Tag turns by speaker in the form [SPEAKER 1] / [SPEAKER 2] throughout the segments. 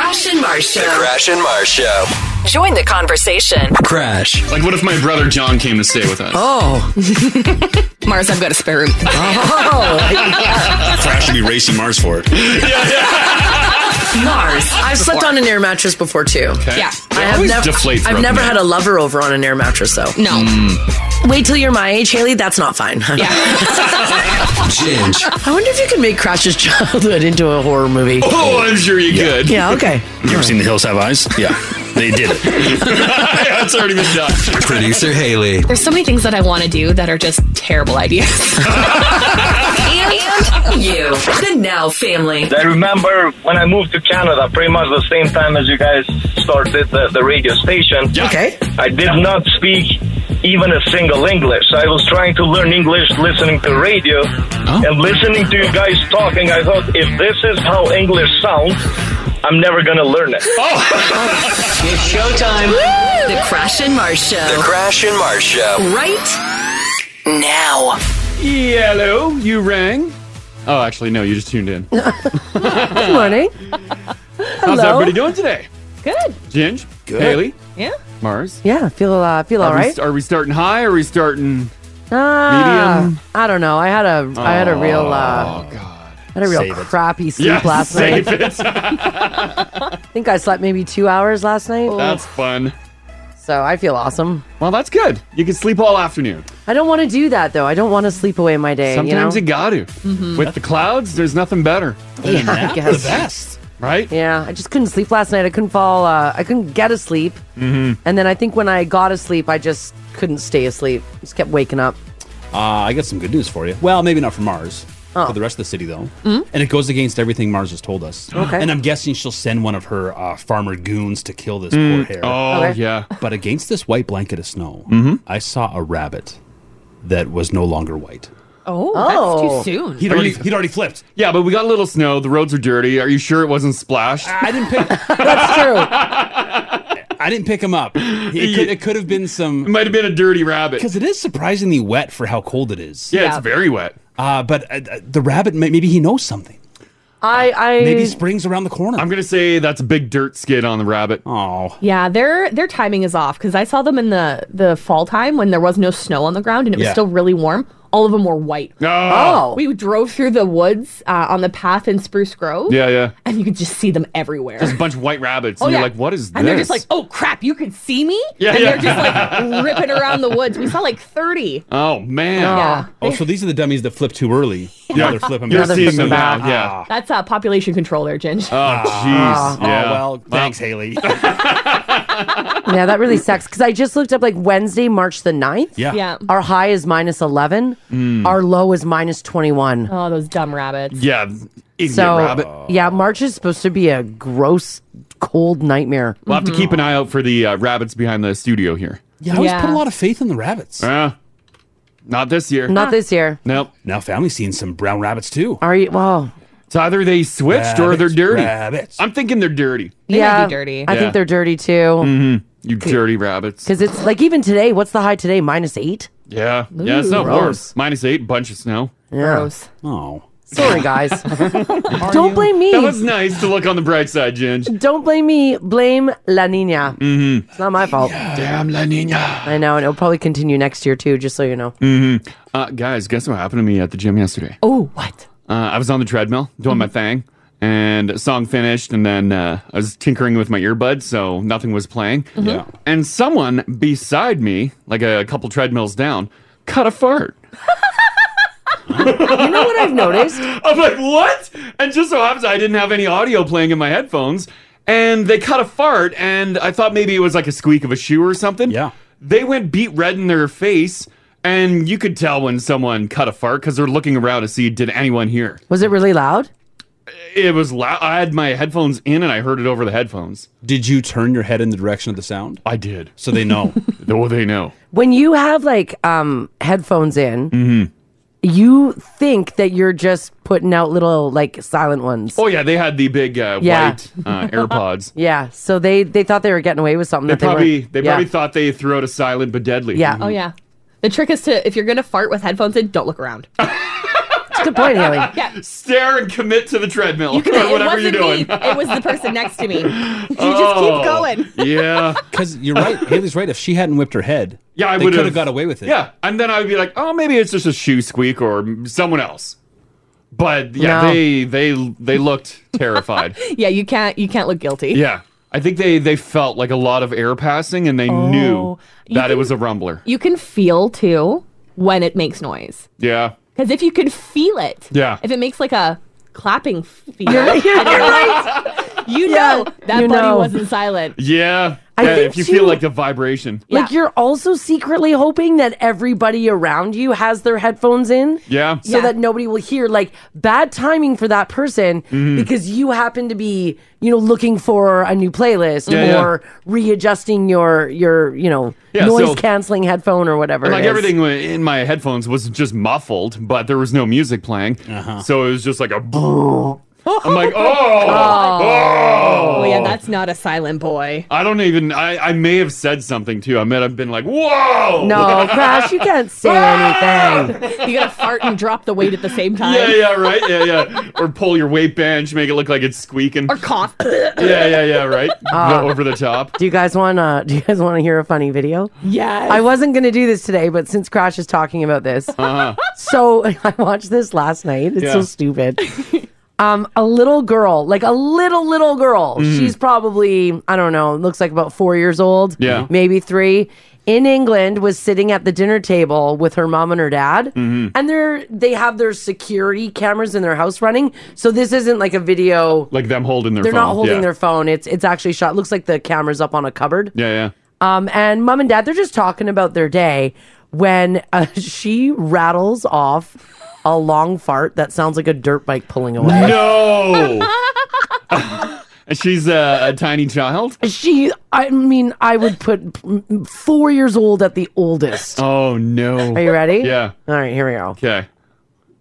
[SPEAKER 1] Show.
[SPEAKER 2] The Crash and Mars Show.
[SPEAKER 1] Join the conversation.
[SPEAKER 2] Crash.
[SPEAKER 3] Like, what if my brother John came to stay with us?
[SPEAKER 4] Oh,
[SPEAKER 5] Mars, I've got a spare room.
[SPEAKER 6] Crash would be racing Mars for it.
[SPEAKER 1] Mars.
[SPEAKER 4] I've slept on an air mattress before too.
[SPEAKER 3] Okay.
[SPEAKER 5] yeah.
[SPEAKER 3] They
[SPEAKER 4] I have
[SPEAKER 3] always
[SPEAKER 4] nev-
[SPEAKER 3] deflate
[SPEAKER 4] I've
[SPEAKER 3] throughout the
[SPEAKER 4] never
[SPEAKER 3] night.
[SPEAKER 4] had a lover over on an air mattress though.
[SPEAKER 5] No.
[SPEAKER 3] Hmm.
[SPEAKER 4] Wait till you're my age, Haley. That's not fine.
[SPEAKER 5] Yeah.
[SPEAKER 2] Ginge.
[SPEAKER 4] I wonder if you can make Crash's childhood into a horror movie.
[SPEAKER 3] Oh, I'm sure you could.
[SPEAKER 4] Yeah. Okay.
[SPEAKER 6] You ever seen The Hills Have Eyes? Yeah. They did it.
[SPEAKER 3] That's already been done.
[SPEAKER 2] Producer Haley.
[SPEAKER 5] There's so many things that I want to do that are just terrible ideas.
[SPEAKER 1] And you. The Now Family.
[SPEAKER 7] I remember when I moved to Canada, pretty much the same time as you guys started the, the radio station.
[SPEAKER 3] Yeah.
[SPEAKER 4] Okay.
[SPEAKER 7] I did not speak even a single English. I was trying to learn English listening to radio
[SPEAKER 3] Oh.
[SPEAKER 7] and listening to you guys talking. I thought, if this is how English sounds, I'm never going to learn it.
[SPEAKER 1] The Crash and Mars
[SPEAKER 2] The
[SPEAKER 1] Show.
[SPEAKER 2] Crash and Mars Show.
[SPEAKER 1] Right now.
[SPEAKER 3] Hello, you rang. Oh, actually, no, you just tuned in. Good morning. How's everybody doing today?
[SPEAKER 5] Good.
[SPEAKER 3] Ginge? Good. Haley?
[SPEAKER 5] Yeah.
[SPEAKER 3] Mars?
[SPEAKER 8] Yeah, feel uh, feel all
[SPEAKER 3] Are,
[SPEAKER 8] right.
[SPEAKER 3] we, are we starting high or are we starting
[SPEAKER 8] Ah,
[SPEAKER 3] medium?
[SPEAKER 8] I don't know. I had a I had a real uh,
[SPEAKER 3] Oh, God.
[SPEAKER 8] I had a real
[SPEAKER 6] Save it.
[SPEAKER 8] crappy sleep
[SPEAKER 3] Yeah,
[SPEAKER 8] last night.
[SPEAKER 3] save it.
[SPEAKER 8] I think I slept maybe two hours last night.
[SPEAKER 3] That's fun.
[SPEAKER 8] So I feel awesome.
[SPEAKER 3] Well, that's good. You can sleep all afternoon.
[SPEAKER 8] I don't want to do that though. I don't want to sleep away my day.
[SPEAKER 3] Sometimes you,
[SPEAKER 8] you know?
[SPEAKER 3] got to. With the clouds, there's nothing better,
[SPEAKER 8] yeah, I guess.
[SPEAKER 6] best.
[SPEAKER 3] right?
[SPEAKER 8] Yeah, I just couldn't sleep last night. I couldn't fall. Uh, I couldn't get asleep. Mm-hmm. And then I think when I got asleep, I just couldn't stay asleep. Just kept waking up.
[SPEAKER 9] Uh, I got some good news for you. Well, maybe not for Mars,
[SPEAKER 8] Oh.
[SPEAKER 9] for the rest of the city though. And it goes against everything Mars has told us.
[SPEAKER 8] Mm-hmm. Okay.
[SPEAKER 9] And I'm guessing she'll send one of her uh, farmer goons to kill this poor hare.
[SPEAKER 3] Oh,
[SPEAKER 8] Okay.
[SPEAKER 3] yeah. Mm-hmm.
[SPEAKER 9] But against this white blanket of snow, I saw a rabbit that was no longer white.
[SPEAKER 5] Oh,
[SPEAKER 8] Oh.
[SPEAKER 5] that's too soon.
[SPEAKER 9] He'd already, he'd already flipped.
[SPEAKER 3] Yeah, but we got a little snow. The roads are dirty. Are you sure it wasn't splashed?
[SPEAKER 9] I didn't pick.
[SPEAKER 8] That's true.
[SPEAKER 9] I didn't pick him up. It could, it could have been
[SPEAKER 3] It
[SPEAKER 9] some
[SPEAKER 3] might have been a dirty rabbit.
[SPEAKER 9] because it is surprisingly wet for how cold it is.
[SPEAKER 3] Yeah,
[SPEAKER 5] Yeah.
[SPEAKER 3] it's very wet.
[SPEAKER 9] Uh, but uh, uh, the rabbit, may- maybe he knows something.
[SPEAKER 8] I I
[SPEAKER 9] Maybe spring's around the corner.
[SPEAKER 3] I'm gonna say that's a big dirt skid on the rabbit.
[SPEAKER 9] oh,
[SPEAKER 5] Yeah, their their timing is off because I saw them in the the fall time when there was no snow on the ground and it was
[SPEAKER 9] Yeah.
[SPEAKER 5] still really warm. All of them were white.
[SPEAKER 3] No.
[SPEAKER 8] oh
[SPEAKER 5] We drove through the woods uh, on the path in Spruce Grove,
[SPEAKER 3] Yeah, yeah.
[SPEAKER 5] and you could just see them everywhere.
[SPEAKER 3] A bunch of white rabbits.
[SPEAKER 5] Oh,
[SPEAKER 3] and
[SPEAKER 5] yeah.
[SPEAKER 3] you're like, what is this?
[SPEAKER 5] and they're just like, "Oh crap, you could see me!"
[SPEAKER 3] Yeah,
[SPEAKER 5] and they're just
[SPEAKER 3] yeah.
[SPEAKER 5] like ripping around the woods. We saw like thirty.
[SPEAKER 3] oh man.
[SPEAKER 5] Yeah,
[SPEAKER 9] oh, so these are the dummies that flip too early. Now they're flipping
[SPEAKER 3] You're
[SPEAKER 9] back. Ah.
[SPEAKER 3] seeing them
[SPEAKER 8] flipping
[SPEAKER 3] now.
[SPEAKER 8] back.
[SPEAKER 3] Yeah.
[SPEAKER 5] that's a uh, population controller, Ginge.
[SPEAKER 3] Oh
[SPEAKER 9] Oh,
[SPEAKER 3] jeez. yeah.
[SPEAKER 9] well, thanks, Haley.
[SPEAKER 8] yeah, that really sucks. Because I just looked up like Wednesday, March the 9th.
[SPEAKER 9] yeah. Mm.
[SPEAKER 5] yeah.
[SPEAKER 8] Our high is minus 11. Our low is minus 21.
[SPEAKER 5] Oh, those dumb rabbits.
[SPEAKER 3] Yeah. Idiot
[SPEAKER 8] so,
[SPEAKER 3] rabbit.
[SPEAKER 8] yeah, March is supposed to be a gross, cold nightmare.
[SPEAKER 3] We'll have to keep an eye out for the uh, rabbits behind the studio here.
[SPEAKER 9] Yeah, I always
[SPEAKER 5] Mm-hmm. Yeah.
[SPEAKER 9] put a lot of faith in the rabbits.
[SPEAKER 3] Uh, not this year.
[SPEAKER 8] Not this year.
[SPEAKER 3] nope.
[SPEAKER 9] Now family's seeing some brown rabbits too.
[SPEAKER 8] Are you? Well,
[SPEAKER 3] It's either they switched or they're
[SPEAKER 9] Rabbits,
[SPEAKER 3] dirty.
[SPEAKER 9] rabbits.
[SPEAKER 3] I'm thinking they're dirty.
[SPEAKER 5] They
[SPEAKER 8] yeah.
[SPEAKER 5] might be dirty.
[SPEAKER 8] I
[SPEAKER 3] Yeah.
[SPEAKER 8] think they're dirty
[SPEAKER 9] Mm.
[SPEAKER 8] too.
[SPEAKER 3] Mm-hmm. You dirty rabbits.
[SPEAKER 8] Because it's like even today, what's the high today? Minus eight?
[SPEAKER 3] Yeah. yeah, it's not
[SPEAKER 8] gross.
[SPEAKER 3] warm. Minus eight, bunch of snow.
[SPEAKER 5] Gross.
[SPEAKER 9] Oh.
[SPEAKER 8] Sorry, guys. Don't blame me.
[SPEAKER 3] That was nice to look on the bright side, Ginge. Mm-hmm.
[SPEAKER 8] Don't blame me. Blame La Nina. It's not my fault.
[SPEAKER 3] Damn La Nina.
[SPEAKER 8] I know. And it'll probably continue next year too, just so you know.
[SPEAKER 3] Uh, guys, guess what happened to me at the gym yesterday?
[SPEAKER 5] Oh, what?
[SPEAKER 3] Uh, I was on the treadmill doing
[SPEAKER 8] Mm-hmm.
[SPEAKER 3] my thing, and a song finished, and then uh, I was tinkering with my earbuds, so nothing was playing.
[SPEAKER 9] Yeah.
[SPEAKER 8] Mm-hmm.
[SPEAKER 3] And someone beside me, like a couple treadmills down, cut a fart.
[SPEAKER 8] You know what I've noticed?
[SPEAKER 3] I'm like, what? And just so happens I didn't have any audio playing in my headphones, and they cut a fart, and I thought maybe it was like a squeak of a shoe or something.
[SPEAKER 9] Yeah.
[SPEAKER 3] They went beat red in their face, and you could tell when someone cut a fart because they're looking around to see did anyone hear.
[SPEAKER 8] Was it really loud?
[SPEAKER 3] It was loud. I had my headphones in, and I heard it over the headphones.
[SPEAKER 9] Did you turn your head in the direction of the sound?
[SPEAKER 3] I did.
[SPEAKER 9] So they know.
[SPEAKER 3] Though they know.
[SPEAKER 8] when you have like um headphones in
[SPEAKER 3] Mm-hmm.
[SPEAKER 8] you think that you're just putting out little like silent ones
[SPEAKER 3] Oh yeah, they had the big uh,
[SPEAKER 8] Yeah.
[SPEAKER 3] white uh, AirPods.
[SPEAKER 8] yeah so they they thought they were getting away with something
[SPEAKER 3] They
[SPEAKER 8] that they
[SPEAKER 3] probably
[SPEAKER 8] weren't.
[SPEAKER 3] they
[SPEAKER 8] yeah.
[SPEAKER 3] probably thought they threw out a silent but deadly.
[SPEAKER 8] yeah
[SPEAKER 3] Oh,
[SPEAKER 5] Oh yeah. The trick is to if you're gonna fart with headphones in, don't look around.
[SPEAKER 8] good point, Haley.
[SPEAKER 5] Yeah.
[SPEAKER 3] Stare and commit to the treadmill
[SPEAKER 5] You can,
[SPEAKER 3] or
[SPEAKER 5] it
[SPEAKER 3] whatever you're
[SPEAKER 5] wasn't me.
[SPEAKER 3] doing.
[SPEAKER 5] It was the person next to me. You
[SPEAKER 3] Oh.
[SPEAKER 5] just keep going.
[SPEAKER 3] Yeah.
[SPEAKER 9] Because you're right. Haley's right. If she hadn't whipped her head,
[SPEAKER 3] Yeah, I
[SPEAKER 9] they
[SPEAKER 3] would
[SPEAKER 9] could
[SPEAKER 3] have
[SPEAKER 9] have got away with it.
[SPEAKER 3] Yeah, and then I would be like, oh, maybe it's just a shoe squeak or someone else. But yeah,
[SPEAKER 5] No.
[SPEAKER 3] they they they looked terrified.
[SPEAKER 5] Yeah, you can't. You can't look guilty.
[SPEAKER 3] yeah, I think they they felt like a lot of air passing, and they knew
[SPEAKER 5] Oh.
[SPEAKER 3] that it was a rumbler.
[SPEAKER 5] You can feel too when it makes noise.
[SPEAKER 3] Yeah,
[SPEAKER 5] Because if you could feel it,
[SPEAKER 3] Yeah.
[SPEAKER 5] if it makes like a clapping feel, and you're like, you know that
[SPEAKER 8] you
[SPEAKER 5] buddy
[SPEAKER 8] know.
[SPEAKER 5] wasn't silent.
[SPEAKER 3] yeah.
[SPEAKER 8] I
[SPEAKER 3] yeah
[SPEAKER 8] think
[SPEAKER 3] if you feel
[SPEAKER 8] too-
[SPEAKER 3] like the vibration.
[SPEAKER 8] Like you're also secretly hoping that everybody around you has their headphones in.
[SPEAKER 3] Yeah.
[SPEAKER 8] So
[SPEAKER 3] Yeah.
[SPEAKER 8] that nobody will hear. Like bad timing for that person
[SPEAKER 3] Mhm.
[SPEAKER 8] because you happen to be, you know, looking for a new playlist
[SPEAKER 3] Yeah, yeah.
[SPEAKER 8] or readjusting your your, you know,
[SPEAKER 3] Yeah,
[SPEAKER 8] noise
[SPEAKER 3] so-
[SPEAKER 8] canceling headphone or whatever.
[SPEAKER 3] And
[SPEAKER 8] it
[SPEAKER 3] like
[SPEAKER 8] is.
[SPEAKER 3] everything wa- in my headphones was just muffled, but there was no music playing,
[SPEAKER 9] Uh-huh.
[SPEAKER 3] so it was just like a. brrr. I'm like,
[SPEAKER 5] oh,
[SPEAKER 3] oh.
[SPEAKER 5] yeah, that's not a silent boy.
[SPEAKER 3] I don't even. I, I may have said something too. I may have been like, "Whoa!"
[SPEAKER 5] No,
[SPEAKER 8] Crash, you can't say anything.
[SPEAKER 5] you gotta fart and drop the weight at the same time.
[SPEAKER 3] Ah! Yeah, yeah, right. Yeah, yeah. or pull your weight bench, make it look like it's squeaking. Or
[SPEAKER 5] cough.
[SPEAKER 3] yeah, yeah, yeah. Right.
[SPEAKER 8] Ah.
[SPEAKER 3] Go over the top.
[SPEAKER 8] Do you guys want to? Do you guys want to hear a funny video?
[SPEAKER 5] Yes.
[SPEAKER 8] I wasn't gonna do this today, but since Crash is talking about this, so I watched this last night. It's so
[SPEAKER 10] Uh-huh. Yeah.
[SPEAKER 8] stupid. Um, a little girl, like a little little girl.
[SPEAKER 10] Mhm.
[SPEAKER 8] She's probably I don't know. Looks like about four years old.
[SPEAKER 10] Yeah.
[SPEAKER 8] maybe three. In England, was sitting at the dinner table with her mom and her dad,
[SPEAKER 10] Mhm.
[SPEAKER 3] Mm.
[SPEAKER 8] and they're they have their security cameras in their house running. So this isn't like a video.
[SPEAKER 3] Like them holding their.
[SPEAKER 8] They're
[SPEAKER 3] phone.
[SPEAKER 8] not holding
[SPEAKER 3] yeah.
[SPEAKER 8] their phone. It's it's actually shot. Looks like the camera's up on a cupboard.
[SPEAKER 3] Yeah, yeah.
[SPEAKER 8] Um, and mom and dad, they're just talking about their day when uh, she rattles off a long fart that sounds like a dirt bike pulling away.
[SPEAKER 3] No. And she's a, a tiny child.
[SPEAKER 8] She, I mean, I would put p- m- four years old at the oldest.
[SPEAKER 3] Oh no.
[SPEAKER 8] Are you ready?
[SPEAKER 3] Yeah.
[SPEAKER 8] All right, here we go.
[SPEAKER 3] Okay.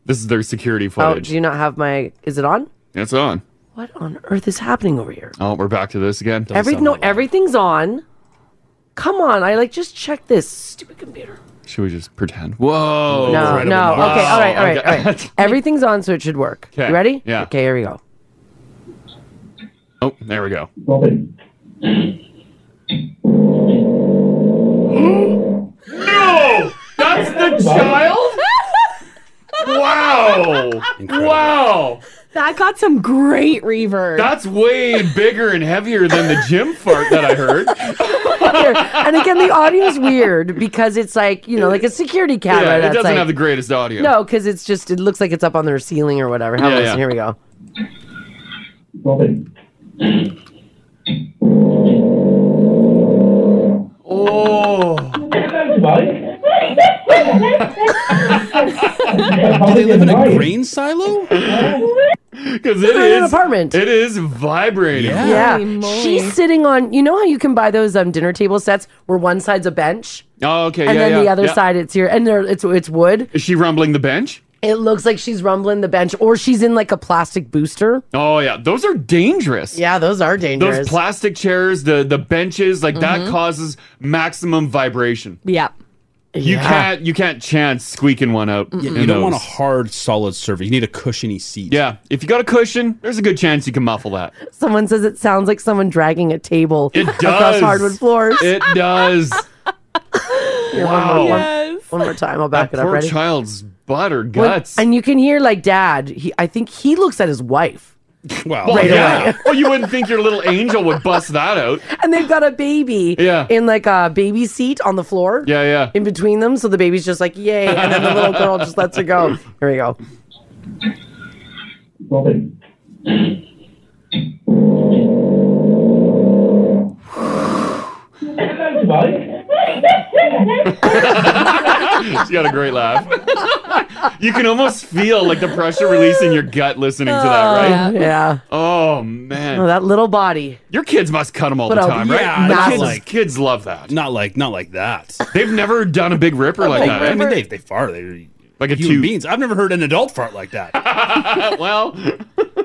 [SPEAKER 3] This is their security
[SPEAKER 8] Oh,
[SPEAKER 3] footage.
[SPEAKER 8] do you not have my? Is it on?
[SPEAKER 3] it's on.
[SPEAKER 8] What on earth is happening over here?
[SPEAKER 3] Oh, we're back to this again.
[SPEAKER 8] Everything? No, everything's on. Come on, I like just check this stupid computer.
[SPEAKER 3] Should we just pretend? Whoa.
[SPEAKER 8] no, no. Okay, all right, all right, all
[SPEAKER 3] Oh, Okay.
[SPEAKER 8] right. Everything's on, so it should work.
[SPEAKER 3] Okay.
[SPEAKER 8] You ready?
[SPEAKER 3] Yeah.
[SPEAKER 8] Okay, here we go.
[SPEAKER 3] Oh, there we go. No! Oh, That's the child? Wow. Wow.
[SPEAKER 5] That got some great reverb.
[SPEAKER 3] That's way bigger and heavier than the gym fart that I heard.
[SPEAKER 8] Here, and again, the audio's weird because it's like you know, like a security camera.
[SPEAKER 3] yeah, it
[SPEAKER 8] that's
[SPEAKER 3] doesn't
[SPEAKER 8] like,
[SPEAKER 3] have the greatest audio.
[SPEAKER 8] No, because it's just it looks like it's up on their ceiling or whatever. How
[SPEAKER 3] Yeah,
[SPEAKER 8] yeah,
[SPEAKER 3] yeah.
[SPEAKER 8] Here we go.
[SPEAKER 3] Oh.
[SPEAKER 9] Do they live in a grain silo?
[SPEAKER 3] Because
[SPEAKER 8] They're
[SPEAKER 3] it
[SPEAKER 8] in an
[SPEAKER 3] is
[SPEAKER 8] apartment.
[SPEAKER 3] It is vibrating.
[SPEAKER 8] Yeah, she's sitting on. You know how you can buy those um, dinner table sets where one side's a bench
[SPEAKER 3] Oh, okay.
[SPEAKER 8] and
[SPEAKER 3] yeah,
[SPEAKER 8] then the
[SPEAKER 3] yeah,
[SPEAKER 8] other
[SPEAKER 3] yeah.
[SPEAKER 8] side it's here, and there it's it's wood.
[SPEAKER 3] Is she rumbling the bench?
[SPEAKER 8] It looks like she's rumbling the bench, or she's in like a plastic booster.
[SPEAKER 3] Oh yeah, those are dangerous.
[SPEAKER 8] Yeah, those are dangerous.
[SPEAKER 3] Those plastic chairs, the the benches, like
[SPEAKER 8] Mm-hmm.
[SPEAKER 3] that causes maximum vibration.
[SPEAKER 5] yeah.
[SPEAKER 3] You can't you can't chance squeaking one out.
[SPEAKER 9] Yeah,
[SPEAKER 3] in
[SPEAKER 9] you don't
[SPEAKER 3] those.
[SPEAKER 9] want a hard, solid surface. You need a cushiony seat.
[SPEAKER 3] Yeah, if you got a cushion, there's a good chance you can muffle that.
[SPEAKER 8] Someone says it sounds like someone dragging a table across
[SPEAKER 3] does.
[SPEAKER 8] hardwood floors.
[SPEAKER 3] It does.
[SPEAKER 8] Here,
[SPEAKER 3] Wow.
[SPEAKER 8] One more, one- one more time. I'll back it up.
[SPEAKER 3] Poor
[SPEAKER 8] Ready?
[SPEAKER 3] child's butt or
[SPEAKER 8] When-
[SPEAKER 3] guts.
[SPEAKER 8] and you can hear like dad. He, I think he looks at his wife.
[SPEAKER 3] Wow.
[SPEAKER 8] Right
[SPEAKER 3] yeah. well, you wouldn't think your little angel would bust that out.
[SPEAKER 8] And they've got a baby
[SPEAKER 3] Yeah.
[SPEAKER 8] in like a baby seat on the floor.
[SPEAKER 3] Yeah, yeah.
[SPEAKER 8] In between them. So the baby's just like, yay. And then the little girl just lets her go. Here we go.
[SPEAKER 3] She's got a great laugh. you can almost feel like the pressure release in your gut listening to that, right?
[SPEAKER 8] Yeah. Yeah.
[SPEAKER 3] Oh man.
[SPEAKER 8] Oh, that little body.
[SPEAKER 3] Your kids must cut them all
[SPEAKER 8] But
[SPEAKER 3] the
[SPEAKER 8] a
[SPEAKER 3] time, right?
[SPEAKER 8] yeah, not
[SPEAKER 3] kids,
[SPEAKER 8] like-
[SPEAKER 3] kids love that.
[SPEAKER 9] Not like not like that.
[SPEAKER 3] They've never done a big ripper like that.
[SPEAKER 9] I mean, they they fart. They
[SPEAKER 3] like a
[SPEAKER 9] human
[SPEAKER 3] two-
[SPEAKER 9] beings. I've never heard an adult fart like that.
[SPEAKER 3] well,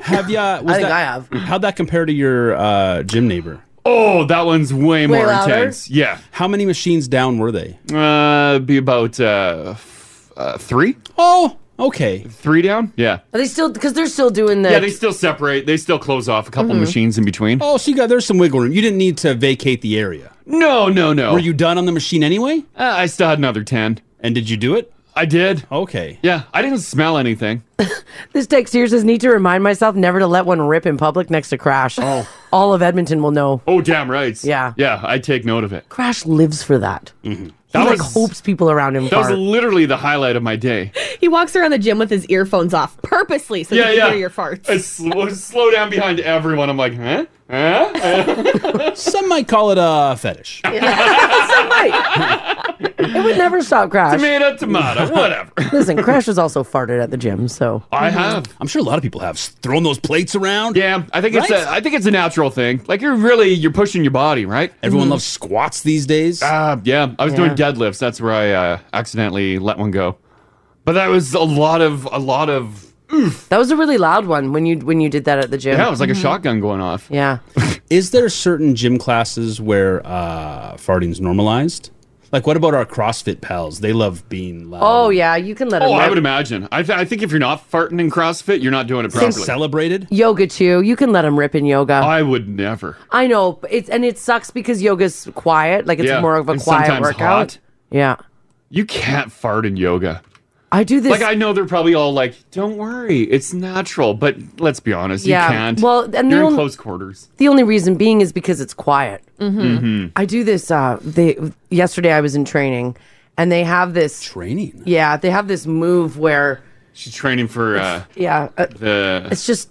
[SPEAKER 9] have you? I
[SPEAKER 8] think I have.
[SPEAKER 9] How'd Uh, that compare to your uh, gym neighbor?
[SPEAKER 3] Oh, that one's way, more
[SPEAKER 9] louder?
[SPEAKER 3] intense. Yeah.
[SPEAKER 9] How many machines down were they?
[SPEAKER 3] Uh, be about uh, f- uh three.
[SPEAKER 9] Oh, Okay.
[SPEAKER 3] Three down? Yeah.
[SPEAKER 8] Are they still because they're still doing the
[SPEAKER 3] Yeah, they still separate. They still close off a couple
[SPEAKER 8] Mhm.
[SPEAKER 3] machines in between.
[SPEAKER 9] Oh, so you got there's some wiggle room. You didn't need to vacate the area.
[SPEAKER 3] No, no, no.
[SPEAKER 9] Were you done on the machine anyway?
[SPEAKER 3] Uh, I still had another 10.
[SPEAKER 9] And did you do it?
[SPEAKER 3] I did.
[SPEAKER 9] Okay.
[SPEAKER 3] Yeah, I didn't smell anything.
[SPEAKER 8] This text here says need to remind myself never to let one rip in public next to Crash. Oh. All of Edmonton will know.
[SPEAKER 3] Oh, damn right. Yeah. Yeah, I take note of it.
[SPEAKER 8] Crash lives for that.
[SPEAKER 9] Mm-hmm.
[SPEAKER 3] Mhm.
[SPEAKER 8] He
[SPEAKER 3] That
[SPEAKER 8] like
[SPEAKER 3] was-
[SPEAKER 8] hopes people around him
[SPEAKER 3] That was
[SPEAKER 8] fart.
[SPEAKER 3] literally the highlight of my day.
[SPEAKER 5] He walks around the gym with his earphones off purposely so
[SPEAKER 3] yeah,
[SPEAKER 5] he can
[SPEAKER 3] yeah.
[SPEAKER 5] hear your farts.
[SPEAKER 3] I slow, slow down behind everyone. I'm like, huh? Huh?
[SPEAKER 9] Some might call it a fetish.
[SPEAKER 8] it would never stop Crash.
[SPEAKER 3] Tomato, tomato, whatever.
[SPEAKER 8] Listen, Crash has also farted at the gym, so
[SPEAKER 3] I have.
[SPEAKER 9] Mm-hmm. I'm sure a lot of people have thrown those plates around.
[SPEAKER 3] Yeah, I think it's
[SPEAKER 9] Right?
[SPEAKER 3] a, I think it's a natural thing. Like you're really you're pushing your body, right?
[SPEAKER 9] Everyone
[SPEAKER 8] Mm-hmm.
[SPEAKER 9] loves squats these days.
[SPEAKER 3] Uh, yeah, I was doing deadlifts. That's where I uh, accidentally let one go. But that was a lot of a lot of
[SPEAKER 8] That was a really loud one when you when you did that at the gym. Mm-hmm.
[SPEAKER 3] yeah. It was like a shotgun going off.
[SPEAKER 8] Yeah.
[SPEAKER 9] Is there certain gym classes where uh, farting's normalized? Like, what about our CrossFit pals? They love being loud.
[SPEAKER 8] Oh yeah, you can let
[SPEAKER 3] Oh,
[SPEAKER 8] him
[SPEAKER 3] I
[SPEAKER 8] rip.
[SPEAKER 3] would imagine. I, th- I think if you're not farting in CrossFit, you're not doing it properly.
[SPEAKER 9] Celebrated.
[SPEAKER 8] yoga too. You can let him rip in yoga.
[SPEAKER 3] I would never.
[SPEAKER 8] I know, but it's and it sucks because yoga's quiet. Like it's
[SPEAKER 3] Yeah,
[SPEAKER 8] more of a
[SPEAKER 3] and
[SPEAKER 8] quiet
[SPEAKER 3] sometimes
[SPEAKER 8] workout.
[SPEAKER 3] hot.
[SPEAKER 8] Yeah.
[SPEAKER 3] You can't fart in yoga.
[SPEAKER 8] I do this.
[SPEAKER 3] Like I know they're probably all like, "Don't worry, it's natural." But let's be honest,
[SPEAKER 8] Yeah,
[SPEAKER 3] you can't.
[SPEAKER 8] well, and the
[SPEAKER 3] you're in
[SPEAKER 8] only-
[SPEAKER 3] close quarters. Mm-hmm.
[SPEAKER 8] The only reason being is because it's quiet.
[SPEAKER 9] Mm-hmm.
[SPEAKER 8] Mm-hmm. I do this. Uh, they yesterday I was in training, and they have this
[SPEAKER 9] training.
[SPEAKER 8] Yeah, they have this move where
[SPEAKER 3] She's training for uh,
[SPEAKER 8] yeah, uh,
[SPEAKER 3] the.
[SPEAKER 8] it's just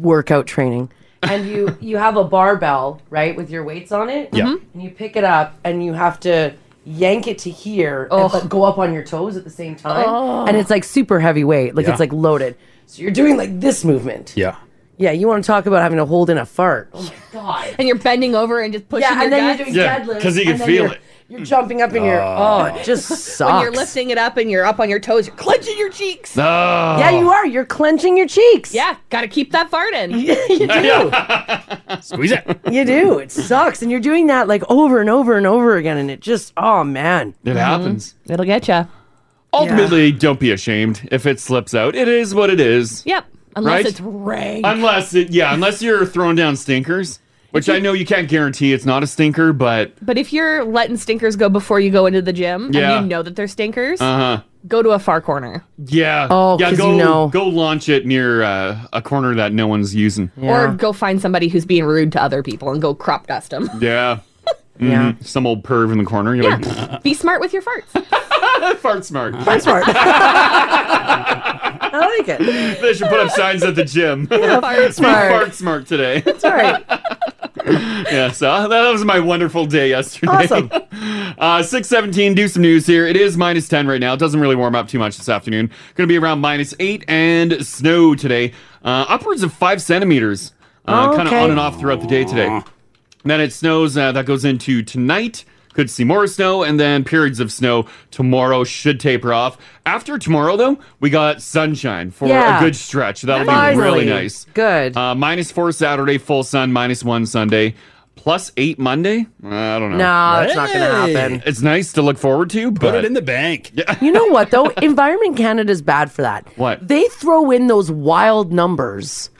[SPEAKER 8] workout training. and you you have a barbell right with your weights on it.
[SPEAKER 9] Yeah.
[SPEAKER 5] Mm-hmm.
[SPEAKER 9] Mhm.
[SPEAKER 8] and you pick it up and you have to yank it to here
[SPEAKER 1] Oh.
[SPEAKER 8] and but go up on your toes at the same time.
[SPEAKER 5] Oh.
[SPEAKER 8] And it's like super heavy weight, like
[SPEAKER 9] Yeah.
[SPEAKER 8] it's like loaded. So you're doing like this movement.
[SPEAKER 9] Yeah.
[SPEAKER 8] Yeah, you want to talk about having to hold in a fart. God.
[SPEAKER 5] And you're bending over and just pushing
[SPEAKER 8] Yeah, and
[SPEAKER 5] your
[SPEAKER 8] then you're
[SPEAKER 5] guts.
[SPEAKER 8] doing Yeah, deadlifts, 'cause you can and then feel you're- it. You're jumping up in your
[SPEAKER 3] Ah.
[SPEAKER 8] oh, it just sucks.
[SPEAKER 5] When you're lifting it up and you're up on your toes, you're clenching your cheeks.
[SPEAKER 3] Ah.
[SPEAKER 8] Yeah, you are. You're clenching your cheeks.
[SPEAKER 5] Yeah, gotta keep that fart in.
[SPEAKER 8] you do.
[SPEAKER 9] Squeeze it.
[SPEAKER 8] you do. It sucks, and you're doing that like over and over and over again, and it just oh man.
[SPEAKER 3] It happens.
[SPEAKER 5] Mm-hmm. It'll get you.
[SPEAKER 3] Ultimately, don't be ashamed if it slips out. It is what it is.
[SPEAKER 5] Yep. Unless
[SPEAKER 3] Right?
[SPEAKER 5] it's rank.
[SPEAKER 3] Unless it, yeah, unless you're throwing down stinkers, which I know you can't guarantee it's not a stinker, but
[SPEAKER 5] but if you're letting stinkers go before you go into the gym
[SPEAKER 3] Yeah.
[SPEAKER 5] and you know that they're stinkers,
[SPEAKER 3] uh huh.
[SPEAKER 5] go to a far corner.
[SPEAKER 3] Yeah.
[SPEAKER 5] Oh,
[SPEAKER 3] yeah.
[SPEAKER 5] 'cause
[SPEAKER 3] Go
[SPEAKER 5] you know.
[SPEAKER 3] go launch it near uh, a corner that no one's using.
[SPEAKER 5] Or go find somebody who's being rude to other people and go crop dust them.
[SPEAKER 3] yeah.
[SPEAKER 8] Yeah.
[SPEAKER 3] Mhm. Some old perv in the corner. You're like,
[SPEAKER 5] Be smart with your farts.
[SPEAKER 3] fart smart.
[SPEAKER 8] Fart smart. I like it.
[SPEAKER 3] They should put up signs at the gym.
[SPEAKER 8] Yeah, fart
[SPEAKER 3] Be
[SPEAKER 8] smart.
[SPEAKER 3] fart smart today.
[SPEAKER 8] It's all right.
[SPEAKER 3] yeah, so uh, that was my wonderful day yesterday.
[SPEAKER 8] Awesome.
[SPEAKER 3] Uh, 617, do some news here. It is minus 10 right now. It doesn't really warm up too much this afternoon. Going to be around minus 8 and snow today. Uh, upwards of 5 centimeters. Uh, Kind of
[SPEAKER 2] Okay.
[SPEAKER 3] on and off throughout the day today. And then it snows. Uh, that goes into tonight. Could see more snow and then periods of snow tomorrow should taper off. After tomorrow, though, we got sunshine for
[SPEAKER 2] Yeah.
[SPEAKER 3] a good stretch. That'll be
[SPEAKER 2] Finally.
[SPEAKER 3] really nice.
[SPEAKER 8] Good.
[SPEAKER 3] Uh, minus four Saturday, full sun, minus one Sunday, plus eight Monday. Uh, I don't know.
[SPEAKER 8] No, it's not gonna Hey. happen.
[SPEAKER 3] It's nice to look forward to, but
[SPEAKER 8] Put it in
[SPEAKER 9] the bank.
[SPEAKER 8] You know what though? Environment Canada's bad for that.
[SPEAKER 3] What?
[SPEAKER 8] They throw in those wild numbers.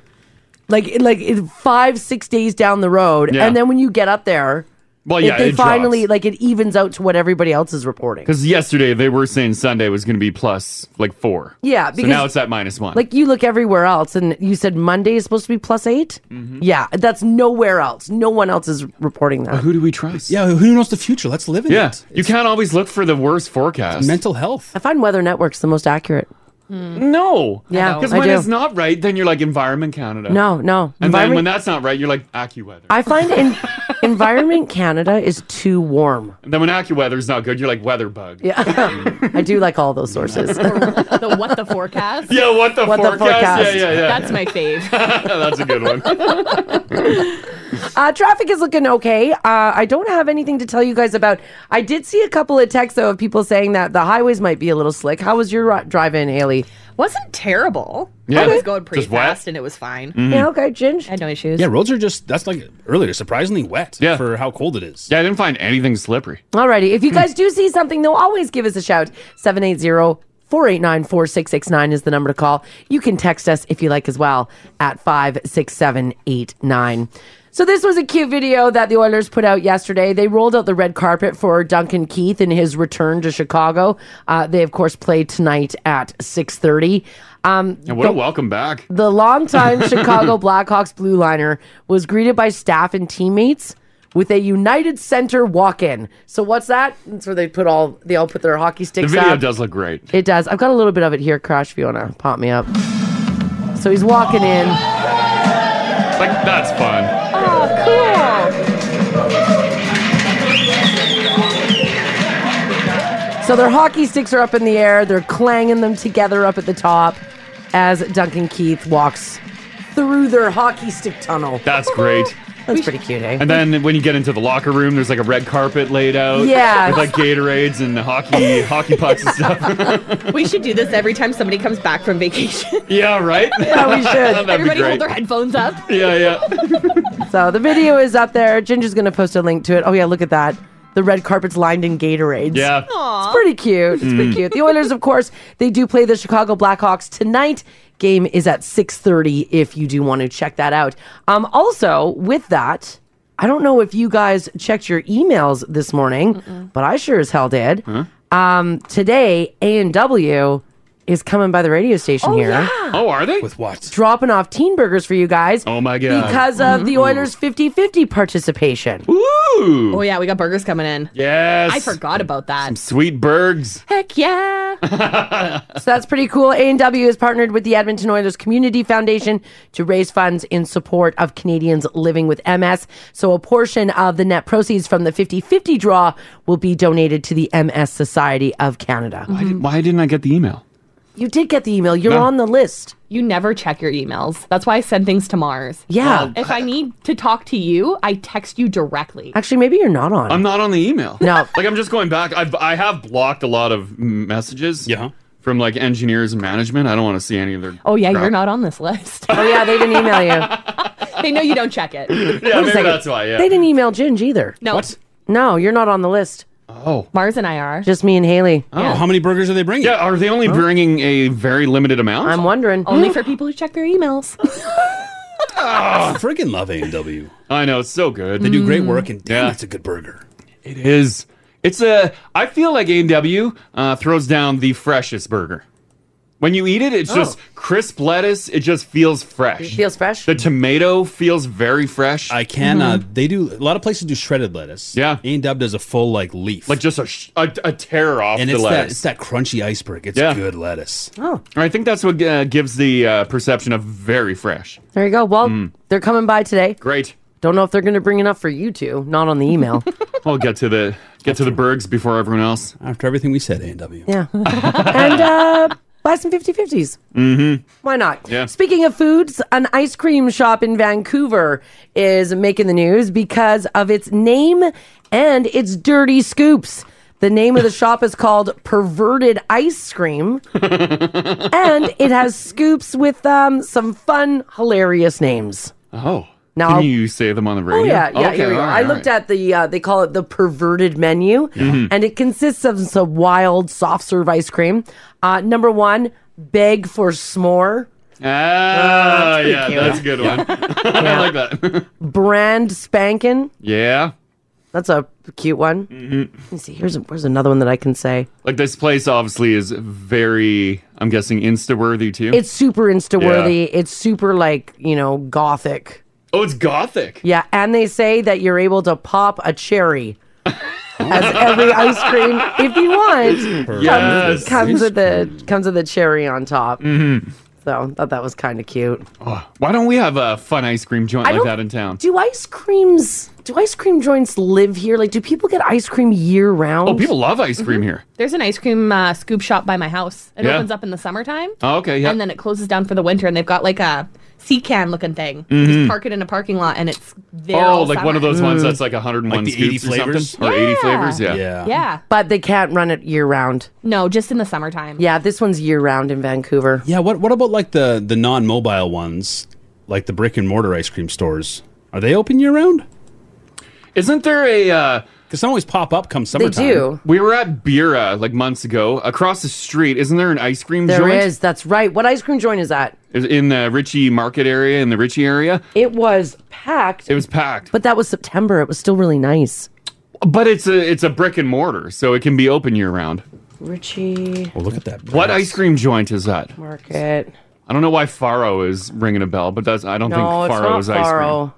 [SPEAKER 8] Like like in five, six days down the road.
[SPEAKER 3] Yeah.
[SPEAKER 8] And then when you get up there,
[SPEAKER 3] Well,
[SPEAKER 8] it-
[SPEAKER 3] yeah,
[SPEAKER 8] they
[SPEAKER 3] it
[SPEAKER 8] finally like it evens out to what everybody else is reporting.
[SPEAKER 3] Because yesterday they were saying Sunday was going to be plus like four.
[SPEAKER 8] Yeah,
[SPEAKER 3] so
[SPEAKER 8] because-
[SPEAKER 3] now it's at minus one.
[SPEAKER 8] Like you look everywhere else, and you said Monday is supposed to be plus eight.
[SPEAKER 3] Mm-hmm.
[SPEAKER 8] Yeah, that's nowhere else. No one else is reporting that.
[SPEAKER 3] who do we trust?
[SPEAKER 9] Yeah, who knows the future? Let's live in
[SPEAKER 3] yeah,
[SPEAKER 9] it.
[SPEAKER 3] you can't always look for the worst forecast.
[SPEAKER 9] Mental health.
[SPEAKER 8] I find Weather Network's the most accurate.
[SPEAKER 3] No.
[SPEAKER 8] Yeah,
[SPEAKER 3] because
[SPEAKER 8] Hmm. I
[SPEAKER 3] when
[SPEAKER 8] do.
[SPEAKER 3] it's not right, then you're like Environment Canada.
[SPEAKER 8] No, no.
[SPEAKER 3] And then
[SPEAKER 8] Environment-
[SPEAKER 3] when that's not right, you're like AccuWeather.
[SPEAKER 8] I find in- Environment Canada is too warm.
[SPEAKER 3] And then when AccuWeather's not good, you're like WeatherBug.
[SPEAKER 8] Yeah, I do like all those sources.
[SPEAKER 5] the what the forecast?
[SPEAKER 3] Yeah, what the
[SPEAKER 8] What the
[SPEAKER 3] forecast?
[SPEAKER 8] forecast.
[SPEAKER 3] Yeah, yeah, yeah.
[SPEAKER 5] That's my fave.
[SPEAKER 3] that's a good one.
[SPEAKER 8] Uh, traffic is looking okay. Uh, I don't have anything to tell you guys about. I did see a couple of texts though of people saying that the highways might be a little slick. How was your ri- drive-in, Haley?
[SPEAKER 5] Wasn't terrible.
[SPEAKER 9] Yeah.
[SPEAKER 5] I was going pretty
[SPEAKER 9] Just wet.
[SPEAKER 5] fast and it was fine.
[SPEAKER 3] Mm-hmm.
[SPEAKER 9] Mhm. Yeah,
[SPEAKER 8] Mm. okay, Ginge. I
[SPEAKER 5] had no issues.
[SPEAKER 9] Yeah, roads are just, that's like earlier, surprisingly wet yeah. for how cold it is.
[SPEAKER 3] Yeah, I didn't find anything slippery.
[SPEAKER 8] Alrighty. If you guys do see something, though, always give us a shout. 780 489 4669 is the number to call. You can text us if you like as well at 56789. So this was a cute video that the Oilers put out yesterday. They rolled out the red carpet for Duncan Keith in his return to Chicago. Uh, they of course played tonight at 6:30. Um,
[SPEAKER 3] And what a
[SPEAKER 8] the-
[SPEAKER 3] welcome back.
[SPEAKER 8] the longtime Chicago Blackhawks blue liner was greeted by staff and teammates with a United Center walk-in. So what's that? That's where they put all they all put their hockey
[SPEAKER 3] The
[SPEAKER 8] sticks
[SPEAKER 3] video
[SPEAKER 8] up.
[SPEAKER 3] does look great.
[SPEAKER 8] It does. I've got a little bit of it here, Crash. If you wanna pop me up. So he's walking in.
[SPEAKER 3] Like that's fun.
[SPEAKER 8] So their hockey sticks are up in the air. They're clanging them together up at the top as Duncan Keith walks through their hockey stick tunnel.
[SPEAKER 3] That's great.
[SPEAKER 8] That's pretty cute, eh?
[SPEAKER 3] And then when you get into the locker room, there's like a red carpet laid out.
[SPEAKER 5] Yeah.
[SPEAKER 3] With like Gatorades and hockey hockey pucks and stuff.
[SPEAKER 5] we should do this every time somebody comes back from vacation.
[SPEAKER 3] yeah, right? That'd be
[SPEAKER 5] Everybody
[SPEAKER 3] great.
[SPEAKER 5] hold their headphones up.
[SPEAKER 3] Yeah, yeah.
[SPEAKER 8] So the video is up there. Ginger's going to post a link to it. Oh, yeah, look at that. The red carpet's lined in Gatorades.
[SPEAKER 3] Yeah.
[SPEAKER 8] It's pretty cute. It's pretty
[SPEAKER 3] Mm.
[SPEAKER 8] cute. The Oilers, of course, they do play the Chicago Blackhawks tonight. Game is at 6.30 if you do want to check that out. Um, also, with that, I don't know if you guys checked your emails this morning, but I sure as hell did. Um, today, A&W is coming by the radio station here.
[SPEAKER 3] Oh, are they? With what?
[SPEAKER 8] Dropping off teen burgers for you guys.
[SPEAKER 3] Oh my god.
[SPEAKER 8] Because of the Oilers 50 50 participation.
[SPEAKER 3] Ooh.
[SPEAKER 5] Oh yeah, we got burgers coming in.
[SPEAKER 3] Yes.
[SPEAKER 5] I forgot about that.
[SPEAKER 3] Sweet Bergs.
[SPEAKER 5] Heck yeah.
[SPEAKER 8] So that's pretty cool. A&W has partnered with the Edmonton Oilers Community Foundation to raise funds in support of Canadians living with MS. So a portion of the net proceeds from the 50-50 draw will be donated to the MS Society of Canada.
[SPEAKER 3] Why, did, why didn't I get the email?
[SPEAKER 8] You did get the email. You're
[SPEAKER 3] No.
[SPEAKER 8] on the list.
[SPEAKER 5] You never check your emails. That's why I send things to Mars.
[SPEAKER 8] Yeah. Well,
[SPEAKER 5] if I need to talk to you, I text you directly.
[SPEAKER 8] Actually, maybe you're not on.
[SPEAKER 3] I'm not on the email.
[SPEAKER 8] No.
[SPEAKER 3] like I'm just going back. I've I have blocked a lot of messages. Yeah. From like engineers and management. I don't want to see any of their
[SPEAKER 5] Oh yeah,
[SPEAKER 3] crap.
[SPEAKER 5] you're not on this list.
[SPEAKER 8] Oh yeah, they didn't email you.
[SPEAKER 5] they know you don't check it.
[SPEAKER 8] Wait a
[SPEAKER 3] maybe
[SPEAKER 8] second.
[SPEAKER 3] that's why, yeah.
[SPEAKER 8] They didn't email Ginge either.
[SPEAKER 5] No. What?
[SPEAKER 8] No, you're not on the list.
[SPEAKER 3] Oh.
[SPEAKER 5] Mars and I are.
[SPEAKER 8] Just me and Haley.
[SPEAKER 3] Oh, how many burgers are they bringing? Yeah, are they only bringing a very limited amount?
[SPEAKER 8] I'm wondering.
[SPEAKER 5] Only for people who check their emails.
[SPEAKER 3] Oh, freaking love A&W. I know, it's so good. They
[SPEAKER 5] do
[SPEAKER 8] Mm.
[SPEAKER 5] great work,
[SPEAKER 3] and damn, it's a good burger. It is. It's a. I feel like A&W uh, throws down the freshest burger. When you eat it,
[SPEAKER 8] Oh.
[SPEAKER 3] it's just crisp lettuce. It just feels fresh. It
[SPEAKER 8] feels fresh.
[SPEAKER 3] The tomato feels very fresh. I
[SPEAKER 9] can. Uh,
[SPEAKER 8] Mm-hmm.
[SPEAKER 9] they do a lot of places do shredded lettuce. Yeah, A and W does a full like leaf, like
[SPEAKER 3] just a sh- a, a tear off
[SPEAKER 9] and
[SPEAKER 3] the
[SPEAKER 9] it's that
[SPEAKER 3] lettuce.
[SPEAKER 9] it's that crunchy iceberg. It's good lettuce.
[SPEAKER 8] Oh,
[SPEAKER 3] I think that's what uh, gives the uh, perception of very fresh.
[SPEAKER 8] There you go. Well,
[SPEAKER 3] Mm.
[SPEAKER 8] they're coming by today.
[SPEAKER 3] Great.
[SPEAKER 8] Don't know if they're going to bring enough for you two. Not on the email.
[SPEAKER 3] I'll get to the get to the burgs before everyone else.
[SPEAKER 9] After everything we said, A&W.
[SPEAKER 8] yeah. and uh, buy some 50-50s.
[SPEAKER 3] Mm-hmm.
[SPEAKER 8] Why not?
[SPEAKER 3] Yeah.
[SPEAKER 8] Speaking of foods, an ice cream shop in Vancouver is making the news because of its name and its dirty scoops. The name of the shop is called Perverted Ice Cream, and it has scoops with um, some fun, hilarious names.
[SPEAKER 3] Oh.
[SPEAKER 8] Now
[SPEAKER 3] Can
[SPEAKER 8] I'll-
[SPEAKER 3] you say them on the radio?
[SPEAKER 8] Oh yeah, yeah.
[SPEAKER 3] Okay,
[SPEAKER 8] here we go.
[SPEAKER 3] all
[SPEAKER 8] I
[SPEAKER 3] right,
[SPEAKER 8] looked
[SPEAKER 3] all right.
[SPEAKER 8] at the uh, they call it the perverted menu,
[SPEAKER 3] Mhm.
[SPEAKER 8] and it consists of some wild soft serve ice cream. Uh, number one, beg for s'more.
[SPEAKER 3] Ah,
[SPEAKER 8] Oh, pretty
[SPEAKER 3] yeah,
[SPEAKER 8] cute.
[SPEAKER 3] that's a good one. I like that.
[SPEAKER 8] Brand spankin.
[SPEAKER 3] Yeah.
[SPEAKER 8] That's a cute one.
[SPEAKER 3] Mm-hmm.
[SPEAKER 8] Let me see. Here's a, here's another one that I can say.
[SPEAKER 3] Like this place obviously is very, I'm guessing, Insta worthy too.
[SPEAKER 8] It's super insta worthy. It's super like you know gothic.
[SPEAKER 3] Oh, it's gothic.
[SPEAKER 8] Yeah, and they say that you're able to pop a cherry. As every ice cream, if you want, comes-
[SPEAKER 3] Yes.
[SPEAKER 8] comes with the comes with the cherry on top.
[SPEAKER 3] Mhm.
[SPEAKER 8] So thought that was kind of cute.
[SPEAKER 3] Why don't we have a fun ice cream joint
[SPEAKER 8] I
[SPEAKER 3] Oh, like
[SPEAKER 8] don't-
[SPEAKER 3] that in town?
[SPEAKER 8] Do ice creams? Do ice cream joints live here? Like, do people get ice cream year round?
[SPEAKER 3] Oh, people love ice
[SPEAKER 5] Mm-hmm.
[SPEAKER 3] cream here.
[SPEAKER 5] There's an ice cream uh, scoop shop by my house. It
[SPEAKER 3] Yeah.
[SPEAKER 5] opens up in the summertime.
[SPEAKER 3] Oh, okay, yeah.
[SPEAKER 5] And then it closes down for the winter, and they've got like a sea can looking thing. Just
[SPEAKER 3] Mhm.
[SPEAKER 5] park it in a parking lot, and it's there.
[SPEAKER 3] Oh,
[SPEAKER 5] all
[SPEAKER 3] like one of
[SPEAKER 5] summer.
[SPEAKER 3] those ones that's like 101
[SPEAKER 9] Mm. Like the 80
[SPEAKER 3] scoops or something?
[SPEAKER 9] flavors?
[SPEAKER 3] Or 80 flavors, yeah.
[SPEAKER 5] Yeah.
[SPEAKER 8] But they can't run it year round.
[SPEAKER 5] No, just in the summertime.
[SPEAKER 8] Yeah, this one's year round in Vancouver.
[SPEAKER 9] Yeah. What What about like the the non mobile ones, like the brick and mortar ice cream stores? Are they open year round?
[SPEAKER 3] Isn't there a uh,
[SPEAKER 9] Because some always pop up come summertime.
[SPEAKER 8] do.
[SPEAKER 3] We were at Bira like months ago. Across the street, isn't there an ice cream
[SPEAKER 8] There is.
[SPEAKER 3] joint?
[SPEAKER 8] That's right. What ice cream joint is that?
[SPEAKER 3] Is in the Ritchie Market area, in the Ritchie area.
[SPEAKER 8] It was packed.
[SPEAKER 3] It was packed,
[SPEAKER 8] But that was September. It was still really nice.
[SPEAKER 3] but it's a it's a brick and mortar, so it can be open year round.
[SPEAKER 8] Richie
[SPEAKER 3] Well, look at that. What ice cream joint is that?
[SPEAKER 8] Market.
[SPEAKER 3] I don't know why Faro is ringing a bell, but that's I don't
[SPEAKER 8] No,
[SPEAKER 3] think
[SPEAKER 8] it's
[SPEAKER 3] Faro
[SPEAKER 8] not
[SPEAKER 3] is ice cream.
[SPEAKER 8] Faro.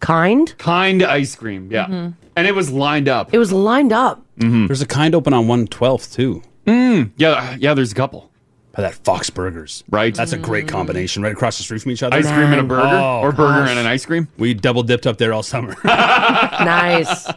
[SPEAKER 8] Kind?
[SPEAKER 3] Kind ice cream, yeah.
[SPEAKER 8] Mhm.
[SPEAKER 3] And it was lined up.
[SPEAKER 8] It was lined up.
[SPEAKER 9] There's a kind open on 112th, too.
[SPEAKER 3] Mm, yeah, yeah, there's a couple.
[SPEAKER 9] By that Fox Burgers.
[SPEAKER 3] Right.
[SPEAKER 9] That's a great combination. Right across the street from each other. Oh,
[SPEAKER 3] Ice cream and a Man. burger? Or burger and an ice cream?
[SPEAKER 9] We double dipped up there all summer.
[SPEAKER 8] nice.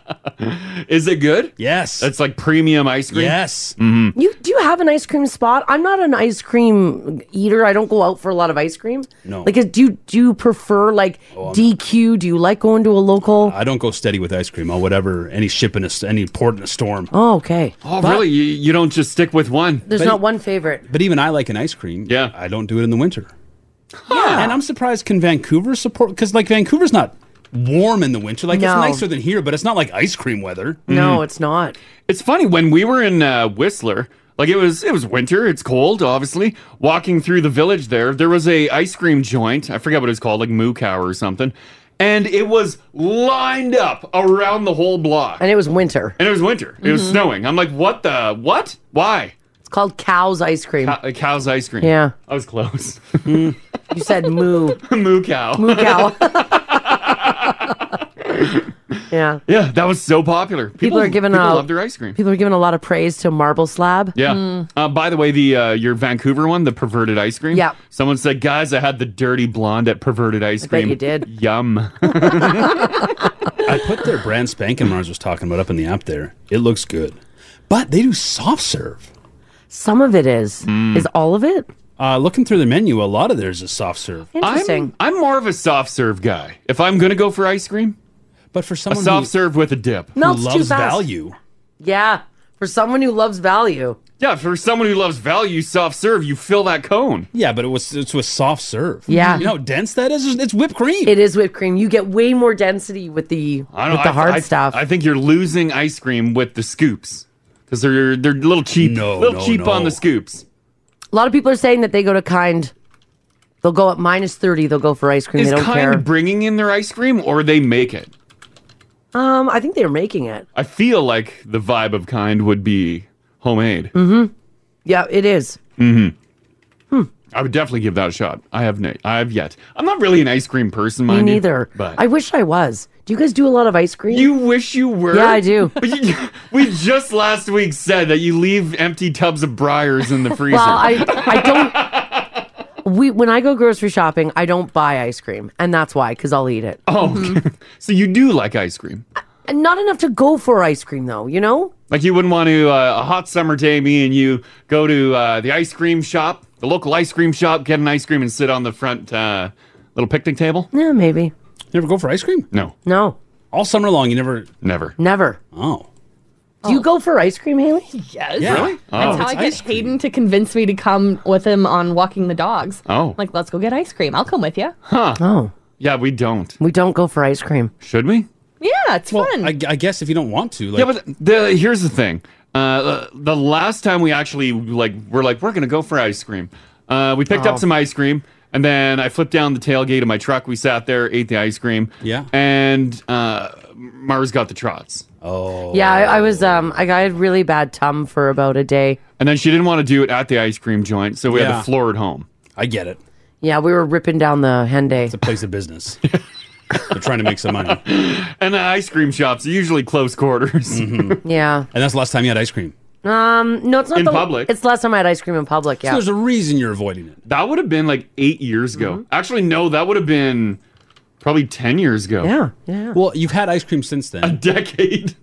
[SPEAKER 3] Is it good?
[SPEAKER 9] Yes.
[SPEAKER 3] It's like premium ice cream.
[SPEAKER 9] Yes.
[SPEAKER 3] Mm-hmm.
[SPEAKER 8] You do you have an ice cream spot? I'm not an ice cream eater. I don't go out for a lot of ice cream.
[SPEAKER 9] No. Oh,
[SPEAKER 8] Like, do you, do you prefer like
[SPEAKER 9] I'm-
[SPEAKER 8] DQ? Do you like going to a local?
[SPEAKER 9] I don't go steady with ice cream. I'll whatever, any ship in a, s- any port in a storm.
[SPEAKER 8] Oh, okay.
[SPEAKER 3] Oh, really? You, you don't just stick with one.
[SPEAKER 8] There's not one favorite.
[SPEAKER 9] e- But even I like an ice cream. Yeah. I don't do it in the winter. Yeah. And I'm surprised can Vancouver support because like Vancouver's not warm in the winter. Like it's
[SPEAKER 8] No.
[SPEAKER 9] nicer than here, but it's not like ice cream weather.
[SPEAKER 8] No, it's not.
[SPEAKER 3] Mm-hmm. It's funny when we were in uh, Whistler, like it was it was winter, it's cold, obviously. Walking through the village there, there was a ice cream joint. I forget what it's called, like Moo Cow or something. And it was lined up around the whole block.
[SPEAKER 8] And it was winter.
[SPEAKER 3] And it was winter. It was
[SPEAKER 8] Mhm.
[SPEAKER 3] snowing. I'm like, what the what? Why?
[SPEAKER 8] It's called Cow's Ice Cream.
[SPEAKER 3] Cow, uh, cow's ice cream.
[SPEAKER 8] Yeah.
[SPEAKER 3] I was close.
[SPEAKER 9] Hmm.
[SPEAKER 8] You said moo.
[SPEAKER 3] moo cow.
[SPEAKER 8] Moo cow. yeah.
[SPEAKER 3] Yeah, that was so popular. People,
[SPEAKER 8] People, are giving
[SPEAKER 3] people
[SPEAKER 8] a,
[SPEAKER 3] love their ice cream.
[SPEAKER 8] People are giving a lot of praise to Marble Slab. Hmm.
[SPEAKER 3] Yeah. Uh, by the way, the uh, your Vancouver one, the perverted ice cream.
[SPEAKER 8] Yeah.
[SPEAKER 3] Someone said, guys, I had the dirty blonde at perverted ice
[SPEAKER 8] bet
[SPEAKER 3] cream.
[SPEAKER 8] you did.
[SPEAKER 3] Yum.
[SPEAKER 9] I put their brand spanking Mars was talking about up in the app there. It looks good. But they do soft serve.
[SPEAKER 8] Some of it is.
[SPEAKER 3] Hmm.
[SPEAKER 8] Is all of it?
[SPEAKER 9] Uh, looking through the menu, a lot of theirs is soft serve.
[SPEAKER 8] Interesting.
[SPEAKER 3] I'm, I'm more of a soft serve guy. If I'm gonna go for ice cream,
[SPEAKER 9] but for someone
[SPEAKER 3] a
[SPEAKER 9] who-
[SPEAKER 3] soft serve with a dip,
[SPEAKER 8] Melts too fast. Yeah. For someone who loves value.
[SPEAKER 3] Yeah, for someone who loves value, soft serve, you fill that cone.
[SPEAKER 9] Yeah, but it was it's with soft serve.
[SPEAKER 8] Yeah.
[SPEAKER 9] You know how dense that is? It's whipped cream.
[SPEAKER 8] It is whipped cream. You get way more density with the
[SPEAKER 3] I don't know,
[SPEAKER 8] with the
[SPEAKER 3] I-
[SPEAKER 8] hard
[SPEAKER 3] I-
[SPEAKER 8] stuff.
[SPEAKER 3] I think you're losing ice cream with the scoops because they're they're a little cheap,
[SPEAKER 9] No,
[SPEAKER 3] little
[SPEAKER 9] no,
[SPEAKER 3] cheap
[SPEAKER 9] no.
[SPEAKER 3] on the scoops.
[SPEAKER 8] a lot of people are saying that they go to Kind. They'll go at minus thirty. They'll go for ice cream.
[SPEAKER 3] Is
[SPEAKER 8] they don't
[SPEAKER 3] kind
[SPEAKER 8] care.
[SPEAKER 3] bringing in their ice cream or they make it?
[SPEAKER 8] Um, I think they're making it.
[SPEAKER 3] I feel like the vibe of kind would be homemade.
[SPEAKER 8] Mm-hmm. Yeah, it is. Hmm.
[SPEAKER 3] Mm-hmm. I would definitely give that a shot. I have na- I have yet. I'm not really an ice cream person,
[SPEAKER 8] Me
[SPEAKER 3] mind you,
[SPEAKER 8] neither.
[SPEAKER 3] but
[SPEAKER 8] I wish I was. Do you guys do a lot of ice cream?
[SPEAKER 3] You wish you were.
[SPEAKER 8] Yeah, I do.
[SPEAKER 3] But you- we just last week said that you leave empty tubs of briars in the freezer.
[SPEAKER 8] Well, I I don't. We when I go grocery shopping, I don't buy ice cream, and that's why because I'll eat it.
[SPEAKER 3] Oh,
[SPEAKER 8] Mm-hmm.
[SPEAKER 3] okay. so you do like ice cream?
[SPEAKER 8] And not enough to go for ice cream though. You know,
[SPEAKER 3] Like you wouldn't want to uh, a hot summer day, me and you go to uh, the ice cream shop, the local ice cream shop, get an ice cream, and sit on the front uh, little picnic table.
[SPEAKER 8] yeah, maybe.
[SPEAKER 9] You ever go for ice cream?
[SPEAKER 3] No.
[SPEAKER 8] No.
[SPEAKER 9] All summer long, you never.
[SPEAKER 3] Never.
[SPEAKER 8] Never.
[SPEAKER 9] Oh.
[SPEAKER 8] Do you go for ice cream, Haley?
[SPEAKER 5] Yes.
[SPEAKER 9] Yeah. Really?
[SPEAKER 5] That's
[SPEAKER 9] Oh.
[SPEAKER 5] how
[SPEAKER 9] It's
[SPEAKER 5] I get
[SPEAKER 9] ice
[SPEAKER 5] Hayden to convince me to come with him on walking the dogs.
[SPEAKER 3] Oh.
[SPEAKER 5] Like, let's go get ice cream. I'll come with you.
[SPEAKER 3] Huh.
[SPEAKER 8] Oh.
[SPEAKER 3] Yeah, we don't.
[SPEAKER 8] We don't go for ice cream.
[SPEAKER 3] Should we?
[SPEAKER 5] Yeah, it's fun.
[SPEAKER 9] I, I guess if you don't want to. Like,
[SPEAKER 3] yeah, but the, here's the thing. Uh, the last time we actually like we're like we're gonna go for ice cream. Uh, we picked
[SPEAKER 9] Oh.
[SPEAKER 3] up some ice cream, and then I flipped down the tailgate of my truck. We sat there, ate the ice cream.
[SPEAKER 9] Yeah.
[SPEAKER 3] and uh, Mars got the trots.
[SPEAKER 9] Oh,
[SPEAKER 8] Yeah, I, I was. Um, I got I had really bad tum for about a day.
[SPEAKER 3] and then she didn't want to do it at the ice cream joint, so we had
[SPEAKER 9] Yeah.
[SPEAKER 3] the floor at home.
[SPEAKER 9] I get it.
[SPEAKER 8] Yeah, we were ripping down the Henday. It's
[SPEAKER 9] a place of business. They're trying to make some money.
[SPEAKER 3] And the ice cream shops are usually close quarters.
[SPEAKER 9] Mm-hmm.
[SPEAKER 8] Yeah.
[SPEAKER 9] And that's the last time you had ice cream.
[SPEAKER 8] Um. No, it's not
[SPEAKER 3] In
[SPEAKER 8] the,
[SPEAKER 3] public?
[SPEAKER 8] It's the last time I had ice cream in public. Yeah.
[SPEAKER 9] there's a reason you're avoiding it.
[SPEAKER 3] That would have been like eight years ago.
[SPEAKER 8] Mm-hmm.
[SPEAKER 3] Actually, no, that would have been probably ten years ago.
[SPEAKER 8] Yeah.
[SPEAKER 9] Well, you've had ice cream since then. A
[SPEAKER 3] decade.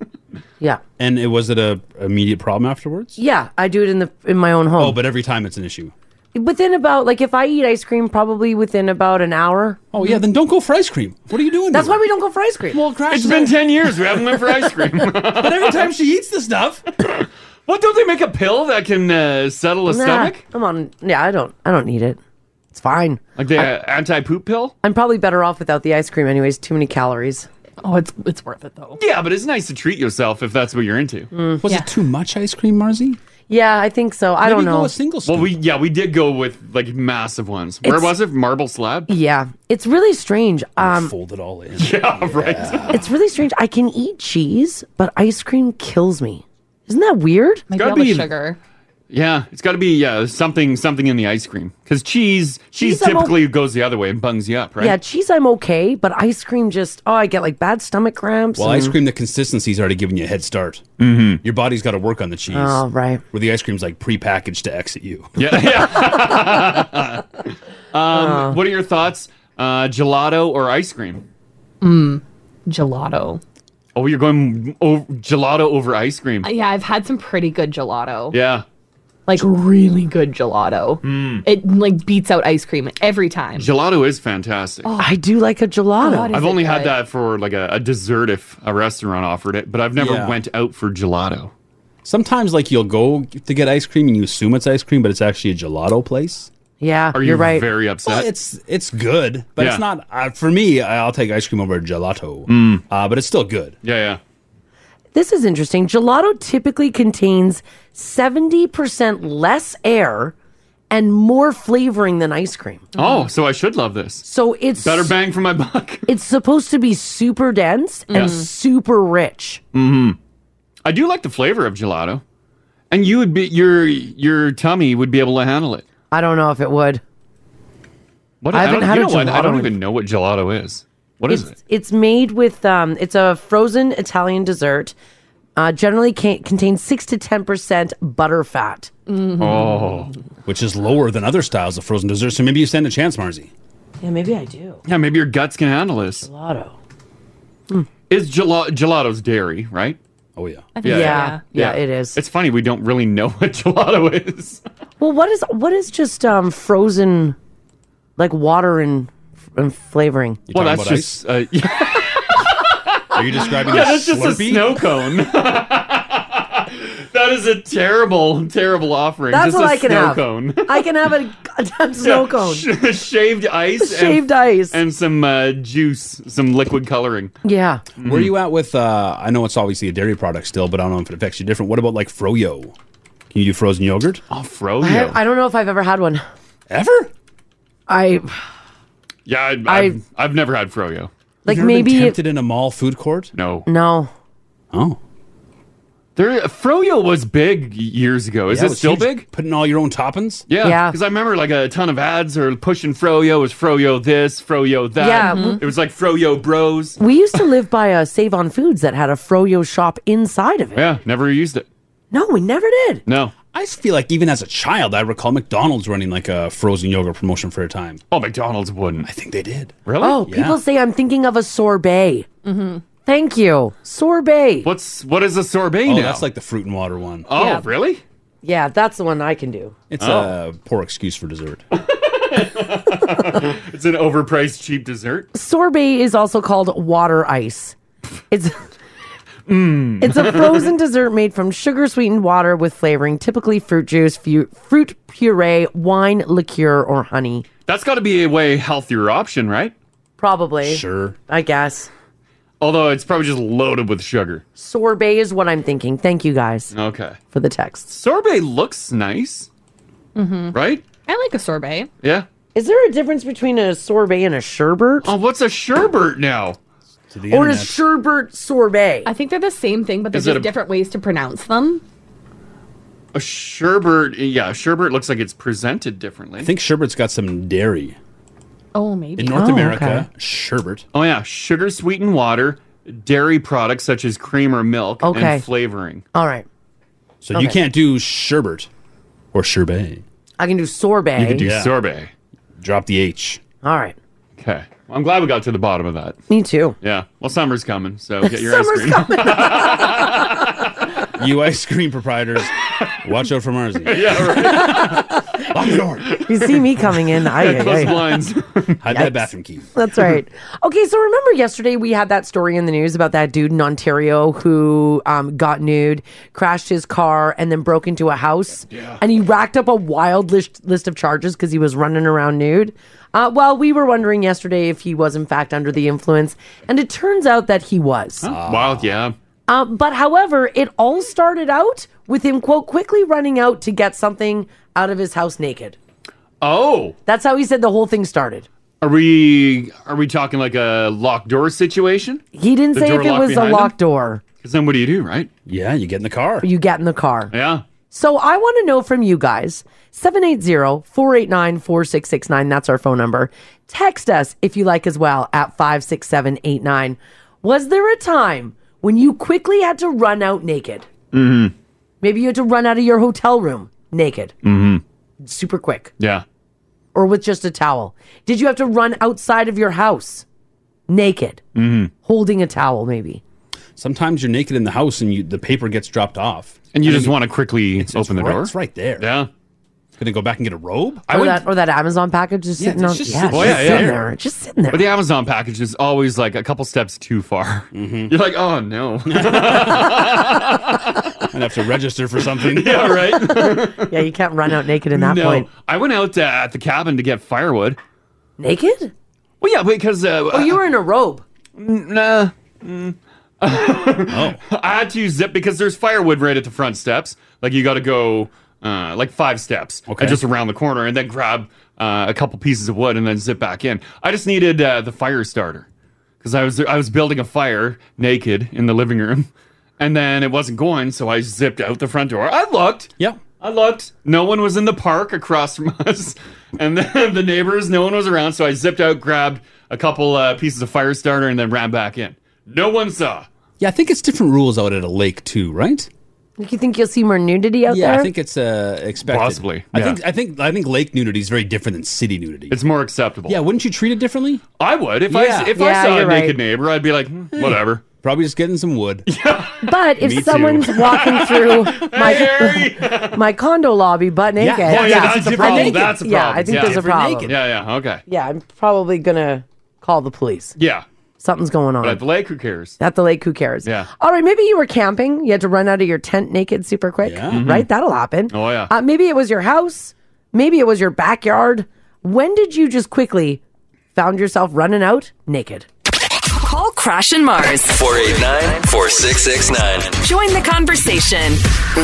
[SPEAKER 8] yeah.
[SPEAKER 9] And it was it a immediate problem afterwards?
[SPEAKER 8] Yeah. I do it in the in my own home.
[SPEAKER 9] Oh, but every time it's an issue.
[SPEAKER 8] Within about like if I eat ice cream, probably within about an hour.
[SPEAKER 9] Oh yeah, then don't go for ice cream. What are you doing?
[SPEAKER 8] That's why we don't go for ice cream.
[SPEAKER 9] Well, Crash,
[SPEAKER 3] It's been ten years. We haven't went for ice cream.
[SPEAKER 9] but every time she eats the stuff,
[SPEAKER 3] What don't they make a pill that can uh, settle a
[SPEAKER 8] Nah,
[SPEAKER 3] stomach?
[SPEAKER 8] I'm on. Yeah, I don't. I don't need it. It's fine.
[SPEAKER 3] Like the uh, anti poop pill?
[SPEAKER 8] I'm probably better off without the ice cream, anyways. Too many calories.
[SPEAKER 5] Oh, it's it's worth it though.
[SPEAKER 3] Yeah, but it's nice to treat yourself if that's what you're into.
[SPEAKER 9] Was it too much ice cream, Marzi?
[SPEAKER 8] Mm, Yeah, I think so. I don't know.
[SPEAKER 3] Well, we yeah we did go with like massive ones. Where
[SPEAKER 8] It's-
[SPEAKER 3] was it? Marble slab.
[SPEAKER 8] yeah, it's really strange. Um,
[SPEAKER 9] Fold it all in.
[SPEAKER 3] Yeah, right.
[SPEAKER 8] it's really strange. I can eat cheese, but ice cream kills me. Isn't that weird?
[SPEAKER 3] Maybe Gotta all the be- sugar. Yeah, it's got to be yeah something something in the ice cream because cheese cheese
[SPEAKER 8] Cheese, I'm o-
[SPEAKER 3] typically goes the other way and bungs you up, right?
[SPEAKER 8] Yeah, cheese I'm okay, but ice cream just oh, I get like bad stomach cramps.
[SPEAKER 9] Well,
[SPEAKER 8] and-
[SPEAKER 9] ice cream, the consistency's already giving you a head start. Mm-hmm. Your body's got to work on the cheese.
[SPEAKER 8] Oh, right.
[SPEAKER 9] Where the ice cream's like prepackaged to exit you.
[SPEAKER 3] Yeah. Um, What are your thoughts? Uh, gelato or ice cream?
[SPEAKER 5] Mm, gelato.
[SPEAKER 3] Oh, you're going over, gelato over ice cream.
[SPEAKER 5] Uh, Yeah, I've had some pretty good gelato.
[SPEAKER 3] Mm. yeah. Mm.
[SPEAKER 5] Like really good gelato. It like beats out ice cream every time.
[SPEAKER 3] Gelato is fantastic.
[SPEAKER 8] I do like a gelato.
[SPEAKER 5] Oh, God, is
[SPEAKER 3] I've
[SPEAKER 5] it
[SPEAKER 3] only had
[SPEAKER 5] good.
[SPEAKER 3] that for like a, a dessert if a restaurant offered it, but I've never
[SPEAKER 9] Yeah.
[SPEAKER 3] went out for gelato.
[SPEAKER 9] Sometimes, like, you'll go to get ice cream and you assume it's ice cream, but it's actually a gelato place.
[SPEAKER 8] Yeah,
[SPEAKER 3] Are you
[SPEAKER 8] you're right.
[SPEAKER 3] very upset?
[SPEAKER 9] Well, it's it's good, but
[SPEAKER 3] Yeah.
[SPEAKER 9] it's not uh, for me. I- I'll take ice cream over gelato, uh, but it's still good.
[SPEAKER 3] yeah, Mm. yeah.
[SPEAKER 8] This is interesting. Gelato typically contains 70% less air and more flavoring than ice cream.
[SPEAKER 3] Oh, so I should love this.
[SPEAKER 8] So it's
[SPEAKER 3] Better bang for my buck.
[SPEAKER 8] it's supposed to be super dense and
[SPEAKER 3] Yeah.
[SPEAKER 8] super rich.
[SPEAKER 3] hmm I do like the flavor of gelato, and you would be your your tummy would be able to handle it.
[SPEAKER 8] I don't know if it would.
[SPEAKER 3] What
[SPEAKER 8] I
[SPEAKER 3] I,
[SPEAKER 8] haven't
[SPEAKER 3] don't,
[SPEAKER 8] had
[SPEAKER 3] you
[SPEAKER 8] a
[SPEAKER 3] know what? I
[SPEAKER 8] gelato
[SPEAKER 3] don't
[SPEAKER 8] in-
[SPEAKER 3] even know what gelato is. What is it?
[SPEAKER 8] It's made with um it's a frozen Italian dessert. Uh, generally can- contains 6 to 10% butter fat.
[SPEAKER 3] Oh,
[SPEAKER 9] which is lower than other styles of frozen desserts. So maybe you stand a chance, Marzi.
[SPEAKER 8] Yeah, maybe I do.
[SPEAKER 3] Yeah, maybe your guts can handle this.
[SPEAKER 8] Gelato.
[SPEAKER 3] Is gelato gelato's dairy, right?
[SPEAKER 9] Oh yeah.
[SPEAKER 8] Mm. I think so, yeah. Yeah, it is.
[SPEAKER 3] It's funny we don't really know what gelato is.
[SPEAKER 8] Well, what is what is just um frozen like water and, and flavoring?
[SPEAKER 9] You
[SPEAKER 3] well,
[SPEAKER 9] talking
[SPEAKER 3] that's
[SPEAKER 9] about
[SPEAKER 3] just uh, yeah,
[SPEAKER 9] Are you describing? a
[SPEAKER 3] that's just a
[SPEAKER 9] Slurpee?
[SPEAKER 3] snow cone. that is a terrible, terrible offering.
[SPEAKER 8] That's
[SPEAKER 3] just
[SPEAKER 8] what
[SPEAKER 3] a
[SPEAKER 8] I can
[SPEAKER 3] snow
[SPEAKER 8] have.
[SPEAKER 3] cone.
[SPEAKER 8] I can have a goddamn snow
[SPEAKER 3] Yeah,
[SPEAKER 8] cone.
[SPEAKER 3] sh- shaved ice.
[SPEAKER 8] Shaved ice.
[SPEAKER 3] And some uh, juice, some liquid coloring.
[SPEAKER 8] Yeah.
[SPEAKER 3] Hmm.
[SPEAKER 9] Where are you at with? Uh, I know it's obviously a dairy product still, but I don't know if it affects you different. What about like froyo? Can you do frozen yogurt?
[SPEAKER 3] Oh, froyo.
[SPEAKER 8] I, I don't know if I've ever had one.
[SPEAKER 9] Ever?
[SPEAKER 8] I
[SPEAKER 3] yeah, I, I've, I've never had froyo.
[SPEAKER 8] like
[SPEAKER 9] You've never
[SPEAKER 8] maybe
[SPEAKER 9] been
[SPEAKER 8] it-
[SPEAKER 9] tempted in a mall food court.
[SPEAKER 3] No.
[SPEAKER 8] no.
[SPEAKER 9] Oh,
[SPEAKER 3] There, froyo was big years ago. Oh, Is
[SPEAKER 9] Yeah,
[SPEAKER 3] it
[SPEAKER 9] was
[SPEAKER 3] still
[SPEAKER 9] huge.
[SPEAKER 3] big?
[SPEAKER 9] Putting all your own toppings.
[SPEAKER 3] Yeah,
[SPEAKER 8] Yeah.
[SPEAKER 3] because I remember like a ton of ads are pushing Froyo is Froyo this, Froyo that.
[SPEAKER 8] Yeah, Mhm.
[SPEAKER 9] Mm-hmm.
[SPEAKER 3] it was like Froyo Bros.
[SPEAKER 8] We used to live by a Save on Foods that had a froyo shop inside of it.
[SPEAKER 3] Yeah, never used it.
[SPEAKER 8] No, we never did.
[SPEAKER 3] No.
[SPEAKER 9] I feel like even as a child, I recall McDonald's running like a frozen yogurt promotion for a time.
[SPEAKER 3] Oh, McDonald's wouldn't.
[SPEAKER 9] I think they did.
[SPEAKER 3] Really?
[SPEAKER 8] Oh, people say I'm thinking of a sorbet. Mm-hmm. Thank you, sorbet.
[SPEAKER 3] What's what is a sorbet
[SPEAKER 9] Oh,
[SPEAKER 3] now?
[SPEAKER 9] that's like the fruit and water one.
[SPEAKER 3] oh,
[SPEAKER 5] Yeah.
[SPEAKER 3] really? Oh.
[SPEAKER 8] Yeah, that's the one I can do.
[SPEAKER 9] It's a poor excuse for dessert.
[SPEAKER 3] It's an overpriced cheap dessert.
[SPEAKER 8] Sorbet is also called water ice. It's
[SPEAKER 3] Mm.
[SPEAKER 8] it's a frozen dessert made from sugar sweetened water with flavoring, typically fruit juice, fu- fruit puree, wine, liqueur, or honey.
[SPEAKER 3] That's got to be a way healthier option, right?
[SPEAKER 8] Probably,
[SPEAKER 9] sure.
[SPEAKER 8] I guess.
[SPEAKER 3] Although it's probably just loaded with sugar.
[SPEAKER 8] Sorbet is what I'm thinking. Thank you guys
[SPEAKER 3] Okay.
[SPEAKER 8] for the texts.
[SPEAKER 3] Sorbet looks nice. Mm-hmm. Right?
[SPEAKER 5] I like a sorbet.
[SPEAKER 3] Yeah.
[SPEAKER 8] Is there a difference between a sorbet and a sherbet,
[SPEAKER 3] Oh, what's a sherbet now?
[SPEAKER 9] To the
[SPEAKER 8] or a
[SPEAKER 9] internet.
[SPEAKER 8] sherbet sorbet?
[SPEAKER 5] I think they're the same thing, but
[SPEAKER 3] Is
[SPEAKER 5] there's
[SPEAKER 3] it
[SPEAKER 5] just
[SPEAKER 3] a-
[SPEAKER 5] different ways to pronounce them.
[SPEAKER 3] A sherbet, yeah, sherbet looks like it's presented differently.
[SPEAKER 9] I think sherbet's got some dairy.
[SPEAKER 5] Oh, maybe.
[SPEAKER 9] In North
[SPEAKER 8] Oh,
[SPEAKER 9] America, sherbet.
[SPEAKER 3] Oh yeah, sugar sweetened water, dairy products such as cream or milk,
[SPEAKER 8] Okay.
[SPEAKER 3] and flavoring.
[SPEAKER 8] All right,
[SPEAKER 9] So you can't do sherbet or sherbet.
[SPEAKER 8] I can do sorbet.
[SPEAKER 3] You could do
[SPEAKER 9] Yeah.
[SPEAKER 3] sorbet.
[SPEAKER 9] Drop the H.
[SPEAKER 8] All right,
[SPEAKER 3] Okay, Well, I'm glad we got to the bottom of that.
[SPEAKER 8] me too.
[SPEAKER 3] Yeah, well, summer's coming, so get your
[SPEAKER 8] Summer's
[SPEAKER 3] ice cream.
[SPEAKER 9] You ice cream proprietors, watch out for Marzi.
[SPEAKER 3] yeah, right.
[SPEAKER 9] Lock the door.
[SPEAKER 8] You see me coming in. I,
[SPEAKER 9] Yeah, close blinds. Hide that bathroom key.
[SPEAKER 8] That's right. Okay, so remember yesterday we had that story in the news about that dude in Ontario who um, got nude, crashed his car, and then broke into a house, and he racked up a wild list list of charges because he was running around nude. Uh, well, we were wondering yesterday if he was in fact under the influence, and it turns out that he was.
[SPEAKER 9] Ah.
[SPEAKER 3] Wild, yeah.
[SPEAKER 8] Um, but however, it all started out with him quote quickly running out to get something out of his house naked.
[SPEAKER 3] Oh,
[SPEAKER 8] That's how he said the whole thing started.
[SPEAKER 3] are we are we talking like a locked door situation?
[SPEAKER 8] He didn't say if it was a locked door.
[SPEAKER 3] Because then what do you do, right?
[SPEAKER 9] Yeah, you get in the car.
[SPEAKER 8] You get in the car.
[SPEAKER 3] Yeah.
[SPEAKER 8] So I want to know from you guys 780 489 4669. That's our phone number. Text us if you like as well at 56789. Was there a time when you quickly had to run out naked?
[SPEAKER 3] Mm-hmm.
[SPEAKER 8] Maybe you had to run out of your hotel room naked,
[SPEAKER 3] Mm-hmm.
[SPEAKER 8] super quick,
[SPEAKER 3] Yeah.
[SPEAKER 8] or with just a towel. Did you have to run outside of your house naked,
[SPEAKER 9] Mm-hmm.
[SPEAKER 8] holding a towel maybe?
[SPEAKER 9] Sometimes you're naked in the house and you, the paper gets dropped off.
[SPEAKER 3] And you just want to quickly open the
[SPEAKER 9] right-
[SPEAKER 3] door?
[SPEAKER 9] It's right there.
[SPEAKER 3] Yeah.
[SPEAKER 9] Gonna go back and get a robe?
[SPEAKER 8] Or, Oh, that, or that Amazon package just sitting on yeah,
[SPEAKER 3] oh, yeah,
[SPEAKER 8] sitting
[SPEAKER 3] yeah.
[SPEAKER 8] there. Just sitting there.
[SPEAKER 3] But the Amazon package is always like a couple steps too far.
[SPEAKER 9] Mm-hmm.
[SPEAKER 3] You're like, oh no.
[SPEAKER 9] I'd have to register for something.
[SPEAKER 3] yeah, right.
[SPEAKER 8] yeah, you can't run out naked in that
[SPEAKER 3] no.
[SPEAKER 8] point.
[SPEAKER 3] I went out uh, at the cabin to get firewood.
[SPEAKER 8] Naked?
[SPEAKER 3] Well, yeah, because uh,
[SPEAKER 8] Oh, you were in a robe.
[SPEAKER 3] Mm, Nah. Mm.
[SPEAKER 9] Oh.
[SPEAKER 3] I had to zip because there's firewood right at the front steps. Like you got to go uh, like five steps, okay, just around the corner, and then grab uh, a couple pieces of wood and then zip back in. I just needed uh, the fire starter because I was I was building a fire naked in the living room, and then it wasn't going, so I zipped out the front door. I looked.
[SPEAKER 9] Yeah.
[SPEAKER 3] I looked. No one was in the park across from us, and then the neighbors. No one was around, so I zipped out, grabbed a couple uh, pieces of fire starter, and then ran back in. No one saw.
[SPEAKER 9] Yeah, I think it's different rules out at a lake too, right?
[SPEAKER 8] Like you think you'll see more nudity out
[SPEAKER 9] Yeah,
[SPEAKER 8] there?
[SPEAKER 9] I think it's uh, expected.
[SPEAKER 3] Possibly,
[SPEAKER 9] I
[SPEAKER 3] yeah.
[SPEAKER 9] think I think I think lake nudity is very different than city nudity.
[SPEAKER 3] It's more acceptable.
[SPEAKER 9] yeah, wouldn't you treat it differently?
[SPEAKER 3] I would if
[SPEAKER 9] Yeah.
[SPEAKER 3] I if
[SPEAKER 8] Yeah,
[SPEAKER 3] I saw a
[SPEAKER 8] you're right.
[SPEAKER 3] naked neighbor, I'd be like, "Hmm, whatever.
[SPEAKER 9] Probably just getting some wood.
[SPEAKER 8] but if
[SPEAKER 9] Me too.
[SPEAKER 8] someone's walking through my my condo lobby butt naked,
[SPEAKER 9] Yeah, yeah,
[SPEAKER 3] that's a
[SPEAKER 8] I
[SPEAKER 3] problem,
[SPEAKER 8] think-
[SPEAKER 3] that's a
[SPEAKER 8] yeah, I
[SPEAKER 3] problem,
[SPEAKER 8] think
[SPEAKER 3] yeah.
[SPEAKER 8] there's a
[SPEAKER 3] If we're
[SPEAKER 8] problem.
[SPEAKER 9] naked.
[SPEAKER 3] Yeah, yeah, okay,
[SPEAKER 8] Yeah, I'm probably gonna call the police.
[SPEAKER 3] yeah.
[SPEAKER 8] Something's going on
[SPEAKER 3] But at the lake, who cares?
[SPEAKER 8] at the lake. Who cares?
[SPEAKER 3] Yeah.
[SPEAKER 8] All right, maybe you were camping. You had to run out of your tent naked super quick, right? That'll happen.
[SPEAKER 3] Mm-hmm. Oh, yeah.
[SPEAKER 8] Uh, maybe it was your house. Maybe it was your backyard. When did you just quickly found yourself running out naked?
[SPEAKER 1] Call Crash and Mars.
[SPEAKER 2] 489 4669.
[SPEAKER 1] Join the conversation.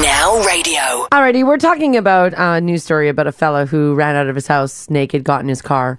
[SPEAKER 1] Now Radio.
[SPEAKER 8] Alrighty, we're talking about a news story about a fella who ran out of his house naked, got in his car,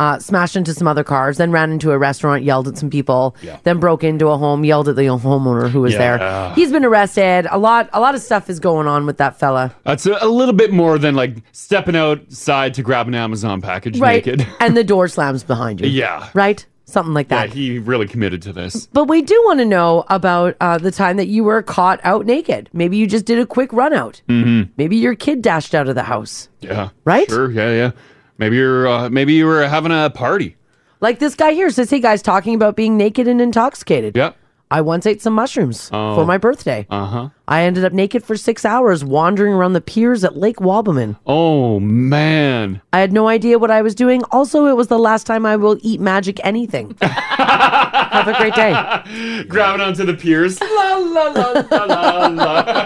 [SPEAKER 8] uh, smashed into some other cars, then ran into a restaurant, yelled at some people, then broke into a home, yelled at the homeowner who was there. He's been arrested. A lot, a lot of stuff is going on with that fella,
[SPEAKER 3] That's a, a little bit more than like stepping outside to grab an Amazon package
[SPEAKER 8] right?
[SPEAKER 3] naked.
[SPEAKER 8] and the door slams behind you.
[SPEAKER 3] Yeah.
[SPEAKER 8] right, something like
[SPEAKER 3] yeah,
[SPEAKER 8] that.
[SPEAKER 3] he really committed to this.
[SPEAKER 8] but we do want to know about uh, the time that you were caught out naked. Maybe you just did a quick run out. Mm-hmm. Maybe your kid dashed out of the house.
[SPEAKER 3] Yeah.
[SPEAKER 8] Right?
[SPEAKER 3] Sure. Yeah. Yeah. Maybe you're uh, maybe you were having a party.
[SPEAKER 8] Like this guy here says, hey guys, talking about being naked and intoxicated.
[SPEAKER 3] Yep.
[SPEAKER 8] I once ate some mushrooms
[SPEAKER 3] Oh.
[SPEAKER 8] for my birthday.
[SPEAKER 3] Uh huh.
[SPEAKER 8] I ended up naked for six hours wandering around the piers at Lake Wabamun.
[SPEAKER 3] Oh man.
[SPEAKER 8] I had no idea what I was doing. Also, it was the last time I will eat magic anything. Have a great day.
[SPEAKER 3] Grabbing onto the piers.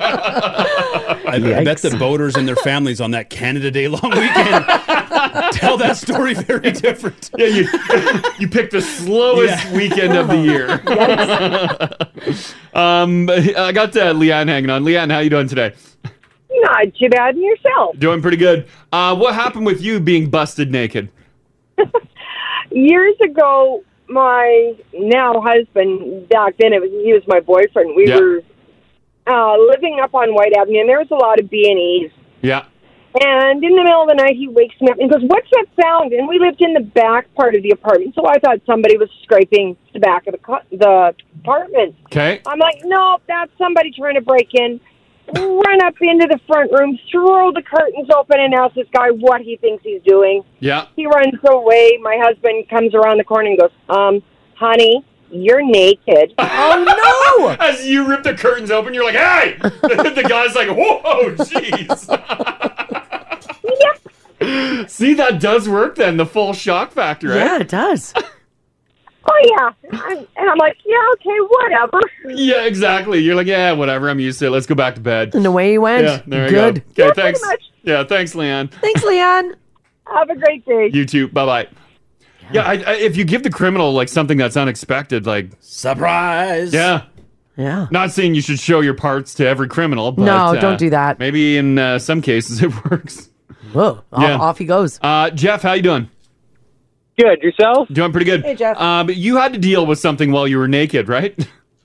[SPEAKER 9] I, I bet the boaters and their families on that Canada Day long weekend tell that story very different.
[SPEAKER 3] yeah, you you picked the slowest weekend of the year. um, I got uh, Leanne hanging on. Leanne, how you doing today?
[SPEAKER 10] Not too bad in yourself.
[SPEAKER 3] Doing pretty good. Uh, what happened with you being busted naked?
[SPEAKER 10] Years ago, my now husband, back then it was, he was my boyfriend, we
[SPEAKER 3] Yeah.
[SPEAKER 10] were uh, living up on White Avenue, and there was a lot of B&Es.
[SPEAKER 3] Yeah.
[SPEAKER 10] And in the middle of the night, he wakes me up and goes, What's that sound? And we lived in the back part of the apartment, so I thought somebody was scraping the back of the, co- the apartment.
[SPEAKER 3] Okay.
[SPEAKER 10] I'm like, nope, that's somebody trying to break in. Run up into the front room, throw the curtains open, and ask this guy what he thinks he's doing.
[SPEAKER 3] Yeah.
[SPEAKER 10] He runs away. My husband comes around the corner and goes, um, honey, you're naked.
[SPEAKER 8] Oh, no!
[SPEAKER 3] As you rip the curtains open, you're like, "Hey!" the guy's like, "Whoa, jeez."
[SPEAKER 10] yep.
[SPEAKER 3] See, that does work then, the full shock factor, right?
[SPEAKER 4] Yeah, it does.
[SPEAKER 10] Oh yeah, I'm, and I'm like, yeah, okay, whatever.
[SPEAKER 3] yeah, exactly. You're like, yeah, whatever, I'm used to it. Let's go back to bed.
[SPEAKER 4] And away you went.
[SPEAKER 3] Yeah, there
[SPEAKER 4] Good.
[SPEAKER 3] you go. Okay, thanks. Yeah, thanks, Leanne.
[SPEAKER 4] Thanks, Leon.
[SPEAKER 10] Have a great day.
[SPEAKER 3] You too. Bye bye. Yeah, I, I, if you give the criminal like something that's unexpected, like surprise. Yeah,
[SPEAKER 4] yeah.
[SPEAKER 3] Not saying you should show your parts to every criminal. But, uh,
[SPEAKER 8] No, don't do that.
[SPEAKER 3] Maybe in uh, some cases it works.
[SPEAKER 4] Whoa!
[SPEAKER 8] off
[SPEAKER 4] he goes.
[SPEAKER 3] Uh, Jeff, how you doing?
[SPEAKER 11] Good. Yourself?
[SPEAKER 3] Doing pretty good.
[SPEAKER 11] Hey, Jeff.
[SPEAKER 3] Uh, but you had to deal with something while you were naked, right?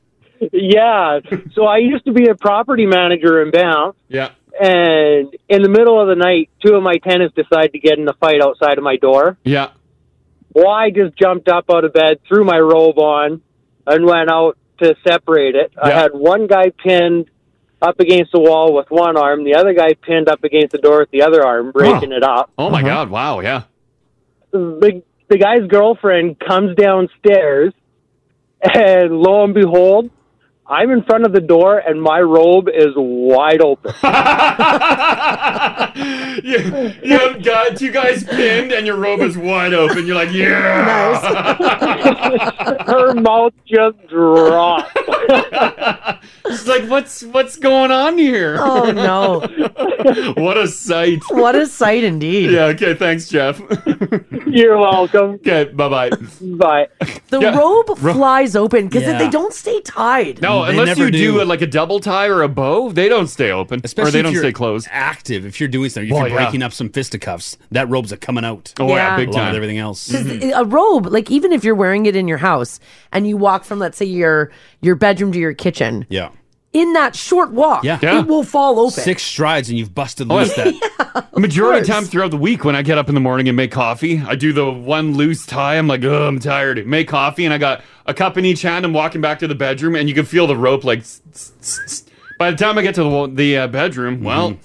[SPEAKER 11] Yeah. So I used to be a property manager in Banff,
[SPEAKER 3] yeah.
[SPEAKER 11] and in the middle of the night, two of my tenants decided to get in a fight outside of my door.
[SPEAKER 3] Yeah.
[SPEAKER 11] Well, I just jumped up out of bed, threw my robe on, and went out to separate it. I had one guy pinned up against the wall with one arm, the other guy pinned up against the door with the other arm, breaking it up.
[SPEAKER 3] Oh my God! Wow. Yeah.
[SPEAKER 11] the the guy's girlfriend comes downstairs, and lo and behold, I'm in front of the door, and my robe is wide open.
[SPEAKER 3] You, you have got two guys pinned and your robe is wide open. You're like, yeah.
[SPEAKER 11] Her mouth just dropped.
[SPEAKER 3] She's like, what's what's going on here?
[SPEAKER 4] Oh, no.
[SPEAKER 3] what a sight.
[SPEAKER 4] What a sight indeed.
[SPEAKER 3] Yeah, okay, thanks, Jeff.
[SPEAKER 11] You're welcome.
[SPEAKER 3] Okay, bye-bye.
[SPEAKER 11] Bye.
[SPEAKER 4] The
[SPEAKER 3] Yeah.
[SPEAKER 4] robe
[SPEAKER 3] Ro-
[SPEAKER 4] flies open because
[SPEAKER 3] Yeah.
[SPEAKER 4] they don't stay tied.
[SPEAKER 3] No, unless you do, it like a double tie or a bow, they don't stay open. or they
[SPEAKER 9] if
[SPEAKER 3] don't
[SPEAKER 9] you're
[SPEAKER 3] stay closed.
[SPEAKER 9] Active. If you're doing something, if
[SPEAKER 3] Well,
[SPEAKER 9] you're
[SPEAKER 3] yeah.
[SPEAKER 9] breaking up some fisticuffs, that robe's a coming out.
[SPEAKER 3] Oh,
[SPEAKER 8] yeah, Yeah. big
[SPEAKER 9] Along
[SPEAKER 8] time.
[SPEAKER 9] with everything else. Mm-hmm.
[SPEAKER 8] a robe like even if you're wearing it in your house and you walk from let's say your your bedroom to your kitchen
[SPEAKER 9] Yeah.
[SPEAKER 8] in that short walk
[SPEAKER 9] Yeah.
[SPEAKER 8] it will fall open
[SPEAKER 9] Six strides and you've busted
[SPEAKER 3] Oh,
[SPEAKER 9] loose that.
[SPEAKER 3] Majority of time throughout the week when I get up in the morning and make coffee, I do the one loose tie. I'm like, oh, I'm tired. Make coffee, and I got a cup in each hand. I'm walking back to the bedroom, and you can feel the rope like. s- s- s- s- By the time I get to the, wa- the uh, bedroom, well,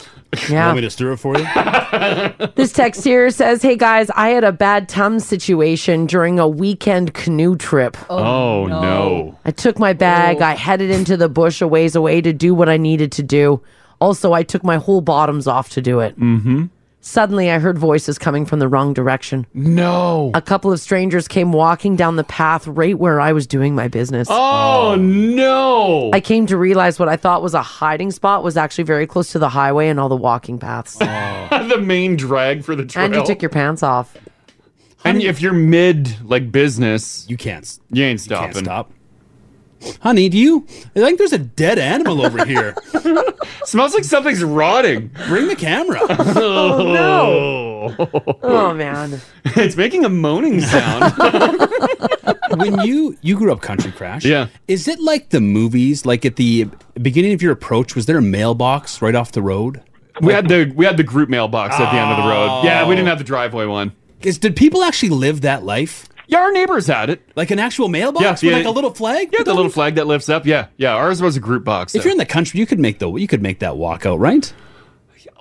[SPEAKER 8] Yeah. Want me
[SPEAKER 9] to stir it for Mm-hmm. you?
[SPEAKER 8] this text here says hey guys i had a bad tum situation during a weekend canoe trip
[SPEAKER 3] Oh, no.
[SPEAKER 8] i took my bag
[SPEAKER 9] Oh.
[SPEAKER 8] i headed into the bush a ways away to do what i needed to do also i took my whole bottoms off to do it
[SPEAKER 1] Mm-hmm.
[SPEAKER 8] Suddenly, I heard voices coming from the wrong direction.
[SPEAKER 3] No.
[SPEAKER 8] A couple of strangers came walking down the path right where I was doing my business.
[SPEAKER 3] Oh, no.
[SPEAKER 8] I came to realize what I thought was a hiding spot was actually very close to the highway and all the walking paths.
[SPEAKER 3] Oh. the main drag for the trail.
[SPEAKER 8] and you took your pants off.
[SPEAKER 3] And if you're mid like business,
[SPEAKER 9] you can't.
[SPEAKER 3] You ain't stopping.
[SPEAKER 9] stop. Honey, do you? I think there's a dead animal over here.
[SPEAKER 3] Smells like something's rotting.
[SPEAKER 9] Bring the camera.
[SPEAKER 3] oh no.
[SPEAKER 8] Oh, man.
[SPEAKER 3] it's making a moaning sound.
[SPEAKER 9] when you you grew up country crash
[SPEAKER 3] Yeah.
[SPEAKER 9] is it like the movies like at the beginning of your approach was there a mailbox right off the road
[SPEAKER 3] we had the we had the group mailbox at the end of the road. Yeah, we didn't have the driveway one.
[SPEAKER 9] is did people actually live that life
[SPEAKER 3] yeah our neighbors had it
[SPEAKER 9] like an actual mailbox with like a little flag
[SPEAKER 3] Yeah, the little flag that lifts up. Yeah, yeah. Ours was a group box.
[SPEAKER 9] if you're in the country you could make the you could make that walk out right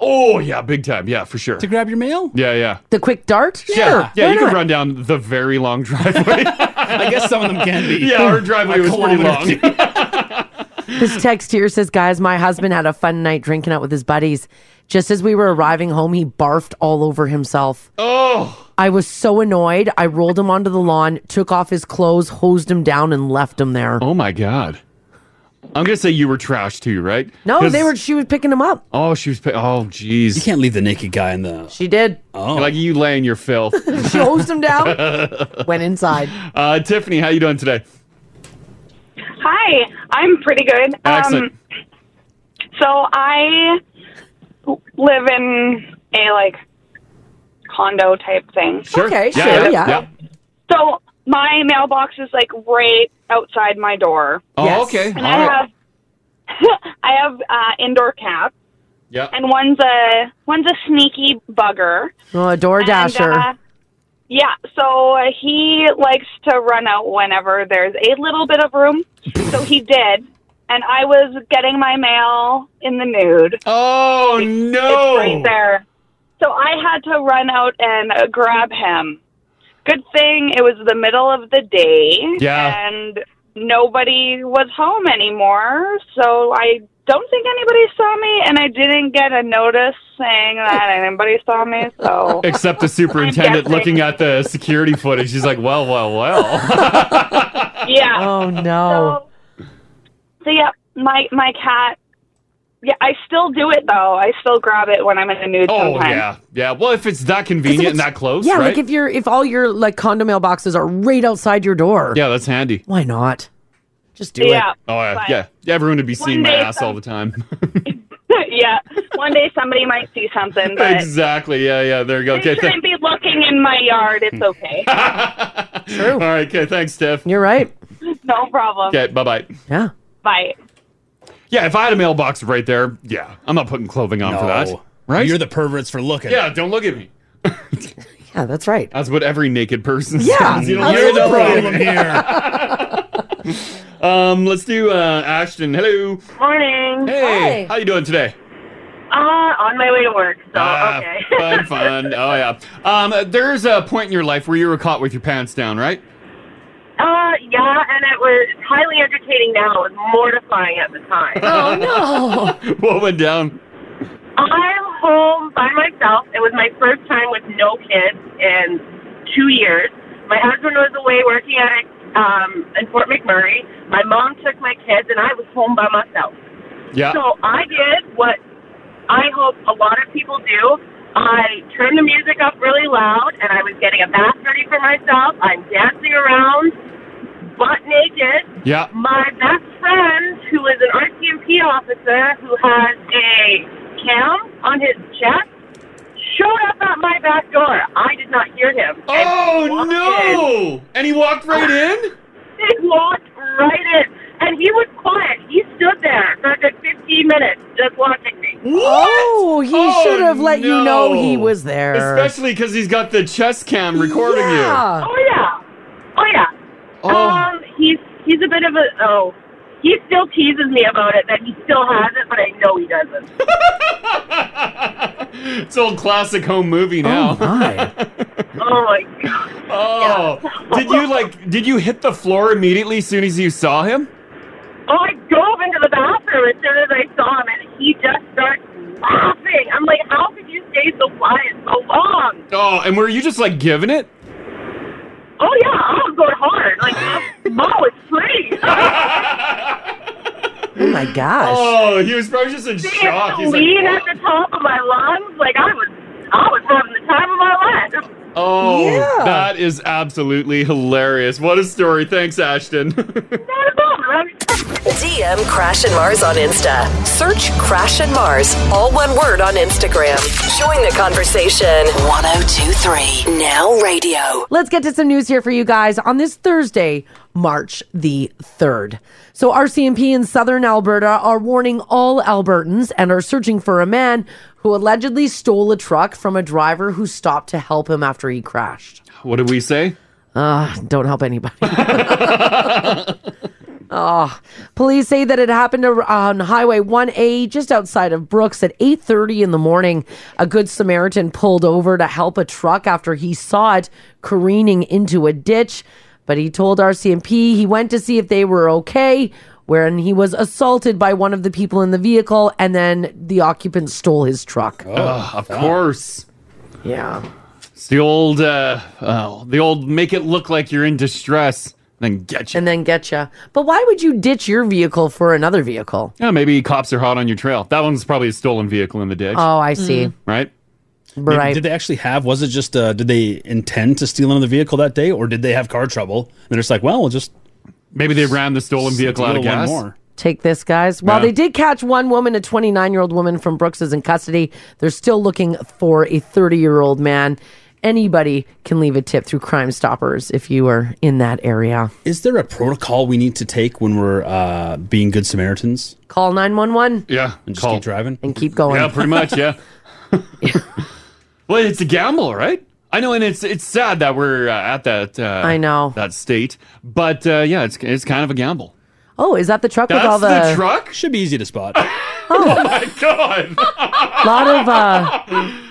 [SPEAKER 3] oh yeah, big time. Yeah, for sure.
[SPEAKER 9] to grab your mail
[SPEAKER 3] Yeah, yeah.
[SPEAKER 8] The quick dart?
[SPEAKER 3] Yeah, yeah.
[SPEAKER 8] why
[SPEAKER 3] You could
[SPEAKER 8] not?
[SPEAKER 3] run down the very long driveway. I
[SPEAKER 9] guess some of them can be.
[SPEAKER 3] Yeah, our driveway
[SPEAKER 9] A
[SPEAKER 3] was pretty long.
[SPEAKER 9] kilometer.
[SPEAKER 8] This text here says, guys, my husband had a fun night drinking out with his buddies. Just as we were arriving home, he barfed all over himself.
[SPEAKER 3] Oh.
[SPEAKER 8] I was so annoyed. I rolled him onto the lawn, took off his clothes, hosed him down, and left him there.
[SPEAKER 3] Oh my god. I'm gonna say you were trash too, right?
[SPEAKER 8] No,
[SPEAKER 3] 'Cause-
[SPEAKER 8] they were. She was picking him up.
[SPEAKER 3] Oh, she was. Pa- oh, jeez. You
[SPEAKER 9] can't leave the naked guy in the.
[SPEAKER 8] She did.
[SPEAKER 9] Oh,
[SPEAKER 3] like you laying your filth.
[SPEAKER 8] She hosed him down. Went inside.
[SPEAKER 3] Uh, Tiffany, how you doing today?
[SPEAKER 12] Hi, I'm pretty good.
[SPEAKER 3] Excellent.
[SPEAKER 12] Um, so I live in a like condo type thing. So my mailbox is like right outside my door.
[SPEAKER 3] Oh, Yes. okay.
[SPEAKER 12] And
[SPEAKER 3] All
[SPEAKER 12] I
[SPEAKER 3] right.
[SPEAKER 12] have I have uh, indoor cats,
[SPEAKER 3] Yeah.
[SPEAKER 12] and one's a one's a sneaky bugger.
[SPEAKER 8] Oh, a door dasher.
[SPEAKER 12] And, uh, yeah, so uh, he likes to run out whenever there's a little bit of room. so he did. And I was getting my mail in the nude.
[SPEAKER 3] Oh, no.
[SPEAKER 12] It's right there. So I had to run out and uh, grab him. Good thing it was the middle of the day.
[SPEAKER 3] Yeah.
[SPEAKER 12] And nobody was home anymore. So I don't think anybody saw me, and I didn't get a notice saying that anybody saw me. So
[SPEAKER 3] Except the superintendent looking at the security footage. He's like, well, well, well.
[SPEAKER 12] yeah.
[SPEAKER 4] Oh no.
[SPEAKER 12] So yeah, my my cat. Yeah, I still do it though. I still grab it when I'm in a nude.
[SPEAKER 3] oh,
[SPEAKER 12] sometimes.
[SPEAKER 3] yeah. Yeah. Well, if it's that convenient and that close,
[SPEAKER 8] yeah,
[SPEAKER 3] right?
[SPEAKER 8] like if you're if all your like condo mailboxes are right outside your door.
[SPEAKER 3] yeah, that's handy.
[SPEAKER 8] Why not? Just do
[SPEAKER 12] Yeah,
[SPEAKER 8] it.
[SPEAKER 3] Oh, yeah.
[SPEAKER 12] but-
[SPEAKER 3] Yeah. Everyone would be seeing my
[SPEAKER 12] day
[SPEAKER 3] ass all the time.
[SPEAKER 12] yeah. One day somebody might see something, but
[SPEAKER 3] exactly. Yeah, yeah. There you go. Okay.
[SPEAKER 12] they shouldn't
[SPEAKER 3] thank-
[SPEAKER 12] be looking in my yard. It's okay.
[SPEAKER 3] All right. Okay. Thanks, Steph.
[SPEAKER 8] You're right.
[SPEAKER 12] no problem.
[SPEAKER 3] Okay. Bye bye.
[SPEAKER 8] Yeah.
[SPEAKER 12] Bye.
[SPEAKER 3] Yeah. If I had a mailbox right there, yeah, I'm not putting clothing on for that. Right? You're the perverts for looking. Yeah. Don't look at me.
[SPEAKER 8] yeah, that's right.
[SPEAKER 3] That's what every naked person
[SPEAKER 8] Yeah,
[SPEAKER 3] says. You know,
[SPEAKER 8] absolutely.
[SPEAKER 3] you're the problem here. um, let's do uh, Ashton. Hello.
[SPEAKER 13] Morning.
[SPEAKER 3] Hey. How you doing today?
[SPEAKER 13] Uh, on my way to work. So
[SPEAKER 3] Ah,
[SPEAKER 13] Oh, okay.
[SPEAKER 3] fun, fun. Oh yeah. Um, there's a point in your life where you were caught with your pants down, right?
[SPEAKER 13] Uh, yeah, and it was it's highly entertaining now. It was mortifying at the time.
[SPEAKER 3] Oh, no. what went down?
[SPEAKER 13] I'm home by myself. It was my first time with no kids in two years. My husband was away working at um, in Fort McMurray. My mom took my kids, and I was home by myself.
[SPEAKER 14] Yeah.
[SPEAKER 13] So I did what I hope a lot of people do. I turned the music up really loud, and I was getting a bath ready for myself. I'm dancing around, butt naked.
[SPEAKER 3] Yeah.
[SPEAKER 13] My best friend, who is an RCMP officer who has a cam on his chest, showed up at my back door. I did not hear him.
[SPEAKER 3] Oh no! And he walked right in?
[SPEAKER 13] He walked right in. And he was quiet. He stood there for a good 15 minutes just watching me.
[SPEAKER 8] Oh, he
[SPEAKER 13] Oh,
[SPEAKER 8] should have let you know he
[SPEAKER 3] no.
[SPEAKER 8] was there.
[SPEAKER 3] Oh. Especially because he's got the chest cam recording you.
[SPEAKER 13] Oh yeah. Oh yeah. Um, he's he's a bit of a oh. He still teases me about it that he still has it, but I know he doesn't.
[SPEAKER 3] It's old classic home movie now. Oh
[SPEAKER 13] oh my
[SPEAKER 3] god. Oh. did you like did you hit the floor immediately as soon as you saw him?
[SPEAKER 13] Oh, I dove into the bathroom as soon as I saw him, and he just starts laughing. I'm like, how could you stay so quiet so long?
[SPEAKER 3] Oh, and were you just like giving it?
[SPEAKER 13] Oh yeah, I was going hard. Like, Mo is free.
[SPEAKER 8] Oh my gosh.
[SPEAKER 3] Oh, he was probably just in shock. Ah, He's like,
[SPEAKER 13] Lean at the top of my lungs, like I was, I was having the time of my life.
[SPEAKER 3] Oh,
[SPEAKER 13] Yeah.
[SPEAKER 3] that is absolutely hilarious. What a story. Thanks, Ashton.
[SPEAKER 1] DM Crash and Mars on Insta. Search Crash and Mars, all one word on Instagram. Join the conversation. 1023 Now Radio.
[SPEAKER 8] Let's get to some news here for you guys on this Thursday, March the 3rd. So, RCMP in southern Alberta are warning all Albertans and are searching for a man who allegedly stole a truck from a driver who stopped to help him after he crashed.
[SPEAKER 3] what did we say?
[SPEAKER 8] Uh, don't help anybody. Oh, police say that it happened ar- on Highway 1A just outside of Brooks at 8:30 in the morning. A good Samaritan pulled over to help a truck after he saw it careening into a ditch, but he told RCMP he went to see if they were okay. When he was assaulted by one of the people in the vehicle, and then the occupant stole his truck.
[SPEAKER 3] Ugh, of course.
[SPEAKER 8] Yeah.
[SPEAKER 3] It's the old, uh, oh, the old make it look like you're in distress, then get you.
[SPEAKER 8] And then get you. But why would you ditch your vehicle for another vehicle?
[SPEAKER 3] Yeah, maybe cops are hot on your trail. That one's probably a stolen vehicle in the ditch.
[SPEAKER 8] Oh, I see. Mm.
[SPEAKER 3] Right?
[SPEAKER 8] Right.
[SPEAKER 9] Did they actually have? Was it just? Uh, did they intend to steal another vehicle that day, or did they have car trouble? And they're just like, well, we'll just.
[SPEAKER 3] Maybe they ran the stolen vehicle out of gas.
[SPEAKER 8] Take this, guys. Well,
[SPEAKER 3] Yeah.
[SPEAKER 8] they did catch one woman, a 29 year old woman from Brooks, is in custody. They're still looking for a 30 year old man. Anybody can leave a tip through Crime Stoppers if you are in that area.
[SPEAKER 9] Is there a protocol we need to take when we're uh, being good Samaritans?
[SPEAKER 8] Call 911.
[SPEAKER 3] Yeah,
[SPEAKER 9] and just keep driving
[SPEAKER 8] and keep going.
[SPEAKER 3] Yeah, pretty much, yeah. well, it's a gamble, right? I know, and it's it's sad that we're uh, at that. Uh,
[SPEAKER 8] I know.
[SPEAKER 3] that state, but uh, yeah, it's it's kind of a gamble.
[SPEAKER 8] Oh, is that the truck
[SPEAKER 3] That's
[SPEAKER 8] with all the,
[SPEAKER 3] the truck. Should be easy to spot. oh my god!
[SPEAKER 8] lot of uh,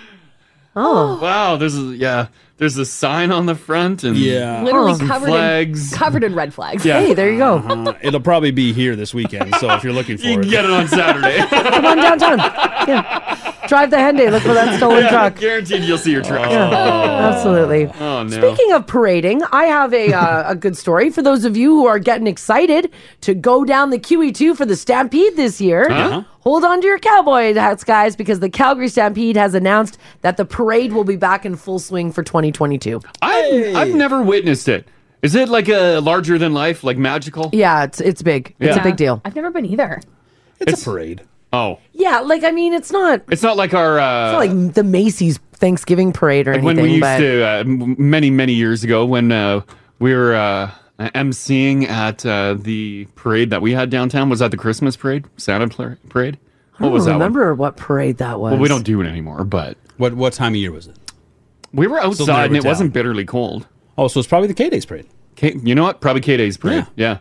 [SPEAKER 8] oh
[SPEAKER 3] Wow, this is yeah. There's a sign on the front and yeah,
[SPEAKER 5] Literally covered
[SPEAKER 3] flags.
[SPEAKER 5] in covered in red flags.
[SPEAKER 8] there you go.
[SPEAKER 9] Uh-huh. It'll probably be here this weekend, so if you're looking for
[SPEAKER 3] You
[SPEAKER 9] it,
[SPEAKER 3] can get it on Saturday.
[SPEAKER 8] Come on downtown. Yeah. Drive the Henday. Look for that stolen
[SPEAKER 3] Yeah,
[SPEAKER 8] truck.
[SPEAKER 3] Guaranteed, you'll see your truck.
[SPEAKER 8] Yeah, absolutely.
[SPEAKER 3] Oh no.
[SPEAKER 8] Speaking of parading, I have a uh, a good story for those of you who are getting excited to go down the QE2 for the Stampede this year.
[SPEAKER 14] Uh-huh.
[SPEAKER 8] Hold on to your cowboy hats, guys, because the Calgary Stampede has announced that the parade will be back in full swing for 2022.
[SPEAKER 3] I've, I've never witnessed it. Is it like a larger than life, like magical?
[SPEAKER 8] Yeah, it's it's big. It's a
[SPEAKER 3] Yeah.
[SPEAKER 8] big deal.
[SPEAKER 5] I've never been either.
[SPEAKER 3] It's,
[SPEAKER 9] a parade.
[SPEAKER 3] Oh,
[SPEAKER 8] Yeah, like I mean, it's not it's
[SPEAKER 3] it's not like our. Uh,
[SPEAKER 8] not like the Macy's Thanksgiving parade or
[SPEAKER 3] like
[SPEAKER 8] anything.
[SPEAKER 3] when we used
[SPEAKER 8] but
[SPEAKER 3] to uh, m- many many years ago when uh, we were uh, emceeing at uh, the parade that we had downtown was that the Christmas parade, Santa pla- parade.
[SPEAKER 8] I
[SPEAKER 3] What
[SPEAKER 8] don't
[SPEAKER 3] was that? One?
[SPEAKER 8] remember what parade that was.
[SPEAKER 3] Well, we don't do it anymore. But
[SPEAKER 9] what what time of year was it?
[SPEAKER 3] We were
[SPEAKER 9] Still
[SPEAKER 3] outside and
[SPEAKER 9] narrow
[SPEAKER 3] it
[SPEAKER 9] down.
[SPEAKER 3] wasn't bitterly cold.
[SPEAKER 9] Oh, so it's probably the K Days parade.
[SPEAKER 3] K- you know what? Probably K Days parade. Yeah.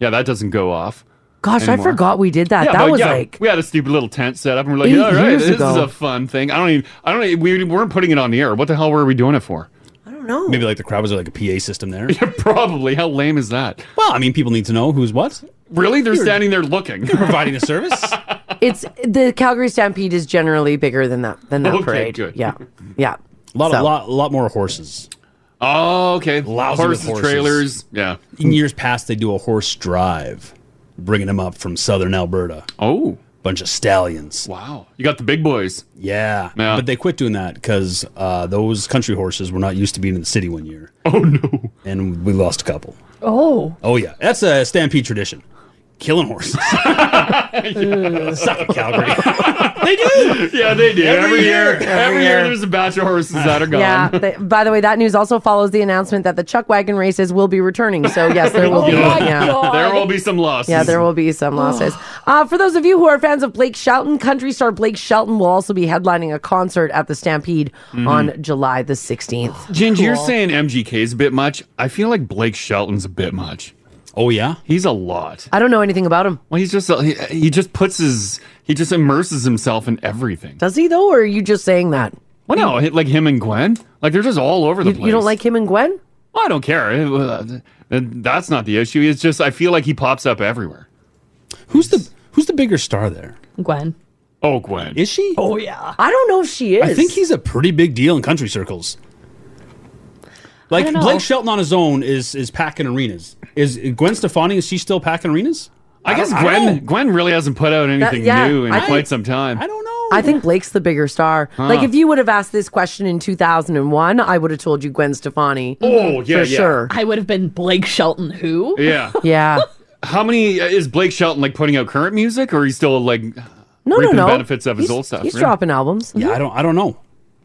[SPEAKER 3] yeah, that doesn't go off.
[SPEAKER 8] Gosh, I
[SPEAKER 3] anymore.
[SPEAKER 8] forgot we did that.
[SPEAKER 3] Yeah,
[SPEAKER 8] that
[SPEAKER 3] but
[SPEAKER 8] was
[SPEAKER 3] yeah,
[SPEAKER 8] like
[SPEAKER 3] we had a stupid little tent set up, and we're like,
[SPEAKER 8] Eight
[SPEAKER 3] all right,
[SPEAKER 8] years
[SPEAKER 3] this is
[SPEAKER 8] ago.
[SPEAKER 3] a fun thing. I don't even, I don't, even, we weren't putting it on the air. What the hell were we doing it for?
[SPEAKER 8] I don't know.
[SPEAKER 9] Maybe like the crowd was like a PA system there.
[SPEAKER 3] Yeah, probably. How lame is that?
[SPEAKER 9] Well, I mean, people need to know who's what.
[SPEAKER 3] Really, they're
[SPEAKER 9] You're-
[SPEAKER 3] standing there looking,
[SPEAKER 9] providing a service.
[SPEAKER 8] it's the Calgary Stampede is generally bigger than that than that
[SPEAKER 9] Okay,
[SPEAKER 8] parade.
[SPEAKER 9] good.
[SPEAKER 8] Yeah, yeah.
[SPEAKER 9] A lot, a
[SPEAKER 8] So-
[SPEAKER 9] lot, lot more horses.
[SPEAKER 3] Oh, okay.
[SPEAKER 9] Lousy
[SPEAKER 3] Horses, trailers, yeah.
[SPEAKER 9] In years past, they do a horse drive, bringing them up from southern Alberta.
[SPEAKER 3] Oh,
[SPEAKER 9] bunch of stallions.
[SPEAKER 3] Wow, you got the big boys.
[SPEAKER 9] Yeah, but they quit doing that because uh, those country horses were not used to being in the city one year.
[SPEAKER 3] Oh no!
[SPEAKER 9] And we lost a couple.
[SPEAKER 5] Oh.
[SPEAKER 9] Oh yeah, that's a stampede tradition. Killing horses. Suck it, Calgary. they do.
[SPEAKER 3] Yeah, they do. Every, year, every year,
[SPEAKER 8] year.
[SPEAKER 3] there's a batch of horses that are gone.
[SPEAKER 8] Yeah. they- by the way, that news also follows the announcement that the Chuck Wagon races will be returning. So yes, there will be. yeah.
[SPEAKER 3] Oh There will be some losses.
[SPEAKER 8] Yeah, there will be some losses. Uh, for those of you who are fans of Blake Shelton, country star Blake Shelton will also be headlining a concert at the Stampede
[SPEAKER 3] Mhm.
[SPEAKER 8] on July the 16th.
[SPEAKER 3] Ginger, you're saying MGK's a bit much. I feel like Blake Shelton's a bit much.
[SPEAKER 9] Oh yeah,
[SPEAKER 3] he's a lot.
[SPEAKER 8] I don't know anything about him.
[SPEAKER 3] Well, he's just uh, he, he just puts his he just immerses himself in everything.
[SPEAKER 8] Does he, though, or are you just saying that?
[SPEAKER 3] Well, no, hi- like him and Gwen, like they're just all over the
[SPEAKER 8] You,
[SPEAKER 3] place.
[SPEAKER 8] you don't like him and Gwen?
[SPEAKER 3] Well, I don't care. It- uh, That's not the issue. It's just I feel like he pops up everywhere.
[SPEAKER 9] Who's the Who's the bigger star there?
[SPEAKER 5] Gwen.
[SPEAKER 3] Oh, Gwen.
[SPEAKER 9] Is she?
[SPEAKER 5] Oh yeah.
[SPEAKER 8] I don't know if she is.
[SPEAKER 9] I think he's a pretty big deal in country circles. Like
[SPEAKER 5] don't know.
[SPEAKER 9] Blake Shelton on his own is is packing arenas. Is Gwen Stefani? Is she still packing arenas?
[SPEAKER 3] I guess
[SPEAKER 9] don't- I
[SPEAKER 3] Gwen
[SPEAKER 9] don't know.
[SPEAKER 3] Gwen really hasn't put out
[SPEAKER 8] That-
[SPEAKER 3] anything
[SPEAKER 8] yeah,
[SPEAKER 3] new in
[SPEAKER 8] I
[SPEAKER 3] quite
[SPEAKER 8] think-
[SPEAKER 3] some time. I
[SPEAKER 9] don't know.
[SPEAKER 8] I think Blake's the bigger star.
[SPEAKER 3] Huh.
[SPEAKER 8] Like if you would have asked this question in 2001, I would have told you Gwen Stefani.
[SPEAKER 3] Oh,
[SPEAKER 8] for sure.
[SPEAKER 5] I would have been Blake Shelton. Who?
[SPEAKER 3] Yeah.
[SPEAKER 8] Yeah.
[SPEAKER 3] How many uh, is Blake Shelton like putting out current music, or he's still like
[SPEAKER 8] no,
[SPEAKER 3] reaping
[SPEAKER 8] no.
[SPEAKER 3] the benefits of his old stuff?
[SPEAKER 8] He's
[SPEAKER 3] really?
[SPEAKER 8] dropping albums. Mm-hmm.
[SPEAKER 9] Yeah, I don't. I don't know.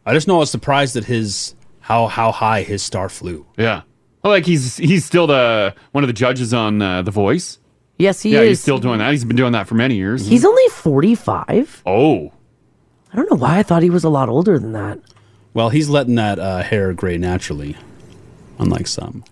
[SPEAKER 9] I just know I was surprised at his how how high his star flew.
[SPEAKER 3] Yeah. Well, like he's he's still the one of the judges on uh, The Voice.
[SPEAKER 8] Yes, he
[SPEAKER 3] yeah,
[SPEAKER 8] is.
[SPEAKER 3] he's still doing that. He's been doing that for many years.
[SPEAKER 8] He's only 45.
[SPEAKER 3] Oh.
[SPEAKER 8] I don't know why I thought he was a lot older than that.
[SPEAKER 9] Well, he's letting that uh, hair gray naturally, unlike some.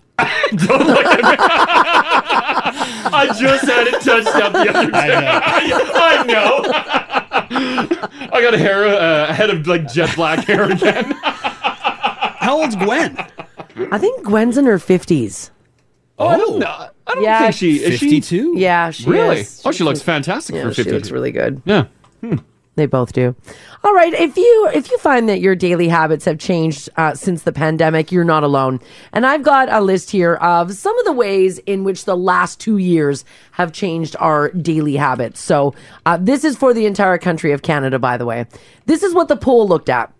[SPEAKER 3] I just had it touched up the other day. I know. I, got a hair uh, a head of like jet black hair again.
[SPEAKER 9] How old's Gwen?
[SPEAKER 8] I think Gwen's in her 50s.
[SPEAKER 3] Oh, I don't know. I don't
[SPEAKER 8] Yeah.
[SPEAKER 3] think she is she-
[SPEAKER 8] 52? Yeah, she
[SPEAKER 3] really.
[SPEAKER 8] is.
[SPEAKER 3] Oh, she looks fantastic
[SPEAKER 8] Yeah,
[SPEAKER 3] for
[SPEAKER 8] she
[SPEAKER 3] fifty.
[SPEAKER 8] looks really good.
[SPEAKER 3] Yeah.
[SPEAKER 8] They both do. All right, if you if you find that your daily habits have changed uh, since the pandemic, you're not alone. And I've got a list here of some of the ways in which the last two years have changed our daily habits. So uh, this is for the entire country of Canada, by the way. This is what the poll looked at.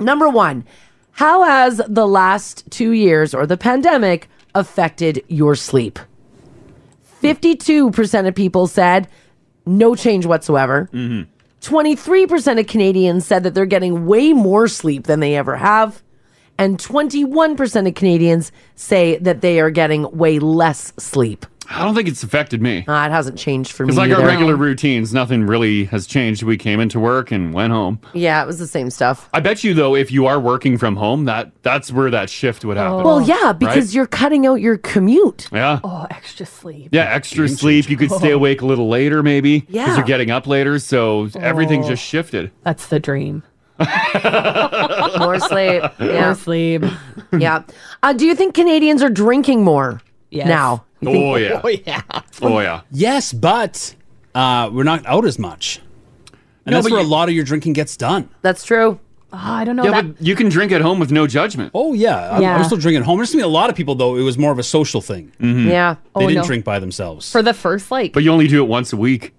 [SPEAKER 8] Number one, how has the last two years or the pandemic affected your sleep? 52% of people said no change whatsoever. 23% of Canadians said that they're getting way more sleep than they ever have. And 21% of Canadians say that they are getting way less sleep.
[SPEAKER 3] I don't think it's affected me.
[SPEAKER 8] Uh, it hasn't changed for me.
[SPEAKER 3] It's like
[SPEAKER 8] either.
[SPEAKER 3] our regular routines. Nothing really has changed. We came into work and went home.
[SPEAKER 8] Yeah, it was the same stuff.
[SPEAKER 3] I bet you though, if you are working from home, that that's where that shift
[SPEAKER 5] Oh.
[SPEAKER 3] would happen.
[SPEAKER 8] Well, yeah, because you're cutting out your commute.
[SPEAKER 3] you're yeah.
[SPEAKER 5] Oh, extra sleep.
[SPEAKER 3] Yeah, extra sleep. You could stay
[SPEAKER 5] Oh.
[SPEAKER 3] awake a little later, maybe.
[SPEAKER 5] Yeah.
[SPEAKER 3] you're getting up later, so everything
[SPEAKER 5] Oh.
[SPEAKER 3] just shifted.
[SPEAKER 5] That's the dream.
[SPEAKER 8] More sleep. Yeah.
[SPEAKER 5] More sleep.
[SPEAKER 8] yeah. Uh, do you think Canadians are drinking more
[SPEAKER 9] Yes.
[SPEAKER 8] now? You think-
[SPEAKER 9] Oh, yeah. Oh,
[SPEAKER 5] yeah.
[SPEAKER 3] Oh yeah.
[SPEAKER 9] Yes, but uh, we're not out as much, and
[SPEAKER 3] No,
[SPEAKER 9] that's
[SPEAKER 3] but
[SPEAKER 9] where
[SPEAKER 3] you-
[SPEAKER 9] a lot of your drinking gets done.
[SPEAKER 8] That's true.
[SPEAKER 5] Ah, I don't know.
[SPEAKER 3] yeah,
[SPEAKER 5] that-
[SPEAKER 3] but you can drink at home with no judgment.
[SPEAKER 9] Oh yeah, I'm,
[SPEAKER 5] Yeah.
[SPEAKER 9] I'm still drinking at home. There's gonna be a lot of people though. It was more of a social thing.
[SPEAKER 3] Mhm.
[SPEAKER 8] Yeah.
[SPEAKER 9] they
[SPEAKER 5] Oh,
[SPEAKER 9] didn't
[SPEAKER 5] no.
[SPEAKER 9] drink by themselves.
[SPEAKER 5] For the first, like,
[SPEAKER 3] But you only do it once a week.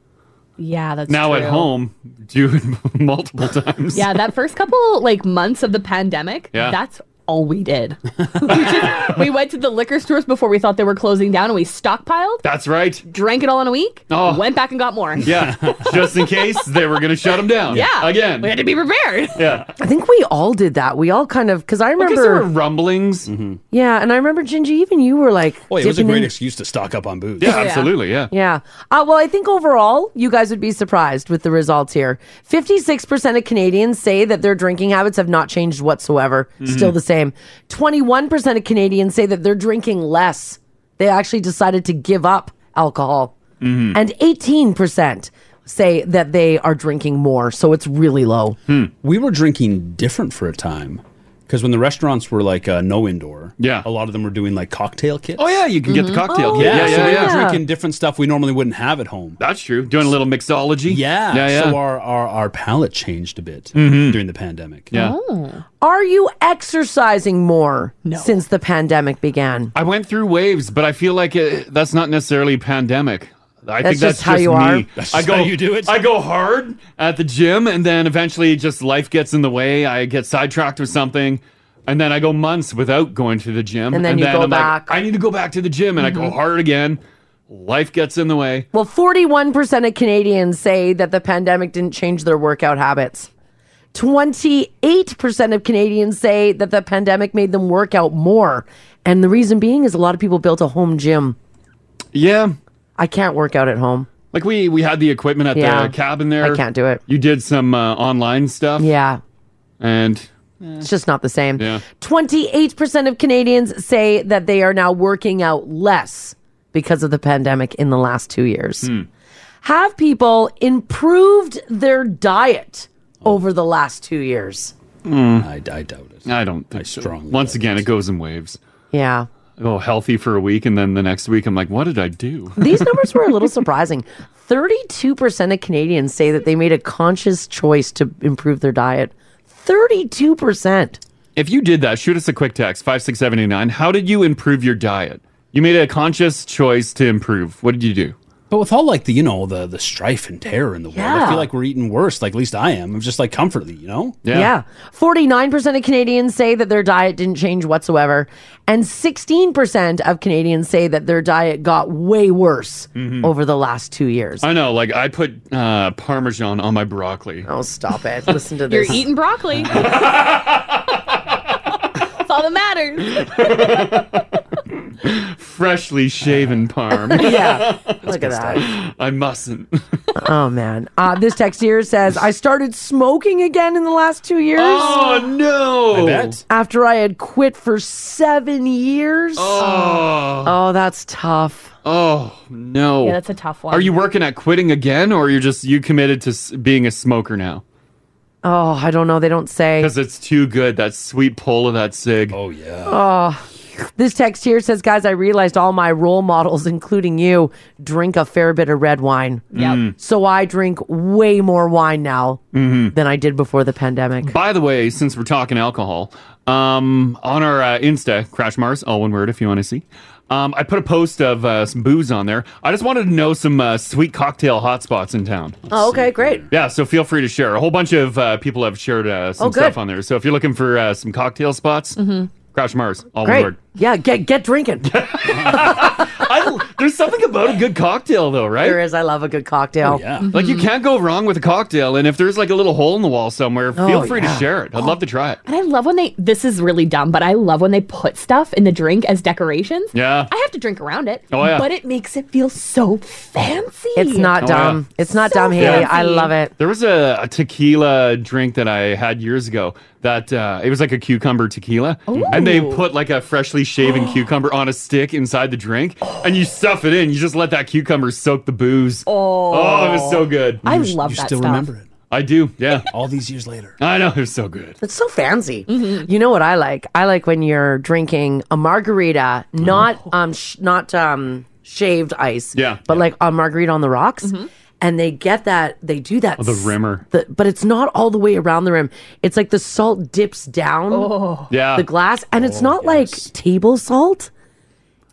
[SPEAKER 5] yeah, that's
[SPEAKER 3] now at
[SPEAKER 5] true.
[SPEAKER 3] home, do it multiple times.
[SPEAKER 5] Yeah, that first couple like months of the pandemic,
[SPEAKER 3] Yeah.
[SPEAKER 5] that's all we did. we, just, we went to the liquor stores before we thought they were closing down, and we stockpiled,
[SPEAKER 3] That's right.
[SPEAKER 5] drank it all in a week,
[SPEAKER 3] Oh.
[SPEAKER 5] went back and got more.
[SPEAKER 3] Yeah, just in case they were going to shut them down.
[SPEAKER 5] Yeah.
[SPEAKER 3] again.
[SPEAKER 5] We had to be prepared.
[SPEAKER 3] Yeah,
[SPEAKER 8] I think we all did that. We all kind of because I remember
[SPEAKER 3] there were rumblings.
[SPEAKER 8] Yeah, and I remember Gingy, even you were like,
[SPEAKER 9] Mm-hmm. Boy, it was a
[SPEAKER 8] dipping
[SPEAKER 9] great
[SPEAKER 8] in-
[SPEAKER 9] excuse to stock up on booze.
[SPEAKER 8] Yeah, Oh, yeah. absolutely,
[SPEAKER 3] Yeah.
[SPEAKER 8] Yeah. Uh, well, I think overall, you guys would be surprised with the results here. 56% of Canadians say that their drinking habits have not changed whatsoever, still
[SPEAKER 14] Mhm.
[SPEAKER 8] the same. 21% of Canadians say that they're drinking less. They actually decided to give up alcohol. And 18% say that they are drinking more. So it's really low.
[SPEAKER 3] Hmm.
[SPEAKER 9] We were drinking different for a time because when the restaurants were like uh, no indoor, yeah, a lot of them were doing like cocktail kits.
[SPEAKER 3] Oh, yeah, you can get the Mhm. cocktail kit.
[SPEAKER 9] Yeah,
[SPEAKER 3] Yeah,
[SPEAKER 9] so
[SPEAKER 3] yeah,
[SPEAKER 9] we
[SPEAKER 3] yeah.
[SPEAKER 9] were drinking different stuff we normally wouldn't have at home.
[SPEAKER 3] That's true. Doing a little mixology.
[SPEAKER 9] Yeah,
[SPEAKER 3] Yeah, yeah. Mm-hmm.
[SPEAKER 9] So our our, our palate changed a bit during the pandemic.
[SPEAKER 3] Yeah.
[SPEAKER 8] Uh-huh. Are you exercising more since the pandemic began?
[SPEAKER 3] I went through waves, but I feel like it, that's not necessarily pandemic. I
[SPEAKER 8] That's
[SPEAKER 3] think that's
[SPEAKER 8] just how you
[SPEAKER 3] me.
[SPEAKER 8] are. That's
[SPEAKER 3] I
[SPEAKER 8] just
[SPEAKER 3] go,
[SPEAKER 8] how you
[SPEAKER 3] do it. I go hard at the gym, and then eventually, just life gets in the way. I get sidetracked with something, and then I go months without going to the gym.
[SPEAKER 8] And then you go
[SPEAKER 3] I'm like, I need to go back to the gym, and I
[SPEAKER 8] Mhm.
[SPEAKER 3] go hard again. Life gets in the way.
[SPEAKER 8] Well, 41% of Canadians say that the pandemic didn't change their workout habits. 28% of Canadians say that the pandemic made them work out more. And the reason being is a lot of people built a home gym.
[SPEAKER 3] Yeah.
[SPEAKER 8] I can't work out at home.
[SPEAKER 3] Like we we had the equipment at
[SPEAKER 8] Yeah.
[SPEAKER 3] the cabin there.
[SPEAKER 8] I can't do it.
[SPEAKER 3] You did some uh, online stuff.
[SPEAKER 8] Yeah.
[SPEAKER 3] And
[SPEAKER 8] It's just not the same.
[SPEAKER 3] Yeah.
[SPEAKER 8] 28% of Canadians say that they are now working out less because of the pandemic in the last two years. Have people improved their diet over the last two years?
[SPEAKER 9] I, I doubt it.
[SPEAKER 3] I don't. Think I strongly. Once again, it goes in waves.
[SPEAKER 8] Yeah.
[SPEAKER 3] I go healthy for a week, and then the next week, I'm like, what did I do?
[SPEAKER 8] These numbers were a little surprising. 32% of Canadians say that they made a conscious choice to improve their diet. 32%.
[SPEAKER 3] If you did that, shoot us a quick text five six seven eight nine. How did you improve your diet? You made a conscious choice to improve. What did you do?
[SPEAKER 9] But with all like the you know the the strife and terror in the world, I
[SPEAKER 8] Yeah.
[SPEAKER 9] feel like we're eating worse. Like at least I am. I'm just like comfortably, you know.
[SPEAKER 8] Yeah. 49% of Canadians say that their diet didn't change whatsoever. And 16% of Canadians say that their diet got way worse over the last two years.
[SPEAKER 3] I know, like I put uh, parmesan on my broccoli.
[SPEAKER 8] Oh, stop it! Listen to
[SPEAKER 5] You're eating broccoli. That's all that matters.
[SPEAKER 3] freshly shaven parm.
[SPEAKER 8] Yeah. Look at that.
[SPEAKER 3] I mustn't.
[SPEAKER 8] Oh man! Uh, this text here says I started smoking again in the last two years.
[SPEAKER 3] Oh, no. I bet.
[SPEAKER 8] After I had quit for seven years.
[SPEAKER 3] Oh.
[SPEAKER 8] Oh, that's tough.
[SPEAKER 3] Oh no.
[SPEAKER 5] Yeah, that's a tough one.
[SPEAKER 3] Are you working at quitting again, or you're just you committed to s- being a smoker now?
[SPEAKER 8] Oh, I don't know. They don't say.
[SPEAKER 3] Because it's too good. That sweet pull of that cig.
[SPEAKER 9] Oh yeah.
[SPEAKER 8] Oh. This text here says, guys, I realized all my role models, including you, drink a fair bit of red wine.
[SPEAKER 3] Yep. Mm. Mm-hmm.
[SPEAKER 8] So I drink way more wine now than I did before the pandemic.
[SPEAKER 3] By the way, since we're talking alcohol, um, on our uh, Insta, Crash Mars, all one word if you want to see, um, I put a post of uh, some booze on there. I just wanted to know some uh, sweet cocktail hotspots in town.
[SPEAKER 8] Oh, okay, great.
[SPEAKER 3] Yeah, so feel free to share. A whole bunch of uh, people have shared uh, some
[SPEAKER 8] Oh, good. Mm-hmm.
[SPEAKER 3] stuff on there. So if you're looking for uh, some cocktail spots, Crash Mars, all
[SPEAKER 8] Great.
[SPEAKER 3] one word.
[SPEAKER 8] Yeah, get get drinking.
[SPEAKER 3] There's something about a good cocktail, though, right? Oh,
[SPEAKER 8] There is. I love a good cocktail. Mm-hmm.
[SPEAKER 3] Like you can't go wrong with a cocktail, and if there's like a little hole in the wall somewhere, feel
[SPEAKER 5] Oh,
[SPEAKER 3] free
[SPEAKER 5] yeah.
[SPEAKER 3] to share it. I'd love to try it.
[SPEAKER 5] And I love when they, this is really dumb, but I love when they put stuff in the drink as decorations.
[SPEAKER 3] Yeah.
[SPEAKER 5] I have to drink around it.
[SPEAKER 3] Oh, yeah.
[SPEAKER 5] But it makes it feel so fancy.
[SPEAKER 8] It's not
[SPEAKER 3] Oh,
[SPEAKER 8] dumb.
[SPEAKER 3] yeah.
[SPEAKER 8] It's not dumb, Haley. I love it.
[SPEAKER 3] There was a, a tequila drink that I had years ago that uh, it was like a cucumber tequila, and they
[SPEAKER 9] Ooh.
[SPEAKER 3] put like a freshly shaven cucumber on a stick inside the drink, and you stuff it in. You just let that cucumber soak the booze.
[SPEAKER 5] Oh.
[SPEAKER 3] it was so good.
[SPEAKER 5] I You- love you that still stuff. remember
[SPEAKER 3] it. I do. Yeah.
[SPEAKER 9] All these years later.
[SPEAKER 3] I know. They're so good.
[SPEAKER 8] It's so fancy. Mm-hmm. You know what I like? I like when you're drinking a margarita,
[SPEAKER 3] Oh.
[SPEAKER 8] not um, sh- not um, shaved ice.
[SPEAKER 3] Yeah.
[SPEAKER 8] but like a margarita on the rocks. And they get that they do that.
[SPEAKER 3] Oh, the
[SPEAKER 8] s-
[SPEAKER 3] rimmer.
[SPEAKER 8] the- but it's not all the way around the rim. It's like the salt dips down
[SPEAKER 3] Yeah. Oh,
[SPEAKER 8] the glass, and it's not like table salt.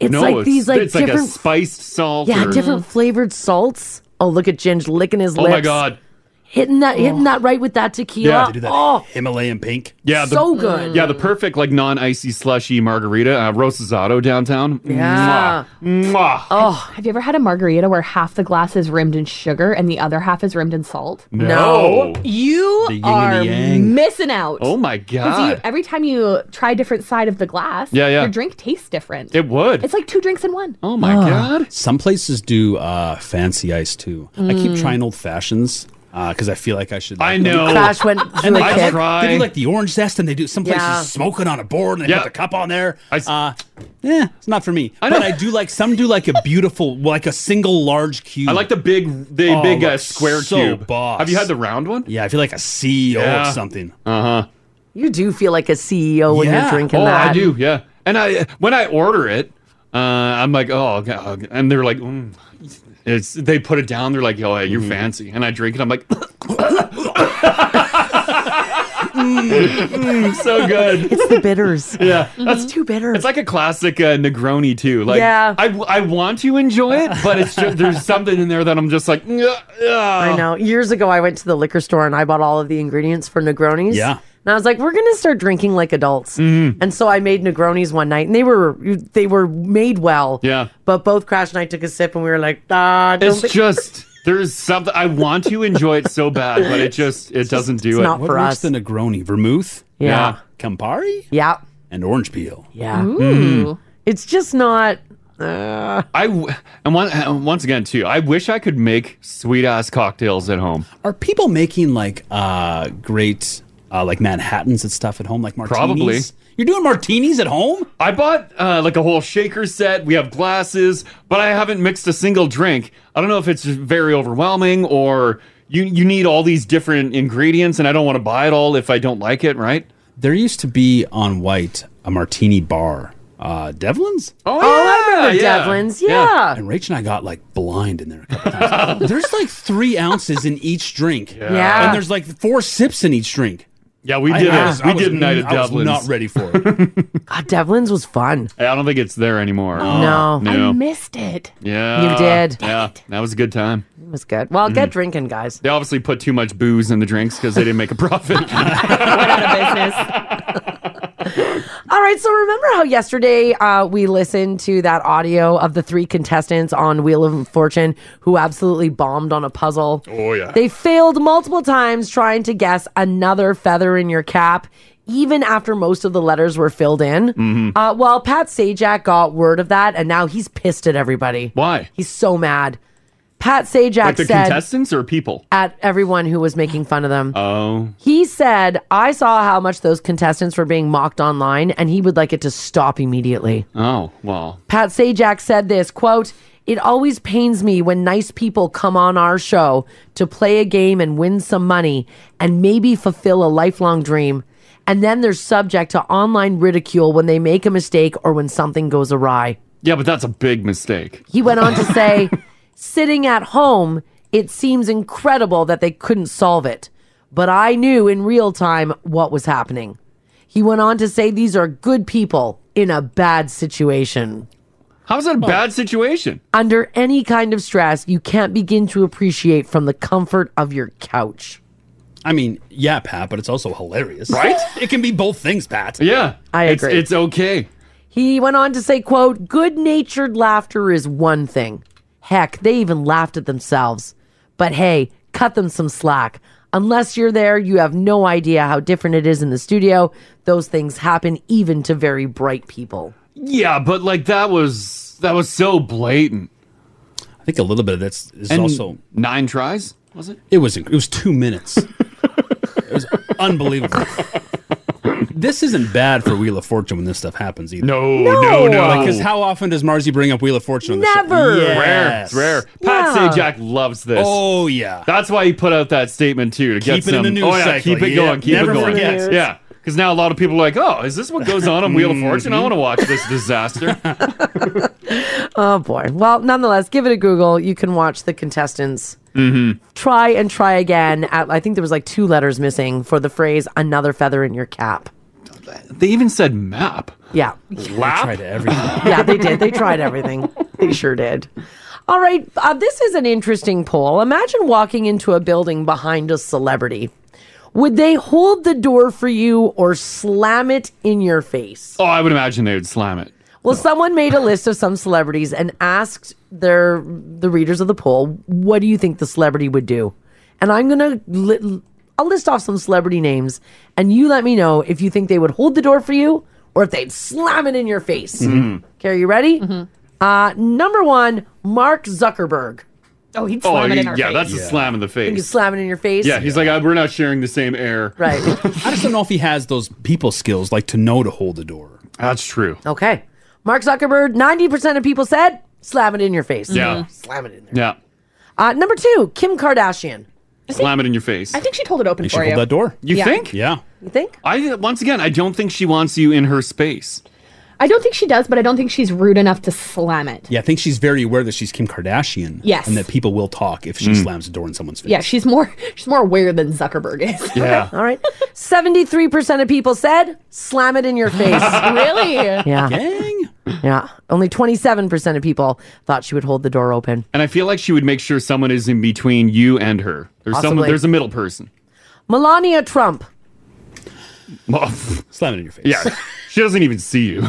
[SPEAKER 8] It's
[SPEAKER 3] no,
[SPEAKER 8] like these like
[SPEAKER 3] it's
[SPEAKER 8] different,
[SPEAKER 3] like a spiced salt.
[SPEAKER 8] yeah,
[SPEAKER 3] or- Mm.
[SPEAKER 8] different flavored salts. Oh, look at Ginge licking his
[SPEAKER 3] Oh
[SPEAKER 8] lips.
[SPEAKER 3] my god.
[SPEAKER 8] hitting that, hitting that right with that tequila.
[SPEAKER 3] Yeah, Oh. they do that.
[SPEAKER 8] Oh,
[SPEAKER 9] Himalayan pink.
[SPEAKER 3] Yeah,
[SPEAKER 8] So good.
[SPEAKER 3] Yeah, the perfect like non-icy slushy margarita, uh, Rosado downtown. Mwah. Mwah.
[SPEAKER 5] Oh, have you ever had a margarita where half the glass is rimmed in sugar and the other half is rimmed in salt?
[SPEAKER 3] No. No.
[SPEAKER 5] You
[SPEAKER 3] The yin and
[SPEAKER 5] are
[SPEAKER 3] the yang.
[SPEAKER 5] missing out.
[SPEAKER 3] Oh my
[SPEAKER 5] 'Cause you-
[SPEAKER 3] god.
[SPEAKER 5] every time you try a different side of the glass,
[SPEAKER 9] Yeah, yeah.
[SPEAKER 5] your drink tastes different.
[SPEAKER 3] It would.
[SPEAKER 5] It's like two drinks in one.
[SPEAKER 3] Oh
[SPEAKER 9] God. Some places do uh, fancy ice too. I keep
[SPEAKER 5] Mm.
[SPEAKER 9] trying old fashions because I feel like I should.
[SPEAKER 3] I
[SPEAKER 9] like them.
[SPEAKER 3] know. Crash went through
[SPEAKER 9] and they,
[SPEAKER 3] a
[SPEAKER 9] do like-
[SPEAKER 3] try.
[SPEAKER 9] they do like the orange zest, and they do some places
[SPEAKER 3] Yeah.
[SPEAKER 9] smoking on a board, and they
[SPEAKER 3] Yeah.
[SPEAKER 9] put the cup on there. uh, yeah, it's not for me.
[SPEAKER 3] I
[SPEAKER 9] but
[SPEAKER 3] know.
[SPEAKER 9] I do like some do like a beautiful, like a single large cube.
[SPEAKER 3] I like the big, the
[SPEAKER 9] Oh,
[SPEAKER 3] big uh,
[SPEAKER 9] looks
[SPEAKER 3] square
[SPEAKER 9] so
[SPEAKER 3] cube.
[SPEAKER 9] boss.
[SPEAKER 3] Have you had the round one?
[SPEAKER 9] Yeah, I feel like a CEO
[SPEAKER 3] Yeah.
[SPEAKER 9] or something.
[SPEAKER 3] Uh huh.
[SPEAKER 8] You do feel like a CEO when you're drinking
[SPEAKER 3] oh,
[SPEAKER 8] that.
[SPEAKER 3] I do. Yeah. And I when I order it, uh, I'm like, oh, God. and they're like, mm. it's they put it down. They're like, oh, hey, you're
[SPEAKER 9] Mm-hmm.
[SPEAKER 3] fancy. And I drink it. I'm like, Mm, so good.
[SPEAKER 8] It's the bitters.
[SPEAKER 3] yeah,
[SPEAKER 8] It's too bitter.
[SPEAKER 3] It's like a classic uh, Negroni too. Like,
[SPEAKER 8] Yeah.
[SPEAKER 3] I, I want to enjoy it, but it's just, there's something in there that I'm just like, "Ugh, ugh."
[SPEAKER 8] I know. Years ago, I went to the liquor store and I bought all of the ingredients for Negronis.
[SPEAKER 3] Yeah.
[SPEAKER 8] And I was like, we're going to start drinking like adults.
[SPEAKER 3] Mm-hmm.
[SPEAKER 8] And so I made Negronis one night and they were they were made well.
[SPEAKER 3] Yeah.
[SPEAKER 8] But both Crash and I took a sip and we were like, ah, don't
[SPEAKER 3] It's
[SPEAKER 8] think-
[SPEAKER 3] just there's something I want to enjoy it so bad, but it just it doesn't do it.
[SPEAKER 9] what makes the Negroni? Vermouth?
[SPEAKER 3] Yeah.
[SPEAKER 9] Campari?
[SPEAKER 8] Yeah.
[SPEAKER 9] And orange peel.
[SPEAKER 8] Yeah.
[SPEAKER 3] Ooh.
[SPEAKER 8] It's just not. Uh,
[SPEAKER 3] I w- and one, and once again too. I wish I could make sweet ass cocktails at home.
[SPEAKER 9] Are people making like uh great uh like Manhattans and stuff at home, like martinis?
[SPEAKER 3] Probably.
[SPEAKER 9] You're doing martinis at home?
[SPEAKER 3] I bought uh, like a whole shaker set. We have glasses, but I haven't mixed a single drink. I don't know if it's very overwhelming or you you need all these different ingredients, and I don't want to buy it all if I don't like it. Right?
[SPEAKER 9] There used to be on White a martini bar. Uh Devlin's?
[SPEAKER 3] Oh, Oh, I yeah, remember yeah. Devlin's, yeah.
[SPEAKER 9] And Rach and I got like blind in there a couple times. there's like three ounces in each drink.
[SPEAKER 3] Yeah.
[SPEAKER 9] And there's like four sips in each drink.
[SPEAKER 3] Yeah, we
[SPEAKER 9] I-
[SPEAKER 3] did
[SPEAKER 9] I
[SPEAKER 3] it.
[SPEAKER 9] was-
[SPEAKER 3] we
[SPEAKER 9] I was-
[SPEAKER 3] did a night at
[SPEAKER 9] I was
[SPEAKER 3] Devlin's.
[SPEAKER 9] not ready for
[SPEAKER 3] it.
[SPEAKER 8] God, Devlin's was fun.
[SPEAKER 3] I don't think it's there anymore.
[SPEAKER 8] No.
[SPEAKER 3] Oh. no.
[SPEAKER 5] missed it.
[SPEAKER 3] yeah,
[SPEAKER 8] You did.
[SPEAKER 3] Yeah, that was a good time.
[SPEAKER 8] It was good. Well,
[SPEAKER 3] Mm.
[SPEAKER 8] get drinking, guys.
[SPEAKER 3] They obviously put too much booze in the drinks because they didn't make a profit.
[SPEAKER 8] All right, so remember how yesterday uh, we listened to that audio of the three contestants on Wheel of Fortune who absolutely bombed on a puzzle?
[SPEAKER 3] Oh, yeah.
[SPEAKER 8] They failed multiple times trying to guess another feather in your cap, even after most of the letters were filled in.
[SPEAKER 3] Mm-hmm.
[SPEAKER 14] Mhm.
[SPEAKER 8] Uh, well, Pat Sajak got word of that, and now he's pissed at everybody.
[SPEAKER 3] Why?
[SPEAKER 8] He's so mad. Pat Sajak
[SPEAKER 3] like the
[SPEAKER 8] said
[SPEAKER 3] contestants or people?
[SPEAKER 8] at everyone who was making fun of them.
[SPEAKER 3] Oh.
[SPEAKER 8] He said, I saw how much those contestants were being mocked online, and he would like it to stop immediately.
[SPEAKER 3] Oh, well.
[SPEAKER 8] Pat Sajak said this quote, It always pains me when nice people come on our show to play a game and win some money and maybe fulfill a lifelong dream. And then they're subject to online ridicule when they make a mistake or when something goes awry.
[SPEAKER 3] Yeah, but that's a big mistake.
[SPEAKER 8] He went on to say, sitting at home, it seems incredible that they couldn't solve it, but I knew in real time what was happening. He went on to say, these are good people in a bad situation.
[SPEAKER 3] How's that a bad situation?
[SPEAKER 8] Under any kind of stress, you can't begin to appreciate from the comfort of your couch.
[SPEAKER 9] I mean, yeah, Pat, but it's also hilarious.
[SPEAKER 8] Right?
[SPEAKER 9] it can be both things, Pat.
[SPEAKER 3] Yeah.
[SPEAKER 8] I
[SPEAKER 9] It's-
[SPEAKER 8] agree.
[SPEAKER 9] it's
[SPEAKER 3] okay.
[SPEAKER 8] He went on to say, quote, good natured laughter is one thing. Heck, they even laughed at themselves. But hey, cut them some slack. Unless you're there, you have no idea how different it is in the studio. Those things happen even to very bright people.
[SPEAKER 3] Yeah, but like that was that was so blatant.
[SPEAKER 9] I think a little bit of that's is
[SPEAKER 3] And
[SPEAKER 9] also
[SPEAKER 3] nine tries. Was it?
[SPEAKER 9] It was. It was two minutes. it was unbelievable. this isn't bad for Wheel of Fortune when this stuff happens either.
[SPEAKER 3] No, no, no.
[SPEAKER 9] Because how often does Marzi bring up Wheel of Fortune on the show?
[SPEAKER 3] Never.
[SPEAKER 9] Yes.
[SPEAKER 3] Rare, rare. Pat
[SPEAKER 9] Yeah.
[SPEAKER 3] Sajak loves this.
[SPEAKER 9] Oh, yeah.
[SPEAKER 3] That's why he put out that statement too to get
[SPEAKER 9] Keep it in
[SPEAKER 3] some.
[SPEAKER 9] the news
[SPEAKER 3] oh yeah,
[SPEAKER 9] cycle.
[SPEAKER 3] keep it
[SPEAKER 9] Yeah,
[SPEAKER 3] going, keep
[SPEAKER 9] never
[SPEAKER 3] it going.
[SPEAKER 9] forget.
[SPEAKER 3] Yeah, because now a lot of people are like, "Oh, is this what goes on on Wheel of Fortune? I want to watch this disaster."
[SPEAKER 8] Oh boy. Well, nonetheless, give it a Google. You can watch the contestants
[SPEAKER 3] mm-hmm.
[SPEAKER 8] try and try again. At, I think there was like two letters missing for the phrase "another feather in your cap."
[SPEAKER 3] They even said map.
[SPEAKER 8] Yeah.
[SPEAKER 3] Lap? tried everything.
[SPEAKER 8] yeah, they did. They tried everything. They sure did. All right. Uh, this is an interesting poll. Imagine walking into a building behind a celebrity. Would they hold the door for you or slam it in your face?
[SPEAKER 3] Oh, I would imagine they would slam it.
[SPEAKER 8] Well, someone made a list of some celebrities and asked their the readers of the poll, "What do you think the celebrity would do?" And I'm gonna li- I'll list off some celebrity names, and you let me know if you think they would hold the door for you or if they'd slam it in your face.
[SPEAKER 14] Mhm.
[SPEAKER 3] Mm-hmm.
[SPEAKER 8] Okay, are you ready? Uh, number one, Mark Zuckerberg.
[SPEAKER 5] Oh, he'd
[SPEAKER 3] oh, yeah, that's a slam in the
[SPEAKER 8] You
[SPEAKER 3] face.
[SPEAKER 8] can slam it in your face.
[SPEAKER 3] Yeah, he's like, "Uh, we're not sharing the same air.
[SPEAKER 8] Right.
[SPEAKER 9] I just don't know if he has those people skills, like to know to hold the door.
[SPEAKER 3] That's true.
[SPEAKER 8] Okay. Mark Zuckerberg, 90% of people said slam it in your face.
[SPEAKER 3] Yeah.
[SPEAKER 8] Slam it in.
[SPEAKER 3] Yeah,
[SPEAKER 8] Uh, number two, Kim Kardashian.
[SPEAKER 3] slam it in your face.
[SPEAKER 5] think she'd hold it open
[SPEAKER 3] They should hold that door. You think?
[SPEAKER 9] Yeah.
[SPEAKER 8] You think?
[SPEAKER 3] I once again, I don't think she wants you in her space.
[SPEAKER 5] I don't think she does, but I don't think she's rude enough to slam it.
[SPEAKER 9] Yeah, I think she's very aware that she's Kim Kardashian.
[SPEAKER 5] Yes.
[SPEAKER 9] And that people will talk if she
[SPEAKER 3] Mm.
[SPEAKER 9] slams the door in someone's face.
[SPEAKER 5] Yeah, she's more she's more aware than Zuckerberg is.
[SPEAKER 9] Yeah.
[SPEAKER 8] All right. 73% of people said slam it in your face.
[SPEAKER 5] really?
[SPEAKER 8] Yeah. Yeah. Only 27% of people thought she would hold the door open.
[SPEAKER 3] And I feel like she would make sure someone is in between you and her. There's someone.
[SPEAKER 8] Possibly.
[SPEAKER 3] There's a middle person.
[SPEAKER 8] Melania Trump.
[SPEAKER 9] Slam it in your face.
[SPEAKER 3] Yeah, she doesn't even see you.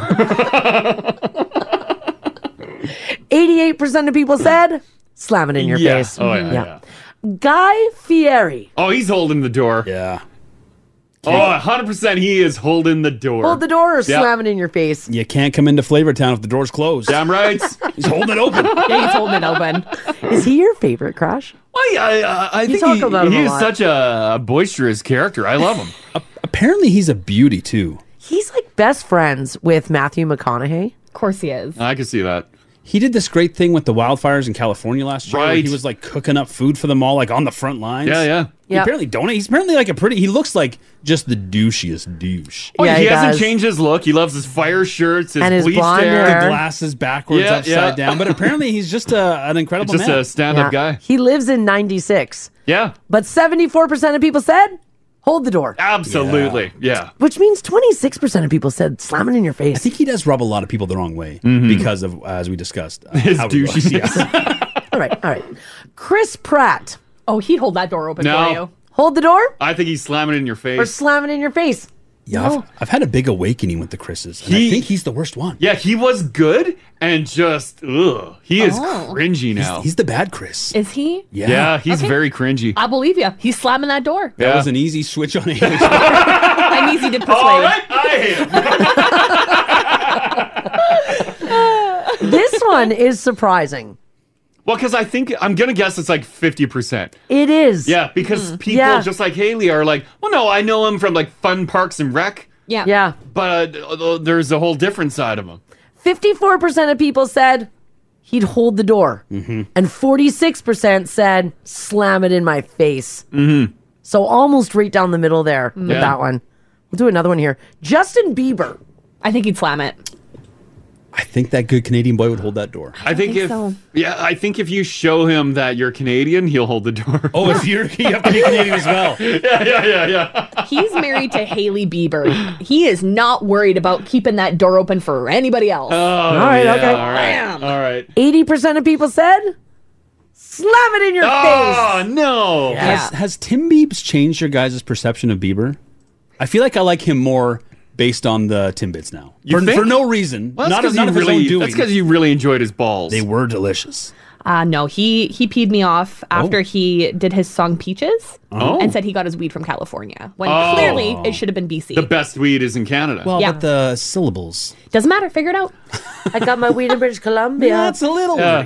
[SPEAKER 8] 88% of people said slam it in your
[SPEAKER 3] Yeah.
[SPEAKER 8] face. Mm-hmm.
[SPEAKER 3] Oh, yeah,
[SPEAKER 8] Guy Fieri.
[SPEAKER 3] Oh, he's holding the door.
[SPEAKER 9] Yeah.
[SPEAKER 3] Oh, 100% he is holding the door.
[SPEAKER 8] Hold the door or
[SPEAKER 9] Yeah.
[SPEAKER 8] slam it in your face.
[SPEAKER 9] You can't come into Flavortown if the door's closed.
[SPEAKER 3] Damn right.
[SPEAKER 9] He's holding it open.
[SPEAKER 5] Yeah, he's holding it open.
[SPEAKER 8] Is he your favorite crush?
[SPEAKER 3] I, I, I, I
[SPEAKER 8] You
[SPEAKER 3] think
[SPEAKER 8] talk
[SPEAKER 3] he,
[SPEAKER 8] about him
[SPEAKER 3] he
[SPEAKER 8] a
[SPEAKER 3] is
[SPEAKER 8] lot.
[SPEAKER 3] such a boisterous character. I love him.
[SPEAKER 9] Apparently, he's a beauty too.
[SPEAKER 8] He's like best friends with Matthew McConaughey.
[SPEAKER 5] Of course he is.
[SPEAKER 3] I can see that.
[SPEAKER 9] He did this great thing with the wildfires in California last year. where
[SPEAKER 3] Right.
[SPEAKER 9] He was like cooking up food for them all, like on the front lines.
[SPEAKER 3] Yeah, yeah.
[SPEAKER 9] He
[SPEAKER 3] Yeah.
[SPEAKER 9] apparently donate. He's apparently like a pretty. He looks like just the douchiest douche.
[SPEAKER 3] Oh, he, hasn't
[SPEAKER 9] changed.
[SPEAKER 3] changed his look. He loves his fire shirts, his
[SPEAKER 9] And his
[SPEAKER 3] bleached
[SPEAKER 9] blonde hair. The
[SPEAKER 3] glasses
[SPEAKER 9] backwards, upside down, but apparently he's just a, an incredible
[SPEAKER 3] Just
[SPEAKER 9] man.
[SPEAKER 3] a stand-up
[SPEAKER 8] Yeah.
[SPEAKER 3] guy.
[SPEAKER 8] He lives in 96,
[SPEAKER 3] Yeah,
[SPEAKER 8] but 74% of people said hold the door.
[SPEAKER 3] Ah. absolutely. Yeah.
[SPEAKER 8] Which means 26% of people said slam it in your face. I
[SPEAKER 9] think he does rub a lot of people the wrong way because of, as we discussed, uh,
[SPEAKER 3] Mm-hmm. His
[SPEAKER 9] how he looks.
[SPEAKER 3] douchiness.
[SPEAKER 9] Yeah.
[SPEAKER 8] all right, all right. Chris Pratt.
[SPEAKER 5] Oh, he'd hold that door open
[SPEAKER 3] No. for you.
[SPEAKER 8] Hold the door
[SPEAKER 3] I think he's slamming it in your face.
[SPEAKER 8] or slam it in your face.
[SPEAKER 9] Yeah, I've, I've had a big awakening with the Chris's. And I think he's the worst one.
[SPEAKER 3] Yeah, he was good and just ugh, he is
[SPEAKER 5] Oh.
[SPEAKER 3] cringy now. He's,
[SPEAKER 9] the bad Chris.
[SPEAKER 5] Is he?
[SPEAKER 3] Yeah, he's
[SPEAKER 5] Okay.
[SPEAKER 3] very cringy.
[SPEAKER 5] I believe you. He's slamming that door.
[SPEAKER 9] That was an easy switch on Haley.
[SPEAKER 5] I'm easy to persuade.
[SPEAKER 3] All right,
[SPEAKER 8] this one is surprising.
[SPEAKER 3] Well, because I think I'm gonna guess it's like fifty percent.
[SPEAKER 8] It is.
[SPEAKER 3] Yeah, because people
[SPEAKER 8] Yeah.
[SPEAKER 3] just like Haley are like, well, no, I know him from like Fun Parks and Rec.
[SPEAKER 5] Yeah.
[SPEAKER 8] Yeah.
[SPEAKER 3] But uh, th- there's a whole different side of him.
[SPEAKER 8] 54% of people said he'd hold the door, Mm-hmm. and 46% said slam it in my face.
[SPEAKER 3] Mm-hmm.
[SPEAKER 8] So almost right down the middle there with
[SPEAKER 3] Yeah.
[SPEAKER 8] that one. We'll do another one here. Justin Bieber.
[SPEAKER 5] I think he'd slam it.
[SPEAKER 9] I think that good Canadian boy would hold that door.
[SPEAKER 3] I think, if yeah, I think if you show him that you're Canadian, he'll hold the door.
[SPEAKER 9] Oh, if you're you have to be Canadian as well.
[SPEAKER 3] yeah, yeah, yeah, yeah.
[SPEAKER 5] He's married to Haley Bieber. He is not worried about keeping that door open for anybody else.
[SPEAKER 3] Oh, all
[SPEAKER 8] right, okay.
[SPEAKER 3] all right, all right.
[SPEAKER 8] 80% of people said slam it in your
[SPEAKER 3] Oh,
[SPEAKER 8] face.
[SPEAKER 3] no.
[SPEAKER 9] Has, has Tim Biebs changed your guys' perception of Bieber? I feel like I like him more based on the Timbits now.
[SPEAKER 3] You
[SPEAKER 9] for,
[SPEAKER 3] think?
[SPEAKER 9] for no reason.
[SPEAKER 3] Well, that's
[SPEAKER 9] not
[SPEAKER 3] 'cause
[SPEAKER 9] of, not
[SPEAKER 3] you
[SPEAKER 9] of
[SPEAKER 3] really,
[SPEAKER 9] his own doing.
[SPEAKER 3] That's because you really enjoyed his balls. They
[SPEAKER 9] were delicious.
[SPEAKER 5] Uh, no, he he peed me off
[SPEAKER 9] Oh.
[SPEAKER 5] after he did his song Peaches
[SPEAKER 3] Oh.
[SPEAKER 5] and said he got his weed from California when
[SPEAKER 3] Oh.
[SPEAKER 5] clearly it should have been BC.
[SPEAKER 3] The best weed is in Canada.
[SPEAKER 5] Well, Yeah. but
[SPEAKER 9] the syllables.
[SPEAKER 5] Doesn't matter. Figure it out.
[SPEAKER 8] I got my weed in British Columbia.
[SPEAKER 9] That's a little.
[SPEAKER 3] Yeah.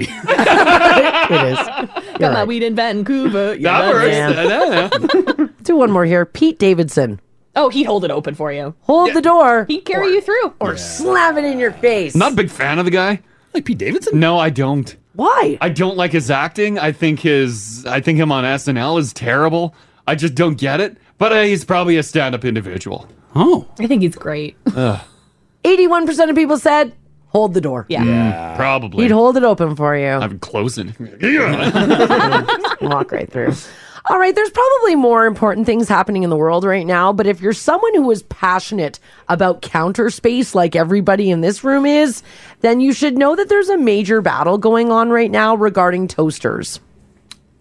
[SPEAKER 8] it is.
[SPEAKER 5] Got my weed in Vancouver.
[SPEAKER 8] Do one more here. Pete Davidson.
[SPEAKER 5] Oh, he'd hold it open for you.
[SPEAKER 8] Hold the door.
[SPEAKER 5] He'd carry you through.
[SPEAKER 8] Or slam it in your face.
[SPEAKER 3] Not a big fan of the guy. Like Pete Davidson? No, I don't.
[SPEAKER 8] Why?
[SPEAKER 3] I don't like his acting. I think his I think him on SNL is terrible. I just don't get it. But uh, he's probably a stand-up individual. Oh.
[SPEAKER 5] I think he's great.
[SPEAKER 3] Ugh.
[SPEAKER 8] 81% of people said hold the door.
[SPEAKER 3] Mm, probably.
[SPEAKER 8] He'd hold it open for you.
[SPEAKER 3] I would close it.
[SPEAKER 8] Walk right through. All right, there's probably more important things happening in the world right now, but if you're someone who is passionate about counter space like everybody in this room is, then you should know that there's a major battle going on right now regarding toasters.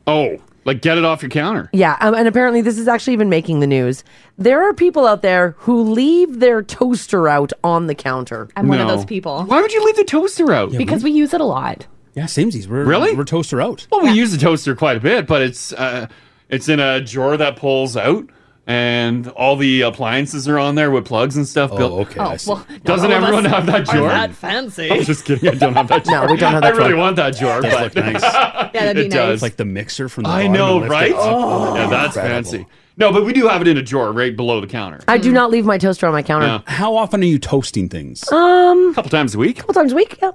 [SPEAKER 3] Oh, like get it off your counter.
[SPEAKER 8] Yeah, um, and apparently this is actually even making the news. There are people out there who leave their toaster out on the counter.
[SPEAKER 5] I'm one of those people.
[SPEAKER 3] Why would you leave the toaster out?
[SPEAKER 5] because we use it a lot.
[SPEAKER 3] Yeah, samesies. We're really we're toaster out. Well, we use the toaster quite a bit, but it's uh, it's in a drawer that pulls out, and all the appliances are on there with plugs and stuff. Oh, okay.
[SPEAKER 5] Oh, well, not
[SPEAKER 3] Doesn't
[SPEAKER 5] all of
[SPEAKER 3] everyone
[SPEAKER 5] us
[SPEAKER 3] have that
[SPEAKER 5] are
[SPEAKER 3] drawer?
[SPEAKER 5] that fancy.
[SPEAKER 3] I'm just kidding. I don't have that
[SPEAKER 8] No,
[SPEAKER 3] jar.
[SPEAKER 8] we don't have that
[SPEAKER 3] I really
[SPEAKER 8] jar.
[SPEAKER 3] want that jar.
[SPEAKER 8] Does
[SPEAKER 3] but
[SPEAKER 8] look nice.
[SPEAKER 3] yeah,
[SPEAKER 8] that'd be
[SPEAKER 3] it Does.
[SPEAKER 8] nice.
[SPEAKER 9] like the mixer from the bottom
[SPEAKER 3] I
[SPEAKER 9] and
[SPEAKER 3] know,
[SPEAKER 9] lift it
[SPEAKER 3] right?
[SPEAKER 9] up. Oh,
[SPEAKER 3] yeah, that's
[SPEAKER 9] incredible.
[SPEAKER 3] fancy. No, but we do have it in a drawer right below the counter.
[SPEAKER 8] I
[SPEAKER 5] Hmm.
[SPEAKER 8] do not leave my toaster on my counter.
[SPEAKER 9] How often are you toasting things?
[SPEAKER 8] Um,
[SPEAKER 3] a couple times a week.
[SPEAKER 8] couple times a week. Yeah.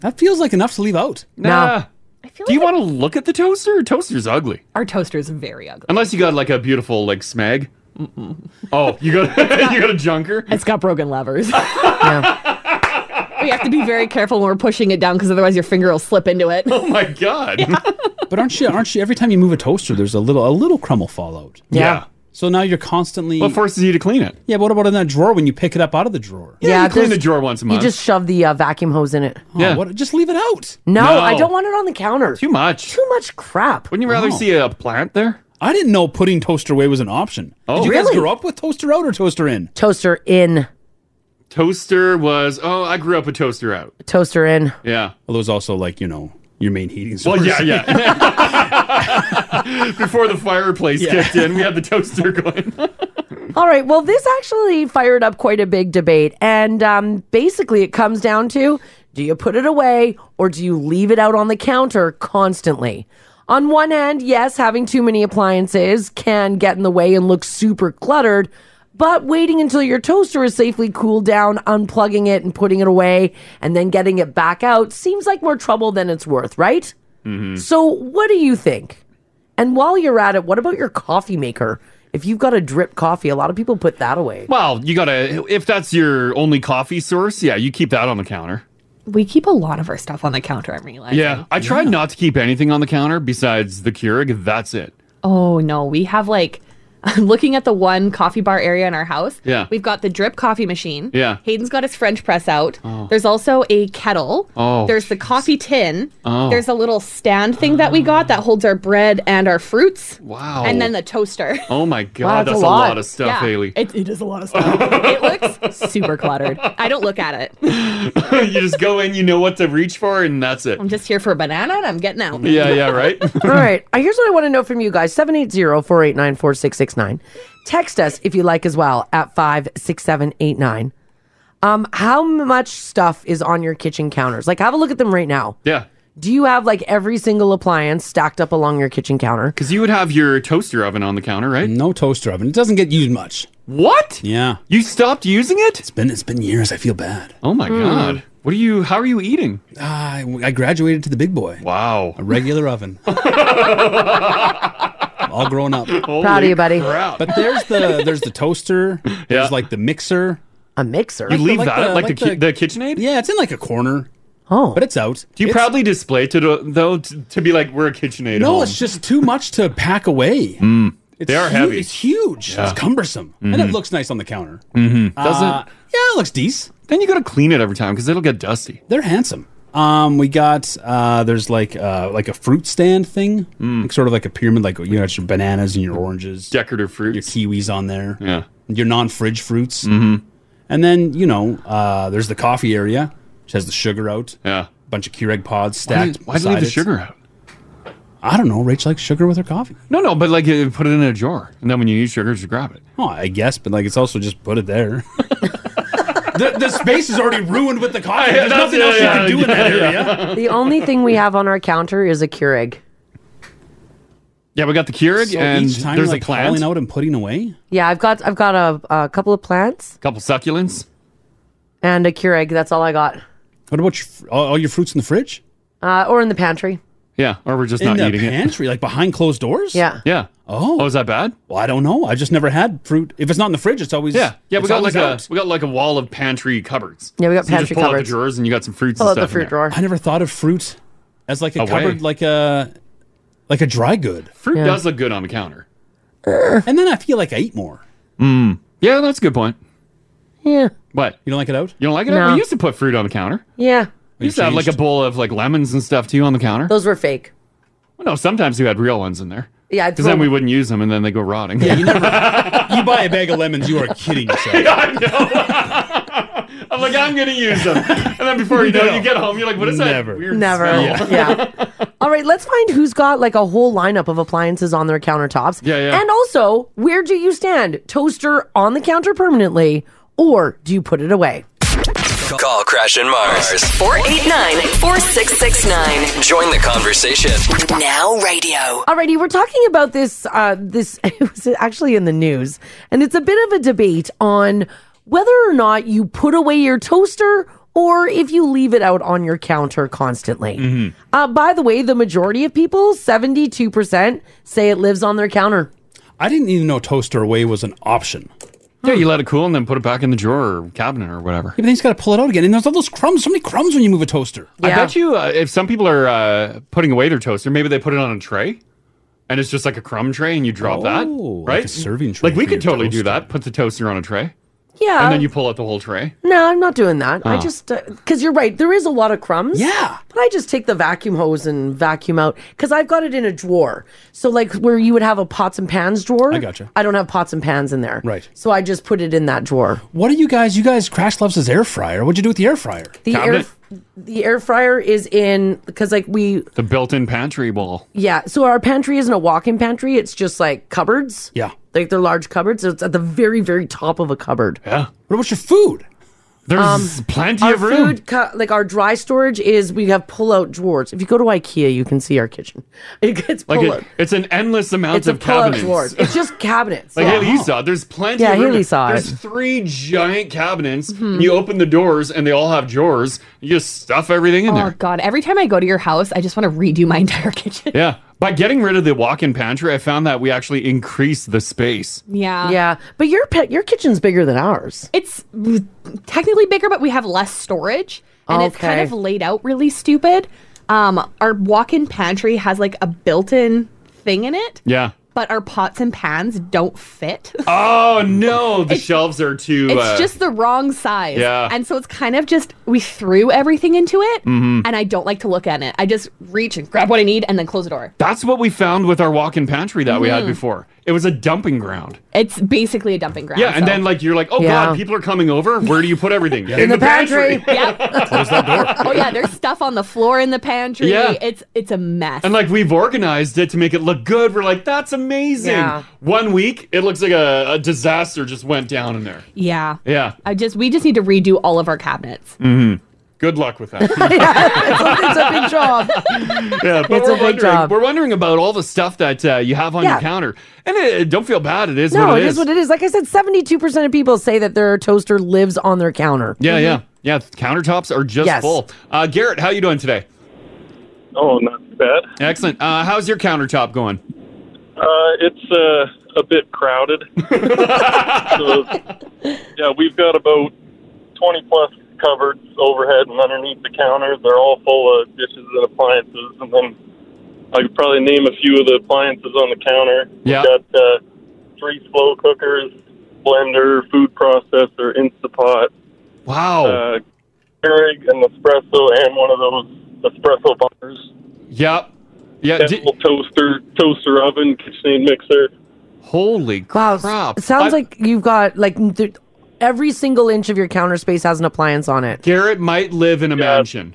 [SPEAKER 9] That feels like enough to leave out.
[SPEAKER 3] Nah. do you want to look at the toaster? Toaster's ugly.
[SPEAKER 5] Our toaster is very ugly.
[SPEAKER 3] Unless you got like a beautiful like smag. Oh, you got you got a junker.
[SPEAKER 5] It's got broken levers. We have to be very careful when we're pushing it down because otherwise your finger will slip into it.
[SPEAKER 3] Oh my god!
[SPEAKER 9] but aren't you? Aren't you? Every time you move a toaster, there's a little a little crumble fallout.
[SPEAKER 3] Yeah.
[SPEAKER 9] So now you're constantly.
[SPEAKER 3] What forces you to clean it?
[SPEAKER 9] Yeah. But what about in that drawer when you pick it up out of the drawer?
[SPEAKER 8] just- You just shove the uh, vacuum hose in it.
[SPEAKER 9] yeah. Oh, What, just leave it out.
[SPEAKER 8] No, I don't want it on the counter.
[SPEAKER 3] Too much.
[SPEAKER 8] Too much crap.
[SPEAKER 3] Wouldn't you rather see a plant there?
[SPEAKER 9] I didn't know putting toaster away was an option.
[SPEAKER 3] Oh.
[SPEAKER 9] Did you guys
[SPEAKER 3] Really?
[SPEAKER 9] grow up with toaster out or toaster in?
[SPEAKER 8] Toaster in.
[SPEAKER 3] Toaster was oh, I grew up with toaster out.
[SPEAKER 8] Toaster in.
[SPEAKER 3] Yeah.
[SPEAKER 9] Well, there's also like you know your main heating
[SPEAKER 3] Well,
[SPEAKER 9] source.
[SPEAKER 3] yeah, yeah. Before the fireplace
[SPEAKER 9] Yeah.
[SPEAKER 3] kicked in, we had the toaster going.
[SPEAKER 8] All right. Well, this actually fired up quite a big debate. And um, basically, it comes down to do you put it away or do you leave it out on the counter constantly? On one hand, yes, having too many appliances can get in the way and look super cluttered. But waiting until your toaster is safely cooled down, unplugging it and putting it away, and then getting it back out seems like more trouble than it's worth, right?
[SPEAKER 3] Mm-hmm. Mm.
[SPEAKER 8] So, what do you think? And while you're at it, what about your coffee maker? If you've got a drip coffee, a lot of people put that away.
[SPEAKER 3] Well, you gotta if that's your only coffee source, yeah, you keep that on the counter.
[SPEAKER 5] We keep a lot of our stuff on the counter, I'm realizing.
[SPEAKER 3] yeah, I try not to keep anything on the counter besides the Keurig. That's it.
[SPEAKER 5] Oh no, we have like I'm looking at the one coffee bar area in our house.
[SPEAKER 3] Yeah.
[SPEAKER 5] We've got the drip coffee machine.
[SPEAKER 3] Yeah.
[SPEAKER 5] Hayden's got his French press out.
[SPEAKER 3] Oh.
[SPEAKER 5] There's also a kettle.
[SPEAKER 3] Oh,
[SPEAKER 5] There's the coffee tin.
[SPEAKER 3] Oh.
[SPEAKER 5] There's a little stand thing that we got that holds our bread and our fruits.
[SPEAKER 3] Wow.
[SPEAKER 5] And then the toaster.
[SPEAKER 3] Oh my god, that's, a, lot. of stuff,
[SPEAKER 5] Yeah.
[SPEAKER 3] Haley.
[SPEAKER 5] It, it is a lot of stuff. it looks super cluttered. I don't look at it.
[SPEAKER 3] you just go in, you know what to reach for, and that's it.
[SPEAKER 5] I'm just here for a banana and I'm getting out.
[SPEAKER 3] Yeah, yeah, right?
[SPEAKER 8] All right. uh, Here's what I want to know from you guys 780 489 4669. Text us if you like as well at 56789. Um, how much stuff is on your kitchen counters? Like, have a look at them right now.
[SPEAKER 3] Yeah.
[SPEAKER 8] Do you have like every single appliance stacked up along your kitchen counter?
[SPEAKER 3] Because you would have your toaster oven on the counter, right?
[SPEAKER 9] No toaster oven. It doesn't get used much.
[SPEAKER 3] What?
[SPEAKER 9] Yeah.
[SPEAKER 3] You stopped using it? It's
[SPEAKER 9] been it's been years. I feel bad.
[SPEAKER 3] Oh my
[SPEAKER 9] Hmm.
[SPEAKER 3] god. What are you how are you eating?
[SPEAKER 9] I, I graduated to the big boy.
[SPEAKER 3] Wow.
[SPEAKER 9] A regular oven. All grown up.
[SPEAKER 8] Proud of you, buddy. crap.
[SPEAKER 9] But there's the there's the toaster. There's like the mixer.
[SPEAKER 8] A mixer.
[SPEAKER 3] You leave that like, the, ki- the KitchenAid?
[SPEAKER 9] Yeah, it's in like a corner.
[SPEAKER 8] Oh,
[SPEAKER 9] but it's out.
[SPEAKER 3] Do you
[SPEAKER 9] It's-
[SPEAKER 3] proudly display to the- though to, to be like we're a KitchenAid?
[SPEAKER 9] No,
[SPEAKER 3] home? Hmm.
[SPEAKER 9] it's just too much to pack away. It's
[SPEAKER 3] They are
[SPEAKER 9] hu-
[SPEAKER 3] heavy.
[SPEAKER 9] It's huge.
[SPEAKER 3] Yeah.
[SPEAKER 9] It's cumbersome, and
[SPEAKER 3] Mhm.
[SPEAKER 9] it looks nice on the counter.
[SPEAKER 3] Mm-hmm. Does
[SPEAKER 9] Uh,
[SPEAKER 3] it?
[SPEAKER 9] Yeah, it looks decent.
[SPEAKER 3] Then you gotta clean it every time because it'll get dusty.
[SPEAKER 9] They're handsome. Um, we got uh, there's like uh, like a fruit stand thing,
[SPEAKER 3] Mm.
[SPEAKER 9] like sort of like a pyramid, like you got your bananas and your oranges,
[SPEAKER 3] decorative fruits, Mm-hmm.
[SPEAKER 9] your kiwis on there,
[SPEAKER 3] yeah,
[SPEAKER 9] your non-fridge fruits, and then you know uh, there's the coffee area, which has the sugar out,
[SPEAKER 3] yeah,
[SPEAKER 9] bunch of Keurig pods
[SPEAKER 3] Why do you-
[SPEAKER 9] stacked.
[SPEAKER 3] why do you leave
[SPEAKER 9] beside
[SPEAKER 3] the
[SPEAKER 9] it.
[SPEAKER 3] sugar out?
[SPEAKER 9] I don't know. Rach likes sugar with her coffee.
[SPEAKER 3] No, no, but like you put it in a jar, and then when you need sugar, just grab it.
[SPEAKER 9] Oh, I guess, but like it's also just put it there. the, the space is already ruined with the coffee.
[SPEAKER 3] Yeah,
[SPEAKER 9] There's
[SPEAKER 3] that's-
[SPEAKER 9] nothing
[SPEAKER 3] yeah,
[SPEAKER 9] else
[SPEAKER 3] yeah,
[SPEAKER 9] you can do in that
[SPEAKER 3] yeah,
[SPEAKER 9] area.
[SPEAKER 3] yeah.
[SPEAKER 8] The only thing we have on our counter is a Keurig.
[SPEAKER 3] Yeah, we got the Keurig,
[SPEAKER 9] So
[SPEAKER 3] and
[SPEAKER 9] each time
[SPEAKER 3] there's
[SPEAKER 9] you're,
[SPEAKER 3] a
[SPEAKER 9] like,
[SPEAKER 3] plant.
[SPEAKER 9] hauling out and putting away.
[SPEAKER 8] Yeah, I've got I've got a, a couple of plants
[SPEAKER 3] Couple succulents.
[SPEAKER 8] and a Keurig. That's all I got.
[SPEAKER 9] What about your, fr- all, all your fruits in the fridge?
[SPEAKER 8] Uh, or in the pantry.
[SPEAKER 3] Yeah, or we're just
[SPEAKER 9] in
[SPEAKER 3] not
[SPEAKER 9] the
[SPEAKER 3] eating it.
[SPEAKER 9] pantry, like behind closed doors.
[SPEAKER 8] Yeah.
[SPEAKER 3] Yeah.
[SPEAKER 9] Oh.
[SPEAKER 3] Oh, is that bad?
[SPEAKER 9] Well, I don't know. I've just never had fruit. If it's not in the fridge, it's always
[SPEAKER 3] Yeah, yeah. We
[SPEAKER 9] it's
[SPEAKER 3] got
[SPEAKER 9] always
[SPEAKER 3] like a
[SPEAKER 9] out.
[SPEAKER 3] we got like a wall of pantry cupboards.
[SPEAKER 9] Yeah, we got
[SPEAKER 3] So you
[SPEAKER 9] pantry
[SPEAKER 3] just pull out
[SPEAKER 9] cupboards.
[SPEAKER 3] the drawers, and you got some fruits.
[SPEAKER 9] Pull
[SPEAKER 3] and
[SPEAKER 9] out the
[SPEAKER 3] stuff in
[SPEAKER 9] fruit
[SPEAKER 3] there.
[SPEAKER 9] drawer. I never thought of fruit as like a
[SPEAKER 3] Away.
[SPEAKER 9] cupboard, like a like a dry good.
[SPEAKER 3] Fruit does look good on the counter.
[SPEAKER 9] and then I feel like I eat more.
[SPEAKER 3] Mm. Yeah, that's a good point.
[SPEAKER 8] Yeah.
[SPEAKER 3] What?
[SPEAKER 9] You don't like it out?
[SPEAKER 3] You don't like it
[SPEAKER 8] No.
[SPEAKER 3] out? We used to put fruit on the counter.
[SPEAKER 8] Yeah.
[SPEAKER 3] We used to have like a bowl of like lemons and stuff too on the counter.
[SPEAKER 8] Those were fake.
[SPEAKER 3] Well, no, sometimes you had real ones in there.
[SPEAKER 8] Yeah, I'd
[SPEAKER 3] Because then
[SPEAKER 8] throw-
[SPEAKER 3] we wouldn't use them, and then they go rotting.
[SPEAKER 9] You buy a bag of lemons, you are kidding yourself.
[SPEAKER 3] I'm like, I'm gonna use them, and then before you know, it, you get home, you're like, what is that?
[SPEAKER 9] Never.
[SPEAKER 3] weird
[SPEAKER 8] Never.
[SPEAKER 3] smell?
[SPEAKER 8] Yeah. All right, let's find who's got like a whole lineup of appliances on their countertops.
[SPEAKER 3] Yeah, yeah.
[SPEAKER 8] And also, where do you stand? Toaster on the counter permanently, or do you put it away?
[SPEAKER 2] Call Crash and Mars.
[SPEAKER 1] 489 4669.
[SPEAKER 2] Join the conversation.
[SPEAKER 1] Now radio.
[SPEAKER 8] Alrighty, we're talking about this. Uh, this it was actually in the news, and it's a bit of a debate on whether or not you put away your toaster or if you leave it out on your counter constantly.
[SPEAKER 3] Mm-hmm.
[SPEAKER 8] Uh, by the way, the majority of people, seventy-two percent, say it lives on their counter.
[SPEAKER 9] I didn't even know toaster away was an option.
[SPEAKER 3] Yeah, you let it cool and then put it back in the drawer or cabinet or whatever.
[SPEAKER 9] Yeah, but then he's got to pull it out again. And there's all those crumbs. So many crumbs when you move a toaster.
[SPEAKER 3] I bet you uh, if some people are uh, putting away their toaster, maybe they put it on a tray, and it's just like a crumb tray, and you drop that,
[SPEAKER 9] Oh, like
[SPEAKER 3] right?
[SPEAKER 9] a serving tray
[SPEAKER 3] Like we
[SPEAKER 9] for
[SPEAKER 3] could
[SPEAKER 9] your
[SPEAKER 3] totally do that. Put the toaster on a tray,
[SPEAKER 8] Yeah.
[SPEAKER 3] and then you pull out the whole tray.
[SPEAKER 8] No, I'm not doing that. I
[SPEAKER 3] Oh.
[SPEAKER 8] just because you're right. There is a lot of crumbs.
[SPEAKER 9] Yeah,
[SPEAKER 8] but I just take the vacuum hose and vacuum out because I've got it in a drawer. So like where you would have a pots and pans drawer. I gotcha. I don't have pots and pans in there. Right. So I just put it in that drawer.
[SPEAKER 9] What are you guys? You guys Crash loves his air fryer. What'd you do with the air fryer?
[SPEAKER 8] The air the air fryer is in because like we
[SPEAKER 3] The built-in pantry bowl.
[SPEAKER 8] yeah. So our pantry isn't a walk-in pantry. It's just like cupboards.
[SPEAKER 9] Yeah.
[SPEAKER 8] Like they're large cupboards. So it's at the very very top of a cupboard. Um,
[SPEAKER 3] Yeah.
[SPEAKER 9] What about your food?
[SPEAKER 3] There's plenty
[SPEAKER 8] our
[SPEAKER 3] of room.
[SPEAKER 8] food, cu- like our dry storage, is we have pull-out drawers. If you go to IKEA, you can see our kitchen. It gets
[SPEAKER 3] Like
[SPEAKER 8] pull-out.
[SPEAKER 3] it, it's an endless amount
[SPEAKER 8] it's a
[SPEAKER 3] of
[SPEAKER 8] pull-out
[SPEAKER 3] cabinets.
[SPEAKER 8] drawers. It's just cabinets.
[SPEAKER 3] Like
[SPEAKER 8] Yeah.
[SPEAKER 3] Haley, you saw, it. there's plenty.
[SPEAKER 8] Yeah,
[SPEAKER 3] of room.
[SPEAKER 8] Haley saw
[SPEAKER 3] There's
[SPEAKER 8] it.
[SPEAKER 3] three giant cabinets. and
[SPEAKER 5] Mhm.
[SPEAKER 3] you open the doors, and they all have drawers. You just stuff everything in
[SPEAKER 5] Oh
[SPEAKER 3] there.
[SPEAKER 5] God! Every time I go to your house, I just want to redo my entire kitchen.
[SPEAKER 3] Yeah. By getting rid of the walk-in pantry, I found that we actually increase the space.
[SPEAKER 5] Yeah.
[SPEAKER 8] yeah. But your pet, your kitchen's bigger than ours.
[SPEAKER 5] It's technically bigger, but we have less storage, and it's kind
[SPEAKER 8] Okay.
[SPEAKER 5] of laid out really stupid. Um, our walk-in pantry has like a built-in thing in it,
[SPEAKER 3] Yeah.
[SPEAKER 5] but our pots and pans don't fit.
[SPEAKER 3] Oh no, the shelves are too.
[SPEAKER 5] It's
[SPEAKER 3] uh,
[SPEAKER 5] just the wrong size.
[SPEAKER 3] yeah.
[SPEAKER 5] And so it's kind of just we threw everything into it
[SPEAKER 3] Mhm.
[SPEAKER 5] and I don't like to look at it. I just reach and grab what I need and then close the door.
[SPEAKER 3] That's what we found with our walk-in pantry that we had
[SPEAKER 5] Mhm.
[SPEAKER 3] before. It was a dumping ground.
[SPEAKER 5] It's basically a dumping ground.
[SPEAKER 3] yeah, and
[SPEAKER 5] so-
[SPEAKER 3] then like you're like, oh
[SPEAKER 5] Yeah.
[SPEAKER 3] god, people are coming over. Where do you put everything?
[SPEAKER 5] In the pantry.
[SPEAKER 3] Close that door.
[SPEAKER 5] Oh yeah, there's stuff on the floor in the pantry.
[SPEAKER 3] Yeah.
[SPEAKER 5] It's it's a mess.
[SPEAKER 3] And like we've organized it to make it look good. We're like, that's amazing.
[SPEAKER 5] Yeah.
[SPEAKER 3] One week, it looks like a, a disaster just went down in there.
[SPEAKER 5] yeah.
[SPEAKER 3] Yeah.
[SPEAKER 5] I just we just need to redo all of our cabinets.
[SPEAKER 3] Mm-hmm. Good luck with that.
[SPEAKER 8] it's a big job.
[SPEAKER 3] yeah, but
[SPEAKER 8] It's a
[SPEAKER 3] we're
[SPEAKER 8] big
[SPEAKER 3] wondering,
[SPEAKER 8] job.
[SPEAKER 3] we're wondering about all the stuff that uh, you have on
[SPEAKER 8] Yeah.
[SPEAKER 3] your counter. And uh don't feel bad. It is
[SPEAKER 8] no,
[SPEAKER 3] what
[SPEAKER 8] it is. what it is. Like I said, seventy-two percent of people say that their toaster lives on their counter.
[SPEAKER 3] Yeah, yeah, yeah. Countertops are just
[SPEAKER 8] Mm-hmm. Yes.
[SPEAKER 3] full. Uh, Garrett, how you doing today?
[SPEAKER 14] Oh, not bad.
[SPEAKER 3] Excellent. Uh, how's your countertop going?
[SPEAKER 14] Uh, it's uh, a bit crowded. so, yeah, we've got about 20 plus cupboards overhead and underneath the counter. They're all full of dishes and appliances. And then I could probably name a few of the appliances on the counter.
[SPEAKER 3] Yeah.
[SPEAKER 14] We've got uh, three slow cookers, blender, food processor, Instapot.
[SPEAKER 3] Wow.
[SPEAKER 14] Uh, Keurig, an espresso, and one of those espresso bars.
[SPEAKER 3] Yep. Yeah.
[SPEAKER 14] Kettle, toaster, toaster oven, KitchenAid mixer.
[SPEAKER 3] Holy
[SPEAKER 8] Wow,
[SPEAKER 3] crap!
[SPEAKER 8] it sounds
[SPEAKER 3] I-
[SPEAKER 8] like you've got like th- every single inch of your counter space has an appliance on it.
[SPEAKER 3] Garrett might live in a mansion.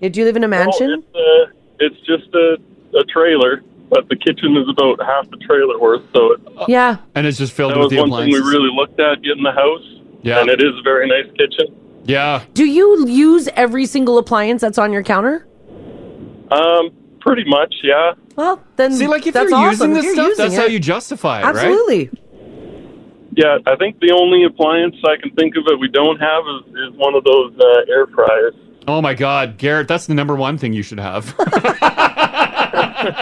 [SPEAKER 8] Did you live in a mansion?
[SPEAKER 14] Uh, it's just a, a trailer, but the kitchen is about half the trailer worth. So it,
[SPEAKER 8] yeah.
[SPEAKER 3] And it's just filled
[SPEAKER 14] that
[SPEAKER 3] with
[SPEAKER 14] was
[SPEAKER 3] the
[SPEAKER 14] one thing we
[SPEAKER 3] appliances.
[SPEAKER 14] really looked at getting the house.
[SPEAKER 3] Yeah.
[SPEAKER 14] and it is a very nice kitchen.
[SPEAKER 3] Yeah.
[SPEAKER 8] Do you use every single appliance that's on your counter?
[SPEAKER 14] Um, Pretty much, yeah.
[SPEAKER 8] Well, then
[SPEAKER 3] See, like if
[SPEAKER 8] that's
[SPEAKER 3] you're using
[SPEAKER 8] awesome. If
[SPEAKER 3] this
[SPEAKER 8] you're
[SPEAKER 3] stuff,
[SPEAKER 8] using
[SPEAKER 3] that's how
[SPEAKER 8] it-
[SPEAKER 3] you justify it, right?
[SPEAKER 8] Absolutely.
[SPEAKER 14] Yeah, I think the only appliance I can think of that we don't have is, is one of those uh, air fryers.
[SPEAKER 3] Oh my God, Garrett, that's the number one thing you should have.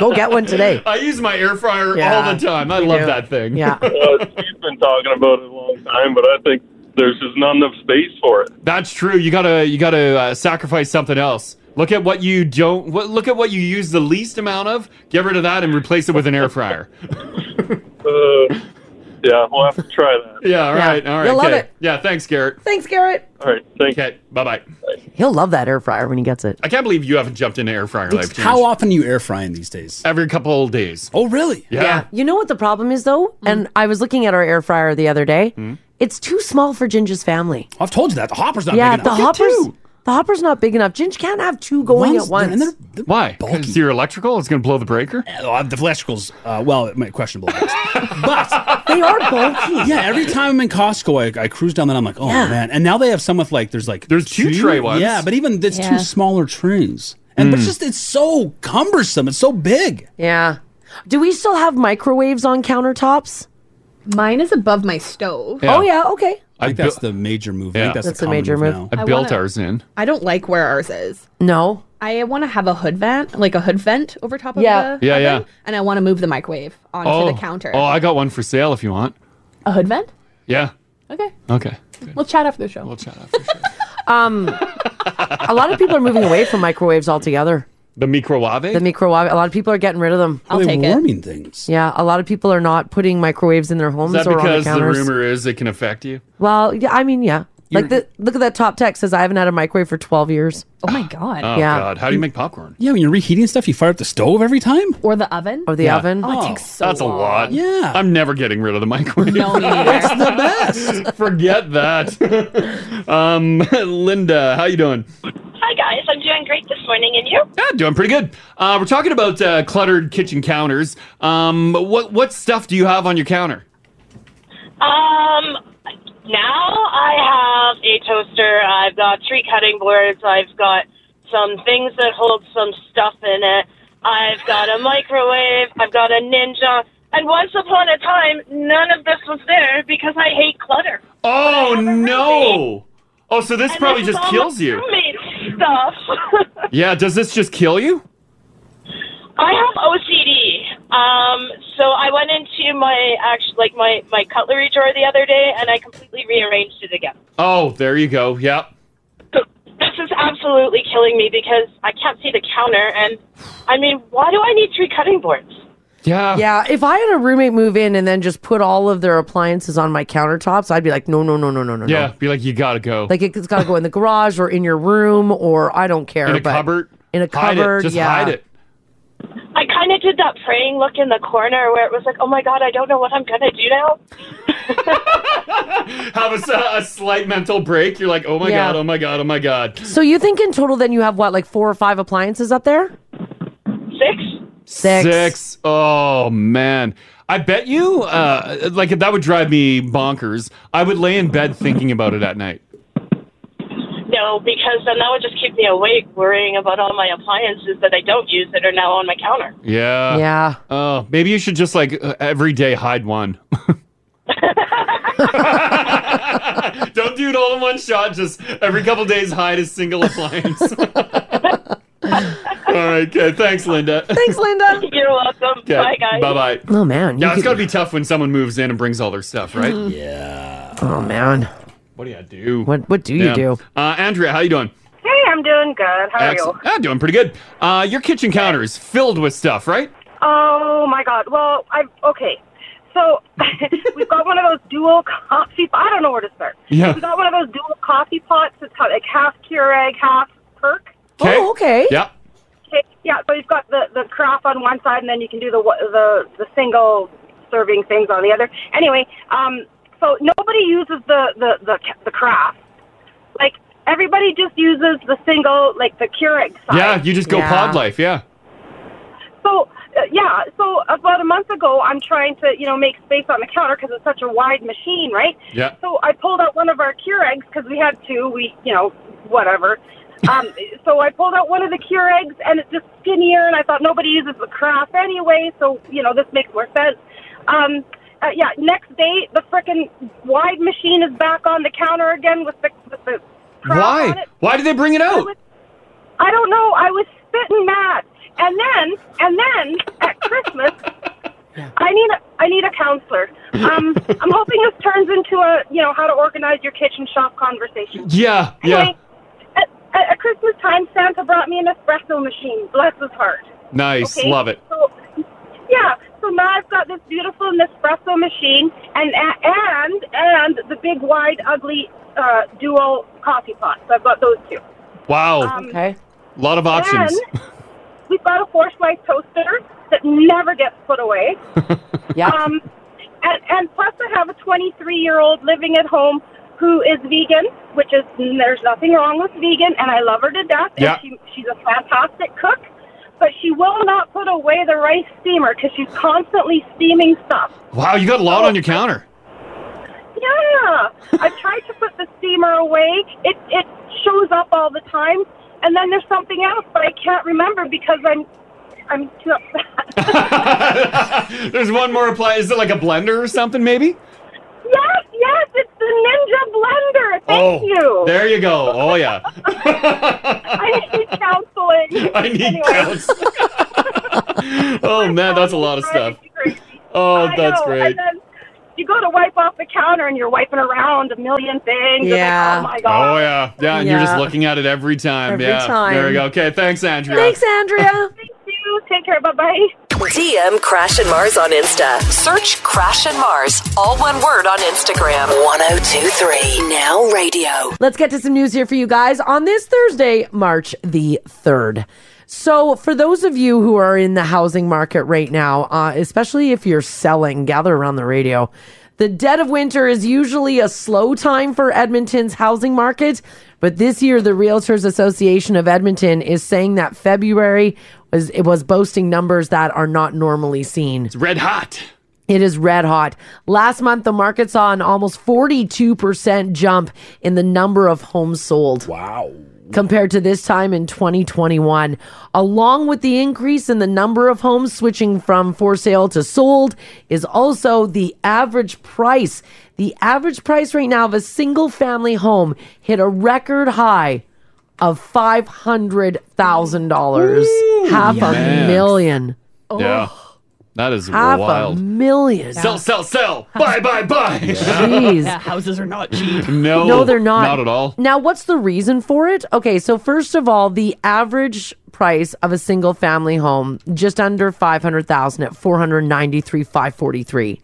[SPEAKER 15] Go get one today.
[SPEAKER 3] I use my air fryer
[SPEAKER 14] Yeah,
[SPEAKER 3] all the time. I
[SPEAKER 14] you
[SPEAKER 3] love
[SPEAKER 14] do.
[SPEAKER 3] that thing.
[SPEAKER 14] Yeah. Uh, Steve's been talking about it a long time, but I think there's just not enough space for it.
[SPEAKER 3] That's true. You gotta you gotta uh, sacrifice something else. Look at what you don't. What, look at what you use the least amount of. Get rid of that and replace it with an air fryer.
[SPEAKER 14] Uh, yeah, we'll have to try that.
[SPEAKER 3] Yeah. All
[SPEAKER 14] Yeah.
[SPEAKER 3] right. All right.
[SPEAKER 8] You'll love
[SPEAKER 3] okay.
[SPEAKER 8] it.
[SPEAKER 3] Yeah. Thanks, Garrett.
[SPEAKER 8] Thanks, Garrett.
[SPEAKER 14] All right. Thanks.
[SPEAKER 3] Okay. Bye bye.
[SPEAKER 8] He'll love that air fryer when he gets it.
[SPEAKER 3] I can't believe you haven't jumped into air fryer life. Change.
[SPEAKER 8] how
[SPEAKER 3] often are you air frying these days? Every couple of days.
[SPEAKER 9] Oh, really? Mm-hmm.
[SPEAKER 3] Yeah.
[SPEAKER 8] You know what the problem is though? And I was looking at our air fryer the other day.
[SPEAKER 3] Hmm?
[SPEAKER 8] It's too small for Ginger's family.
[SPEAKER 9] I've told you that. The hopper's not
[SPEAKER 8] yeah,
[SPEAKER 9] big
[SPEAKER 8] the
[SPEAKER 9] enough. Look at
[SPEAKER 8] hopper's the hopper's not big enough. Ginger can't have two going at once.
[SPEAKER 3] Why? Because your electrical is going to blow the breaker?
[SPEAKER 9] Oh, the electrical's, uh, well, it might questionable.
[SPEAKER 8] they are bulky.
[SPEAKER 9] Yeah, every time I'm in Costco, I, I cruise down there. I'm like, oh
[SPEAKER 8] Yeah.
[SPEAKER 9] man! And now they have some with like, there's like there's
[SPEAKER 3] two tray ones.
[SPEAKER 9] Yeah, but even there's
[SPEAKER 8] Yeah.
[SPEAKER 9] two smaller trays, and but
[SPEAKER 3] Hmm.
[SPEAKER 8] Mm.
[SPEAKER 9] it's just it's so cumbersome. It's so big.
[SPEAKER 8] Yeah. Do we still have microwaves on countertops?
[SPEAKER 5] Mine is above my stove.
[SPEAKER 9] Yeah.
[SPEAKER 8] Oh yeah, okay.
[SPEAKER 9] I think
[SPEAKER 3] bu-
[SPEAKER 9] that's the major move. I think that's,
[SPEAKER 8] That's
[SPEAKER 9] the
[SPEAKER 8] the
[SPEAKER 9] common
[SPEAKER 8] major move.
[SPEAKER 9] now.
[SPEAKER 3] I,
[SPEAKER 5] I
[SPEAKER 3] built
[SPEAKER 5] wanna-
[SPEAKER 3] ours in.
[SPEAKER 5] I don't like where ours is.
[SPEAKER 8] No.
[SPEAKER 5] I want to have a hood vent, like a hood vent over top of
[SPEAKER 3] Yeah.
[SPEAKER 5] the
[SPEAKER 3] Yeah,
[SPEAKER 5] oven,
[SPEAKER 3] yeah.
[SPEAKER 5] and I want to move the microwave onto
[SPEAKER 3] oh.
[SPEAKER 5] the counter.
[SPEAKER 3] Oh, I got one for sale if you want.
[SPEAKER 5] a hood vent?
[SPEAKER 3] Yeah.
[SPEAKER 5] Okay.
[SPEAKER 3] Okay.
[SPEAKER 5] We'll chat after the show. We'll
[SPEAKER 3] chat
[SPEAKER 5] after.
[SPEAKER 8] Um a lot of people are moving away from microwaves altogether.
[SPEAKER 3] The microwave?
[SPEAKER 8] The microwave. A lot of people are getting rid of them.
[SPEAKER 3] I'll Are they take it. warming
[SPEAKER 9] things.
[SPEAKER 8] Yeah, a lot of people are not putting microwaves in their
[SPEAKER 3] Is
[SPEAKER 8] homes
[SPEAKER 3] that
[SPEAKER 8] or on their
[SPEAKER 3] because the
[SPEAKER 8] counters.
[SPEAKER 3] rumor is it can affect you?
[SPEAKER 8] well, yeah, I mean, yeah. Like
[SPEAKER 3] You're-
[SPEAKER 8] the, look at that top text says I haven't had a microwave for 12 years.
[SPEAKER 5] Oh my god.
[SPEAKER 3] Oh,
[SPEAKER 8] yeah.
[SPEAKER 3] God. How do you make popcorn?
[SPEAKER 9] Yeah, when you're reheating stuff, you fire up the stove every time.
[SPEAKER 5] Or the oven?
[SPEAKER 8] Or the
[SPEAKER 3] Yeah.
[SPEAKER 8] oven?
[SPEAKER 5] Oh, it takes so
[SPEAKER 3] That's a lot. Ah,
[SPEAKER 9] Yeah.
[SPEAKER 3] I'm never getting rid of the microwave.
[SPEAKER 5] No, me neither.
[SPEAKER 3] That's
[SPEAKER 9] the
[SPEAKER 3] best. Forget that. um, Linda, how you doing?
[SPEAKER 13] Hi guys, I'm doing great this morning, and you?
[SPEAKER 3] Yeah, doing pretty good. Uh, we're talking about uh, cluttered kitchen counters. Um, what what stuff do you have on your counter?
[SPEAKER 13] Um, now I have a toaster. I've got three cutting boards. I've got some things that hold some stuff in it. I've got a microwave. I've got a ninja. And once upon a time, none of this was there because I hate clutter.
[SPEAKER 3] Oh no! Oh, so this
[SPEAKER 13] And
[SPEAKER 3] probably
[SPEAKER 13] this is
[SPEAKER 3] just
[SPEAKER 13] all my
[SPEAKER 3] kills you.
[SPEAKER 13] roommate's Stuff.
[SPEAKER 3] Yeah, does this just kill you?
[SPEAKER 13] I have OCD. Um, so I went into my actual like my my cutlery drawer the other day, and I completely rearranged it again.
[SPEAKER 3] Oh, there you go. Yeah.
[SPEAKER 13] This is absolutely killing me because I can't see the counter, and I mean, why do I need three cutting boards?
[SPEAKER 3] Yeah.
[SPEAKER 8] Yeah, if I had a roommate move in and then just put all of their appliances on my countertops, I'd be like, no, no, no, no, no, no,
[SPEAKER 3] Yeah,
[SPEAKER 8] no.
[SPEAKER 3] be like you gotta go.
[SPEAKER 8] Like it's got to go in the garage or in your room or I don't care.
[SPEAKER 3] in a
[SPEAKER 8] but
[SPEAKER 3] cupboard.
[SPEAKER 8] In
[SPEAKER 3] Hide
[SPEAKER 8] a
[SPEAKER 3] it.
[SPEAKER 8] cupboard.
[SPEAKER 3] Just
[SPEAKER 8] yeah.
[SPEAKER 3] hide it.
[SPEAKER 13] I kind of did that praying look in the corner where it was like, oh my god, I don't know what I'm gonna do now.
[SPEAKER 3] Have a, s- a slight mental break. You're like, oh my
[SPEAKER 8] Yeah.
[SPEAKER 3] god, oh my god, oh my god.
[SPEAKER 8] So you think in total then you have what, like four or five appliances up there? Six.
[SPEAKER 3] Six. Oh man. I bet you, uh, like that would drive me bonkers. I would lay in bed thinking about it at night.
[SPEAKER 13] No, because then that would just keep me awake worrying about all my appliances that I don't use that are now on my counter.
[SPEAKER 3] Yeah.
[SPEAKER 8] Yeah.
[SPEAKER 3] Oh, maybe you should just like uh, every day hide one. Don't do it all in one shot. Just every couple days hide a single appliance. all right. Okay. Thanks, Linda.
[SPEAKER 8] Thanks, Linda.
[SPEAKER 13] You're welcome. Bye, guys.
[SPEAKER 3] Bye, bye.
[SPEAKER 8] Oh man.
[SPEAKER 3] Yeah,
[SPEAKER 8] you
[SPEAKER 3] it's
[SPEAKER 8] could-
[SPEAKER 3] got to be tough when someone moves in and brings all their stuff, right?
[SPEAKER 8] Mhm.
[SPEAKER 3] Yeah.
[SPEAKER 8] Oh man.
[SPEAKER 3] What do you do?
[SPEAKER 8] What What do you do?
[SPEAKER 3] Uh, Andrea, how you doing?
[SPEAKER 16] Hey, I'm doing good. How are you?
[SPEAKER 3] Excellent. Ah, doing pretty good. Uh, your kitchen counter is filled with stuff, right?
[SPEAKER 16] Oh my God. Well, I okay. So we've got one of those dual coffee. I don't know where to start.
[SPEAKER 3] Yeah.
[SPEAKER 16] We got one of those dual coffee pots. It's got, like half Keurig, half Perk.
[SPEAKER 3] Oh,
[SPEAKER 8] okay.
[SPEAKER 3] Yeah.
[SPEAKER 16] Okay, Yeah. So you've got the the craft on one side, and then you can do the wa- the the single serving things on the other. Anyway, um, so nobody uses the the the ca- the craft. Like everybody just uses the single, like the Keurig side.
[SPEAKER 3] Yeah. You just go pod life. Yeah.
[SPEAKER 16] So uh, yeah, so about a month ago, I'm trying to you know make space on the counter because it's such a wide machine, right?
[SPEAKER 3] Yeah.
[SPEAKER 16] So I pulled out one of our Keurigs because we had two. We you know whatever. Um, so I pulled out one of the Keurigs, and it's just skinnier, and I thought nobody uses the craft anyway, so, you know, this makes more sense. Um, uh, yeah, next day, the frickin' wide machine is back on the counter again with the, with the craft on
[SPEAKER 3] Why?
[SPEAKER 16] it.
[SPEAKER 3] Why did they bring it out?
[SPEAKER 16] I don't know. I was spitting mad. And then, and then at Christmas, I need a, I need a counselor. Um, I'm hoping this turns into a you know how to organize your kitchen shop conversation.
[SPEAKER 3] Yeah, yeah.
[SPEAKER 16] Anyway, at, at, at Christmas time, Santa brought me an espresso machine. Bless his heart.
[SPEAKER 3] Nice.
[SPEAKER 16] Okay?
[SPEAKER 3] Love it.
[SPEAKER 16] So, yeah. So now I've got this beautiful Nespresso machine and and and the big wide ugly uh, dual coffee pot. So I've got those two.
[SPEAKER 3] Wow.
[SPEAKER 16] Um, Okay.
[SPEAKER 3] A lot of options.
[SPEAKER 16] Then we've got a Forsyth toaster that never gets put away.
[SPEAKER 8] Yeah.
[SPEAKER 16] Um, and, and plus, I have a 23 year old living at home who is vegan, which is there's nothing wrong with vegan, and I love her to death.
[SPEAKER 17] Yeah.
[SPEAKER 16] And she, she's a fantastic cook, but she will not put away the rice steamer because she's constantly steaming stuff.
[SPEAKER 3] Wow, you got a lot on your
[SPEAKER 16] Oh.
[SPEAKER 3] counter.
[SPEAKER 16] Yeah, I tried to put the steamer away. It it shows up all the time, and then there's something else, but I can't remember because I'm I'm too upset.
[SPEAKER 3] There's one more apply. Is it like a blender or something, maybe?
[SPEAKER 16] Yes, yes, it's the Ninja Blender. Thank
[SPEAKER 3] oh,
[SPEAKER 16] you.
[SPEAKER 3] there you go. Oh, yeah.
[SPEAKER 16] I need counseling.
[SPEAKER 3] I need counts. oh, man, that's a lot of stuff. Oh,
[SPEAKER 16] I
[SPEAKER 3] that's
[SPEAKER 16] know,
[SPEAKER 3] great.
[SPEAKER 16] And then you go to wipe off the counter, and you're wiping around a million things.
[SPEAKER 3] Yeah.
[SPEAKER 16] It's like, oh my god.
[SPEAKER 3] Oh, yeah. Yeah, and you're just
[SPEAKER 16] Yeah.
[SPEAKER 3] looking at it every time.
[SPEAKER 16] Every
[SPEAKER 3] yeah. There
[SPEAKER 16] time.
[SPEAKER 3] we go. Okay, thanks, Andrea.
[SPEAKER 16] Andrea. Thank you. Take care. Bye bye.
[SPEAKER 1] DM Crash and Mars on Insta. Search Crash and Mars, all one word on Instagram. 1023 Now Radio.
[SPEAKER 8] Let's get to some news here for you guys on this Thursday, March the 3rd. So, for those of you who are in the housing market right now, uh, especially if you're selling, gather around the radio. The dead of winter is usually a slow time for Edmonton's housing market, but this year the Realtors Association of Edmonton is saying that February was it was boasting numbers that are not normally seen. It's
[SPEAKER 3] red hot.
[SPEAKER 8] It is red hot. Last month, the market saw an almost 42% jump in the number of homes sold. Wow. Compared to this time in 2021. Along with the increase in the number of homes switching from for sale to sold, is also the average price. The average price right now of a single family home hit a record high of $500,000. Half
[SPEAKER 3] Man.
[SPEAKER 8] a million.
[SPEAKER 3] Yeah. That is
[SPEAKER 8] Half
[SPEAKER 3] wild.
[SPEAKER 8] a million.
[SPEAKER 3] Sell, sell, sell. Buy, buy, buy.
[SPEAKER 8] Jeez. Yeah,
[SPEAKER 3] houses are not cheap. No.
[SPEAKER 8] No, they're not.
[SPEAKER 3] Not at all.
[SPEAKER 8] Now, what's the reason for it? Okay, so first of all, the average price of a single family home just under 500,000 at 493,543.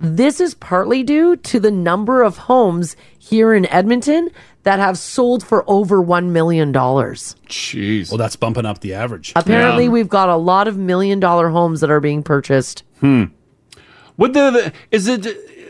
[SPEAKER 8] This is partly due to the number of homes here in Edmonton that have sold for over 1 million dollars.
[SPEAKER 3] Jeez.
[SPEAKER 9] Well, that's bumping up the average.
[SPEAKER 8] Apparently, we've got a lot of million dollar homes that are being purchased.
[SPEAKER 3] Hmm. Would the, the is it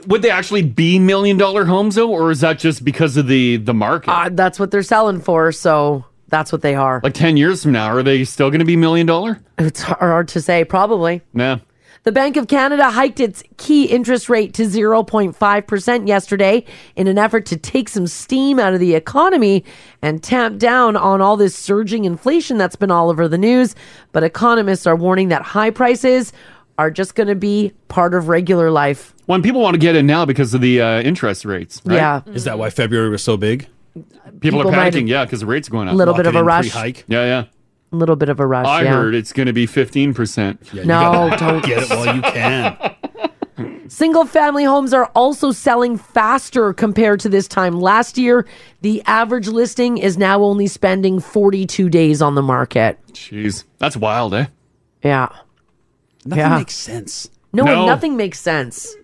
[SPEAKER 3] would they actually be million dollar homes though, or is that just because of the the market?
[SPEAKER 8] Uh, that's what they're selling for, so that's what they are.
[SPEAKER 3] like ten years from now, are they still going to be million dollar?
[SPEAKER 8] It's hard to say. Probably.
[SPEAKER 3] Nah.
[SPEAKER 8] The Bank of Canada hiked its key interest rate to 0.5% yesterday in an effort to take some steam out of the economy and tamp down on all this surging inflation that's been all over the news. But economists are warning that high prices are just going to be part of regular life.
[SPEAKER 3] When people want to get in now because of the uh, interest rates. right?
[SPEAKER 8] Yeah.
[SPEAKER 9] Is that why February was so big?
[SPEAKER 3] People,
[SPEAKER 8] People
[SPEAKER 3] are
[SPEAKER 8] might
[SPEAKER 3] panicking,
[SPEAKER 8] have-
[SPEAKER 3] yeah, because the rates are going up.
[SPEAKER 8] Little bit
[SPEAKER 3] Lock
[SPEAKER 8] of
[SPEAKER 3] it
[SPEAKER 8] a
[SPEAKER 3] in
[SPEAKER 8] rush.
[SPEAKER 3] pre-hike. Yeah, yeah.
[SPEAKER 8] A little bit of a rush.
[SPEAKER 3] I
[SPEAKER 8] yeah.
[SPEAKER 3] heard it's going to be fifteen percent.
[SPEAKER 8] No, don't. Single family homes are also selling faster compared to this time last year. The average listing is now only spending 42 days on the market.
[SPEAKER 3] Jeez, that's wild, eh?
[SPEAKER 8] Yeah.
[SPEAKER 9] Nothing
[SPEAKER 8] Yeah.
[SPEAKER 9] makes sense.
[SPEAKER 8] No, and nothing makes sense.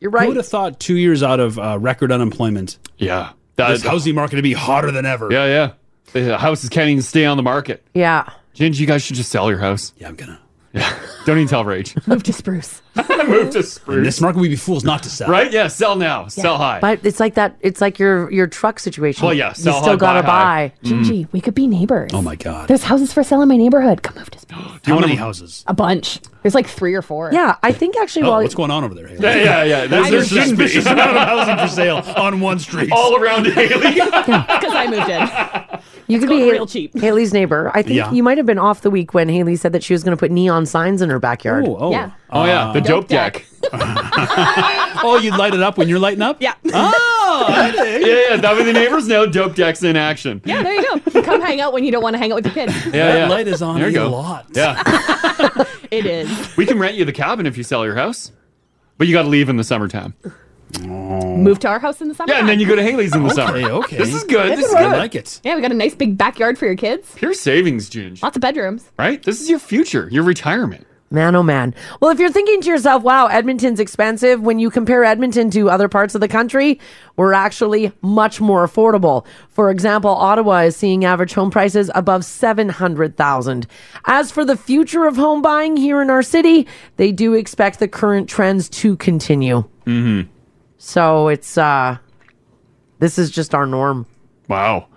[SPEAKER 8] You're
[SPEAKER 9] Who
[SPEAKER 8] right.
[SPEAKER 9] would have thought two years out of uh, record unemployment?
[SPEAKER 3] Yeah.
[SPEAKER 9] this housing market to be hotter than ever.
[SPEAKER 3] Yeah, yeah. The houses can't even stay on the market.
[SPEAKER 8] Yeah.
[SPEAKER 3] Ginge, you guys should just sell your house.
[SPEAKER 9] Yeah, I'm gonna.
[SPEAKER 3] Yeah. Don't even tell Rage.
[SPEAKER 5] Move to Spruce.
[SPEAKER 3] Move to Spruce.
[SPEAKER 9] In this market, we'd be fools not to sell.
[SPEAKER 3] Right? Yeah, sell now. Sell high.
[SPEAKER 8] But it's like that. It's like your your truck situation.
[SPEAKER 3] Well, yeah,
[SPEAKER 8] You
[SPEAKER 3] sell
[SPEAKER 8] still
[SPEAKER 3] high,
[SPEAKER 8] gotta
[SPEAKER 3] buy
[SPEAKER 8] buy.
[SPEAKER 3] high.
[SPEAKER 9] Mm.
[SPEAKER 3] Gingy,
[SPEAKER 5] we could be neighbors.
[SPEAKER 9] Oh my god.
[SPEAKER 5] There's houses for sale in my neighborhood. Come move to
[SPEAKER 9] How many houses?
[SPEAKER 5] a bunch. There's like three or four.
[SPEAKER 8] Yeah, I think actually.
[SPEAKER 9] Oh,
[SPEAKER 5] while
[SPEAKER 9] what's going on over there? Haley?
[SPEAKER 3] Yeah, yeah, yeah. That's- there
[SPEAKER 9] There's a
[SPEAKER 3] shouldn't be.
[SPEAKER 9] suspicious amount of housing for sale on one street.
[SPEAKER 3] All around Haley.
[SPEAKER 5] Because I moved in.
[SPEAKER 8] You could be
[SPEAKER 5] going
[SPEAKER 8] Hal-
[SPEAKER 5] real cheap.
[SPEAKER 8] Haley's neighbor. I think
[SPEAKER 3] Yeah.
[SPEAKER 8] you might have been off the week when Haley said that she was going to put neon signs in her backyard.
[SPEAKER 9] Oh, oh. Yeah.
[SPEAKER 3] Oh, yeah. The dope deck.
[SPEAKER 9] oh, you'd light it up when you're lighting up? Yeah. Oh,
[SPEAKER 3] yeah, yeah. That way the neighbors know dope decks in action.
[SPEAKER 5] Yeah, there you go. Come hang out when you don't want to hang out with your kids.
[SPEAKER 3] Yeah, yeah.
[SPEAKER 9] light is on
[SPEAKER 3] There you
[SPEAKER 9] a
[SPEAKER 3] go.
[SPEAKER 9] lot.
[SPEAKER 3] Yeah.
[SPEAKER 5] It is.
[SPEAKER 3] we can rent you the cabin if you sell your house, but you got to leave in the summertime.
[SPEAKER 5] Move to our house in the summer.
[SPEAKER 3] Yeah, and then you go to Haley's in the
[SPEAKER 9] Okay,
[SPEAKER 3] summer.
[SPEAKER 9] okay.
[SPEAKER 3] This is good.
[SPEAKER 5] This
[SPEAKER 3] This
[SPEAKER 5] is
[SPEAKER 3] is good.
[SPEAKER 5] good. I like
[SPEAKER 9] it.
[SPEAKER 5] Yeah, we got a nice big backyard for your kids.
[SPEAKER 3] Pure savings, Ginge.
[SPEAKER 5] Lots of bedrooms.
[SPEAKER 3] Right? This is your future, your retirement.
[SPEAKER 8] Man, oh man. Well, if you're thinking to yourself, wow, Edmonton's expensive, when you compare Edmonton to other parts of the country, we're actually much more affordable. For example, Ottawa is seeing average home prices above 700,000. As for the future of home buying here in our city, they do expect the current trends to continue.
[SPEAKER 3] Mm-hmm.
[SPEAKER 8] So it's uh this is just our norm.
[SPEAKER 3] Wow.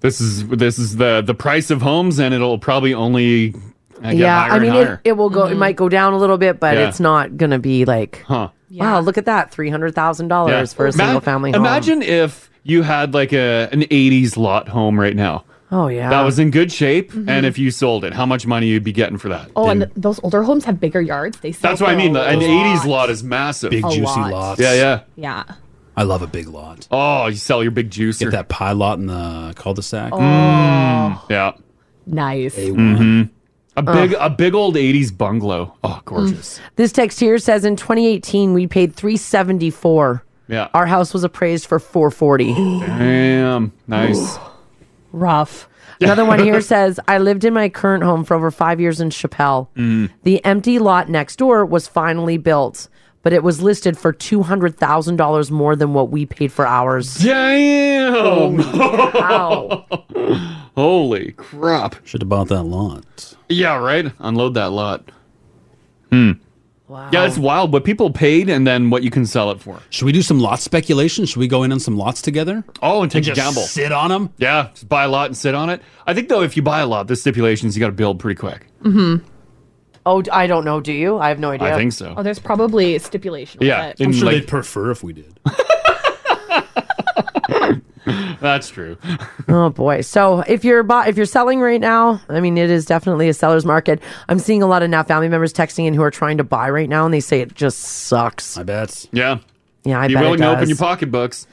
[SPEAKER 3] This is this is the the price of homes, and it'll probably only uh, get
[SPEAKER 8] yeah,
[SPEAKER 3] higher
[SPEAKER 8] I mean
[SPEAKER 3] and
[SPEAKER 8] it,
[SPEAKER 3] higher.
[SPEAKER 8] it will go it might go down a little bit, but
[SPEAKER 3] Yeah.
[SPEAKER 8] it's not going to be like
[SPEAKER 3] huh.
[SPEAKER 8] Wow, look at that. $300,000
[SPEAKER 3] Yeah.
[SPEAKER 8] for a
[SPEAKER 3] Ma-
[SPEAKER 8] single family home.
[SPEAKER 3] Imagine if you had like a an '80s lot home right now.
[SPEAKER 8] Oh, yeah. Mm-hmm.
[SPEAKER 3] that was in good shape,
[SPEAKER 5] Mhm.
[SPEAKER 3] and if you sold it, how much money you'd be getting for that?
[SPEAKER 5] Oh, and th- those older homes have bigger yards. They sell
[SPEAKER 3] That's what I
[SPEAKER 5] for
[SPEAKER 3] mean.
[SPEAKER 5] a
[SPEAKER 3] the- An
[SPEAKER 5] lot.
[SPEAKER 3] '80s lot is massive,
[SPEAKER 5] Big A juicy lot. lots.
[SPEAKER 3] Yeah, yeah.
[SPEAKER 5] Yeah.
[SPEAKER 3] I love a big lot. Oh, you sell your big juicer. Get that pie lot in the cul-de-sac.
[SPEAKER 5] Oh.
[SPEAKER 3] yeah.
[SPEAKER 5] Nice.
[SPEAKER 3] Mhm. A
[SPEAKER 8] Mm-hmm. Ugh.
[SPEAKER 3] big, a big old '80s bungalow. Oh, gorgeous.
[SPEAKER 8] This text here says in 2018 we paid 374.
[SPEAKER 3] Yeah.
[SPEAKER 8] Our house was appraised for 440.
[SPEAKER 3] Damn, nice.
[SPEAKER 8] Rough. Another one here says I lived in my current home for over 5 years in Chappelle.
[SPEAKER 3] Mm.
[SPEAKER 8] The empty lot next door was finally built, but it was listed for $200,000 more than what we paid for ours.
[SPEAKER 3] Damn.
[SPEAKER 8] Wow.
[SPEAKER 3] Holy crap! Should have bought that lot. Yeah, right. Unload that lot. Hmm. Wow. Yeah, it's wild. What people paid and then what you can sell it for.
[SPEAKER 9] Should we do some lot speculation? Should we go in on some lots together?
[SPEAKER 3] Oh, and take
[SPEAKER 9] just
[SPEAKER 3] a gamble.
[SPEAKER 9] Sit on them.
[SPEAKER 3] Yeah, just buy a lot and sit on it. I think though, if you buy a lot, the stipulations you got to build pretty quick.
[SPEAKER 8] Mhm. Oh, d- I don't know, do you? I have no idea.
[SPEAKER 3] think so.
[SPEAKER 5] Oh, there's probably a stipulation. with
[SPEAKER 3] Yeah,
[SPEAKER 5] it.
[SPEAKER 3] and like-
[SPEAKER 9] prefer if we did.
[SPEAKER 3] That's true.
[SPEAKER 8] oh boy. So if you're bu- if you're selling right now, I mean it is definitely a seller's market. I'm seeing a lot of now family members texting in who are trying to buy right now and they say it just sucks. I
[SPEAKER 9] bet.
[SPEAKER 3] Yeah.
[SPEAKER 8] Yeah, I
[SPEAKER 3] Be
[SPEAKER 8] bet it
[SPEAKER 3] willing to open
[SPEAKER 8] does. Mm-hmm.
[SPEAKER 3] your pocketbooks.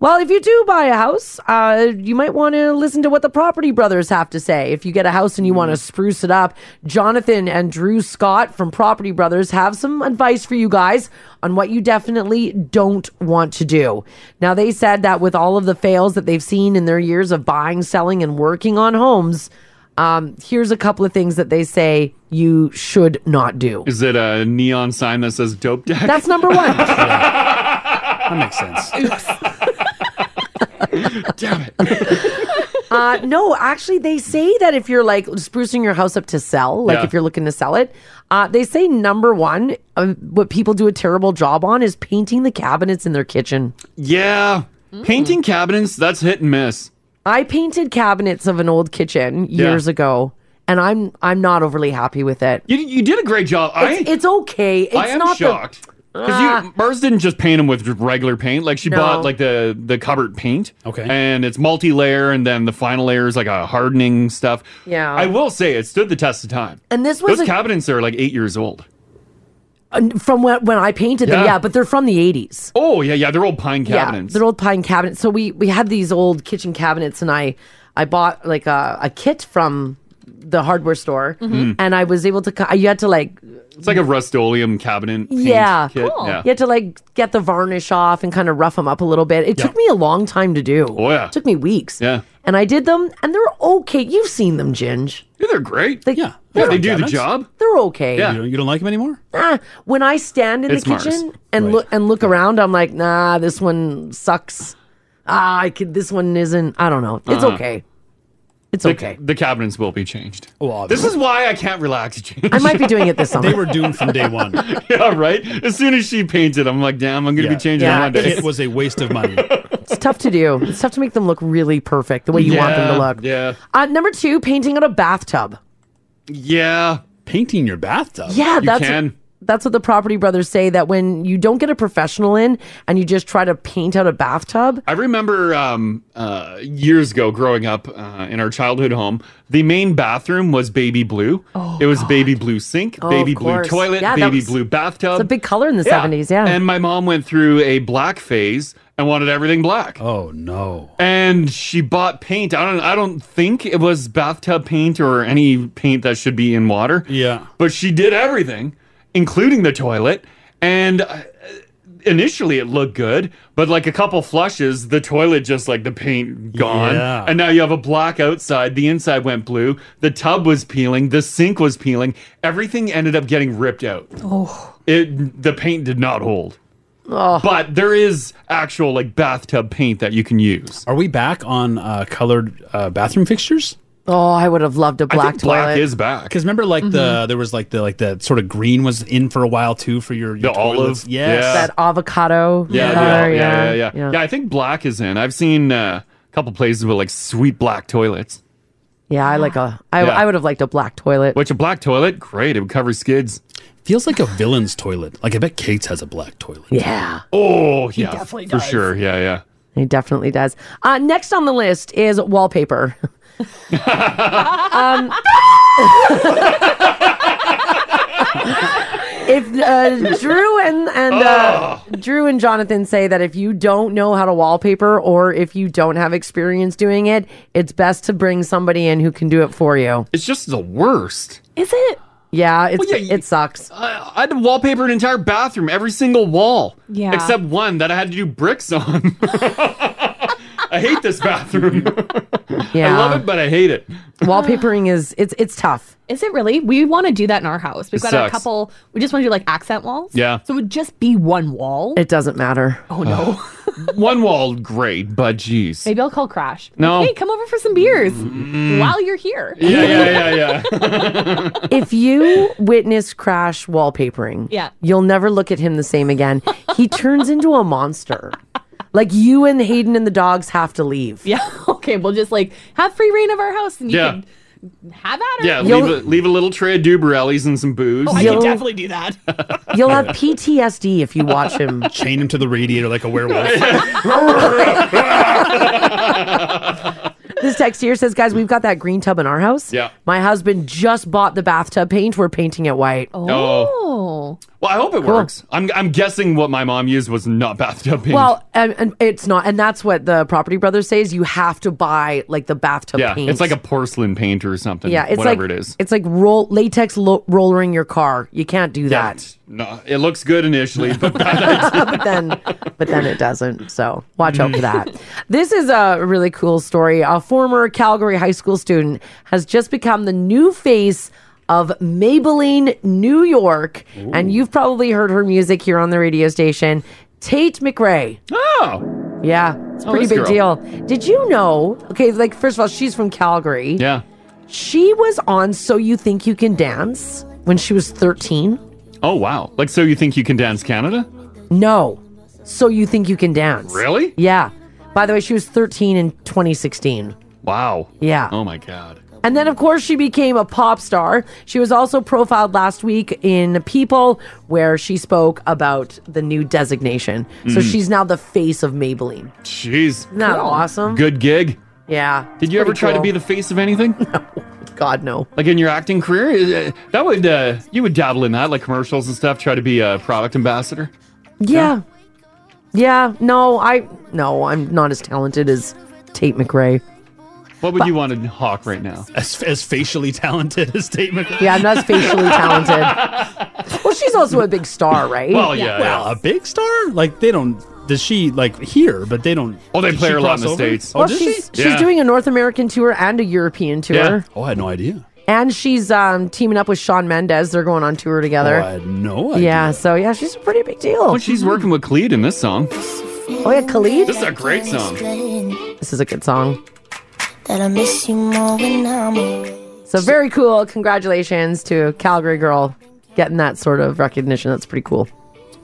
[SPEAKER 8] Well, if you do buy a house, uh, you might want to listen to what the property brothers have to say. If you get a house and you want to spruce it up, Jonathan and Drew Scott from Property Brothers have some advice for you guys on what you definitely don't want to do. Now, they said that with all of the fails that they've seen in their years of buying, selling, and working on homes, um, here's a couple of things that they say you should not do.
[SPEAKER 3] Is it a neon sign that says "dope deck"?
[SPEAKER 8] That's number one.
[SPEAKER 9] That makes sense.
[SPEAKER 8] uh, no, actually, they say that if you're like sprucing your house up to sell, like
[SPEAKER 17] Yeah.
[SPEAKER 8] if you're looking to sell it, uh, they say number one, uh, what people do a terrible job on is painting the cabinets in their kitchen.
[SPEAKER 3] Yeah. Painting cabinets, that's hit and miss.
[SPEAKER 8] I painted cabinets of an old kitchen
[SPEAKER 3] Yeah.
[SPEAKER 8] years ago, and I'm I'm not overly happy with it.
[SPEAKER 3] You, you did a great job. I,
[SPEAKER 8] It's, it's okay. It's
[SPEAKER 3] I am
[SPEAKER 8] not
[SPEAKER 3] shocked.
[SPEAKER 8] The,
[SPEAKER 3] Because you, Mars didn't just paint them with just regular paint. Like she
[SPEAKER 8] No.
[SPEAKER 3] bought like the the cupboard paint. Okay. And it's multi layer, and then the final layer is like a hardening stuff.
[SPEAKER 8] Yeah.
[SPEAKER 3] I will say it stood the test of time.
[SPEAKER 8] And this was
[SPEAKER 3] those
[SPEAKER 8] a-
[SPEAKER 3] cabinets are like eight years old.
[SPEAKER 8] Uh, from when, when I painted them,
[SPEAKER 3] Yeah.
[SPEAKER 8] yeah, but they're from the 80s.
[SPEAKER 3] Oh yeah, yeah, they're old pine cabinets.
[SPEAKER 8] Yeah, they're old pine cabinets. So we we had these old kitchen cabinets, and I I bought like a, a kit from the hardware store,
[SPEAKER 3] Mhm. Mm.
[SPEAKER 8] and I was able to. co- You had to like,
[SPEAKER 3] It's like a Rust-Oleum cabinet. paint
[SPEAKER 8] yeah,
[SPEAKER 3] kit. Yeah.
[SPEAKER 8] you had to like get the varnish off and kind of rough them up a little bit. It took me a long time to do. Oh
[SPEAKER 3] yeah, it
[SPEAKER 8] took me weeks.
[SPEAKER 3] Yeah.
[SPEAKER 8] and I did them, and they're okay. You've seen them, Ginge.
[SPEAKER 3] Yeah, they're great.
[SPEAKER 8] yeah,
[SPEAKER 3] Yeah, they do the job.
[SPEAKER 8] They're okay.
[SPEAKER 9] You, don't, you don't like them anymore?
[SPEAKER 8] Ah, when I stand in
[SPEAKER 9] It's
[SPEAKER 8] the
[SPEAKER 9] Mars.
[SPEAKER 8] kitchen and
[SPEAKER 9] Right.
[SPEAKER 8] look and look around, I'm like, nah, this one sucks. Ah, I could. This one isn't. I don't know. It's
[SPEAKER 3] Uh-huh.
[SPEAKER 8] okay. It's
[SPEAKER 3] The-
[SPEAKER 8] okay.
[SPEAKER 3] The cabinets will be changed. this is why I can't relax. James.
[SPEAKER 8] I might be doing it this summer.
[SPEAKER 9] Oh, They were doomed from day one.
[SPEAKER 3] yeah, right. As soon as she painted, I'm like, damn, I'm gonna be changing
[SPEAKER 8] Yeah,
[SPEAKER 3] my day.
[SPEAKER 8] it's- It
[SPEAKER 9] was a waste of money.
[SPEAKER 8] It's tough to do. It's tough to make them look really perfect the way you want them to look.
[SPEAKER 3] Yeah.
[SPEAKER 8] Uh, number two, painting on a bathtub.
[SPEAKER 3] Yeah.
[SPEAKER 9] Painting your bathtub.
[SPEAKER 8] Yeah,
[SPEAKER 9] You
[SPEAKER 8] that's
[SPEAKER 9] can.
[SPEAKER 8] that's what the property brothers say that when you don't get a professional in and you just try to paint out a bathtub,
[SPEAKER 3] I remember um, uh, years ago growing up uh, in our childhood home, the main bathroom was baby blue. Oh, it was baby blue sink,
[SPEAKER 8] Oh,
[SPEAKER 3] baby
[SPEAKER 8] of
[SPEAKER 3] blue
[SPEAKER 8] course.
[SPEAKER 3] toilet,
[SPEAKER 8] Yeah, that
[SPEAKER 3] baby
[SPEAKER 8] was-
[SPEAKER 3] blue bathtub.
[SPEAKER 8] it's a big color in the 70s. Yeah.
[SPEAKER 3] And my mom went through a black phase and wanted everything black. Oh no. And she bought paint. I don't I don't think it was bathtub paint or any paint that should be in water. Yeah. But she did everything, including the toilet, and uh, initially it looked good, but like a couple flushes, the toilet just like the paint gone.
[SPEAKER 9] Yeah.
[SPEAKER 3] And now you have a black outside, the inside went blue, the tub was peeling, the sink was peeling, everything ended up getting ripped out.
[SPEAKER 4] Oh.
[SPEAKER 3] It the paint did not hold.
[SPEAKER 8] Oh.
[SPEAKER 3] But there is actual like bathtub paint that you can use.
[SPEAKER 9] Are we back on uh, colored uh, bathroom fixtures?
[SPEAKER 8] Oh, I would have loved a black toilet. Mm-hmm.
[SPEAKER 3] back.
[SPEAKER 9] Because remember, like the there was like the like the sort of green was in for a while too for your, your the
[SPEAKER 3] olive,
[SPEAKER 9] Yes.
[SPEAKER 3] yeah.
[SPEAKER 8] That avocado.
[SPEAKER 3] Yeah,
[SPEAKER 8] color,
[SPEAKER 3] yeah, yeah, yeah, yeah, yeah. I think black is in. I've seen uh, a couple places with like sweet black toilets.
[SPEAKER 8] Yeah, I like a. I,
[SPEAKER 3] Yeah.
[SPEAKER 8] I would have liked a black toilet.
[SPEAKER 3] Which a black toilet, great. It would cover skids.
[SPEAKER 9] Feels like a villain's toilet. Like I bet Kate's has a black toilet.
[SPEAKER 8] Yeah.
[SPEAKER 3] Oh
[SPEAKER 8] He
[SPEAKER 3] yeah,
[SPEAKER 8] definitely
[SPEAKER 3] for
[SPEAKER 8] does.
[SPEAKER 3] sure. Yeah, yeah.
[SPEAKER 8] He definitely does. Uh, next on the list is wallpaper. um, if uh, Drew and and uh, Drew and Jonathan say that if you don't know how to wallpaper or if you don't have experience doing it, it's best to bring somebody in who can do it for you.
[SPEAKER 3] It's just the worst.
[SPEAKER 8] Is it? Yeah, it's,
[SPEAKER 3] Well, yeah,
[SPEAKER 8] it sucks.
[SPEAKER 3] I, I had to wallpaper an entire bathroom, every single wall.
[SPEAKER 8] Yeah.
[SPEAKER 3] Except one that I had to do bricks on. I hate this bathroom. I
[SPEAKER 8] Yeah.
[SPEAKER 3] love it, but I hate it.
[SPEAKER 8] Wallpapering is it's it's tough.
[SPEAKER 5] Is it really? We want to do that in our house. We've
[SPEAKER 3] It
[SPEAKER 5] got a
[SPEAKER 3] sucks.
[SPEAKER 5] couple. We just want to do like accent walls.
[SPEAKER 3] Yeah.
[SPEAKER 5] So it would just be one wall.
[SPEAKER 8] It doesn't matter.
[SPEAKER 5] Oh no.
[SPEAKER 3] one wall, great, but geez.
[SPEAKER 5] Maybe I'll call Crash.
[SPEAKER 3] No. Mm.
[SPEAKER 5] Hey, come over for some beers while you're here.
[SPEAKER 3] Yeah, yeah, yeah, yeah.
[SPEAKER 8] if you witness Crash wallpapering,
[SPEAKER 5] Yeah.
[SPEAKER 8] you'll never look at him the same again. He turns into a monster. Like you and Hayden and the dogs have to leave.
[SPEAKER 5] Yeah. Okay. We'll just like have free reign of our house and you
[SPEAKER 3] Yeah.
[SPEAKER 5] can have at it. Oh,
[SPEAKER 3] Yeah, leave a, leave a little tray of Dubarellis and some booze.
[SPEAKER 5] I can definitely do that.
[SPEAKER 8] You'll have PTSD if you watch him.
[SPEAKER 9] Chain him to the radiator like a werewolf.
[SPEAKER 8] This text here says, guys, we've got that green tub in our house.
[SPEAKER 3] Yeah.
[SPEAKER 8] My husband just bought the bathtub paint. We're painting it white.
[SPEAKER 5] Oh.
[SPEAKER 3] Well, I hope it works. I'm I'm guessing what my mom used was not bathtub paint.
[SPEAKER 8] Well, and, and it's not, and that's what the property brother says. You have to buy like the bathtub
[SPEAKER 3] yeah,
[SPEAKER 8] paint.
[SPEAKER 3] it's like a porcelain paint or something.
[SPEAKER 8] yeah, it's
[SPEAKER 3] whatever
[SPEAKER 8] like
[SPEAKER 3] it is.
[SPEAKER 8] It's like roll latex lo- rollering your car. You can't do that.
[SPEAKER 3] No, it looks good initially, but
[SPEAKER 8] but then but then it doesn't. So watch out for that. This is a really cool story. A former Calgary high school student has just become the new face of Maybelline New York. And you've probably heard her music here on the radio station. Tate McRae.
[SPEAKER 3] Oh.
[SPEAKER 8] Yeah. It's a
[SPEAKER 17] Oh,
[SPEAKER 8] pretty
[SPEAKER 17] this
[SPEAKER 8] big
[SPEAKER 17] girl.
[SPEAKER 8] deal. Did you know? Okay, like first of all, she's from Calgary.
[SPEAKER 3] Yeah.
[SPEAKER 8] She was on So You Think You Can Dance when she was 13.
[SPEAKER 3] oh wow, like so you think you can dance Canada?
[SPEAKER 8] No. So you think you can dance?
[SPEAKER 3] Really?
[SPEAKER 8] Yeah. By the way, she was 13 in 2016.
[SPEAKER 3] Wow.
[SPEAKER 8] Yeah.
[SPEAKER 3] Oh my god.
[SPEAKER 8] And then, of course, she became a pop star. She was also profiled last week in People, where she spoke about the new designation. So
[SPEAKER 3] Mm.
[SPEAKER 8] she's now the face of Maybelline.
[SPEAKER 3] Jeez.
[SPEAKER 8] Isn't that awesome?
[SPEAKER 3] Good gig.
[SPEAKER 8] Yeah.
[SPEAKER 3] Did you ever try to be the face of anything?
[SPEAKER 8] No. God no.
[SPEAKER 3] Like in your acting career, Uh, that would uh, you would dabble in that, like commercials and stuff. Try to be a product ambassador.
[SPEAKER 8] Yeah. Yeah. No, I. No, I'm not as talented as Tate McRae.
[SPEAKER 3] What would you want to hawk right now?
[SPEAKER 9] As, as facially talented as statement.
[SPEAKER 8] Yeah, I'm not as facially talented. Well, she's also a big star, right?
[SPEAKER 9] Well, yeah, well, a big star. Like they don't. Does she like here? But they don't.
[SPEAKER 3] Oh, they
[SPEAKER 9] did
[SPEAKER 3] play
[SPEAKER 9] she
[SPEAKER 3] her a
[SPEAKER 9] cross
[SPEAKER 3] lot in the
[SPEAKER 9] over?
[SPEAKER 3] States.
[SPEAKER 9] Oh,
[SPEAKER 8] well,
[SPEAKER 9] did
[SPEAKER 8] she's
[SPEAKER 9] she?
[SPEAKER 8] she's doing a North American tour and a European tour,
[SPEAKER 9] Oh, I had no idea.
[SPEAKER 8] and she's um, teaming up with Sean Mendez. They're going on tour together.
[SPEAKER 3] Oh, I had no idea.
[SPEAKER 8] Yeah, so yeah, she's a pretty big deal.
[SPEAKER 3] Well, she's working with Khalid in this song.
[SPEAKER 8] Oh yeah, Khalid.
[SPEAKER 3] This is a great song.
[SPEAKER 8] This is a good song.
[SPEAKER 17] That I miss you more when I'm away.
[SPEAKER 8] So very cool. Congratulations to Calgary girl getting that sort of recognition. That's pretty cool.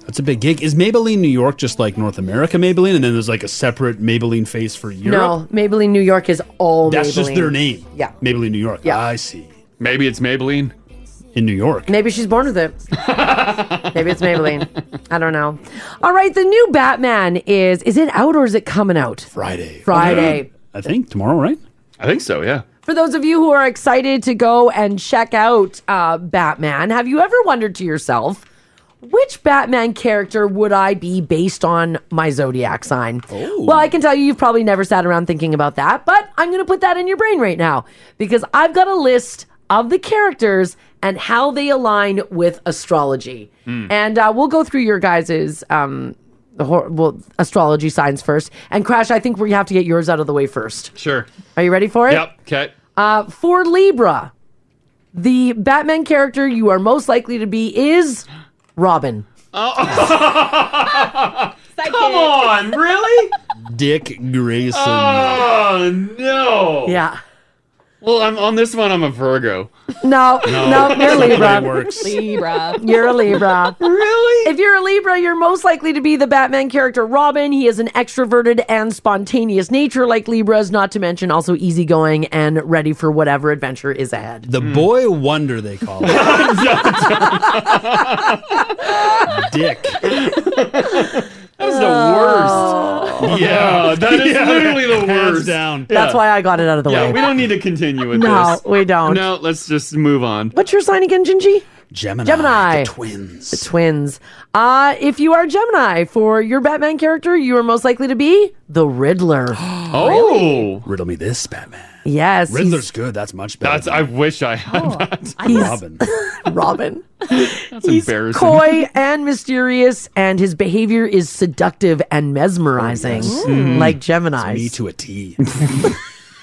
[SPEAKER 9] That's a big gig. Is Maybelline New York just like North America Maybelline, and then there's like a separate Maybelline face for Europe?
[SPEAKER 8] No, Maybelline New York is all.
[SPEAKER 9] that's just
[SPEAKER 8] Maybelline.
[SPEAKER 9] their name.
[SPEAKER 8] Yeah.
[SPEAKER 9] Maybelline New York. Yeah, I see.
[SPEAKER 3] Maybe it's Maybelline.
[SPEAKER 6] in New York.
[SPEAKER 8] Maybe she's born with it. Maybe it's Maybelline. I don't know. All right, the new Batman is is it out or is it coming out?
[SPEAKER 6] Friday.
[SPEAKER 8] Friday.
[SPEAKER 6] I think tomorrow, right?
[SPEAKER 3] I think so, yeah.
[SPEAKER 8] For those of you who are excited to go and check out uh, Batman, have you ever wondered to yourself, which Batman character would I be based on my zodiac sign?
[SPEAKER 3] Oh.
[SPEAKER 8] Well, I can tell you, you've probably never sat around thinking about that, but I'm going to put that in your brain right now because I've got a list of the characters and how they align with astrology.
[SPEAKER 18] Hmm.
[SPEAKER 8] And uh, we'll go through your guys's. Um, hor- well, astrology signs first. And Crash, I think we have to get yours out of the way first.
[SPEAKER 3] Sure.
[SPEAKER 8] Are you ready for it?
[SPEAKER 3] Yep. Okay.
[SPEAKER 8] Uh, for Libra, the Batman character you are most likely to be is Robin.
[SPEAKER 3] Come on, really?
[SPEAKER 6] Dick Grayson.
[SPEAKER 3] Oh no.
[SPEAKER 8] Yeah.
[SPEAKER 3] Well, I'm on this one. I'm a Virgo.
[SPEAKER 8] No,
[SPEAKER 3] No.
[SPEAKER 8] no, you're a
[SPEAKER 3] Somebody
[SPEAKER 8] Libra.
[SPEAKER 3] works.
[SPEAKER 5] Libra.
[SPEAKER 8] You're a Libra.
[SPEAKER 3] really?
[SPEAKER 8] If you're a Libra, you're most likely to be the Batman character Robin. He is an extroverted and spontaneous nature like Libras, not to mention also easygoing and ready for whatever adventure is ahead.
[SPEAKER 6] The
[SPEAKER 3] Hmm.
[SPEAKER 6] boy wonder they call it. Dick.
[SPEAKER 3] That's the worst. Yeah, that is
[SPEAKER 6] Yeah,
[SPEAKER 3] literally the
[SPEAKER 6] hands
[SPEAKER 3] worst.
[SPEAKER 6] down.
[SPEAKER 8] Oh. That's why I got it out of the
[SPEAKER 3] yeah,
[SPEAKER 8] way.
[SPEAKER 3] we don't need to continue with
[SPEAKER 8] No,
[SPEAKER 3] this.
[SPEAKER 8] we don't.
[SPEAKER 3] No, let's just move on.
[SPEAKER 8] What's your sign again, Gingy?
[SPEAKER 6] Gemini.
[SPEAKER 8] Gemini. The twins. The twins. Uh, if you are Gemini for your Batman character, you are most likely to be the Riddler.
[SPEAKER 6] Oh. Riddle me this, Batman.
[SPEAKER 8] Yes. he's- Oh.
[SPEAKER 6] Riddler's good. That's much better. That's. I
[SPEAKER 3] wish I had
[SPEAKER 6] that.
[SPEAKER 8] He's-
[SPEAKER 6] Robin.
[SPEAKER 8] Robin.
[SPEAKER 3] That's embarrassing.
[SPEAKER 8] Coy and mysterious, and his behavior is seductive and mesmerizing,
[SPEAKER 6] Mm.
[SPEAKER 8] like Gemini's.
[SPEAKER 6] Me to a T.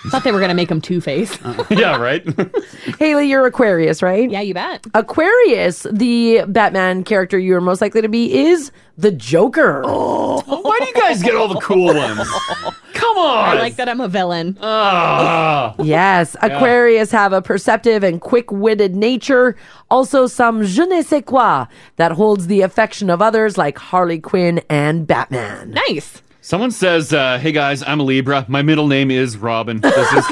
[SPEAKER 5] Thought they were gonna make him Two Face.
[SPEAKER 3] Uh, yeah, right?
[SPEAKER 8] Haley, you're Aquarius, right? Yeah,
[SPEAKER 5] you bet.
[SPEAKER 8] Aquarius, the Batman character you are most likely to be is the Joker.
[SPEAKER 6] Oh.
[SPEAKER 3] Why do you guys get all the cool ones? Come on.
[SPEAKER 5] I like that I'm a villain.
[SPEAKER 3] Ah.
[SPEAKER 8] Yes,
[SPEAKER 5] Yeah.
[SPEAKER 8] Aquarius have a perceptive and quick-witted nature, also some je ne sais quoi that holds the affection of others like Harley Quinn and Batman.
[SPEAKER 5] Nice.
[SPEAKER 3] Someone says, uh, "Hey guys, I'm a Libra. My middle name is Robin." This is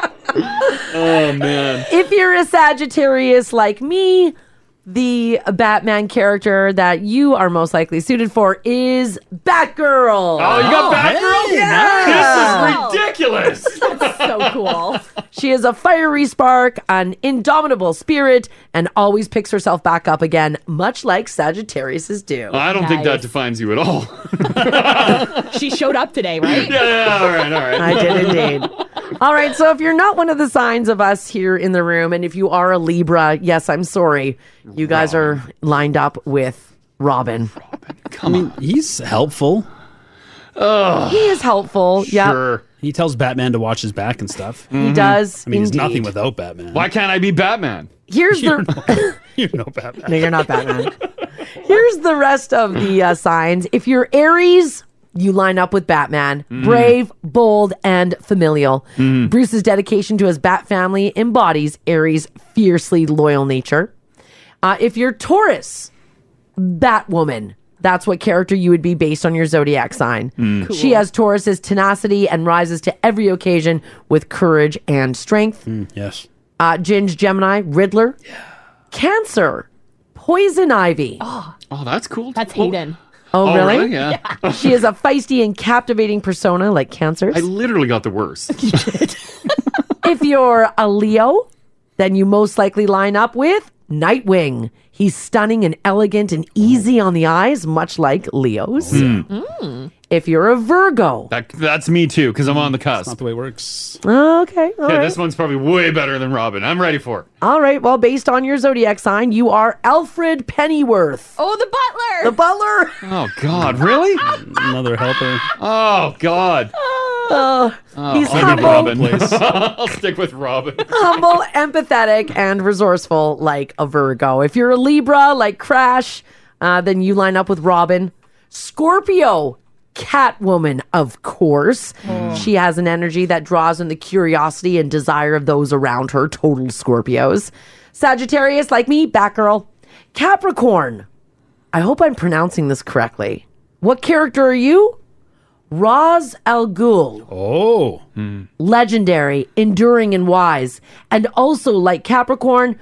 [SPEAKER 3] oh man.
[SPEAKER 8] If you're a Sagittarius like me, the Batman character that you are most likely suited for is Batgirl.
[SPEAKER 3] Oh, you got Batgirl?
[SPEAKER 8] Yeah.
[SPEAKER 3] This is ridiculous.
[SPEAKER 5] so cool.
[SPEAKER 8] She is a fiery spark, an indomitable spirit, and always picks herself back up again, much like Sagittarius's do.
[SPEAKER 3] I don't think that defines you at all.
[SPEAKER 5] she showed up today, right?
[SPEAKER 3] Yeah, yeah, all right, all right.
[SPEAKER 8] I did indeed. All right, so if you're not one of the signs of us here in the room, and if you are a Libra, yes, I'm sorry. You guys are lined up with Robin.
[SPEAKER 6] I mean, he's helpful.
[SPEAKER 8] Ugh. He is helpful.
[SPEAKER 3] Sure. Mm-hmm.
[SPEAKER 6] He tells Batman to watch his back and stuff.
[SPEAKER 8] He does,
[SPEAKER 6] I mean, he's nothing
[SPEAKER 8] indeed.
[SPEAKER 6] without Batman.
[SPEAKER 3] Why can't I be Batman?
[SPEAKER 8] Here's the
[SPEAKER 6] You know Batman.
[SPEAKER 8] No, you're not Batman. Here's the rest of the uh, signs. If you're Aries, you line up with Batman.
[SPEAKER 18] Mm.
[SPEAKER 8] Brave, bold, and familial.
[SPEAKER 18] Mm.
[SPEAKER 8] Bruce's dedication to his Bat family embodies Aries' fiercely loyal nature. Uh, if you're Taurus, Batwoman. That's what character you would be based on your zodiac sign.
[SPEAKER 18] Mm. Cool.
[SPEAKER 8] She has Taurus's tenacity and rises to every occasion with courage and strength.
[SPEAKER 9] Mm,
[SPEAKER 6] yes.
[SPEAKER 8] Uh, Ginge, Gemini, Riddler. Cancer, Poison Ivy. Oh,
[SPEAKER 3] oh that's cool.
[SPEAKER 5] That's Hayden.
[SPEAKER 3] Oh,
[SPEAKER 8] really?
[SPEAKER 3] really? Yeah.
[SPEAKER 8] she is a feisty and captivating persona like Cancer's.
[SPEAKER 3] I literally got the worst.
[SPEAKER 8] if you're a Leo, then you most likely line up with Nightwing. He's stunning and elegant and easy on the eyes, much like Leo's.
[SPEAKER 3] Hmm.
[SPEAKER 8] Hmm. If you're a Virgo,
[SPEAKER 3] That, that's me too, because I'm on the cusp. That's not
[SPEAKER 6] the way it works.
[SPEAKER 8] okay, all
[SPEAKER 3] okay,
[SPEAKER 8] right.
[SPEAKER 3] this one's probably way better than Robin. I'm ready for it.
[SPEAKER 8] all right. Well, based on your zodiac sign, you are Alfred Pennyworth.
[SPEAKER 5] Oh, the butler.
[SPEAKER 8] The butler.
[SPEAKER 3] Oh God, really?
[SPEAKER 6] Another helper.
[SPEAKER 3] Oh God.
[SPEAKER 8] Oh,
[SPEAKER 3] Oh,
[SPEAKER 8] he's
[SPEAKER 3] I'll
[SPEAKER 8] humble.
[SPEAKER 3] go Robin. I'll stick with Robin.
[SPEAKER 8] humble, empathetic, and resourceful like a Virgo. If you're a Libra like Crash, uh, then you line up with Robin. Scorpio, Catwoman, of course. She has an energy that draws on the curiosity and desire of those around her, total Scorpios. Sagittarius, like me, Batgirl. Capricorn, I hope I'm pronouncing this correctly. What character are you? Raz Al Ghul.
[SPEAKER 9] Oh.
[SPEAKER 8] Legendary, enduring, and wise. And also, like Capricorn,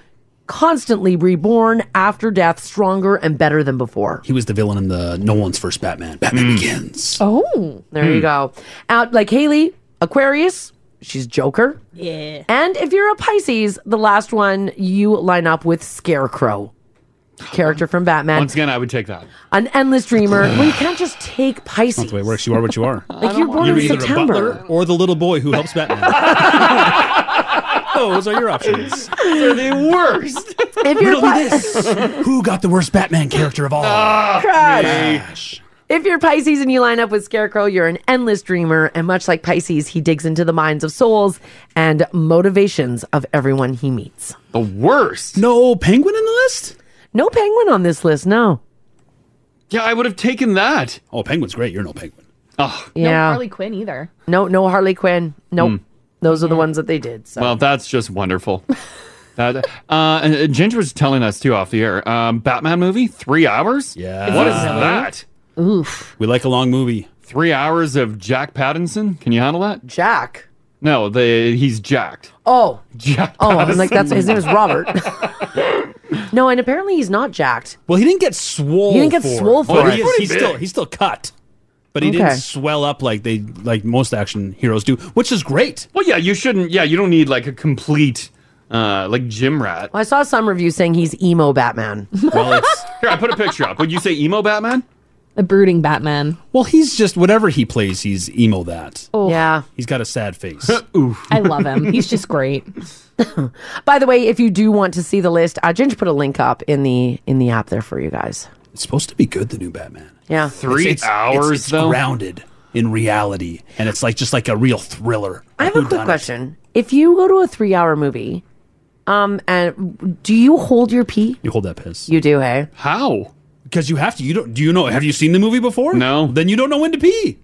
[SPEAKER 8] constantly reborn after death, stronger and better than before.
[SPEAKER 9] He was the villain in the No One's First Batman. Batman
[SPEAKER 3] Mm.
[SPEAKER 9] Begins.
[SPEAKER 8] Oh. There you
[SPEAKER 9] Hmm.
[SPEAKER 8] go. Out like Haley, Aquarius, she's Joker. Yeah. And if you're a Pisces, the last one, you line up with Scarecrow, character from Batman.
[SPEAKER 3] Once again, I would take that.
[SPEAKER 8] An endless dreamer. well, you can't just take Pisces.
[SPEAKER 9] That's the way it works. You are what you are.
[SPEAKER 8] Like you're born
[SPEAKER 9] You're
[SPEAKER 8] in
[SPEAKER 9] either
[SPEAKER 8] September.
[SPEAKER 9] a butler or the little boy who helps Batman. Oh, Those are your options.
[SPEAKER 3] They're the worst.
[SPEAKER 8] If
[SPEAKER 9] Riddle me
[SPEAKER 8] you're Pi-
[SPEAKER 9] this. Who got the worst Batman character of all?
[SPEAKER 3] Ah,
[SPEAKER 8] Crash.
[SPEAKER 9] Crash.
[SPEAKER 8] If you're Pisces and you line up with Scarecrow, you're an endless dreamer. And much like Pisces, he digs into the minds of souls and motivations of everyone he meets.
[SPEAKER 3] The worst.
[SPEAKER 9] No penguin in the list?
[SPEAKER 8] No penguin on this list, no.
[SPEAKER 3] Yeah, I would have taken that.
[SPEAKER 9] Oh, Penguin's great. You're no Penguin.
[SPEAKER 3] Oh,
[SPEAKER 8] Yeah.
[SPEAKER 5] No Harley Quinn either.
[SPEAKER 8] No, no Harley Quinn. Nope.
[SPEAKER 9] Hmm.
[SPEAKER 8] Those are the ones that they did. So
[SPEAKER 3] Well, that's just wonderful. that uh, and, uh, Ginger was telling us too off the air. Um, Batman movie, three hours. Yeah, what is
[SPEAKER 9] Really?
[SPEAKER 3] that?
[SPEAKER 5] Oof.
[SPEAKER 9] We like a long movie.
[SPEAKER 3] Three hours of Jack Pattinson. Can you handle that?
[SPEAKER 8] Jack.
[SPEAKER 3] No, the he's jacked.
[SPEAKER 8] Oh.
[SPEAKER 3] Jack.
[SPEAKER 8] Oh, I'm like that's his name is
[SPEAKER 3] Pattinson.
[SPEAKER 8] Robert. no, and apparently he's not jacked.
[SPEAKER 9] Well, he didn't get swole.
[SPEAKER 8] He didn't get
[SPEAKER 9] for it.
[SPEAKER 8] swole for
[SPEAKER 9] Well,
[SPEAKER 8] it.
[SPEAKER 9] he is- he's still he's still cut, but he
[SPEAKER 8] Okay.
[SPEAKER 9] didn't swell up like they like most action heroes do, which is great.
[SPEAKER 3] Well, yeah, you shouldn't. Yeah, you don't need like a complete uh like gym rat.
[SPEAKER 8] I saw some review saying he's emo Batman.
[SPEAKER 3] Well, it's, here, I put a picture up. Would you say emo Batman?
[SPEAKER 5] The brooding Batman.
[SPEAKER 9] Well, he's just whatever he plays, he's emo that.
[SPEAKER 5] Oh.
[SPEAKER 8] Yeah.
[SPEAKER 9] He's got a sad face.
[SPEAKER 5] I love him. He's just great.
[SPEAKER 8] By the way, if you do want to see the list, uh, Ginger put a link up in the in the app there for you guys.
[SPEAKER 9] It's supposed to be good, the new Batman.
[SPEAKER 8] Yeah.
[SPEAKER 3] Three
[SPEAKER 9] It's- it's-
[SPEAKER 3] hours
[SPEAKER 9] it's, it's
[SPEAKER 3] though.
[SPEAKER 9] grounded in reality, and it's like just like a real thriller.
[SPEAKER 8] I have a quick question. If you go to a three hour movie, um, and do you hold your pee?
[SPEAKER 9] You hold that piss.
[SPEAKER 8] You do, hey?
[SPEAKER 3] How?
[SPEAKER 9] Because you have to. You don't. Do you know? Have you seen the movie before? No. Then you don't know when to pee.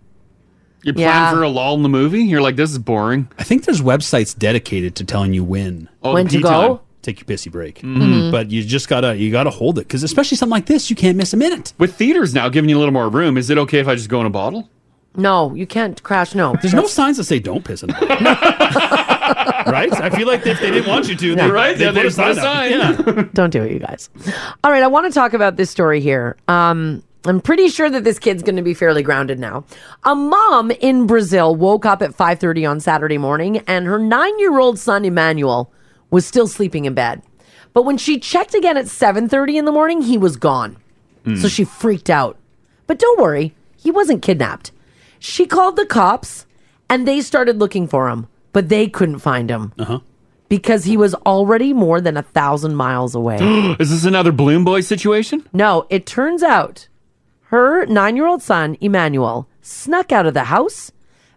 [SPEAKER 3] You're planning Yeah. for a lull in the movie. You're like, this is boring.
[SPEAKER 9] I think there's websites dedicated to telling you when.
[SPEAKER 3] Oh, the When to pee go? time.
[SPEAKER 9] Take your pissy break.
[SPEAKER 3] Mhm.
[SPEAKER 9] But you just gotta you gotta hold it because especially something like this, you can't miss a minute.
[SPEAKER 3] With theaters now giving you a little more room, is it okay if I just go in a bottle?
[SPEAKER 8] No, you can't crash. No,
[SPEAKER 9] there's no signs that say don't piss in a bottle. right? I feel like if they didn't want you to, they,
[SPEAKER 3] Right?
[SPEAKER 9] They,
[SPEAKER 3] Yeah,
[SPEAKER 9] put
[SPEAKER 3] they
[SPEAKER 9] a sign.
[SPEAKER 3] put a
[SPEAKER 9] up.
[SPEAKER 3] sign.
[SPEAKER 9] Yeah.
[SPEAKER 8] Don't do it, you guys. All right, I want to talk about this story here. Um, I'm pretty sure that this kid's going to be fairly grounded now. A mom in Brazil woke up at 5:30 on Saturday morning, and her nine-year-old son Emmanuel was still sleeping in bed. But when she checked again at 7:30 in the morning, he was gone. So she freaked out. But don't worry, he wasn't kidnapped. She called the cops, and they started looking for him, but they couldn't find him because he was already more than a thousand miles away.
[SPEAKER 3] is this another Bloom Boy situation?
[SPEAKER 8] no, it turns out her nine year old son, Emmanuel, snuck out of the house,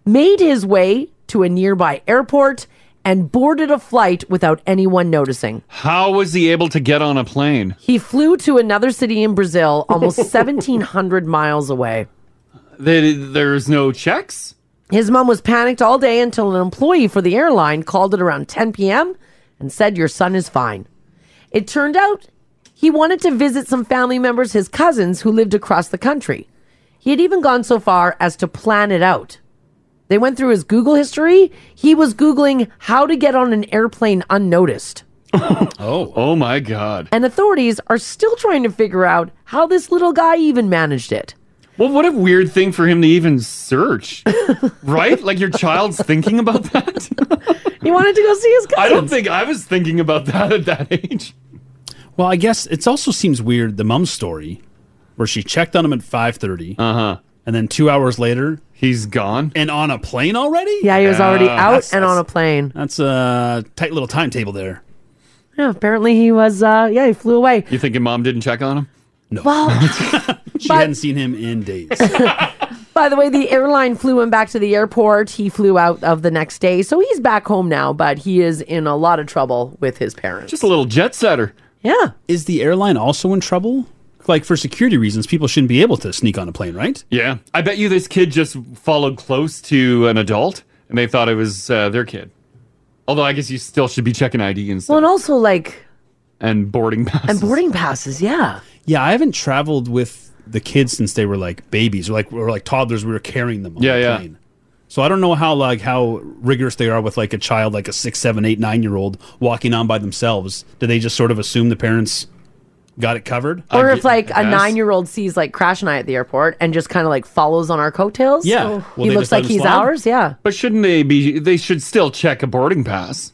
[SPEAKER 8] made his way to a nearby airport, and boarded a flight without anyone noticing.
[SPEAKER 3] How was he able to get on a plane?
[SPEAKER 8] He flew to another city in Brazil, almost 1,700 miles away.
[SPEAKER 3] They, there's no checks?
[SPEAKER 8] His mom was panicked all day until an employee for the airline called at around 10 p.m. and said, Your son is fine. It turned out he wanted to visit some family members, his cousins, who lived across the country. He had even gone so far as to plan it out. They went through his Google history. He was Googling how to get on an airplane unnoticed.
[SPEAKER 3] Oh. Oh my God.
[SPEAKER 8] And authorities are still trying to figure out how this little guy even managed it.
[SPEAKER 3] Well, what a weird thing for him to even search, right? Like your child's thinking about that?
[SPEAKER 8] He wanted to go see his
[SPEAKER 3] I don't think I was thinking about that at that age.
[SPEAKER 9] Well, I guess it also seems weird the mom's story, where she checked on him at five thirty, uh huh, and then two hours later
[SPEAKER 3] Uh-huh. he's gone
[SPEAKER 9] and on a plane already.
[SPEAKER 8] Yeah, he was already out
[SPEAKER 9] That's-
[SPEAKER 8] and on a plane.
[SPEAKER 9] That's a tight little timetable there.
[SPEAKER 8] Yeah, apparently he was. Uh, yeah, he flew away.
[SPEAKER 3] You thinking mom didn't check on him?
[SPEAKER 9] No.
[SPEAKER 8] Well,
[SPEAKER 9] She hadn't seen him in days.
[SPEAKER 8] by the way, the airline flew him back to the airport. He flew out of the next day, so he's back home now. But he is in a lot of trouble with his parents.
[SPEAKER 3] Just a little jet setter.
[SPEAKER 8] Yeah.
[SPEAKER 9] Is the airline also in trouble? Like for security reasons, people shouldn't be able to sneak on a plane, right?
[SPEAKER 3] Yeah. I bet you this kid just followed close to an adult and they thought it was uh, their kid. Although I guess you still should be checking ID and stuff
[SPEAKER 8] Well, and also like
[SPEAKER 3] and boarding pass.
[SPEAKER 8] and boarding passes. Yeah.
[SPEAKER 9] Yeah, I haven't traveled with the kids since they were like babies or like or like toddlers. We were carrying them. On
[SPEAKER 3] Yeah,
[SPEAKER 9] the
[SPEAKER 3] yeah.
[SPEAKER 9] Plane. So I don't know how like how rigorous they are with like a child like a six, seven, eight, nine year old walking on by themselves. Do they just sort of assume the parents got it covered?
[SPEAKER 8] Or if like a nine year old sees like Crash and I at the airport and just kind of like follows on our coattails.
[SPEAKER 3] Yeah. Will
[SPEAKER 8] he
[SPEAKER 3] they
[SPEAKER 8] looks
[SPEAKER 3] just let
[SPEAKER 8] like
[SPEAKER 3] him
[SPEAKER 8] he's
[SPEAKER 3] slide?
[SPEAKER 8] ours. Yeah.
[SPEAKER 3] But shouldn't they be? They should still check a boarding pass.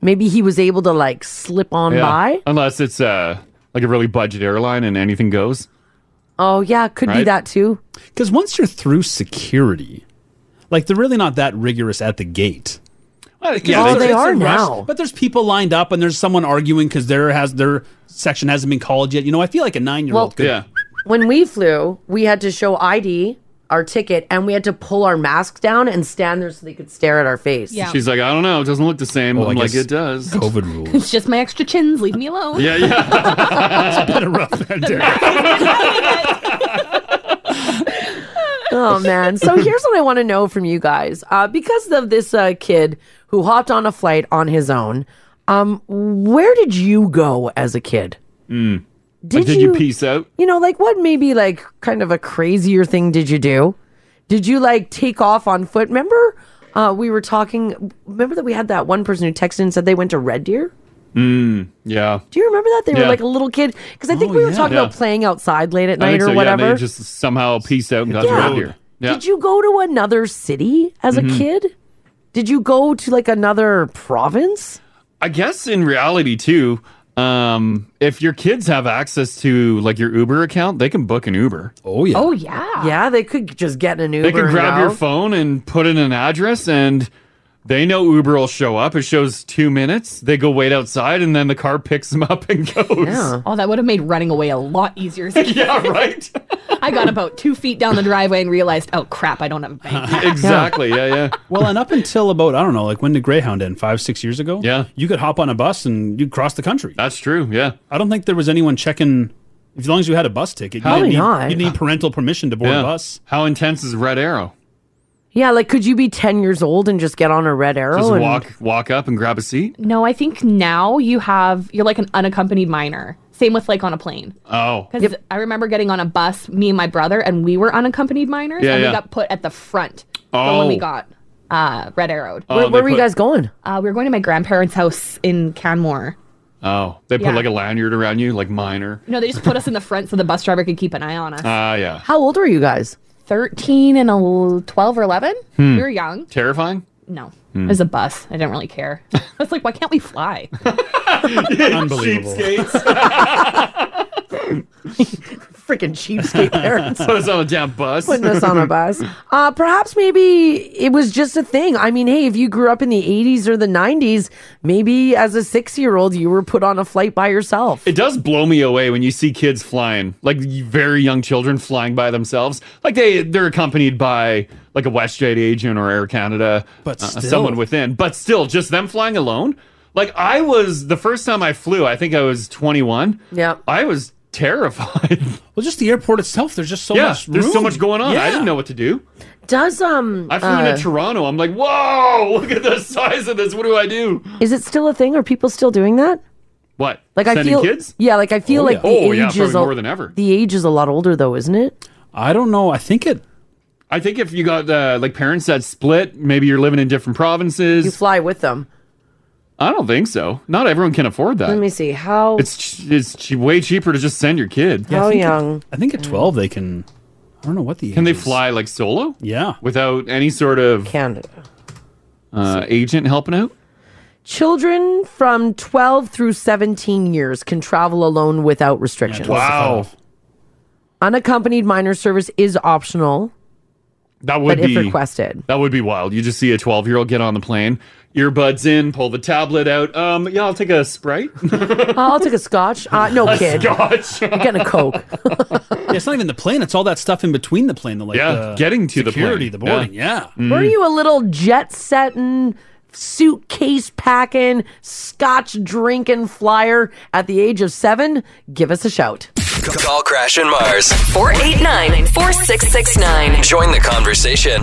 [SPEAKER 8] Maybe he was able to like slip on
[SPEAKER 3] Yeah.
[SPEAKER 8] by.
[SPEAKER 3] Unless it's uh, like a really budget airline and anything goes.
[SPEAKER 8] Oh yeah, could be
[SPEAKER 9] Right?
[SPEAKER 8] that too.
[SPEAKER 9] Because once you're through security, like they're really not that rigorous at the gate.
[SPEAKER 8] yeah, Oh, they- they are
[SPEAKER 9] it's a rush,
[SPEAKER 8] now.
[SPEAKER 9] But there's people lined up, and there's someone arguing because their has their section hasn't been called yet. You know, I feel like a nine year
[SPEAKER 8] Well-
[SPEAKER 9] old. could
[SPEAKER 8] Yeah. When we flew, we had to show ID, our ticket, and we had to pull our mask down and stand there so they could stare at our face.
[SPEAKER 3] She's like, I don't know. It doesn't look the same.
[SPEAKER 9] Oh, I
[SPEAKER 3] I'm like,
[SPEAKER 9] guess
[SPEAKER 3] it does.
[SPEAKER 9] COVID rules.
[SPEAKER 5] It's just my extra chins. Leave me alone.
[SPEAKER 3] Yeah, yeah.
[SPEAKER 9] it's been rough that
[SPEAKER 8] oh man. So here's what I want to know from you guys. Uh, because of this uh, kid who hopped on a flight on his own, um, where did you go as a kid?
[SPEAKER 3] Mm.
[SPEAKER 8] Did
[SPEAKER 3] Like, did you
[SPEAKER 8] you-
[SPEAKER 3] piece out?
[SPEAKER 8] You know, like what maybe like kind of a crazier thing did you do? Did you like take off on foot? Remember uh, we were talking. Remember that we had that one person who texted and said they went to Red Deer.
[SPEAKER 3] Mm, yeah.
[SPEAKER 8] Do you remember that they were
[SPEAKER 3] Yeah. Oh,
[SPEAKER 8] like a little kid? Because I think we were
[SPEAKER 3] yeah.
[SPEAKER 8] talking
[SPEAKER 3] Yeah.
[SPEAKER 8] about playing outside late at
[SPEAKER 3] I
[SPEAKER 8] night
[SPEAKER 3] think
[SPEAKER 8] or
[SPEAKER 3] so,
[SPEAKER 8] whatever.
[SPEAKER 3] Yeah, and they just somehow pieced out and got
[SPEAKER 8] Yeah.
[SPEAKER 3] around here. Yeah.
[SPEAKER 8] Did you go to another city as
[SPEAKER 3] Mhm.
[SPEAKER 8] a kid? Did you go to like another province?
[SPEAKER 3] I guess in reality too, um, if your kids have access to like your Uber account, they can book an Uber.
[SPEAKER 9] Oh
[SPEAKER 8] yeah. Yeah, they could just get in an Uber.
[SPEAKER 3] They can
[SPEAKER 8] and
[SPEAKER 3] grab your
[SPEAKER 8] go.
[SPEAKER 3] phone and put in an address and they know Uber will show up. It shows two minutes. They go wait outside and then the car picks them up and goes.
[SPEAKER 5] Oh, that would have made running away a lot easier.
[SPEAKER 3] yeah, right.
[SPEAKER 5] I got about two feet down the driveway and realized, oh crap, I don't have a bank.
[SPEAKER 3] exactly. Yeah, yeah.
[SPEAKER 9] Well, and up until about I don't know, like when did Greyhound end? Five, six years ago. Yeah, you could hop on a bus and you'd cross the country.
[SPEAKER 3] That's true. Yeah,
[SPEAKER 9] I don't think there was anyone checking. As long as you had a bus ticket, you
[SPEAKER 8] Probably
[SPEAKER 9] didn't need,
[SPEAKER 8] not.
[SPEAKER 9] You need parental permission to board
[SPEAKER 3] Yeah.
[SPEAKER 9] a bus.
[SPEAKER 3] How intense is Red Arrow?
[SPEAKER 8] Yeah, like could you be ten years old and just get on a red arrow?
[SPEAKER 3] Just
[SPEAKER 8] and-
[SPEAKER 3] walk walk up and grab a seat?
[SPEAKER 5] No, I think now you have you're like an unaccompanied minor. Same with like on a plane.
[SPEAKER 3] Oh.
[SPEAKER 5] Because I remember getting on a bus, me and my brother, and we were unaccompanied minors,
[SPEAKER 3] Yeah,
[SPEAKER 5] and
[SPEAKER 3] yeah.
[SPEAKER 5] we got put at the front for when we
[SPEAKER 3] Oh.
[SPEAKER 5] got uh, red arrowed.
[SPEAKER 3] Oh, Where- they where were you put- guys
[SPEAKER 8] going?
[SPEAKER 5] Uh, we were going to my grandparents' house in Canmore.
[SPEAKER 3] Oh, they put
[SPEAKER 5] Yeah.
[SPEAKER 3] like a lanyard around you, like minor.
[SPEAKER 5] No, they just put us in the front so the bus driver could keep an eye on us.
[SPEAKER 3] Ah, yeah.
[SPEAKER 8] How old were you guys?
[SPEAKER 5] Thirteen and el- twelve or eleven.
[SPEAKER 3] Hmm.
[SPEAKER 5] We were young.
[SPEAKER 3] Terrifying.
[SPEAKER 5] No,
[SPEAKER 3] Hmm.
[SPEAKER 5] it was a bus. I didn't really care. It's like, why can't we fly?
[SPEAKER 9] Unbelievable.
[SPEAKER 8] Freaking cheapskate parents.
[SPEAKER 3] Put us on a damn bus.
[SPEAKER 8] Putting us on a bus. Uh, perhaps maybe it was just a thing. I mean, hey, if you grew up in the 80s or the 90s, maybe as a six year old, you were put on a flight by yourself.
[SPEAKER 3] It does blow me away when you see kids flying, like very young children flying by themselves. Like they they're accompanied by like a WestJet agent or Air Canada, uh,
[SPEAKER 9] But still.
[SPEAKER 3] someone within. But still, just them flying alone. Like I was the first time I flew, I think I was 21.
[SPEAKER 8] Yeah,
[SPEAKER 3] I was terrified.
[SPEAKER 9] Well, just the airport itself. There's just so
[SPEAKER 3] yeah,
[SPEAKER 9] much.
[SPEAKER 3] there's so
[SPEAKER 9] room.
[SPEAKER 3] much going on. I
[SPEAKER 9] Yeah.
[SPEAKER 3] didn't know what to do.
[SPEAKER 8] Does, um.
[SPEAKER 3] I flew
[SPEAKER 8] uh,
[SPEAKER 3] into Toronto. I'm like, whoa! Look at the size of this. What do I do?
[SPEAKER 8] Is it still a thing? Are people still doing that?
[SPEAKER 3] What?
[SPEAKER 8] Like I
[SPEAKER 3] Sending
[SPEAKER 8] feel,
[SPEAKER 3] kids?
[SPEAKER 8] yeah. Like I feel
[SPEAKER 3] Oh,
[SPEAKER 8] like
[SPEAKER 3] yeah.
[SPEAKER 8] the
[SPEAKER 3] Oh, yeah,
[SPEAKER 8] age
[SPEAKER 3] probably
[SPEAKER 8] is a-
[SPEAKER 3] more than ever.
[SPEAKER 8] The age is a lot older though, isn't it?
[SPEAKER 9] I don't know. I think it.
[SPEAKER 3] I think if you got uh, like parents that split, maybe you're living in different provinces. You
[SPEAKER 8] fly with them.
[SPEAKER 3] I don't think so. Not everyone can afford that.
[SPEAKER 8] Let me see how.
[SPEAKER 3] It's ch- it's ch- way cheaper to just send your kid.
[SPEAKER 8] oh. Yeah, I How think at- young?
[SPEAKER 9] I think at twelve they can. I don't know what the
[SPEAKER 3] Can they fly like solo?
[SPEAKER 9] Yeah,
[SPEAKER 3] without any sort of
[SPEAKER 8] Canada
[SPEAKER 3] uh, agent helping out.
[SPEAKER 8] Children from 12 through 17 years can travel alone without restrictions.
[SPEAKER 3] Wow,
[SPEAKER 8] Unaccompanied minor service is optional.
[SPEAKER 3] that would
[SPEAKER 8] But if
[SPEAKER 3] be
[SPEAKER 8] requested.
[SPEAKER 3] That would be wild. You just see a twelve year old get on the plane, earbuds in, pull the tablet out. Um, yeah, I'll take a sprite.
[SPEAKER 8] Uh, I'll take a scotch. Uh, no,
[SPEAKER 3] A
[SPEAKER 8] kid.
[SPEAKER 3] Scotch.
[SPEAKER 8] You're getting a Coke.
[SPEAKER 9] Yeah, it's not even the plane. It's all that stuff in between the plane. The like
[SPEAKER 3] Yeah,
[SPEAKER 9] the
[SPEAKER 3] getting to the
[SPEAKER 9] security,
[SPEAKER 3] plane. Mm-hmm.
[SPEAKER 9] the boarding. Yeah.
[SPEAKER 8] Were
[SPEAKER 3] Mm.
[SPEAKER 8] you a little jet setting, suitcase packing, scotch drinking flyer at the age of seven? Give us a shout.
[SPEAKER 2] Call Crash and Mars.
[SPEAKER 1] 489 4669.
[SPEAKER 2] Join the conversation.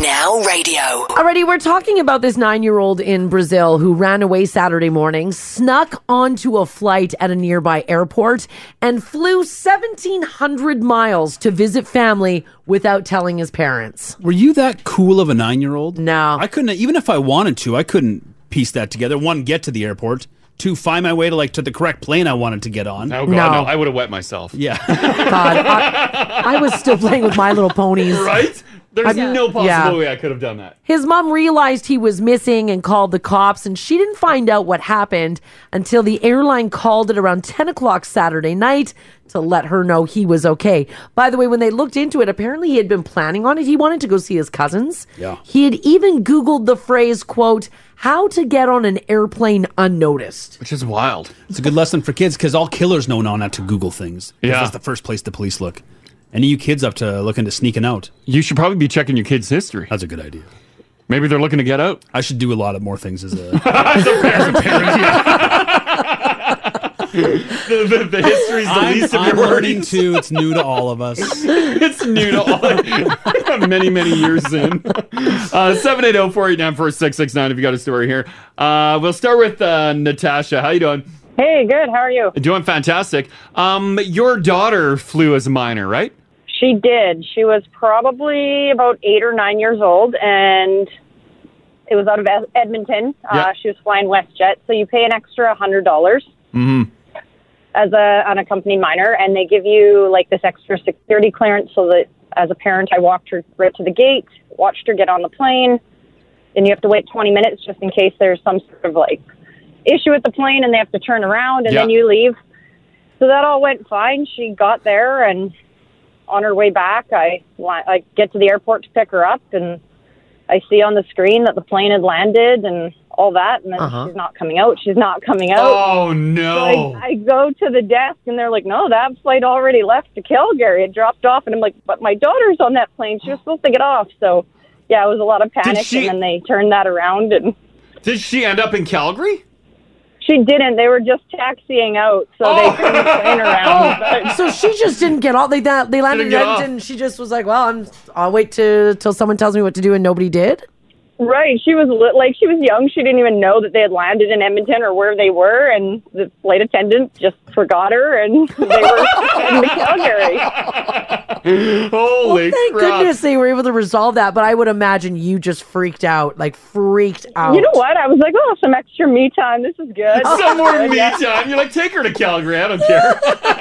[SPEAKER 1] Now radio.
[SPEAKER 8] Already, we're talking about this nine year old in Brazil who ran away Saturday morning, snuck onto a flight at a nearby airport, and flew 1,700 miles to visit family without telling his parents.
[SPEAKER 9] Were you that cool of a nine year old?
[SPEAKER 8] No.
[SPEAKER 9] I couldn't, even if I wanted to, I couldn't piece that together. One, get to the airport. Two, find my way to like to the correct plane I wanted to get on.
[SPEAKER 3] Oh, God, No. no, I would have wet myself.
[SPEAKER 9] Yeah.
[SPEAKER 8] I was still playing with My Little Ponies.
[SPEAKER 3] Right? There's
[SPEAKER 8] I-
[SPEAKER 3] no possible
[SPEAKER 8] yeah.
[SPEAKER 3] way I could have done that.
[SPEAKER 8] His mom realized he was missing and called the cops, and she didn't find out what happened until the airline called at around 10 o'clock Saturday night to let her know he was okay. By the way, when they looked into it, apparently he had been planning on it. He wanted to go see his cousins.
[SPEAKER 9] Yeah.
[SPEAKER 8] He had even Googled the phrase, quote, how to get on an airplane unnoticed.
[SPEAKER 9] Which is wild. It's a good lesson for kids because all killers know now not to Google things. 'Cause
[SPEAKER 3] Yeah.
[SPEAKER 9] That's the first place the police look. Any of you kids up to looking to sneaking out?
[SPEAKER 3] You should probably be checking your kids' history.
[SPEAKER 9] That's a good idea.
[SPEAKER 3] Maybe they're looking to get out.
[SPEAKER 9] I should do a lot of more things as a
[SPEAKER 3] the, the, the history's the
[SPEAKER 9] I'm-
[SPEAKER 3] least of
[SPEAKER 9] I'm
[SPEAKER 3] your
[SPEAKER 9] learning
[SPEAKER 3] worries.
[SPEAKER 9] too. It's new to all of us.
[SPEAKER 3] it's new to all many, many years in. uh, 780 489 4669 if you got a story here. Uh, we'll start with uh, Natasha. How you doing?
[SPEAKER 18] Hey, good. How are you?
[SPEAKER 3] Doing fantastic. Um, your daughter flew as a minor, right?
[SPEAKER 18] She did. She was probably about eight or nine years old, and it was out of Ed- Edmonton.
[SPEAKER 3] Yeah.
[SPEAKER 18] Uh, she was flying WestJet, so you pay an extra hundred dollars
[SPEAKER 3] Mm-hmm.
[SPEAKER 18] as a unaccompanied minor, and they give you like this extra security clearance so that as a parent, I walked her right to the gate, watched her get on the plane, and you have to wait 20 minutes just in case there's some sort of like issue with the plane and they have to turn around and
[SPEAKER 19] Yeah.
[SPEAKER 18] then you leave. So that all went fine. She got there and on her way back, I la- I get to the airport to pick her up and I see on the screen that the plane had landed and all that, and then
[SPEAKER 3] Uh-huh.
[SPEAKER 18] she's not coming out. She's not coming out.
[SPEAKER 3] Oh, no.
[SPEAKER 18] So I, I go to the desk and they're like, "No, that flight already left to Calgary. It dropped off." And I'm like, "But my daughter's on that plane. She was supposed to get off." So, yeah, it was a lot of panic,
[SPEAKER 3] she-
[SPEAKER 18] and then they turned that around and.
[SPEAKER 3] Did she end up in Calgary?
[SPEAKER 18] She didn't. They were just taxiing out, so they turned the plane around.
[SPEAKER 8] Oh, so she just didn't get all they they landed in
[SPEAKER 18] Didn't get off.
[SPEAKER 8] Edmonton. and She just was like, "Well, I'm, I'll wait to, till someone tells me what to do," and nobody did.
[SPEAKER 18] Right. She was li- like she was young. She didn't even know that they had landed in Edmonton or where they were, and the flight attendant just forgot her, and they were heading to Calgary.
[SPEAKER 3] Holy
[SPEAKER 8] well, thank
[SPEAKER 18] crap.
[SPEAKER 8] goodness they were able to resolve that. But I would imagine you just freaked out, like freaked out.
[SPEAKER 18] You know what? I was like, oh, some extra me time. This is good.
[SPEAKER 3] Some more
[SPEAKER 18] Good,
[SPEAKER 3] me
[SPEAKER 18] yeah.
[SPEAKER 3] time. You're like, take her to Calgary. I don't care.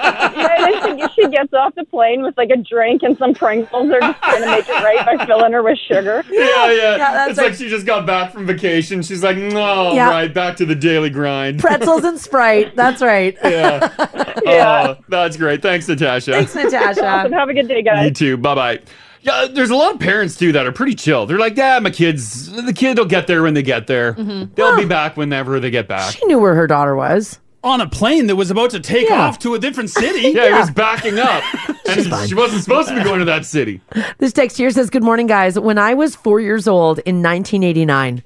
[SPEAKER 18] Right, and she, she gets off the plane with like a drink and some Pringles. They're just trying to make it right by filling her with sugar.
[SPEAKER 3] Yeah, yeah.
[SPEAKER 18] that's
[SPEAKER 3] it's like, she just got back from vacation. She's like, no,
[SPEAKER 18] Yeah.
[SPEAKER 3] right, back to the daily grind.
[SPEAKER 8] Pretzels and Sprite. That's right.
[SPEAKER 3] Yeah. Oh, that's great. Thanks, Natasha.
[SPEAKER 8] Thanks, Natasha.
[SPEAKER 18] Awesome. Have a good day, guys.
[SPEAKER 3] You too. Bye bye. Yeah, there's a lot of parents too that are pretty chill. They're like, yeah, my kids, the kid will get there when they get there.
[SPEAKER 8] Mhm.
[SPEAKER 3] They'll be back whenever they get back.
[SPEAKER 8] She knew where her daughter was.
[SPEAKER 9] on a plane that was about to take
[SPEAKER 8] Yeah.
[SPEAKER 9] off to a different city.
[SPEAKER 3] Yeah, it was backing up. and she wasn't supposed to be going to that city.
[SPEAKER 8] This text here says, Good morning, guys. When I was four years old in 1989,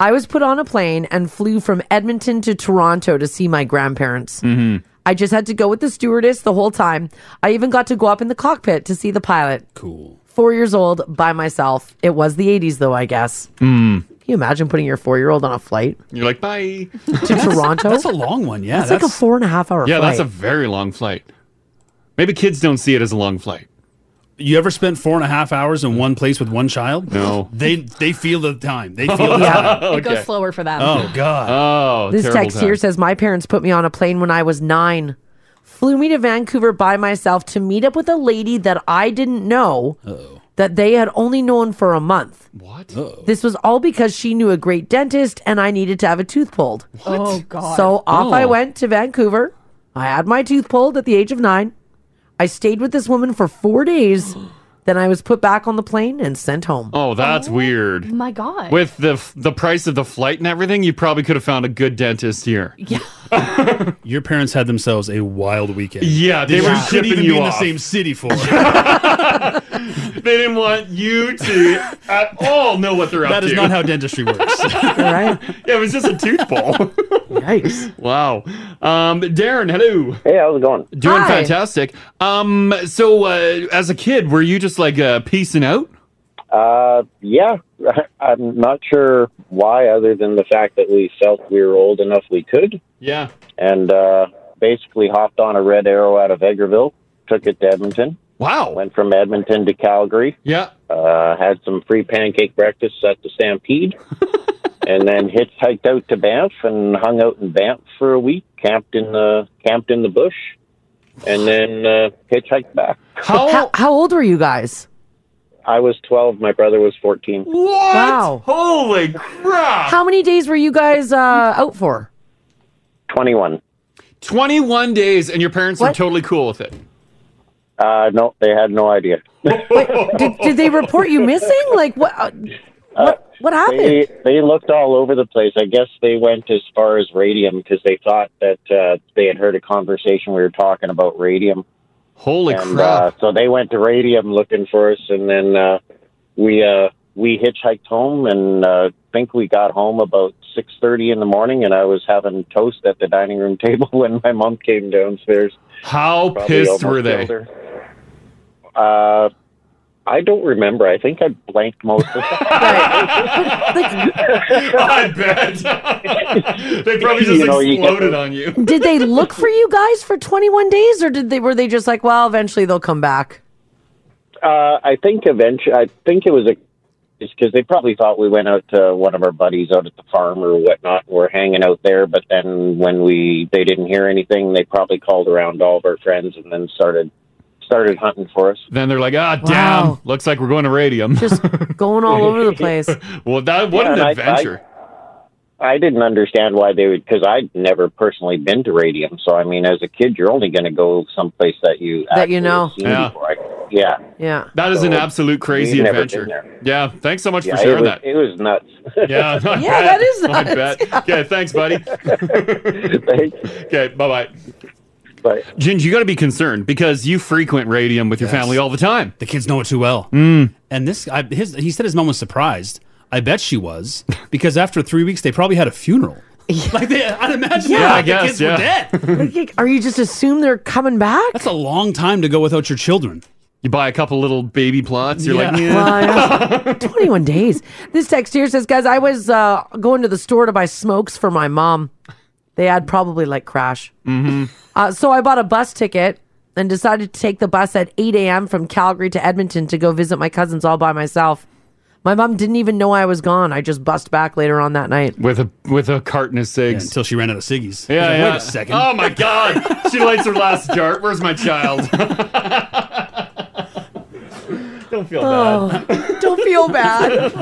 [SPEAKER 8] I was put on a plane and flew from Edmonton to Toronto to see my grandparents. Mm-hmm. I just had to go with the stewardess the whole time. I even got to go up in the cockpit to see the pilot.
[SPEAKER 9] Cool.
[SPEAKER 8] Four years old by myself. It was the 80s, though, I guess.
[SPEAKER 9] Mm.
[SPEAKER 8] Can you imagine putting your four year old on a flight?
[SPEAKER 3] You're like, bye.
[SPEAKER 8] To Toronto?
[SPEAKER 9] That's a long one, yeah.
[SPEAKER 8] That's, like a four and a half hour
[SPEAKER 3] yeah,
[SPEAKER 8] flight.
[SPEAKER 3] that's a very long flight. Maybe kids don't see it as a long flight.
[SPEAKER 9] You ever spent four and a half hours in one place with one child?
[SPEAKER 3] No.
[SPEAKER 9] They they feel the time. They feel the
[SPEAKER 3] Yeah.
[SPEAKER 9] time.
[SPEAKER 5] It goes slower for them.
[SPEAKER 9] Oh God.
[SPEAKER 3] Oh,
[SPEAKER 8] This text here says, My parents put me on a plane when I was nine, flew me to Vancouver by myself to meet up with a lady that I didn't know that they had only known for a month.
[SPEAKER 3] What?
[SPEAKER 8] This was all because she knew a great dentist and I needed to have a tooth pulled.
[SPEAKER 5] Oh God.
[SPEAKER 8] So off I
[SPEAKER 5] Oh.
[SPEAKER 8] went to Vancouver. I had my tooth pulled at the age of nine. I stayed with this woman for four days. then I was put back on the plane and sent home.
[SPEAKER 3] Oh, that's weird.
[SPEAKER 5] My God.
[SPEAKER 3] With the f- the price of the flight and everything, you probably could have found a good dentist here.
[SPEAKER 9] Your parents had themselves a wild weekend.
[SPEAKER 3] Yeah, they
[SPEAKER 9] That
[SPEAKER 3] were
[SPEAKER 9] you couldn't
[SPEAKER 3] shipping
[SPEAKER 9] even
[SPEAKER 3] you
[SPEAKER 9] be in the
[SPEAKER 3] off.
[SPEAKER 9] same city for.
[SPEAKER 3] they didn't want you to at all know what they're up to.
[SPEAKER 9] That is not how dentistry works.
[SPEAKER 3] right? Yeah, it was just a tooth ball.
[SPEAKER 4] Yikes.
[SPEAKER 3] Wow. Um, Darren, hello.
[SPEAKER 19] Hey, how's it going?
[SPEAKER 3] Doing
[SPEAKER 19] Hi.
[SPEAKER 3] fantastic. Um, so uh, as a kid, were you just like uh, piecing out?
[SPEAKER 19] Uh, yeah, I'm not sure why, other than the fact that we felt we were old enough we could,
[SPEAKER 3] Yeah.
[SPEAKER 19] and uh, basically hopped on a red arrow out of Edgarville, took it to Edmonton.
[SPEAKER 3] Wow!
[SPEAKER 19] Went from Edmonton to Calgary.
[SPEAKER 3] Yeah.
[SPEAKER 19] Uh, had some free pancake breakfasts at the Stampede, and then hitchhiked out to Banff and hung out in Banff for a week. Camped in the camped in the bush, and then uh, hitchhiked back.
[SPEAKER 3] How,
[SPEAKER 8] how old were you guys?
[SPEAKER 19] I was twelve. My brother was fourteen.
[SPEAKER 3] What?
[SPEAKER 8] Wow.
[SPEAKER 3] Holy crap!
[SPEAKER 8] How many days were you guys uh, out for?
[SPEAKER 19] 21.
[SPEAKER 3] 21 days, and your parents were totally cool with it.
[SPEAKER 19] Uh, no, they had no idea.
[SPEAKER 8] Did, did they report you missing? Like what? uh, What, what happened?
[SPEAKER 19] Uh, They, they looked all over the place. I guess they went as far as radium because they thought that uh, they had heard a conversation we were talking about radium.
[SPEAKER 3] Holy
[SPEAKER 19] and, crap! Uh, so they went to radium looking for us, and then uh, we uh, we hitchhiked home, and uh, think we got home about six thirty in the morning, and I was having toast at the dining room table when my mom came downstairs.
[SPEAKER 3] How
[SPEAKER 19] Probably
[SPEAKER 3] pissed
[SPEAKER 19] almost
[SPEAKER 3] were they?
[SPEAKER 19] killed her. Uh, I don't remember. I think I blanked most of it.
[SPEAKER 3] I bet. they probably just
[SPEAKER 19] You know, you get
[SPEAKER 3] exploded
[SPEAKER 19] those-
[SPEAKER 3] on you.
[SPEAKER 8] Did they look for you guys for 21 days, or did they were they just like, well, eventually they'll come back?
[SPEAKER 19] Uh, I think eventually, I think it was a because they probably thought we went out to one of our buddies out at the farm or whatnot. We're hanging out there, but then when we they didn't hear anything, they probably called around all of our friends and then started started hunting for us.
[SPEAKER 3] Then they're like, ah, damn. Looks like we're going to radium. Just
[SPEAKER 8] going all over the place.
[SPEAKER 3] well, that what
[SPEAKER 19] Yeah,
[SPEAKER 3] an
[SPEAKER 19] and I- I-
[SPEAKER 3] adventure.
[SPEAKER 19] I didn't understand why they would because I'd never personally been to Radium. So I mean, as a kid, you're only going to go someplace that you
[SPEAKER 8] That you
[SPEAKER 19] actually
[SPEAKER 8] know.
[SPEAKER 19] have seen
[SPEAKER 3] Yeah.
[SPEAKER 19] before. I- yeah.
[SPEAKER 8] Yeah.
[SPEAKER 3] That is an
[SPEAKER 19] So,
[SPEAKER 3] absolute crazy
[SPEAKER 19] we've never been
[SPEAKER 3] adventure.
[SPEAKER 19] there.
[SPEAKER 3] Yeah. Thanks so much
[SPEAKER 19] Yeah,
[SPEAKER 3] for sharing
[SPEAKER 19] it was,
[SPEAKER 3] that.
[SPEAKER 19] It was nuts.
[SPEAKER 3] Yeah, I
[SPEAKER 19] Yeah,
[SPEAKER 3] bet.
[SPEAKER 19] that is
[SPEAKER 3] I
[SPEAKER 19] nuts.
[SPEAKER 3] bet. Okay, thanks, buddy. Okay, bye bye.
[SPEAKER 19] Bye.
[SPEAKER 3] Ginge, you got to be concerned because you frequent radium with your family all the time.
[SPEAKER 9] The kids know it too well.
[SPEAKER 3] Mm.
[SPEAKER 9] And this, I, his, he said his mom was surprised. I bet she was because after three weeks, they probably had a funeral. Like they, I'd imagine
[SPEAKER 8] Yeah,
[SPEAKER 9] that,
[SPEAKER 8] I
[SPEAKER 9] like,
[SPEAKER 8] guess,
[SPEAKER 9] the kids
[SPEAKER 8] yeah.
[SPEAKER 9] were dead.
[SPEAKER 8] Like, Are you just assume they're coming back?
[SPEAKER 9] That's a long time to go without your children.
[SPEAKER 3] You buy a couple little baby plots. You're like, yeah.
[SPEAKER 8] Well, yeah. 21 days. This text here says, guys, I was uh, going to the store to buy smokes for my mom. They had probably like crash.
[SPEAKER 3] Mm-hmm.
[SPEAKER 8] Uh, so I bought a bus ticket and decided to take the bus at 8 a.m. from Calgary to Edmonton to go visit my cousins all by myself. My mom didn't even know I was gone. I just bust back later on that night.
[SPEAKER 3] With a with a carton of cigs
[SPEAKER 9] until she ran out of ciggies.
[SPEAKER 3] Yeah,
[SPEAKER 9] Like,
[SPEAKER 3] yeah.
[SPEAKER 9] Wait a second.
[SPEAKER 3] Oh my God! she lights her last dart. Where's my child? Don't feel bad.
[SPEAKER 8] Oh, Don't feel bad.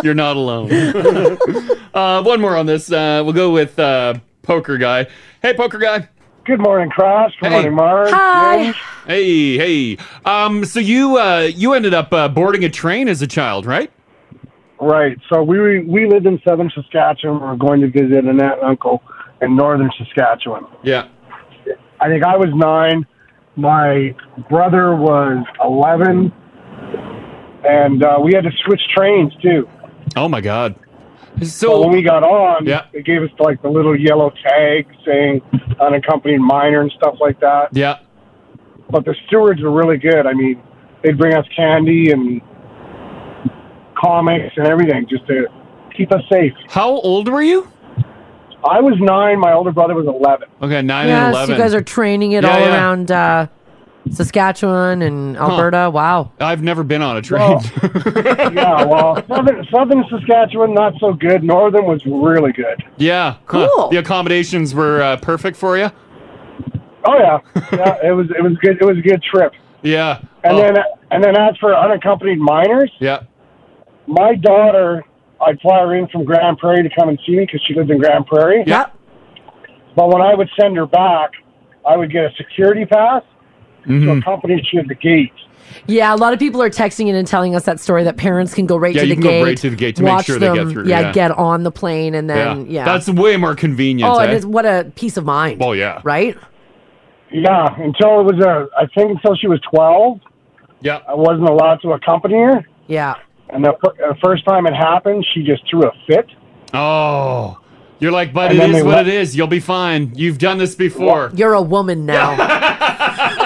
[SPEAKER 3] You're not alone. uh, one more on this. Uh, we'll go with uh, poker guy. Hey, poker guy.
[SPEAKER 20] Good morning, Crash. Good morning, Mars. Hi.
[SPEAKER 3] Hey, hey. Um, so you uh, you ended up uh, boarding a train as a child, right?
[SPEAKER 20] Right. So we we lived in southern Saskatchewan. We were going to visit an aunt and uncle in northern Saskatchewan.
[SPEAKER 3] Yeah.
[SPEAKER 20] I think I was nine. My brother was eleven, and uh, we had to switch trains too.
[SPEAKER 3] Oh my God. So,
[SPEAKER 20] when we got on, they gave us like the little yellow tag saying unaccompanied minor and stuff like that.
[SPEAKER 3] Yeah.
[SPEAKER 20] But the stewards were really good. I mean, they'd bring us candy and comics and everything just to keep us safe.
[SPEAKER 3] How old were you?
[SPEAKER 20] I was nine. My older brother was eleven.
[SPEAKER 3] Okay, nine and
[SPEAKER 8] yes,
[SPEAKER 3] eleven.
[SPEAKER 8] you guys are training it
[SPEAKER 3] Yeah,
[SPEAKER 8] all
[SPEAKER 3] yeah.
[SPEAKER 8] around uh, Saskatchewan and Alberta. Wow.
[SPEAKER 3] I've never been on a train.
[SPEAKER 20] yeah, well, southern, southern Saskatchewan not so good. Northern was really good.
[SPEAKER 3] yeah. Cool. The accommodations were uh, perfect for you.
[SPEAKER 20] Oh yeah, yeah. It was it was good. It was a good trip.
[SPEAKER 3] Yeah. Oh.
[SPEAKER 20] And then uh, and then as for unaccompanied minors,
[SPEAKER 3] Yeah.
[SPEAKER 20] my daughter, I'd fly her in from Grand Prairie to come and see me because she lived in Grand Prairie.
[SPEAKER 3] Yeah.
[SPEAKER 20] But when I would send her back, I would get a security pass to
[SPEAKER 3] Mm-hmm.
[SPEAKER 20] accompany she at the gate.
[SPEAKER 8] Yeah, a lot of people are texting in and telling us that story that parents can go right
[SPEAKER 3] Yeah,
[SPEAKER 8] to
[SPEAKER 3] you can
[SPEAKER 8] the
[SPEAKER 3] go
[SPEAKER 8] gate.
[SPEAKER 3] right to the gate to make
[SPEAKER 8] watch
[SPEAKER 3] sure they get
[SPEAKER 8] them,
[SPEAKER 3] through,
[SPEAKER 8] Yeah,
[SPEAKER 3] yeah.
[SPEAKER 8] get on the plane and then yeah.
[SPEAKER 3] That's way more convenient.
[SPEAKER 8] oh,
[SPEAKER 3] eh?
[SPEAKER 8] and it's, what a peace of mind.
[SPEAKER 3] Oh yeah.
[SPEAKER 8] Right?
[SPEAKER 20] Yeah, until it was a, I think until she was twelve,
[SPEAKER 3] Yeah.
[SPEAKER 20] I wasn't allowed to accompany her.
[SPEAKER 8] Yeah.
[SPEAKER 20] And the, fir- the first time it happened, she just threw a fit.
[SPEAKER 3] Oh, you're like, but
[SPEAKER 20] And
[SPEAKER 3] it
[SPEAKER 20] then
[SPEAKER 3] is
[SPEAKER 20] they
[SPEAKER 3] what
[SPEAKER 20] let-
[SPEAKER 3] it is. You'll be fine. You've done this before.
[SPEAKER 8] You're a woman now.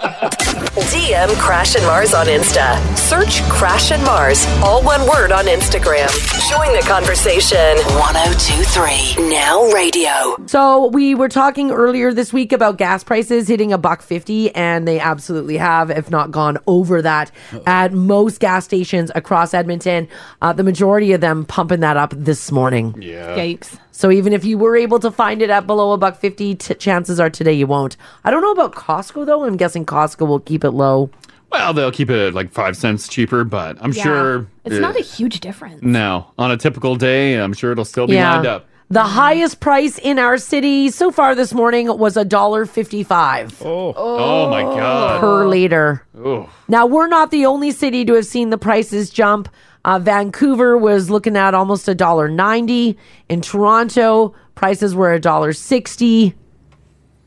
[SPEAKER 1] DM Crash and Mars on Insta. Search Crash and Mars, all one word on Instagram. Join the conversation. 1023 Now Radio.
[SPEAKER 8] So we were talking earlier this week about gas prices hitting a buck 50 and they absolutely have if not gone over that at most gas stations across Edmonton. Uh, the majority of them pumping that up this morning.
[SPEAKER 3] Yeah.
[SPEAKER 5] Yikes.
[SPEAKER 8] So even if you were able to find it at below a buck 50, t- chances are today you won't. I don't know about Costco though. I'm guessing Costco will keep it low.
[SPEAKER 3] Well, they'll keep it like five cents cheaper, but I'm
[SPEAKER 5] Yeah.
[SPEAKER 3] sure
[SPEAKER 5] It's
[SPEAKER 3] eh,
[SPEAKER 5] not a huge difference.
[SPEAKER 3] No, on a typical day, I'm sure it'll still be lined up.
[SPEAKER 8] The highest price in our city so far this morning was a dollar 55.
[SPEAKER 3] Oh. Oh my God.
[SPEAKER 8] Per liter.
[SPEAKER 3] Oh.
[SPEAKER 8] Now, we're not the only city to have seen the prices jump. Uh, Vancouver was looking at almost a dollar ninety. In Toronto, prices were a dollar sixty.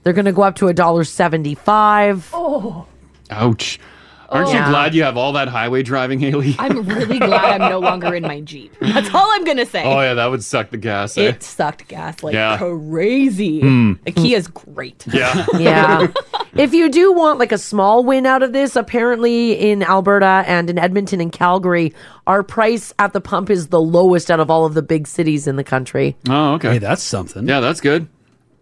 [SPEAKER 8] They're going to go up to a dollar seventy-five.
[SPEAKER 5] Oh,
[SPEAKER 3] Ouch. Aren't you
[SPEAKER 5] Yeah.
[SPEAKER 3] glad you have all that highway driving, Haley?
[SPEAKER 5] I'm really glad I'm no longer in my Jeep. That's all I'm going to say.
[SPEAKER 3] oh, yeah, that would suck the gas. eh?
[SPEAKER 5] It sucked gas like
[SPEAKER 3] Yeah.
[SPEAKER 5] crazy.
[SPEAKER 3] Hmm.
[SPEAKER 5] The Kia's great.
[SPEAKER 3] Yeah.
[SPEAKER 8] yeah. If you do want like a small win out of this, apparently in Alberta and in Edmonton and Calgary, our price at the pump is the lowest out of all of the big cities in the country.
[SPEAKER 3] Oh, okay.
[SPEAKER 6] Hey, that's something.
[SPEAKER 3] Yeah, that's good.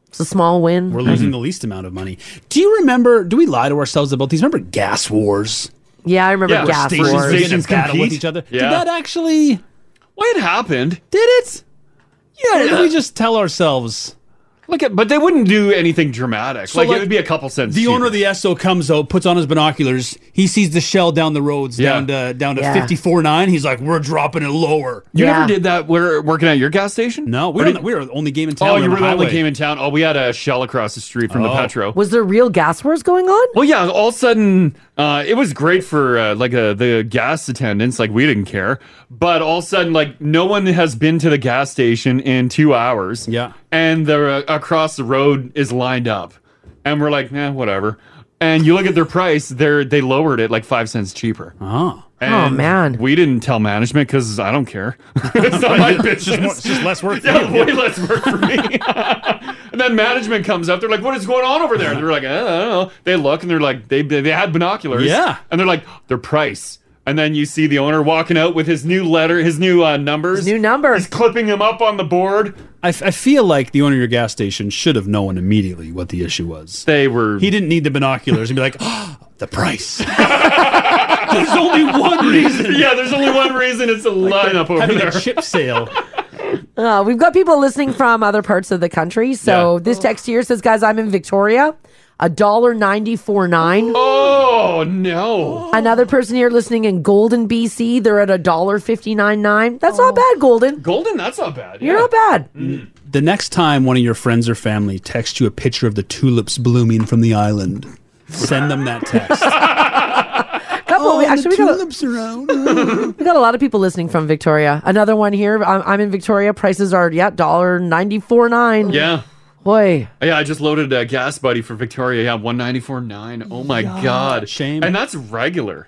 [SPEAKER 8] It's a small win.
[SPEAKER 6] We're losing the least amount of money. Do you remember? Do we lie to ourselves about these? Remember gas wars?
[SPEAKER 8] Yeah, I remember
[SPEAKER 6] Where
[SPEAKER 8] gas
[SPEAKER 6] stations
[SPEAKER 8] wars.
[SPEAKER 6] get in a battle with each other. Did that actually?
[SPEAKER 3] Why it happened?
[SPEAKER 6] Did it? Yeah. did we just tell ourselves?
[SPEAKER 3] Look at, but they wouldn't do anything dramatic.
[SPEAKER 6] So,
[SPEAKER 3] like,
[SPEAKER 6] like,
[SPEAKER 3] it would be a couple cents.
[SPEAKER 6] The
[SPEAKER 3] cheaper.
[SPEAKER 6] owner of the Esso comes out, puts on his binoculars. He sees the shell down the roads,
[SPEAKER 3] Yeah.
[SPEAKER 6] down to down to
[SPEAKER 3] Yeah.
[SPEAKER 6] fifty four nine. He's like, "We're dropping it lower."
[SPEAKER 3] You never did that. Where working at your gas station? No,
[SPEAKER 6] we were the- we were the only game in town.
[SPEAKER 3] Oh,
[SPEAKER 6] We
[SPEAKER 3] you
[SPEAKER 6] were
[SPEAKER 3] were
[SPEAKER 6] on
[SPEAKER 3] the
[SPEAKER 6] the
[SPEAKER 3] only
[SPEAKER 6] highway.
[SPEAKER 3] game in town. Oh, we had a shell across the street from the
[SPEAKER 6] Oh.
[SPEAKER 3] Petro.
[SPEAKER 8] Was there real gas wars going on?
[SPEAKER 3] Well, yeah. All of a sudden, uh, it was great for uh, like uh, the gas attendants. Like we didn't care, but all of a sudden, like no one has been to the gas station in two hours. Yeah, and they're uh, across the road is lined up, and we're like, nah, whatever. And you look at their price; they're they lowered it like five cents cheaper.
[SPEAKER 6] Oh,
[SPEAKER 8] Oh, man.
[SPEAKER 3] we didn't tell management because I don't care. it's not my business.
[SPEAKER 6] It's just less work. for
[SPEAKER 3] Yeah,
[SPEAKER 6] you.
[SPEAKER 3] way less work for me. and then management comes up. They're like, "What is going on over there?" They're like, "I don't know." They look and they're like, "They they had binoculars."
[SPEAKER 6] Yeah.
[SPEAKER 3] and they're like, "Their price." And then you see the owner walking out with his new letter, his new uh, numbers, new
[SPEAKER 8] numbers.
[SPEAKER 3] He's clipping them up on the board.
[SPEAKER 6] I, f- I feel like the owner of your gas station should have known immediately what the issue was.
[SPEAKER 3] They were.
[SPEAKER 6] He didn't need the binoculars and be like, oh, the price. there's only one reason.
[SPEAKER 3] yeah, there's only one reason. It's a lineup over
[SPEAKER 6] having
[SPEAKER 3] there.
[SPEAKER 6] a chip sale.
[SPEAKER 8] Uh, we've got people listening from other parts of the country. So this text here says, "Guys, I'm in Victoria, a dollar ninety four nine.
[SPEAKER 3] Oh no!
[SPEAKER 8] Another person here listening in Golden, BC. They're at a dollar fifty nine nine. That's not bad, Golden.
[SPEAKER 3] Oh. Golden, that's not bad.
[SPEAKER 8] You're not bad.
[SPEAKER 6] The next time one of your friends or family texts you a picture of the tulips blooming from the island, send them that text.
[SPEAKER 8] Couple,
[SPEAKER 6] Oh, the
[SPEAKER 8] actually, we
[SPEAKER 6] tulips
[SPEAKER 8] got,
[SPEAKER 6] are
[SPEAKER 8] we got a lot of people listening from Victoria. Another one here. I'm, I'm in Victoria. Prices are yeah, dollar ninety four nine.
[SPEAKER 3] Yeah.
[SPEAKER 8] boy.
[SPEAKER 3] Yeah, I just loaded a gas buddy for Victoria. Yeah, one ninety four nine. Oh my
[SPEAKER 8] Yeah.
[SPEAKER 3] god, shame. And that's regular.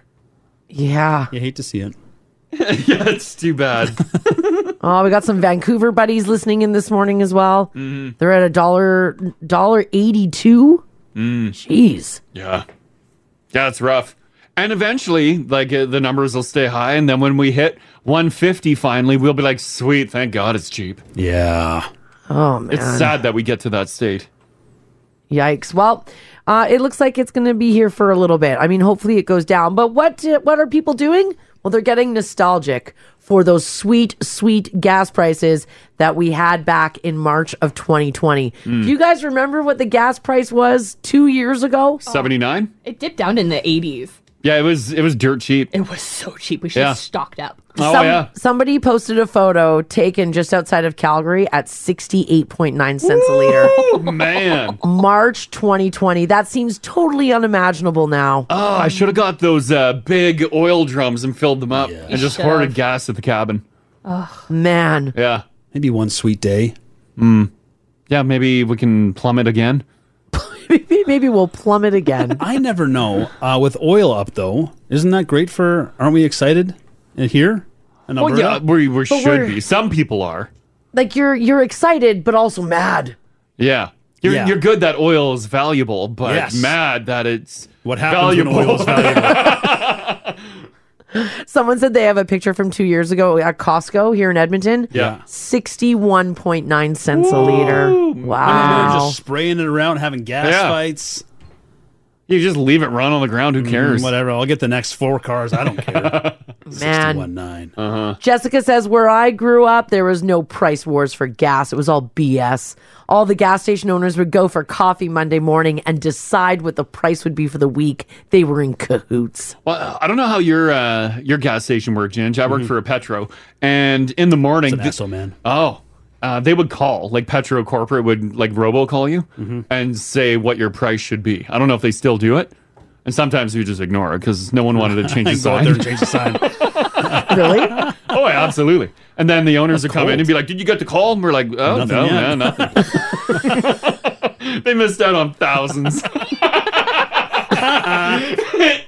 [SPEAKER 8] Yeah.
[SPEAKER 6] You hate to see it.
[SPEAKER 3] yeah, it's too bad.
[SPEAKER 8] Oh, we got some Vancouver buddies listening in this morning as well.
[SPEAKER 3] Mhm.
[SPEAKER 8] They're at a dollar dollar eighty two.
[SPEAKER 3] Mm.
[SPEAKER 8] Jeez.
[SPEAKER 3] Yeah. Yeah, it's rough. And eventually, like uh, the numbers will stay high, and then when we hit 150, finally, we'll be like, "Sweet, thank God it's cheap."
[SPEAKER 6] Yeah.
[SPEAKER 8] Oh man.
[SPEAKER 3] It's sad that we get to that state.
[SPEAKER 8] Yikes! Well, uh, it looks like it's going to be here for a little bit. I mean, hopefully it goes down. But what uh, what are people doing? Well, they're getting nostalgic for those sweet, sweet gas prices that we had back in March of 2020.
[SPEAKER 3] Hmm.
[SPEAKER 5] Mm.
[SPEAKER 8] Do you guys remember what the gas price was two years ago?
[SPEAKER 3] Seventy nine.
[SPEAKER 5] It dipped down in the 80s.
[SPEAKER 3] Yeah, it was it was dirt cheap.
[SPEAKER 5] It was so cheap. We should have
[SPEAKER 3] Yeah.
[SPEAKER 5] stocked up.
[SPEAKER 3] Oh
[SPEAKER 8] Some-
[SPEAKER 3] yeah.
[SPEAKER 8] Somebody posted a photo taken just outside of Calgary at 68.9 cents a liter.
[SPEAKER 3] Oh man.
[SPEAKER 8] March 2020. That seems totally unimaginable now.
[SPEAKER 3] Oh, I should have got those uh, big oil drums and filled them up, and just
[SPEAKER 8] should've.
[SPEAKER 3] hoarded gas at the cabin.
[SPEAKER 8] Ugh, man.
[SPEAKER 3] Yeah.
[SPEAKER 6] Maybe one sweet day.
[SPEAKER 3] Hmm. Mm. Yeah, maybe we can plummet again.
[SPEAKER 8] maybe, maybe we'll plummet again.
[SPEAKER 9] I never know. Uh, with oil up though, isn't that great for? Aren't we excited in here? In
[SPEAKER 3] Well, yeah,
[SPEAKER 9] Alberta?
[SPEAKER 3] we, we
[SPEAKER 8] But
[SPEAKER 3] should
[SPEAKER 8] we're-
[SPEAKER 3] be. Some people are.
[SPEAKER 8] Like you're you're excited but also mad.
[SPEAKER 3] Yeah. You're,
[SPEAKER 8] Yeah.
[SPEAKER 3] you're good that oil is valuable, but
[SPEAKER 8] Yes.
[SPEAKER 3] mad that it's what
[SPEAKER 9] happens when
[SPEAKER 3] valuable.
[SPEAKER 9] oil is
[SPEAKER 8] Someone said they have a picture from two years ago at Costco here in Edmonton.
[SPEAKER 9] Yeah.
[SPEAKER 8] Sixty-one point nine cents a liter.
[SPEAKER 9] I mean, they're
[SPEAKER 8] Wow.
[SPEAKER 9] just spraying it around, having gas
[SPEAKER 3] Yeah.
[SPEAKER 9] fights. Mm,
[SPEAKER 3] You just leave it run on the ground. Who cares?
[SPEAKER 9] whatever. I'll get the next four cars. I don't care.
[SPEAKER 8] Man.
[SPEAKER 9] Nine.
[SPEAKER 3] Uh huh.
[SPEAKER 8] Jessica says where I grew up, there was no price wars for gas. It was all BS. All the gas station owners would go for coffee Monday morning and decide what the price would be for the week. They were in cahoots.
[SPEAKER 3] Well, I don't know how your uh, your gas station worked, Ginge. I worked for a Petro, and in the morning,
[SPEAKER 9] Mm-hmm. It's an
[SPEAKER 3] th-
[SPEAKER 9] asshole, man.
[SPEAKER 3] Oh, uh, they would call like Petro Corporate would like robocall you
[SPEAKER 9] Mm-hmm.
[SPEAKER 3] and say what your price should be. I don't know if they still do it, and sometimes you just ignore it because no one wanted to change the
[SPEAKER 9] Go out there and
[SPEAKER 3] sign.
[SPEAKER 9] change the sign.
[SPEAKER 8] really?
[SPEAKER 3] oh, yeah, absolutely. And then the owners would come in and be like, "Did you get the call?" And we're like, "Oh
[SPEAKER 9] Nothing
[SPEAKER 3] no,
[SPEAKER 9] yet."
[SPEAKER 3] no, nothing." they missed out on thousands.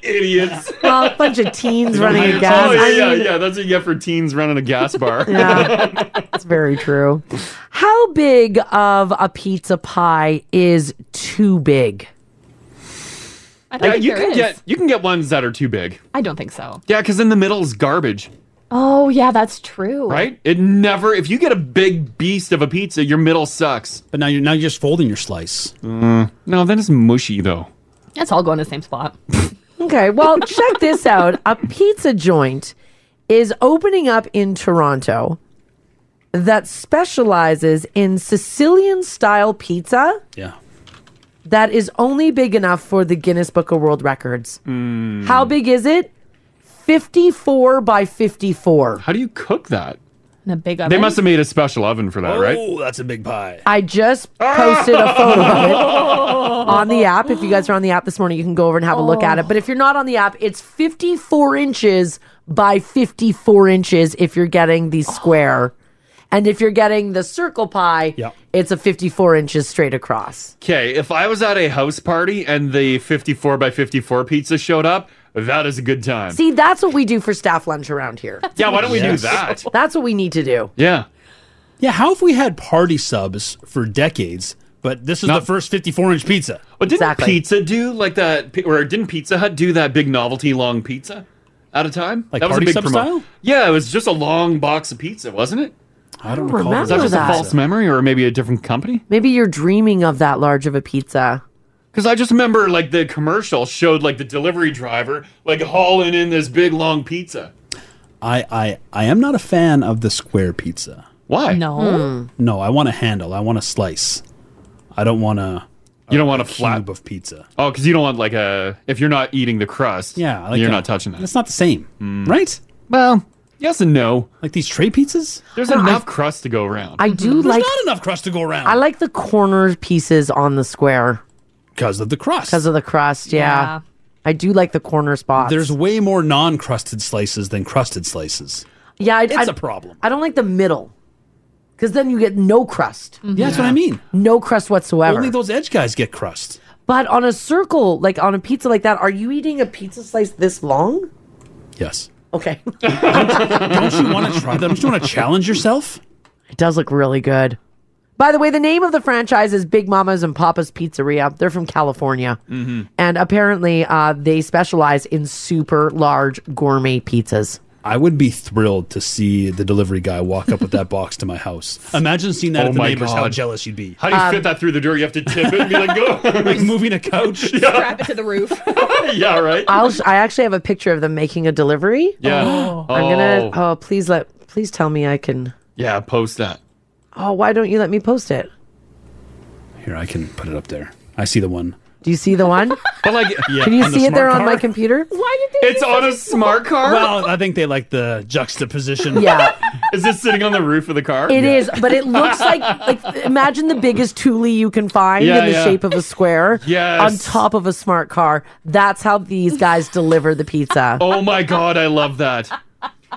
[SPEAKER 3] Idiots.
[SPEAKER 8] Well, a bunch of teens running a gas.
[SPEAKER 3] Oh, yeah,
[SPEAKER 8] I
[SPEAKER 3] yeah,
[SPEAKER 8] mean,
[SPEAKER 3] yeah, that's what you get for teens running a gas bar.
[SPEAKER 8] That's very true. How big of a pizza pie is too big?
[SPEAKER 5] I don't
[SPEAKER 3] Yeah,
[SPEAKER 5] think
[SPEAKER 3] you
[SPEAKER 5] there
[SPEAKER 3] can
[SPEAKER 5] is.
[SPEAKER 3] get you can get ones that are too big.
[SPEAKER 5] I don't think so.
[SPEAKER 3] Yeah, because in the middle is garbage,
[SPEAKER 5] Oh yeah, that's true.
[SPEAKER 3] right? It never. If you get a big beast of a pizza, your middle sucks. Mm.
[SPEAKER 9] But now you're now you're just folding your slice.
[SPEAKER 3] no, that is mushy though.
[SPEAKER 5] It's all going to the same spot.
[SPEAKER 8] Okay, well, check this out. A pizza joint is opening up in Toronto that specializes in Sicilian style pizza
[SPEAKER 9] Yeah.
[SPEAKER 8] that is only big enough for the Guinness Book of World Records.
[SPEAKER 3] Hmm.
[SPEAKER 8] How big is it? 54 by 54.
[SPEAKER 3] How do you cook that?
[SPEAKER 5] In a big
[SPEAKER 3] They must have made a special oven for that, right?
[SPEAKER 9] Oh, that's a big pie.
[SPEAKER 8] I just posted a photo of it on the app. If you guys are on the app this morning, you can go over and have a look at it. But if you're not on the app, it's 54 inches by 54 inches if you're getting the square. And if you're getting the circle pie, it's a 54 inches straight across.
[SPEAKER 3] Okay, if I was at a house party and the 54 by 54 pizza showed up, that is a good time.
[SPEAKER 8] See, that's what we do for staff lunch around here.
[SPEAKER 3] Yeah, why don't we do Yes. that?
[SPEAKER 8] That's what we need to do.
[SPEAKER 3] Yeah.
[SPEAKER 9] Yeah, how have we had party subs for decades, but this is the first 54 inch pizza?
[SPEAKER 3] But didn't pizza do like that, pi- or didn't Pizza Hut do that big novelty long pizza at a time?
[SPEAKER 9] Like
[SPEAKER 3] that
[SPEAKER 9] party
[SPEAKER 3] was a
[SPEAKER 9] sub
[SPEAKER 3] big promo.
[SPEAKER 9] style?
[SPEAKER 3] Yeah, it was just a long box of pizza, wasn't it? I
[SPEAKER 8] don't recall
[SPEAKER 3] Is that
[SPEAKER 8] remember
[SPEAKER 3] just
[SPEAKER 8] that.
[SPEAKER 3] a false memory, or maybe a different company?
[SPEAKER 8] Maybe you're dreaming of that large of a pizza.
[SPEAKER 3] Because I just remember like the commercial showed like the delivery driver like hauling in this big long pizza.
[SPEAKER 9] I, I, I am not a fan of the square pizza.
[SPEAKER 3] Why?
[SPEAKER 8] Hmm.
[SPEAKER 3] No.
[SPEAKER 9] No, I want a handle. I want a slice. I don't want a.
[SPEAKER 3] You don't want a flat
[SPEAKER 9] of pizza.
[SPEAKER 3] Oh, because you don't want like a if you're not eating the crust.
[SPEAKER 9] Yeah, I like
[SPEAKER 3] you're
[SPEAKER 9] that.
[SPEAKER 3] not touching that. Mm.
[SPEAKER 9] It's not the same, right?
[SPEAKER 3] Well, yes and no.
[SPEAKER 9] Like these tray pizzas.
[SPEAKER 3] There's
[SPEAKER 8] I don't know,
[SPEAKER 3] enough
[SPEAKER 8] I-
[SPEAKER 3] crust to go around.
[SPEAKER 8] I do like.
[SPEAKER 9] Not enough crust to go around.
[SPEAKER 8] I like the corner pieces on the square.
[SPEAKER 9] Because of the crust.
[SPEAKER 8] Because of the crust, yeah.
[SPEAKER 9] Yeah.
[SPEAKER 8] I do like the corner spots.
[SPEAKER 9] There's way more non-crusted slices than crusted slices.
[SPEAKER 8] yeah, I,
[SPEAKER 9] it's
[SPEAKER 8] I,
[SPEAKER 9] a problem.
[SPEAKER 8] I don't like the middle. Because then you get no crust.
[SPEAKER 9] Yeah, that's what I mean.
[SPEAKER 8] No crust whatsoever.
[SPEAKER 9] Only those edge guys get crust.
[SPEAKER 8] but on a circle, like on a pizza like that, are you eating a pizza slice this long?
[SPEAKER 9] Yes.
[SPEAKER 8] Okay.
[SPEAKER 9] don't you want to try them? Don't you want to challenge yourself?
[SPEAKER 8] It does look really good. By the way, the name of the franchise is Big Mama's and Papa's Pizzeria. They're from California.
[SPEAKER 9] Mm-hmm.
[SPEAKER 8] And apparently, uh, they specialize in super large gourmet pizzas.
[SPEAKER 9] I would be thrilled to see the delivery guy walk up with that box to my house. Imagine seeing that
[SPEAKER 3] Oh
[SPEAKER 9] at the
[SPEAKER 3] my
[SPEAKER 9] neighbors. How
[SPEAKER 3] God.
[SPEAKER 9] jealous you'd be. Um,
[SPEAKER 3] How do you fit that through the door? You have to tip it and be like, go. like
[SPEAKER 9] moving a couch.
[SPEAKER 5] Strap it to the roof.
[SPEAKER 3] yeah, right.
[SPEAKER 8] I'll sh- I actually have a picture of them making a delivery.
[SPEAKER 3] Yeah.
[SPEAKER 8] Oh. I'm gonna. Oh, please let. Please tell me I can.
[SPEAKER 3] Yeah, post that.
[SPEAKER 8] Oh, why don't you let me post it?
[SPEAKER 9] Here, I can put it up there. I see the one.
[SPEAKER 8] Do you see the one?
[SPEAKER 3] But like,
[SPEAKER 8] can you see it there on my computer?
[SPEAKER 5] Why
[SPEAKER 8] you
[SPEAKER 3] It's on a smart car.
[SPEAKER 9] Well, I think they like the juxtaposition.
[SPEAKER 8] Yeah.
[SPEAKER 3] is this sitting on the roof of the car?
[SPEAKER 8] It is, but it looks like like imagine the biggest tule you can find
[SPEAKER 3] Yeah,
[SPEAKER 8] in the
[SPEAKER 3] yeah.
[SPEAKER 8] shape of a square
[SPEAKER 3] Yes.
[SPEAKER 8] on top of a smart car. That's how these guys deliver the pizza.
[SPEAKER 3] Oh my god, I love that.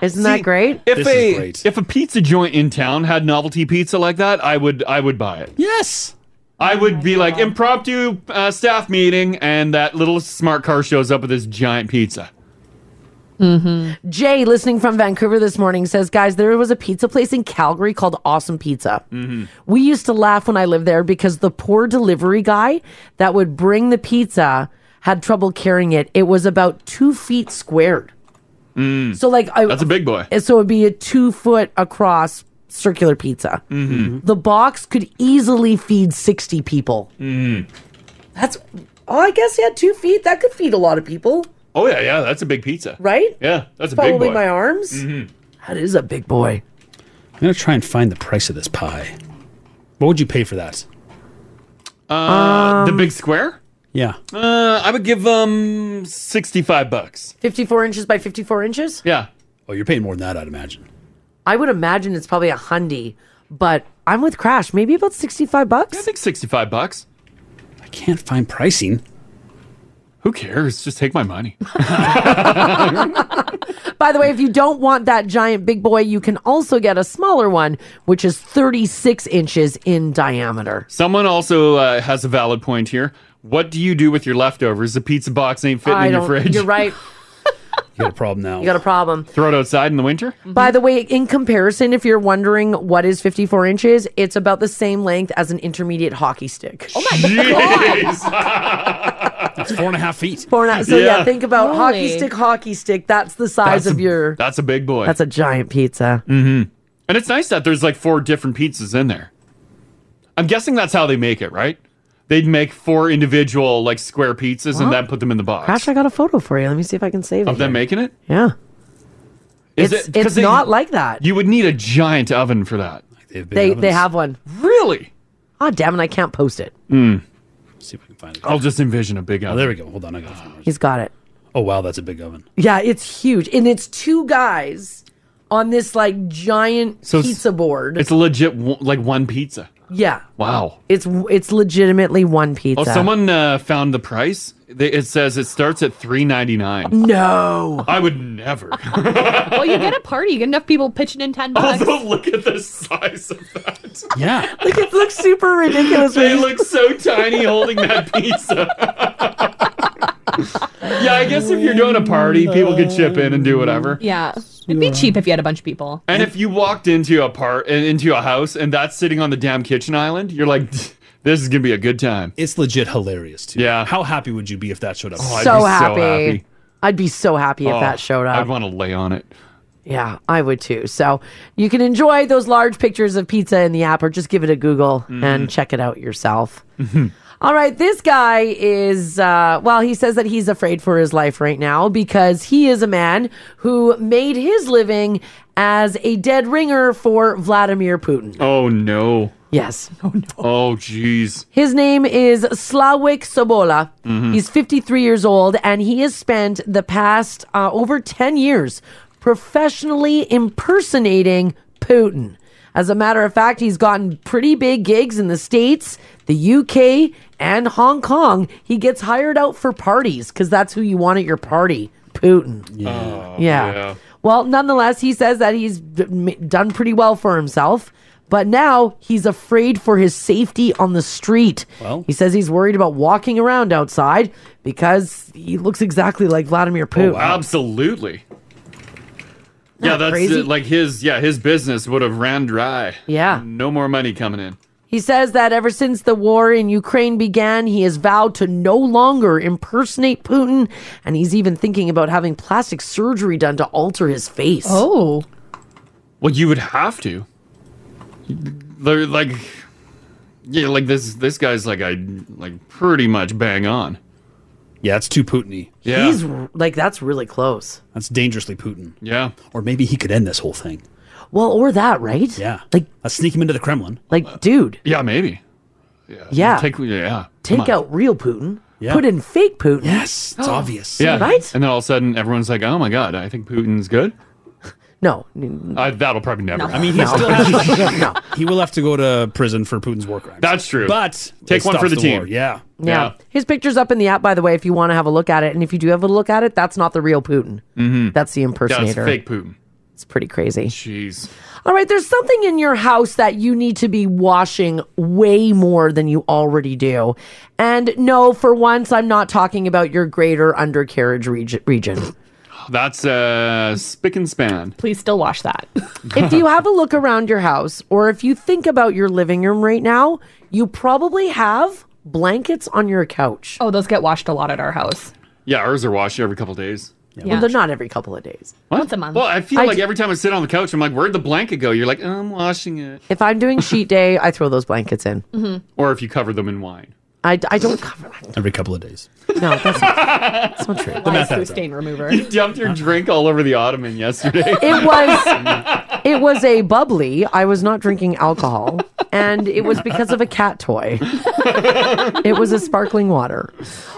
[SPEAKER 8] Isn't that great?
[SPEAKER 3] If
[SPEAKER 8] This
[SPEAKER 3] a
[SPEAKER 8] is
[SPEAKER 3] if a pizza joint in town had novelty pizza like that, I would I would buy it.
[SPEAKER 9] Yes.
[SPEAKER 8] Oh
[SPEAKER 3] I would be like impromptu uh, staff meeting, and that little smart car shows up with this giant pizza.
[SPEAKER 8] Mm-hmm. Jay, listening from Vancouver this morning, says, Guys, there was a pizza place in Calgary called Awesome Pizza.
[SPEAKER 3] Mm-hmm.
[SPEAKER 8] We used to laugh when I lived there because the poor delivery guy that would bring the pizza had trouble carrying it. It was about two feet squared.
[SPEAKER 3] Mm.
[SPEAKER 8] So, like, I,
[SPEAKER 3] that's a big boy.
[SPEAKER 8] And So it'd be a two foot across circular pizza.
[SPEAKER 3] Mm-hmm.
[SPEAKER 8] The box could easily feed 60 people.
[SPEAKER 3] Mm.
[SPEAKER 8] That's, oh, I guess, yeah, two feet. That could feed a lot of people,
[SPEAKER 3] Oh yeah, yeah, that's a big pizza.
[SPEAKER 8] right?
[SPEAKER 3] Yeah, that's a
[SPEAKER 8] Probably
[SPEAKER 3] big boy.
[SPEAKER 8] my arms.
[SPEAKER 3] Mhm.
[SPEAKER 8] That is a big boy.
[SPEAKER 9] I'm gonna try and find the price of this pie. What would you pay for that?
[SPEAKER 3] Uh,
[SPEAKER 8] Um,
[SPEAKER 3] the big square.
[SPEAKER 9] Yeah.
[SPEAKER 3] Uh, I would give um sixty-five bucks.
[SPEAKER 8] 54 inches by 54 inches?
[SPEAKER 3] Yeah.
[SPEAKER 9] Oh, you're paying more than that, I'd imagine.
[SPEAKER 8] I would imagine it's probably a hundy, but I'm with Crash. Maybe about 65 bucks?
[SPEAKER 3] I think sixty-five bucks.
[SPEAKER 9] I can't find pricing.
[SPEAKER 3] Who cares? Just take my money.
[SPEAKER 8] By the way, if you don't want that giant big boy, you can also get a smaller one, which is 36 inches in diameter.
[SPEAKER 3] Someone also uh, has a valid point here. What do you do with your leftovers? The pizza box ain't fitting
[SPEAKER 8] I
[SPEAKER 3] in your
[SPEAKER 8] don't-
[SPEAKER 3] fridge.
[SPEAKER 8] You're right.
[SPEAKER 9] You got a problem now.
[SPEAKER 8] You got a problem.
[SPEAKER 3] Throw it outside in the winter.
[SPEAKER 8] By the way, in comparison, if you're wondering what is 54 inches, it's about the same length as an intermediate hockey stick. Oh my
[SPEAKER 9] That's four and a half feet.
[SPEAKER 8] Four and a- so yeah, think about hockey stick, hockey stick. That's the size
[SPEAKER 3] That's a-
[SPEAKER 8] of your.
[SPEAKER 3] That's a big boy.
[SPEAKER 8] That's a giant pizza.
[SPEAKER 3] Mm-hmm. And it's nice that there's like four different pizzas in there. I'm guessing that's how they make it, right? They'd make four individual like square pizzas
[SPEAKER 8] Wow.
[SPEAKER 3] and then put them in the box.
[SPEAKER 8] Crash, I got a photo for you. Let me see if I can save it.
[SPEAKER 3] Of them
[SPEAKER 8] here.
[SPEAKER 3] making it?
[SPEAKER 8] Yeah.
[SPEAKER 3] Is
[SPEAKER 8] it's
[SPEAKER 3] it- 'cause
[SPEAKER 8] it's
[SPEAKER 3] they-
[SPEAKER 8] not like that.
[SPEAKER 3] You would need a giant oven for that.
[SPEAKER 8] They they have one.
[SPEAKER 3] Really?
[SPEAKER 8] Ah, damn it! I can't post it.
[SPEAKER 3] Mm.
[SPEAKER 9] See if I can find it.
[SPEAKER 3] I'll just envision a big oven.
[SPEAKER 9] Oh, there we go. Hold on, I got to find
[SPEAKER 8] He's got it.
[SPEAKER 9] Oh wow, that's a big oven.
[SPEAKER 8] Yeah, it's huge, and it's two guys on this like giant
[SPEAKER 3] So it's-
[SPEAKER 8] pizza board.
[SPEAKER 3] It's legit wo- like one pizza.
[SPEAKER 8] yeah,
[SPEAKER 3] Wow.
[SPEAKER 8] it's it's legitimately one pizza.
[SPEAKER 3] Oh, someone uh, found the price. They, it says it starts at three ninety nine.
[SPEAKER 8] No,
[SPEAKER 3] I would never.
[SPEAKER 5] well, you get a party. You get enough people pitching in ten bucks.
[SPEAKER 3] look at the size of that.
[SPEAKER 9] Yeah.
[SPEAKER 8] like it looks super ridiculous.
[SPEAKER 3] they look so tiny holding that pizza. yeah, I guess if you're doing a party, people could chip in and do whatever.
[SPEAKER 5] Yeah, it'd be cheap if you had a bunch of people.
[SPEAKER 3] And if you walked into a part into a house and that's sitting on the damn kitchen island, you're like, this is gonna be a good time.
[SPEAKER 9] It's legit hilarious too.
[SPEAKER 3] Yeah.
[SPEAKER 9] How happy would you be if that showed up?
[SPEAKER 3] Oh, I'd
[SPEAKER 8] so
[SPEAKER 3] be
[SPEAKER 8] happy.
[SPEAKER 3] happy.
[SPEAKER 8] I'd be so happy if
[SPEAKER 3] Oh,
[SPEAKER 8] that showed up.
[SPEAKER 3] I'd want to lay on it.
[SPEAKER 8] yeah, I would too. So you can enjoy those large pictures of pizza in the app, or just give it a Google and check it out yourself.
[SPEAKER 3] Mm-hmm.
[SPEAKER 8] All right, this guy is, uh, well, he says that he's afraid for his life right now because he is a man who made his living as a dead ringer for Vladimir Putin.
[SPEAKER 3] Oh no.
[SPEAKER 8] Yes. Oh
[SPEAKER 3] no. Oh jeez.
[SPEAKER 8] His name is Slavik Sobola.
[SPEAKER 3] Mhm.
[SPEAKER 8] He's 53 years old, and he has spent the past uh, over 10 years professionally impersonating Putin. As a matter of fact, he's gotten pretty big gigs in the States, the UK, and Hong Kong. He gets hired out for parties because that's who you want at your party Putin.
[SPEAKER 9] Yeah.
[SPEAKER 3] Oh,
[SPEAKER 8] Yeah. Well, nonetheless, he says that he's d- m- done pretty well for himself, but now he's afraid for his safety on the street.
[SPEAKER 9] Well-
[SPEAKER 8] he says he's worried about walking around outside because he looks exactly like Vladimir Putin.
[SPEAKER 3] Oh, absolutely. yeah, that's
[SPEAKER 8] crazy?
[SPEAKER 3] it. like his yeah, his business would have ran dry.
[SPEAKER 8] Yeah.
[SPEAKER 3] No more money coming in.
[SPEAKER 8] He says that ever since the war in Ukraine began, he has vowed to no longer impersonate Putin, and he's even thinking about having plastic surgery done to alter his face.
[SPEAKER 5] Oh.
[SPEAKER 3] Well, you would have to. They're like Yeah, like this this guy's like I like pretty much bang on.
[SPEAKER 9] Yeah, it's too Putin-y.
[SPEAKER 3] Yeah.
[SPEAKER 8] He's r- like, that's really close.
[SPEAKER 9] That's dangerously Putin.
[SPEAKER 3] Yeah.
[SPEAKER 9] Or maybe he could end this whole thing.
[SPEAKER 8] Well, or that, right?
[SPEAKER 9] Yeah.
[SPEAKER 8] Like
[SPEAKER 9] let's sneak him into the Kremlin.
[SPEAKER 8] Like, dude.
[SPEAKER 3] Uh, Yeah, maybe.
[SPEAKER 8] Yeah.
[SPEAKER 3] Take yeah.
[SPEAKER 8] Take out real Putin. Put in fake Putin.
[SPEAKER 9] Yes, it's obvious.
[SPEAKER 3] Oh. Yeah.
[SPEAKER 8] Right?
[SPEAKER 3] And then all of a sudden everyone's like, "Oh my god, I think Putin's good."
[SPEAKER 8] No.
[SPEAKER 3] Uh, that'll probably never.
[SPEAKER 9] I mean, he still has, he will have to go to prison for Putin's war crimes.
[SPEAKER 3] That's true.
[SPEAKER 9] But
[SPEAKER 3] Take
[SPEAKER 9] it
[SPEAKER 3] one for
[SPEAKER 9] stops
[SPEAKER 3] the team.
[SPEAKER 9] war. Yeah.
[SPEAKER 8] Yeah. His picture's up in the app, by the way, if you want to have a look at it. And if you do have a look at it, that's not the real Putin.
[SPEAKER 3] Mhm.
[SPEAKER 8] That's the
[SPEAKER 3] Yeah, it's
[SPEAKER 8] impersonator.
[SPEAKER 3] fake Putin.
[SPEAKER 8] It's pretty crazy.
[SPEAKER 3] Jeez.
[SPEAKER 8] All right, there's something in your house that you need to be washing way more than you already do. And no, for once, I'm not talking about your greater undercarriage reg- region.
[SPEAKER 3] That's uh, spick and span.
[SPEAKER 8] Please still wash that. if you have a look around your house or if you think about your living room right now, you probably have blankets on your couch.
[SPEAKER 5] Oh, those get washed a lot at our house.
[SPEAKER 3] Yeah, ours are washed every couple days.
[SPEAKER 8] Well, they're not every couple of days.
[SPEAKER 5] Once a month.
[SPEAKER 3] Well, I feel like every time I sit on the couch, I'm like, where'd the blanket go? You're like, I'm washing it.
[SPEAKER 8] If I'm doing sheet day, I throw those blankets in.
[SPEAKER 5] Mm-hmm.
[SPEAKER 3] Or if you cover them in wine.
[SPEAKER 8] I, I don't cover.
[SPEAKER 9] Every couple of days.
[SPEAKER 8] No, that's not, that's not true.
[SPEAKER 5] Lies through stain remover.
[SPEAKER 3] You dumped your drink all over the ottoman yesterday.
[SPEAKER 8] It was it was a bubbly. I was not drinking alcohol, and it was because of a cat toy. it was a sparkling water.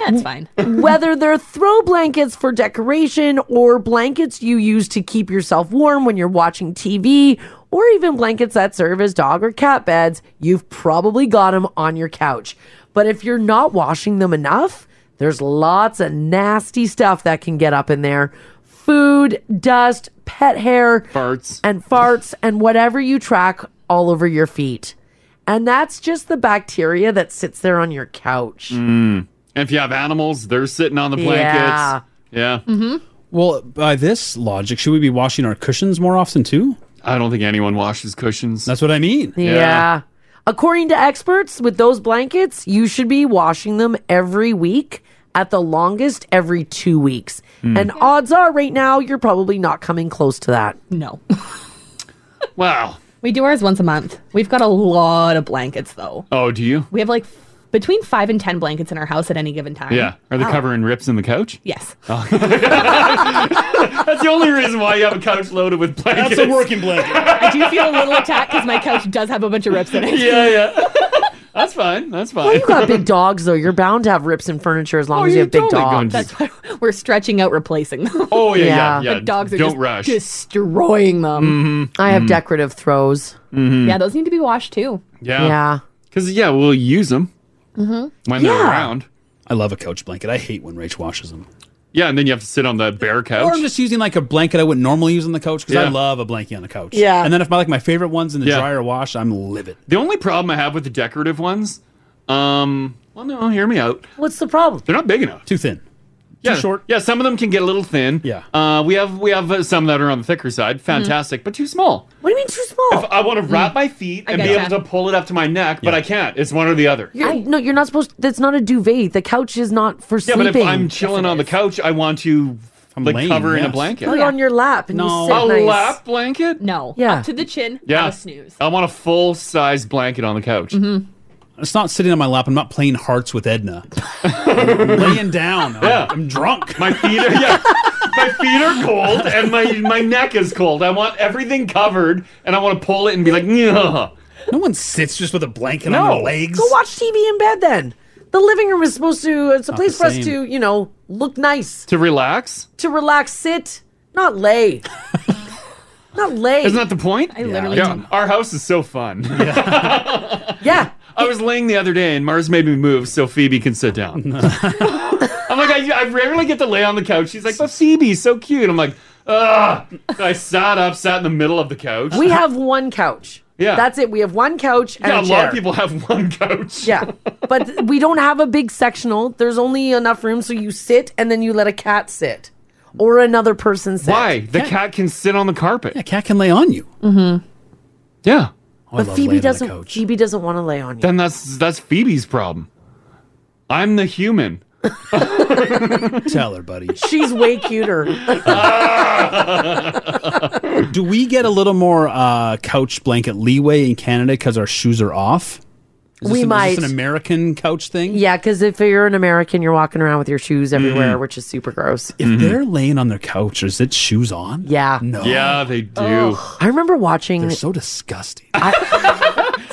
[SPEAKER 5] That's fine.
[SPEAKER 8] Whether they're throw blankets for decoration or blankets you use to keep yourself warm when you're watching TV or even blankets that serve as dog or cat beds, you've probably got them on your couch. But if you're not washing them enough, there's lots of nasty stuff that can get up in there. Food, dust, pet hair,
[SPEAKER 3] farts,
[SPEAKER 8] and farts, and whatever you track all over your feet. And that's just the bacteria that sits there on your couch.
[SPEAKER 3] Mm. And if you have animals, they're sitting on the blankets.
[SPEAKER 8] Yeah.
[SPEAKER 3] Yeah.
[SPEAKER 8] Mm-hmm.
[SPEAKER 9] Well, by this logic, should we be washing our cushions more often too?
[SPEAKER 3] I don't think anyone washes cushions.
[SPEAKER 9] That's what I mean.
[SPEAKER 8] Yeah. According to experts, with those blankets, you should be washing them every week, at the longest, every two weeks.
[SPEAKER 3] Hmm.
[SPEAKER 8] And odds are, right now, you're probably not coming close to that.
[SPEAKER 5] No.
[SPEAKER 3] wow.
[SPEAKER 5] We do ours once a month. We've got a lot of blankets though.
[SPEAKER 3] Oh, do you?
[SPEAKER 5] We have like f- between five and ten blankets in our house at any given time.
[SPEAKER 3] Yeah. Are they
[SPEAKER 5] Wow.
[SPEAKER 3] covering rips in the couch?
[SPEAKER 5] Oh. Yes.
[SPEAKER 3] Oh. That's the only reason why you have a couch loaded with blankets.
[SPEAKER 9] That's a working blanket.
[SPEAKER 5] I do feel a little attacked because my couch does have a bunch of rips in it.
[SPEAKER 3] Yeah, yeah. That's fine. That's fine.
[SPEAKER 8] Well, you got big dogs, though. You're bound to have rips in furniture as long
[SPEAKER 5] Oh,
[SPEAKER 8] as you
[SPEAKER 5] you're
[SPEAKER 8] have big
[SPEAKER 5] totally going
[SPEAKER 8] dogs.
[SPEAKER 5] to- That's why we're stretching out replacing them.
[SPEAKER 3] Oh
[SPEAKER 8] yeah, yeah, yeah.
[SPEAKER 5] The dogs are
[SPEAKER 8] Don't
[SPEAKER 5] just
[SPEAKER 8] rush.
[SPEAKER 5] destroying
[SPEAKER 3] Mm-hmm.
[SPEAKER 5] them.
[SPEAKER 8] I have decorative throws.
[SPEAKER 3] Mm.
[SPEAKER 5] Yeah, those need to be washed too.
[SPEAKER 3] Yeah.
[SPEAKER 8] Yeah.
[SPEAKER 3] Because, yeah, we'll use them
[SPEAKER 5] Mm-hmm.
[SPEAKER 3] when they're
[SPEAKER 5] Yeah.
[SPEAKER 3] around.
[SPEAKER 9] I love a couch blanket. I hate when Rach washes them.
[SPEAKER 3] Yeah, and then you have to sit on the bare
[SPEAKER 9] Or
[SPEAKER 3] couch.
[SPEAKER 9] I'm just using like a blanket I wouldn't normally use on the couch because I
[SPEAKER 3] Yeah.
[SPEAKER 9] love a blanket on the couch.
[SPEAKER 3] Yeah.
[SPEAKER 9] And then if my like my favorite ones in the
[SPEAKER 3] Yeah.
[SPEAKER 9] dryer wash, I'm livid.
[SPEAKER 3] The only problem I have with the decorative ones, um, well, no, hear me out.
[SPEAKER 8] What's the problem?
[SPEAKER 3] They're not big enough.
[SPEAKER 9] Too thin.
[SPEAKER 3] Yeah, short. Yeah, some of them can get a little thin. Yeah. Uh, we have we have uh, some that are on the thicker side. Fantastic, but too small.
[SPEAKER 8] Mm-hmm. What do you mean too small? Mm.
[SPEAKER 3] If I want to wrap my feet
[SPEAKER 8] I
[SPEAKER 3] and be
[SPEAKER 8] gotcha.
[SPEAKER 3] able to pull it up to my neck, but I can't. It's one or the other.
[SPEAKER 8] You're, no, you're not supposed. That's not a duvet. The couch is not for
[SPEAKER 3] Yeah,
[SPEAKER 8] sleeping.
[SPEAKER 3] but if I'm chilling on the couch, I want to like
[SPEAKER 9] laying,
[SPEAKER 3] cover in a
[SPEAKER 9] yes.
[SPEAKER 3] blanket.
[SPEAKER 8] Put it on your lap and
[SPEAKER 3] No.
[SPEAKER 8] you sit
[SPEAKER 3] A
[SPEAKER 8] nice.
[SPEAKER 3] lap blanket?
[SPEAKER 5] No.
[SPEAKER 8] Yeah.
[SPEAKER 5] Up to the chin.
[SPEAKER 3] yeah.
[SPEAKER 5] Have a snooze.
[SPEAKER 3] I want a full size blanket on the couch.
[SPEAKER 5] Mm-hmm.
[SPEAKER 9] It's not sitting on my lap. I'm not playing hearts with Edna. I'm laying down.
[SPEAKER 3] Yeah.
[SPEAKER 9] I'm drunk.
[SPEAKER 3] My feet are yeah. my feet are cold and my my neck is cold. I want everything covered and I want to pull it and be like, yeah.
[SPEAKER 9] No one sits just with a blanket
[SPEAKER 3] no.
[SPEAKER 8] Go watch TV in bed then. The living room is supposed to. It's a
[SPEAKER 3] Not
[SPEAKER 8] place
[SPEAKER 3] the
[SPEAKER 8] for us
[SPEAKER 3] same.
[SPEAKER 8] to, you know, look nice,
[SPEAKER 3] To relax?
[SPEAKER 8] to relax, sit, not lay. not lay.
[SPEAKER 3] Isn't that the point?
[SPEAKER 8] I literally don't-
[SPEAKER 3] Our house is so fun.
[SPEAKER 8] yeah.
[SPEAKER 3] I was laying the other day and Mars made me move so Phoebe can sit down. I'm like, I, I rarely get to lay on the couch. She's like, but Phoebe's so cute. I'm like, ugh. So I sat up, sat in the middle of the couch.
[SPEAKER 8] we have one couch.
[SPEAKER 3] Yeah.
[SPEAKER 8] That's it. We have one couch and
[SPEAKER 3] yeah, a
[SPEAKER 8] chair.
[SPEAKER 3] lot of people have one couch.
[SPEAKER 8] Yeah. But th- we don't have a big sectional. There's only enough room so you sit and then you let a cat sit or another person sit.
[SPEAKER 3] Why? The cat can sit on the carpet. Yeah,
[SPEAKER 9] cat can lay on you.
[SPEAKER 8] Mm-hmm.
[SPEAKER 3] Yeah.
[SPEAKER 9] Oh,
[SPEAKER 8] but Phoebe doesn't Phoebe doesn't want to lay on you.
[SPEAKER 3] Then that's that's Phoebe's problem. I'm the human.
[SPEAKER 9] Tell her, buddy.
[SPEAKER 8] She's way cuter.
[SPEAKER 9] Do we get a little more uh, couch blanket leeway in Canada because our shoes are off? Is
[SPEAKER 8] We
[SPEAKER 9] this an, Is
[SPEAKER 8] might.
[SPEAKER 9] this an American couch thing?
[SPEAKER 8] Yeah, because if you're an American, you're walking around with your shoes
[SPEAKER 3] Mm-hmm.
[SPEAKER 8] everywhere, which is super gross.
[SPEAKER 9] If they're laying on their couch, is it shoes on?
[SPEAKER 8] Yeah.
[SPEAKER 9] No.
[SPEAKER 3] Yeah, they do.
[SPEAKER 8] I remember watching.
[SPEAKER 9] They're so disgusting.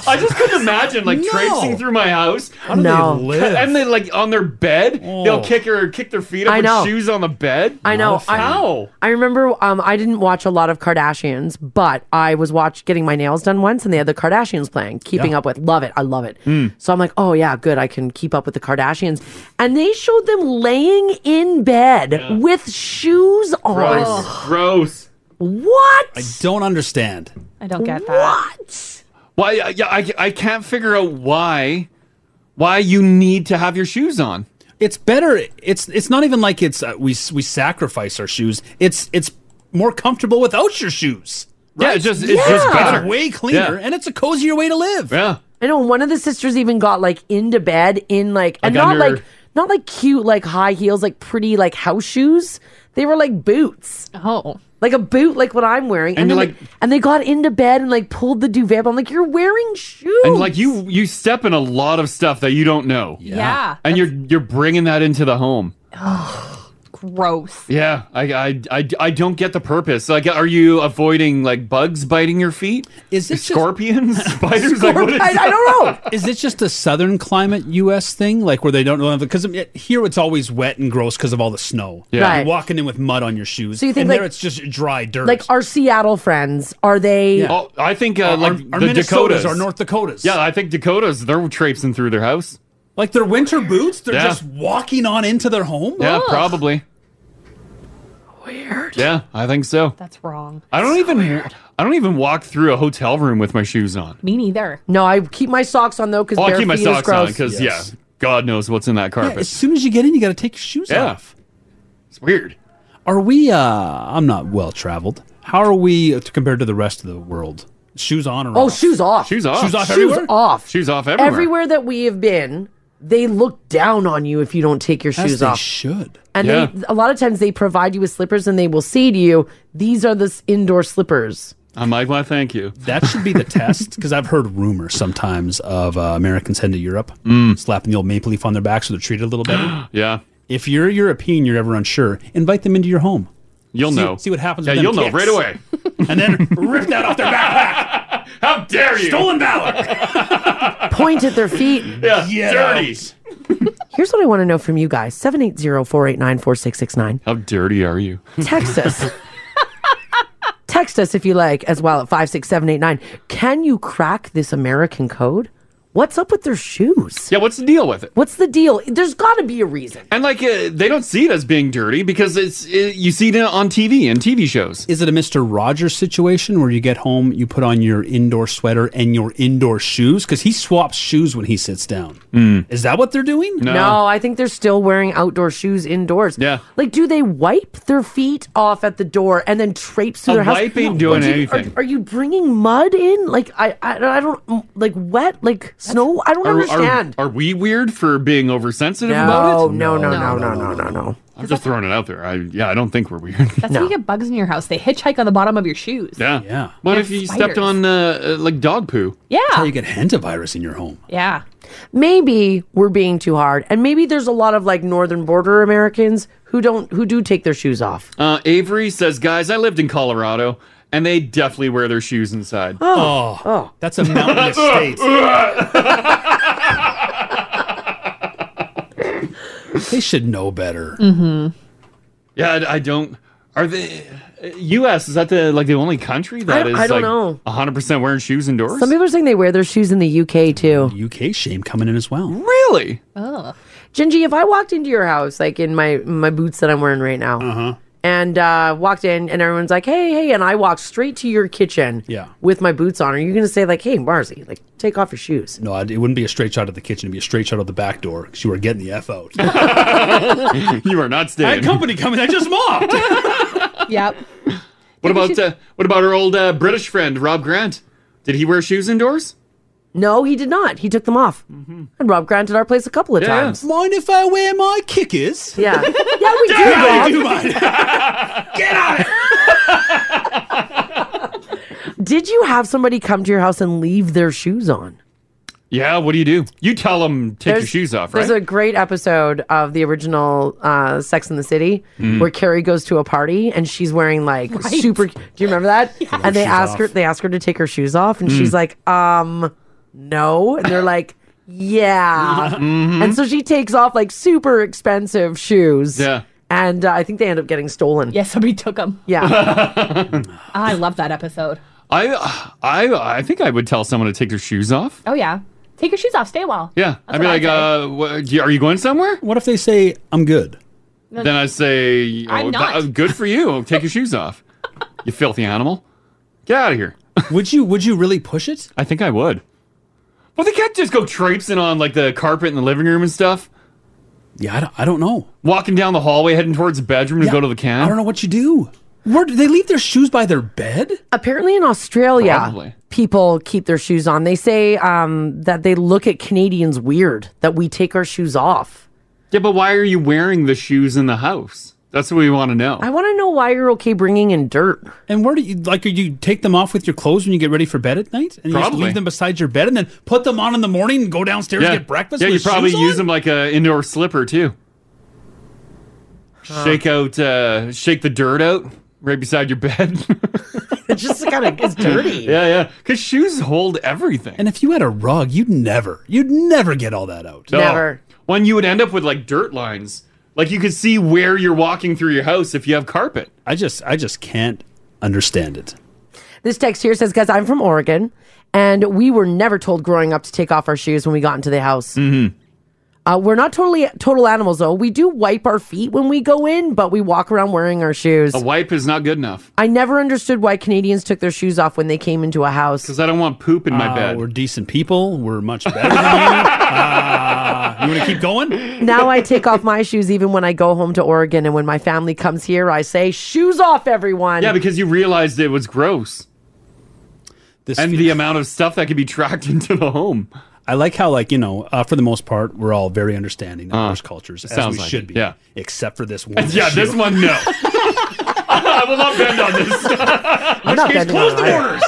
[SPEAKER 3] I just couldn't imagine like
[SPEAKER 9] No.
[SPEAKER 3] traipsing through my house.
[SPEAKER 9] How do they No. live?
[SPEAKER 3] And they like on their bed,
[SPEAKER 8] Oh.
[SPEAKER 3] they'll kick or kick their feet up
[SPEAKER 8] I
[SPEAKER 3] with
[SPEAKER 8] know.
[SPEAKER 3] shoes on the bed.
[SPEAKER 8] I know. I,
[SPEAKER 3] How?
[SPEAKER 8] I remember. Um, I didn't watch a lot of Kardashians, but I was watch getting my nails done once, and they had the Kardashians playing, keeping
[SPEAKER 1] Yeah.
[SPEAKER 8] up with. Love it. I love it.
[SPEAKER 1] Mm.
[SPEAKER 3] Hmm.
[SPEAKER 8] So I'm like, oh yeah, good. I can keep up with the Kardashians, and they showed them laying in bed with shoes on.
[SPEAKER 3] Gross. Gross.
[SPEAKER 8] What?
[SPEAKER 9] I don't understand.
[SPEAKER 5] I don't get that.
[SPEAKER 3] Why? I- Yeah, I, I can't figure out why why you need to have your shoes on.
[SPEAKER 9] It's better. It's it's not even like it's uh, we we sacrifice our shoes. It's it's more comfortable without your shoes.
[SPEAKER 3] Yeah,
[SPEAKER 9] right?
[SPEAKER 3] it's just- it's just
[SPEAKER 9] It's
[SPEAKER 3] better.
[SPEAKER 9] way cleaner,
[SPEAKER 3] Yeah.
[SPEAKER 9] and it's a cozier way to live.
[SPEAKER 3] Yeah.
[SPEAKER 8] I know one of the sisters even got like into bed in like, and
[SPEAKER 9] Like
[SPEAKER 8] not
[SPEAKER 9] under-
[SPEAKER 8] like not like cute like high heels, like pretty like house shoes. They were like boots.
[SPEAKER 5] Oh.
[SPEAKER 8] Like a boot, like what I'm wearing,
[SPEAKER 3] And
[SPEAKER 8] then,
[SPEAKER 3] you're
[SPEAKER 8] like, and they got into bed and like pulled the duvet. up. I'm like, you're wearing shoes.
[SPEAKER 3] And like you you step in a lot of stuff that you don't know.
[SPEAKER 8] Yeah.
[SPEAKER 3] And you're you're bringing that into the home.
[SPEAKER 5] Gross.
[SPEAKER 3] Yeah, I, I, I, I don't get the purpose. Like, are you avoiding like bugs biting your feet?
[SPEAKER 9] Is it
[SPEAKER 3] scorpions, spiders? like, what is
[SPEAKER 8] don't know.
[SPEAKER 9] Is it just a southern climate U.S. thing, like where they don't know? Because here it's always wet and gross because of all the snow.
[SPEAKER 8] Yeah. Right.
[SPEAKER 9] You're walking in with mud on your shoes.
[SPEAKER 8] So you think,
[SPEAKER 9] and there
[SPEAKER 8] like-
[SPEAKER 9] it's just dry dirt.
[SPEAKER 8] like our Seattle friends, are they?
[SPEAKER 3] Oh, I think uh,
[SPEAKER 9] Our-
[SPEAKER 3] like
[SPEAKER 9] our
[SPEAKER 3] the
[SPEAKER 9] Minnesotas,
[SPEAKER 3] Dakotas,
[SPEAKER 9] our North Dakotas.
[SPEAKER 3] Yeah, I think Dakotas. They're traipsing through their house.
[SPEAKER 9] Like their winter boots, they're
[SPEAKER 3] Yeah.
[SPEAKER 9] just walking on into their home.
[SPEAKER 3] Yeah, probably. Weird. Yeah, I think so.
[SPEAKER 5] That's wrong.
[SPEAKER 3] I don't even. I don't even walk through a hotel room with my shoes on.
[SPEAKER 5] Me neither.
[SPEAKER 8] No, I keep my socks on though because
[SPEAKER 3] Oh, I
[SPEAKER 8] bare
[SPEAKER 3] keep my
[SPEAKER 8] feet is
[SPEAKER 3] socks on
[SPEAKER 8] gross.
[SPEAKER 3] because yeah, God knows what's in that
[SPEAKER 9] Yeah, as
[SPEAKER 3] carpet.
[SPEAKER 9] soon as you get in, you got to take your shoes
[SPEAKER 3] Yeah.
[SPEAKER 9] off.
[SPEAKER 3] It's weird.
[SPEAKER 9] Are we? uh I'm not well traveled. How are we uh, compared to the rest of the world? Shoes on or
[SPEAKER 8] Oh,
[SPEAKER 9] off?
[SPEAKER 8] shoes off.
[SPEAKER 9] Shoes off.
[SPEAKER 8] Shoes
[SPEAKER 9] Shoes off everywhere?
[SPEAKER 8] off.
[SPEAKER 3] Shoes off
[SPEAKER 9] everywhere.
[SPEAKER 8] that we have been, they look down on you if you don't take your
[SPEAKER 9] As
[SPEAKER 8] shoes
[SPEAKER 9] they
[SPEAKER 8] off.
[SPEAKER 9] should.
[SPEAKER 8] And
[SPEAKER 9] Yeah.
[SPEAKER 8] they, a lot of times they provide you with slippers and they will say to you, "These are the s- indoor slippers."
[SPEAKER 3] I'm like, why? Thank you.
[SPEAKER 9] That should be the test because I've heard rumors sometimes of uh, Americans heading to Europe,
[SPEAKER 3] Mm.
[SPEAKER 9] slapping the old maple leaf on their back so they're treated a little better.
[SPEAKER 3] Yeah.
[SPEAKER 9] If you're European, you're ever unsure, invite them into your home.
[SPEAKER 3] You'll
[SPEAKER 9] See-
[SPEAKER 3] know.
[SPEAKER 9] See what happens.
[SPEAKER 3] Yeah,
[SPEAKER 9] with them
[SPEAKER 3] you'll
[SPEAKER 9] kicks.
[SPEAKER 3] know right away.
[SPEAKER 9] Rip that off their backpack.
[SPEAKER 3] How dare you?
[SPEAKER 9] Stolen valor.
[SPEAKER 8] Point at their feet.
[SPEAKER 3] Yeah, dirty.
[SPEAKER 8] Here's what I want to know from you guys: 780-489-4669.
[SPEAKER 3] How dirty are you?
[SPEAKER 8] Text us. Text us if you like as well at 56789. Can you crack this American code? What's up with their shoes?
[SPEAKER 3] Yeah, what's the deal with it?
[SPEAKER 8] What's the deal? There's got to be a reason.
[SPEAKER 3] And like, uh, they don't see it as being dirty because it's it, you see it on TV and TV shows.
[SPEAKER 9] Is it a Mr. Rogers situation where you get home, you put on your indoor sweater and your indoor shoes? Because he swaps shoes when he sits down.
[SPEAKER 3] Mm.
[SPEAKER 9] Is that what they're doing?
[SPEAKER 8] No. I think they're still wearing outdoor shoes indoors. Yeah. Like, do they wipe their feet off at the door and then traipse through
[SPEAKER 3] A
[SPEAKER 8] their house?
[SPEAKER 3] wipe ain't doing
[SPEAKER 8] do you-
[SPEAKER 3] anything.
[SPEAKER 8] Are, are you bringing mud in? Like, I, I, I don't, mm, like wet, like snow? I don't
[SPEAKER 3] Are, are,
[SPEAKER 8] understand.
[SPEAKER 3] are we weird for being oversensitive
[SPEAKER 8] No,
[SPEAKER 3] about it?
[SPEAKER 8] no, no, No. no, no, no, no.
[SPEAKER 3] I'm just throwing it out there. I yeah, I don't think we're weird.
[SPEAKER 5] That's how you get bugs in your house. They hitchhike on the bottom of your shoes.
[SPEAKER 3] Yeah, yeah. What
[SPEAKER 5] And
[SPEAKER 3] if you
[SPEAKER 5] spiders.
[SPEAKER 3] stepped on uh, uh, like dog poo?
[SPEAKER 5] Yeah. That's how
[SPEAKER 9] you get hantavirus in your home.
[SPEAKER 5] Yeah.
[SPEAKER 8] Maybe we're being too hard. And maybe there's a lot of like northern border Americans who don't, who do take their shoes off.
[SPEAKER 3] Uh, Avery says, guys, I lived in Colorado, and they definitely wear their shoes inside.
[SPEAKER 9] Oh, that's a mountainous state. they should know better.
[SPEAKER 5] Mm-hmm.
[SPEAKER 3] Yeah, I, I don't. Are they? uh, U.S. is that the like the only country that
[SPEAKER 8] don't-
[SPEAKER 3] is
[SPEAKER 8] I don't
[SPEAKER 3] like
[SPEAKER 8] know.
[SPEAKER 3] 100 percent wearing shoes indoors?
[SPEAKER 8] Some people are saying they wear their shoes in the UK too.
[SPEAKER 9] UK shame coming in as well.
[SPEAKER 3] Really?
[SPEAKER 5] Oh.
[SPEAKER 8] Gingy, if I walked into your house, like in my my boots that I'm wearing right now,
[SPEAKER 9] Uh-huh.
[SPEAKER 8] and uh, walked in, and everyone's like, "Hey, hey," and I walk straight to your kitchen,
[SPEAKER 9] Yeah.
[SPEAKER 8] with my boots on, are you going to say like, "Hey, Marzi, like, take off your shoes"?
[SPEAKER 9] No, I'd- it wouldn't be a straight shot of the kitchen. It'd be a straight shot of the back door because you were getting the F out.
[SPEAKER 3] you are not staying.
[SPEAKER 9] I had company coming. I just mopped.
[SPEAKER 5] yep.
[SPEAKER 3] What about uh, what about our old uh, British friend Rob Grant? Did he wear shoes indoors?
[SPEAKER 8] No, he did not. He took them off. And Rob granted our place a couple of
[SPEAKER 3] Yeah.
[SPEAKER 8] times.
[SPEAKER 9] Mm-hmm. Mind if I wear my kickers?
[SPEAKER 8] Yeah, yeah, we do.
[SPEAKER 9] Yeah,
[SPEAKER 8] Rob.
[SPEAKER 9] you do mind.
[SPEAKER 8] Did you have somebody come to your house and leave their shoes on?
[SPEAKER 3] Yeah. What do you do? You tell him take your
[SPEAKER 8] There's-
[SPEAKER 3] shoes off, right?
[SPEAKER 8] There's a great episode of the original uh, Sex in the City
[SPEAKER 3] Mm.
[SPEAKER 8] where Carrie goes to a party and she's wearing like
[SPEAKER 1] Right.
[SPEAKER 8] super. Do you remember that? And they
[SPEAKER 1] Shoes
[SPEAKER 8] ask her,
[SPEAKER 1] off.
[SPEAKER 8] they ask her to take her shoes off, and she's
[SPEAKER 3] Hmm.
[SPEAKER 1] Mm.
[SPEAKER 8] like, um, no. And they're like, yeah.
[SPEAKER 3] Mm-hmm.
[SPEAKER 1] Mhm.
[SPEAKER 8] And so she takes off like super expensive shoes.
[SPEAKER 3] Yeah.
[SPEAKER 8] And uh, I think they end up getting stolen.
[SPEAKER 5] Yeah, somebody took them.
[SPEAKER 8] Yeah.
[SPEAKER 5] I love that episode.
[SPEAKER 3] I I I think I would tell someone to take their shoes off.
[SPEAKER 5] Oh, yeah. Take your shoes off. Stay a while.
[SPEAKER 3] Yeah, I'd be like, uh, what, do you- are you going somewhere?
[SPEAKER 9] What if they say I'm good?
[SPEAKER 5] No,
[SPEAKER 3] Then I say,
[SPEAKER 5] I'm
[SPEAKER 3] "Oh,
[SPEAKER 5] not."
[SPEAKER 3] th- good for you. Take your shoes off. You filthy animal. Get out of here.
[SPEAKER 6] would you would you really push it?
[SPEAKER 3] I think I would. Well, they can't just go traipsing on like the carpet in the living room and stuff.
[SPEAKER 6] Yeah, I don't, I don't know.
[SPEAKER 3] Walking down the hallway, heading towards the bedroom to
[SPEAKER 6] Yeah,
[SPEAKER 3] go to the can.
[SPEAKER 6] I don't know what you do. Where do they leave their shoes by their bed?
[SPEAKER 8] Apparently, in Australia,
[SPEAKER 6] Probably.
[SPEAKER 8] people keep their shoes on. They say um, that they look at Canadians weird that we take our shoes off.
[SPEAKER 3] Yeah, but why are you wearing the shoes in the house? That's what we want to know.
[SPEAKER 8] I want to know why you're okay bringing in dirt.
[SPEAKER 6] And where do you like? You take them off with your clothes when you get ready for bed at night, and you just
[SPEAKER 3] Probably.
[SPEAKER 6] leave them beside your bed, and then put them on in the morning and go downstairs
[SPEAKER 3] yeah,
[SPEAKER 6] and get breakfast.
[SPEAKER 3] Yeah,
[SPEAKER 6] with
[SPEAKER 3] you
[SPEAKER 6] your
[SPEAKER 3] probably
[SPEAKER 6] shoes
[SPEAKER 3] use
[SPEAKER 6] on?
[SPEAKER 3] them like a indoor slipper too.
[SPEAKER 6] Uh-huh.
[SPEAKER 3] Shake out, uh, shake the dirt out right beside your bed.
[SPEAKER 8] It's just kind of it's dirty.
[SPEAKER 3] yeah, yeah, because shoes hold everything.
[SPEAKER 6] And if you had a rug, you'd never, you'd never get all that out.
[SPEAKER 3] No. When you would end up with like dirt lines, like you could see where you're walking through your house if you have carpet.
[SPEAKER 6] I just, I just can't understand it.
[SPEAKER 8] This text here says, guys, I'm from Oregon, and we were never told growing up to take off our shoes when we got into the house. Mm-hmm. Uh, we're not totally total animals, though. We do wipe our feet when we go in, but we walk around wearing our shoes.
[SPEAKER 3] A wipe is not good enough
[SPEAKER 8] I never understood why Canadians took their shoes off when they came into a house.
[SPEAKER 3] because I don't want poop in my
[SPEAKER 6] Uh,
[SPEAKER 3] bed.
[SPEAKER 6] We're decent people. We're much better than you. Uh, you want to keep going?
[SPEAKER 8] now I take off my shoes even when I go home to Oregon, and when my family comes here, I say, "Shoes off, everyone!"
[SPEAKER 3] Yeah, because you realized it was gross. and the amount of stuff that could be tracked into the home.
[SPEAKER 6] I like how, like you know, uh, for the most part, we're all very understanding of those cultures,
[SPEAKER 3] it
[SPEAKER 6] as
[SPEAKER 3] sounds
[SPEAKER 6] we
[SPEAKER 3] like
[SPEAKER 6] should
[SPEAKER 3] it,
[SPEAKER 6] be,
[SPEAKER 3] yeah.
[SPEAKER 6] except for this one.
[SPEAKER 3] yeah, this
[SPEAKER 6] issue.
[SPEAKER 3] one, no. I will not bend on this.
[SPEAKER 8] I'm not bending
[SPEAKER 3] close
[SPEAKER 8] on
[SPEAKER 3] the
[SPEAKER 8] it.
[SPEAKER 3] borders.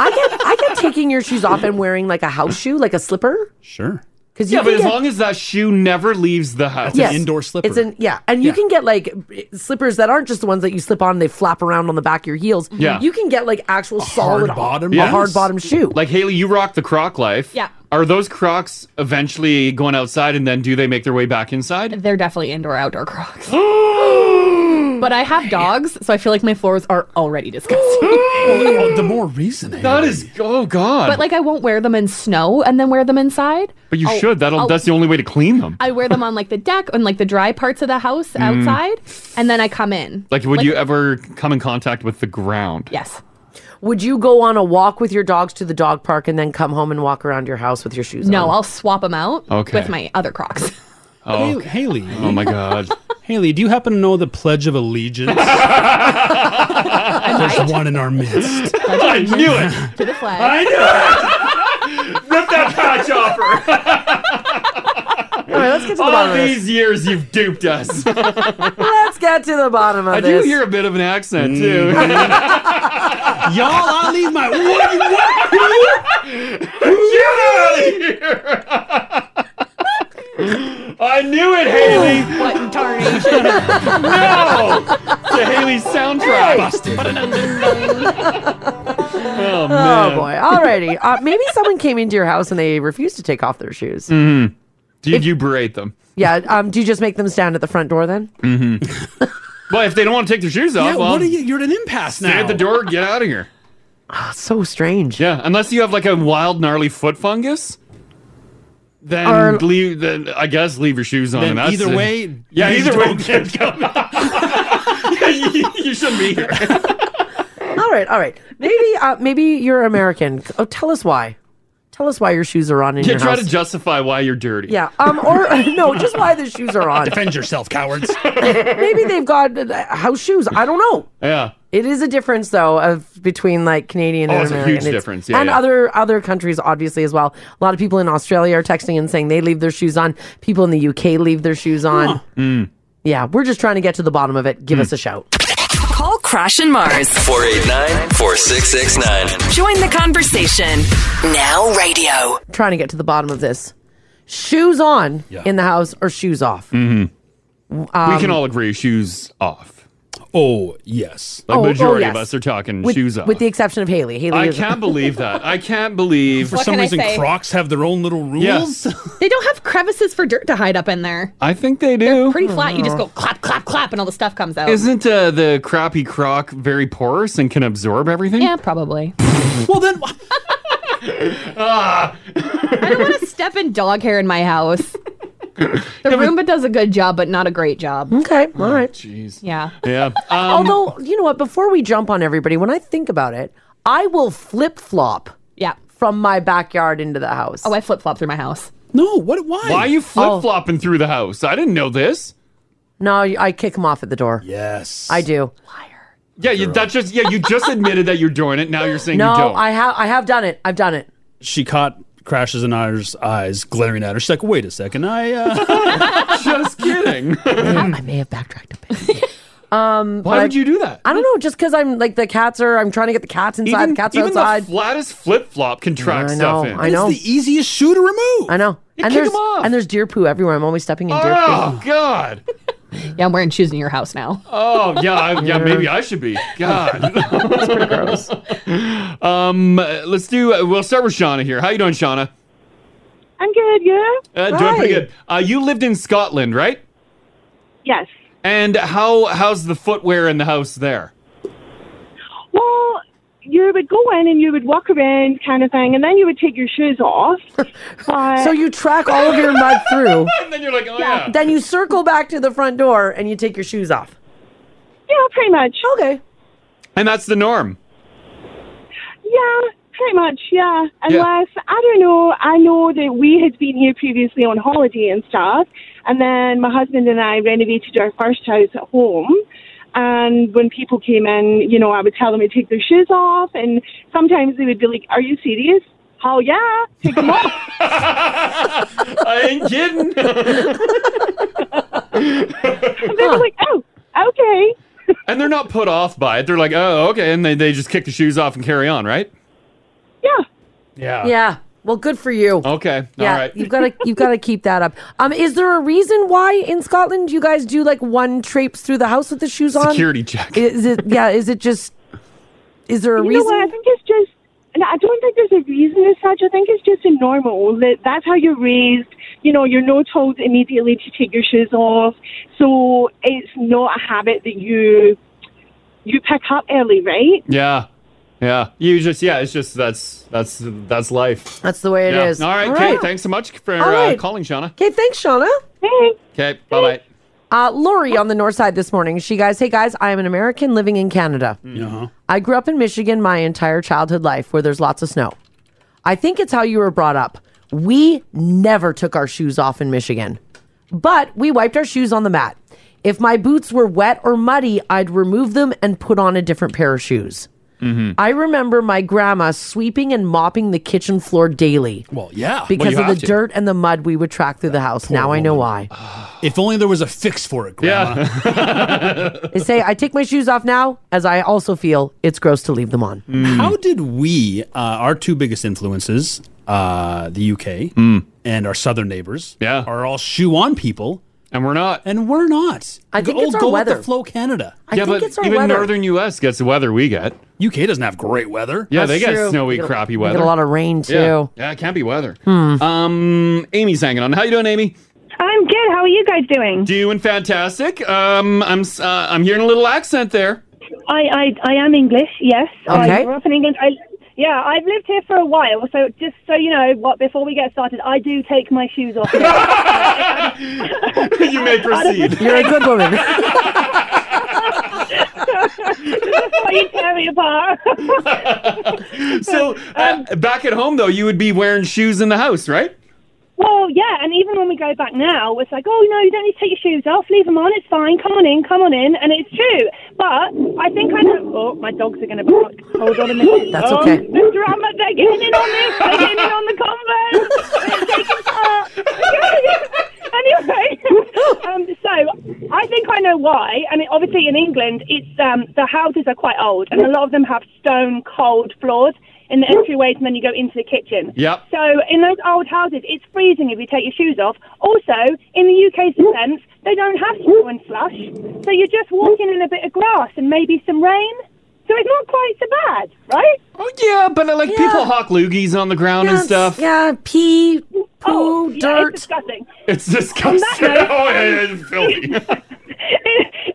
[SPEAKER 8] I kept, I kept taking your shoes off and wearing like a house shoe, like a slipper.
[SPEAKER 6] Sure.
[SPEAKER 8] 'Cause you
[SPEAKER 3] yeah,
[SPEAKER 8] can
[SPEAKER 3] but as
[SPEAKER 8] get-
[SPEAKER 3] long as that shoe never leaves the house,
[SPEAKER 8] Yes. It's an yeah, and you can get like slippers that aren't just the ones that you slip on; they flap around on the back of your heels.
[SPEAKER 3] Mm-hmm. Yeah.
[SPEAKER 8] you can get like actual solid
[SPEAKER 3] bottom,
[SPEAKER 8] a hard bottom shoe.
[SPEAKER 3] Like Haley, you rock the Croc life.
[SPEAKER 5] Yeah.
[SPEAKER 3] Are those Crocs eventually going outside, and then do they make their way back inside?
[SPEAKER 5] They're definitely indoor outdoor crocs. but I have dogs, so I feel like my floors are already disgusting.
[SPEAKER 6] Well, the more reason.
[SPEAKER 3] That is oh god.
[SPEAKER 5] but like I won't wear them in snow and then wear them inside.
[SPEAKER 3] But you
[SPEAKER 5] I'll-
[SPEAKER 3] should. That'll.
[SPEAKER 5] I'll-
[SPEAKER 3] that's the only way to clean them.
[SPEAKER 5] I wear them on like the deck and like the dry parts of the house
[SPEAKER 3] Mm.
[SPEAKER 5] outside, and then I come in.
[SPEAKER 3] Like, would you ever come in contact with the ground?
[SPEAKER 5] Yes.
[SPEAKER 8] Would you go on a walk with your dogs to the dog park and then come home and walk around your house with your shoes
[SPEAKER 5] No,
[SPEAKER 8] on?
[SPEAKER 5] I'll swap them out
[SPEAKER 3] Oh. Okay.
[SPEAKER 5] with my other Crocs.
[SPEAKER 6] Oh, Haley.
[SPEAKER 3] Oh my God.
[SPEAKER 6] Haley, do you happen to know the Pledge of Allegiance? There's one in our midst.
[SPEAKER 3] I knew it.
[SPEAKER 5] To the flag.
[SPEAKER 3] I knew it. Rip that patch off her.
[SPEAKER 8] All right, let's get to the
[SPEAKER 3] All
[SPEAKER 8] bottom of this.
[SPEAKER 3] these years, you've duped us.
[SPEAKER 8] Let's get to the bottom of
[SPEAKER 3] I do
[SPEAKER 8] this.
[SPEAKER 3] hear a bit of an accent too.
[SPEAKER 6] Y'all, I leave my. What?
[SPEAKER 3] Get out of here! I knew it, Haley.
[SPEAKER 5] What in tarnation?
[SPEAKER 3] no, the Haley soundtrack. Oh,
[SPEAKER 8] Oh,
[SPEAKER 3] man.
[SPEAKER 8] boy! Alrighty, uh, maybe someone came into your house and they refused to take off their shoes.
[SPEAKER 3] Mm-hmm. Do you, you berate them?
[SPEAKER 8] Yeah, um, do you just make them stand at the front door then?
[SPEAKER 3] Mm-hmm. well, if they don't want to take their shoes off,
[SPEAKER 8] Yeah,
[SPEAKER 3] well,
[SPEAKER 8] what are you-
[SPEAKER 6] You're at an impasse
[SPEAKER 3] Stay at the door. Get out of here.
[SPEAKER 8] Ah, so strange.
[SPEAKER 3] Yeah, unless you have like a wild, gnarly foot fungus, then
[SPEAKER 6] Or-
[SPEAKER 3] leave. Then I guess leave your shoes on.
[SPEAKER 6] Then
[SPEAKER 3] and that's
[SPEAKER 6] either
[SPEAKER 3] it.
[SPEAKER 6] way,
[SPEAKER 3] yeah,
[SPEAKER 6] please
[SPEAKER 3] either way,
[SPEAKER 6] don't
[SPEAKER 3] kids come. you, you shouldn't be here.
[SPEAKER 8] All right, all right. Maybe, uh, maybe you're American. Oh, tell us why. Tell us why your shoes are on in
[SPEAKER 3] Yeah,
[SPEAKER 8] your
[SPEAKER 3] try
[SPEAKER 8] house.
[SPEAKER 3] to justify why you're dirty.
[SPEAKER 8] yeah, um, or no, just why the shoes are on.
[SPEAKER 6] Defend yourself, cowards.
[SPEAKER 8] maybe they've got uh, house shoes. I don't know.
[SPEAKER 3] Yeah.
[SPEAKER 8] It is a difference though of between like Canadian
[SPEAKER 3] Oh,
[SPEAKER 8] and
[SPEAKER 3] it's a
[SPEAKER 8] American.
[SPEAKER 3] huge difference. Yeah,
[SPEAKER 8] and
[SPEAKER 3] yeah.
[SPEAKER 8] other other countries obviously as well. A lot of people in Australia are texting and saying they leave their shoes on. People in the UK leave their shoes on.
[SPEAKER 2] Mm.
[SPEAKER 8] Yeah, we're just trying to get to the bottom of it.
[SPEAKER 3] Hmm.
[SPEAKER 8] Give us a shout.
[SPEAKER 1] Call Crash and Mars.
[SPEAKER 2] 489 4669.
[SPEAKER 1] Join the conversation. Now radio.
[SPEAKER 8] Trying to get to the bottom of this. Shoes on in the house or shoes off.
[SPEAKER 3] Mm-hmm. we can
[SPEAKER 8] Um,
[SPEAKER 3] all agree shoes off.
[SPEAKER 6] Oh yes,
[SPEAKER 3] like
[SPEAKER 8] Oh, oh,
[SPEAKER 3] majority of
[SPEAKER 8] yes.
[SPEAKER 3] us are talking
[SPEAKER 8] with,
[SPEAKER 3] shoes off.
[SPEAKER 8] with the exception of Haley. Haley,
[SPEAKER 3] I
[SPEAKER 8] is-
[SPEAKER 3] can't believe that. I can't believe
[SPEAKER 6] For some reason, Crocs have their own little rules.
[SPEAKER 3] Yeah.
[SPEAKER 5] they don't have crevices for dirt to hide up in there.
[SPEAKER 3] I think they do.
[SPEAKER 5] Pretty flat. You just go clap, clap, clap, and all the stuff comes out.
[SPEAKER 3] Isn't uh, the crappy croc very porous and can absorb everything?
[SPEAKER 5] Yeah, probably.
[SPEAKER 6] well then,
[SPEAKER 3] Ah,
[SPEAKER 5] I don't want to step in dog hair in my house. The Roomba does a good job, but not a great job. Mm.
[SPEAKER 8] Okay, all right.
[SPEAKER 3] Jeez.
[SPEAKER 5] Yeah.
[SPEAKER 3] Yeah.
[SPEAKER 8] Although, you know what? Before we jump on everybody, when I think about it, I will flip flop.
[SPEAKER 5] Yeah.
[SPEAKER 8] From my backyard into the house. Oh,
[SPEAKER 5] I flip flop through my house.
[SPEAKER 6] No, what? Why?
[SPEAKER 3] Why are you flip flopping through the house? I didn't know this.
[SPEAKER 8] No, you- I kick them off at the door.
[SPEAKER 6] Yes.
[SPEAKER 8] I do.
[SPEAKER 3] Yeah, you, that just yeah, you just admitted that you're doing it. Now you're saying
[SPEAKER 8] no,
[SPEAKER 3] you don't.
[SPEAKER 8] I have I have done it. I've done it.
[SPEAKER 9] She caught Crashes and I's eyes glaring at her. She's like, wait a second. I, uh,
[SPEAKER 3] just kidding.
[SPEAKER 8] I may have backtracked a bit.
[SPEAKER 3] Why
[SPEAKER 8] Um, but
[SPEAKER 3] would
[SPEAKER 8] I-
[SPEAKER 3] you do that?
[SPEAKER 8] I don't know. Just because I'm like the cats are. I'm trying to get the cats inside.
[SPEAKER 3] even
[SPEAKER 8] the cats are
[SPEAKER 3] even
[SPEAKER 8] outside.
[SPEAKER 3] the flattest flip flop can track
[SPEAKER 8] I know.
[SPEAKER 3] stuff in.
[SPEAKER 8] I know.
[SPEAKER 9] easiest shoe to remove.
[SPEAKER 8] I know.
[SPEAKER 3] You
[SPEAKER 8] and
[SPEAKER 3] kick
[SPEAKER 8] there's
[SPEAKER 3] 'em off.
[SPEAKER 8] and there's deer poo everywhere. I'm always stepping in deer
[SPEAKER 3] Oh
[SPEAKER 8] poo.
[SPEAKER 3] God.
[SPEAKER 5] Yeah, I'm wearing shoes in your house now.
[SPEAKER 3] Oh yeah, I, yeah. Maybe I should be. God, that's pretty gross. Um, uh, let's do. Uh, we'll start with Shauna here. How you doing, Shauna?
[SPEAKER 21] I'm good, you?
[SPEAKER 3] Uh, Doing pretty good. Uh, you lived in Scotland, right?
[SPEAKER 21] Yes.
[SPEAKER 3] And how how's the footwear in the house there?
[SPEAKER 21] Well, you would go in and you would walk around kind of thing, and then you would take your shoes off. But-
[SPEAKER 8] So you track all of your mud through.
[SPEAKER 3] And then you're like, oh
[SPEAKER 21] yeah.
[SPEAKER 8] Then you circle back to the front door and you take your shoes off.
[SPEAKER 21] Yeah, pretty much.
[SPEAKER 8] Okay.
[SPEAKER 3] And that's the norm.
[SPEAKER 21] Yeah, pretty much, yeah. Unless, I don't know, I know that we had been here previously on holiday and stuff, and then my husband and I renovated our first house at home. And when people came in, you know, I would tell them to take their shoes off, and sometimes they would be like, Are you serious? Oh, yeah, take them off.
[SPEAKER 3] I ain't kidding.
[SPEAKER 21] And they were like, Oh, okay.
[SPEAKER 3] And they're not put off by it. They're like, oh, okay, and they, they just kick the shoes off and carry on, right?
[SPEAKER 21] Yeah.
[SPEAKER 3] Yeah.
[SPEAKER 8] yeah. Well, good for you.
[SPEAKER 3] Okay.
[SPEAKER 8] Yeah,
[SPEAKER 3] All right.
[SPEAKER 8] you've got to you've got to keep that up. Um, is there a reason why in Scotland you guys do like one traipse through the house with the shoes on?
[SPEAKER 3] Security check.
[SPEAKER 8] Is it? Yeah. Is it just? Is there a
[SPEAKER 21] you
[SPEAKER 8] reason?
[SPEAKER 21] Know what? I think it's just. No, I don't think there's a reason as such. I think it's just a normal that that's how you're raised. You know, you're not told immediately to take your shoes off, so it's not a habit that you you pick up early, right?
[SPEAKER 3] Yeah. Yeah. You just yeah, it's just that's that's that's life.
[SPEAKER 8] That's the way it
[SPEAKER 3] it is.
[SPEAKER 8] is.
[SPEAKER 3] All right,
[SPEAKER 8] All
[SPEAKER 3] Kate,
[SPEAKER 8] right.
[SPEAKER 3] thanks so much for
[SPEAKER 8] All
[SPEAKER 3] uh,
[SPEAKER 8] right.
[SPEAKER 3] calling Shauna.
[SPEAKER 8] Okay, thanks, Shauna.
[SPEAKER 21] Hey.
[SPEAKER 3] Okay, bye bye.
[SPEAKER 8] Uh, Lori on the north side this morning. She guys, hey guys, I am an American living in Canada.
[SPEAKER 3] Mm-hmm.
[SPEAKER 8] I grew up in Michigan my entire childhood life where there's lots of snow. I think it's how you were brought up. We never took our shoes off in Michigan, but we wiped our shoes on the mat. If my boots were wet or muddy, I'd remove them and put on a different pair of shoes.
[SPEAKER 9] Mm.
[SPEAKER 8] I remember my grandma sweeping and mopping the kitchen floor daily. Well,
[SPEAKER 9] yeah. Well,
[SPEAKER 8] Because
[SPEAKER 9] you
[SPEAKER 8] of
[SPEAKER 9] have
[SPEAKER 8] the
[SPEAKER 9] to.
[SPEAKER 8] dirt and the mud we would track through the house. Now I know why.
[SPEAKER 9] if only there was a fix for it, Grandma.
[SPEAKER 8] They say, I take my shoes off now, as I also feel it's gross to leave them on.
[SPEAKER 3] Hmm.
[SPEAKER 9] How did we, uh, our two biggest influences, uh, the UK
[SPEAKER 3] Hmm.
[SPEAKER 9] and our southern neighbors, yeah. are all shoe on people,
[SPEAKER 3] and we're not,
[SPEAKER 9] and we're not.
[SPEAKER 8] I think
[SPEAKER 9] Go-
[SPEAKER 8] it's our
[SPEAKER 9] go with
[SPEAKER 8] weather.
[SPEAKER 9] the flow, Canada.
[SPEAKER 8] I
[SPEAKER 3] yeah,
[SPEAKER 8] think
[SPEAKER 3] but
[SPEAKER 8] it's our
[SPEAKER 3] even
[SPEAKER 8] weather.
[SPEAKER 3] northern US gets the weather we get.
[SPEAKER 9] UK doesn't have great weather.
[SPEAKER 3] Yeah,
[SPEAKER 8] That's
[SPEAKER 3] they get
[SPEAKER 8] true.
[SPEAKER 3] snowy,
[SPEAKER 8] They get a-
[SPEAKER 3] crappy
[SPEAKER 8] they get a
[SPEAKER 3] weather.
[SPEAKER 8] lot of rain,
[SPEAKER 3] Yeah,
[SPEAKER 8] too. Hmm.
[SPEAKER 3] yeah it can't be weather. Um Amy's hanging on. How you doing, Amy?
[SPEAKER 22] I'm good. How are you guys doing?
[SPEAKER 3] Doing fantastic. Um I'm s- uh, I'm hearing a little accent there.
[SPEAKER 22] I, I, I am English, yes.
[SPEAKER 3] Okay.
[SPEAKER 22] I grew up in England. I, yeah, I've lived here for a while, so just so you know, what before we get started, I do take my shoes off.
[SPEAKER 3] you may proceed.
[SPEAKER 8] You're a good woman.
[SPEAKER 22] Before you tear me apart.
[SPEAKER 3] so uh, back at home though, you would be wearing shoes in the house, right?
[SPEAKER 22] Well, yeah, and even when we go back now, it's like, oh no, you don't need to take your shoes off. Leave them on. It's fine. Come on in. Come on in. And it's true. But I think I know. Oh, my dogs are going to bark. Hold on a minute.
[SPEAKER 8] That's
[SPEAKER 22] oh,
[SPEAKER 8] okay.
[SPEAKER 22] The drama. They're getting in on this. They're getting in on the convo. They're taking part. anyway, um, so I think I know why. I mean, obviously in England, it's um, the houses are quite old, and a lot of them have stone cold floors in the entryways, and then you go into the kitchen.
[SPEAKER 3] Yep.
[SPEAKER 22] So in those old houses, it's freezing if you take your shoes off. Also, in the UK's defence, they don't have snow and slush, so you're just walking in a bit of grass and maybe some rain. So it's not quite so bad, right?
[SPEAKER 3] Oh yeah, but like People hawk loogies on the ground and stuff.
[SPEAKER 8] Yeah, pee, poo,
[SPEAKER 22] dirt. it's disgusting.
[SPEAKER 3] It's disgusting.
[SPEAKER 22] On that note-
[SPEAKER 3] oh, yeah, yeah, it's filthy.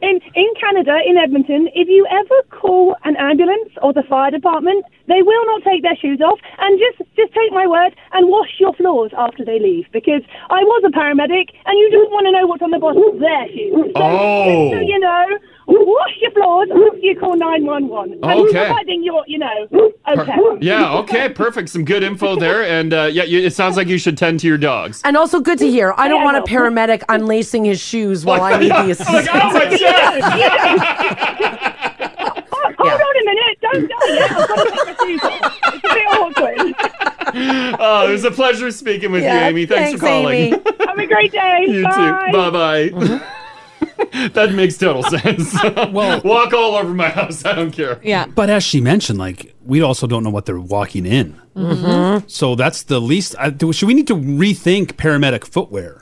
[SPEAKER 22] in in Canada, in Edmonton, if you ever call an ambulance or the fire department, they will not take their shoes off. And just, just take my word and wash your floors after they leave, because I was a paramedic, and you don't want to know what's on the bottom of their shoes. So,
[SPEAKER 7] Oh.
[SPEAKER 22] just so you know, wash your floors after you call nine one one.
[SPEAKER 3] Okay.
[SPEAKER 22] Providing you're, you know, okay.
[SPEAKER 3] Yeah, okay, perfect. Some good info there. And uh, yeah, you, it sounds like you should tend to your dogs.
[SPEAKER 8] And also good to hear. I don't want a paramedic unlacing his shoes while I need the assistance.
[SPEAKER 22] Hold on a minute. Don't go yet. I've got to take my shoes off. It's a bit awkward.
[SPEAKER 3] oh, it was a pleasure speaking with you,
[SPEAKER 22] Yeah,
[SPEAKER 3] Amy. Thanks, for calling.
[SPEAKER 22] Amy. Have a great day.
[SPEAKER 3] you
[SPEAKER 22] Bye.
[SPEAKER 3] too. Bye bye. that makes total sense. well, walk all over my house. I don't care.
[SPEAKER 5] Yeah.
[SPEAKER 9] But as she mentioned, like we also don't know what they're walking in.
[SPEAKER 8] Mm-hmm.
[SPEAKER 5] Mhm.
[SPEAKER 9] So that's the least. I, do, should we need to rethink paramedic footwear?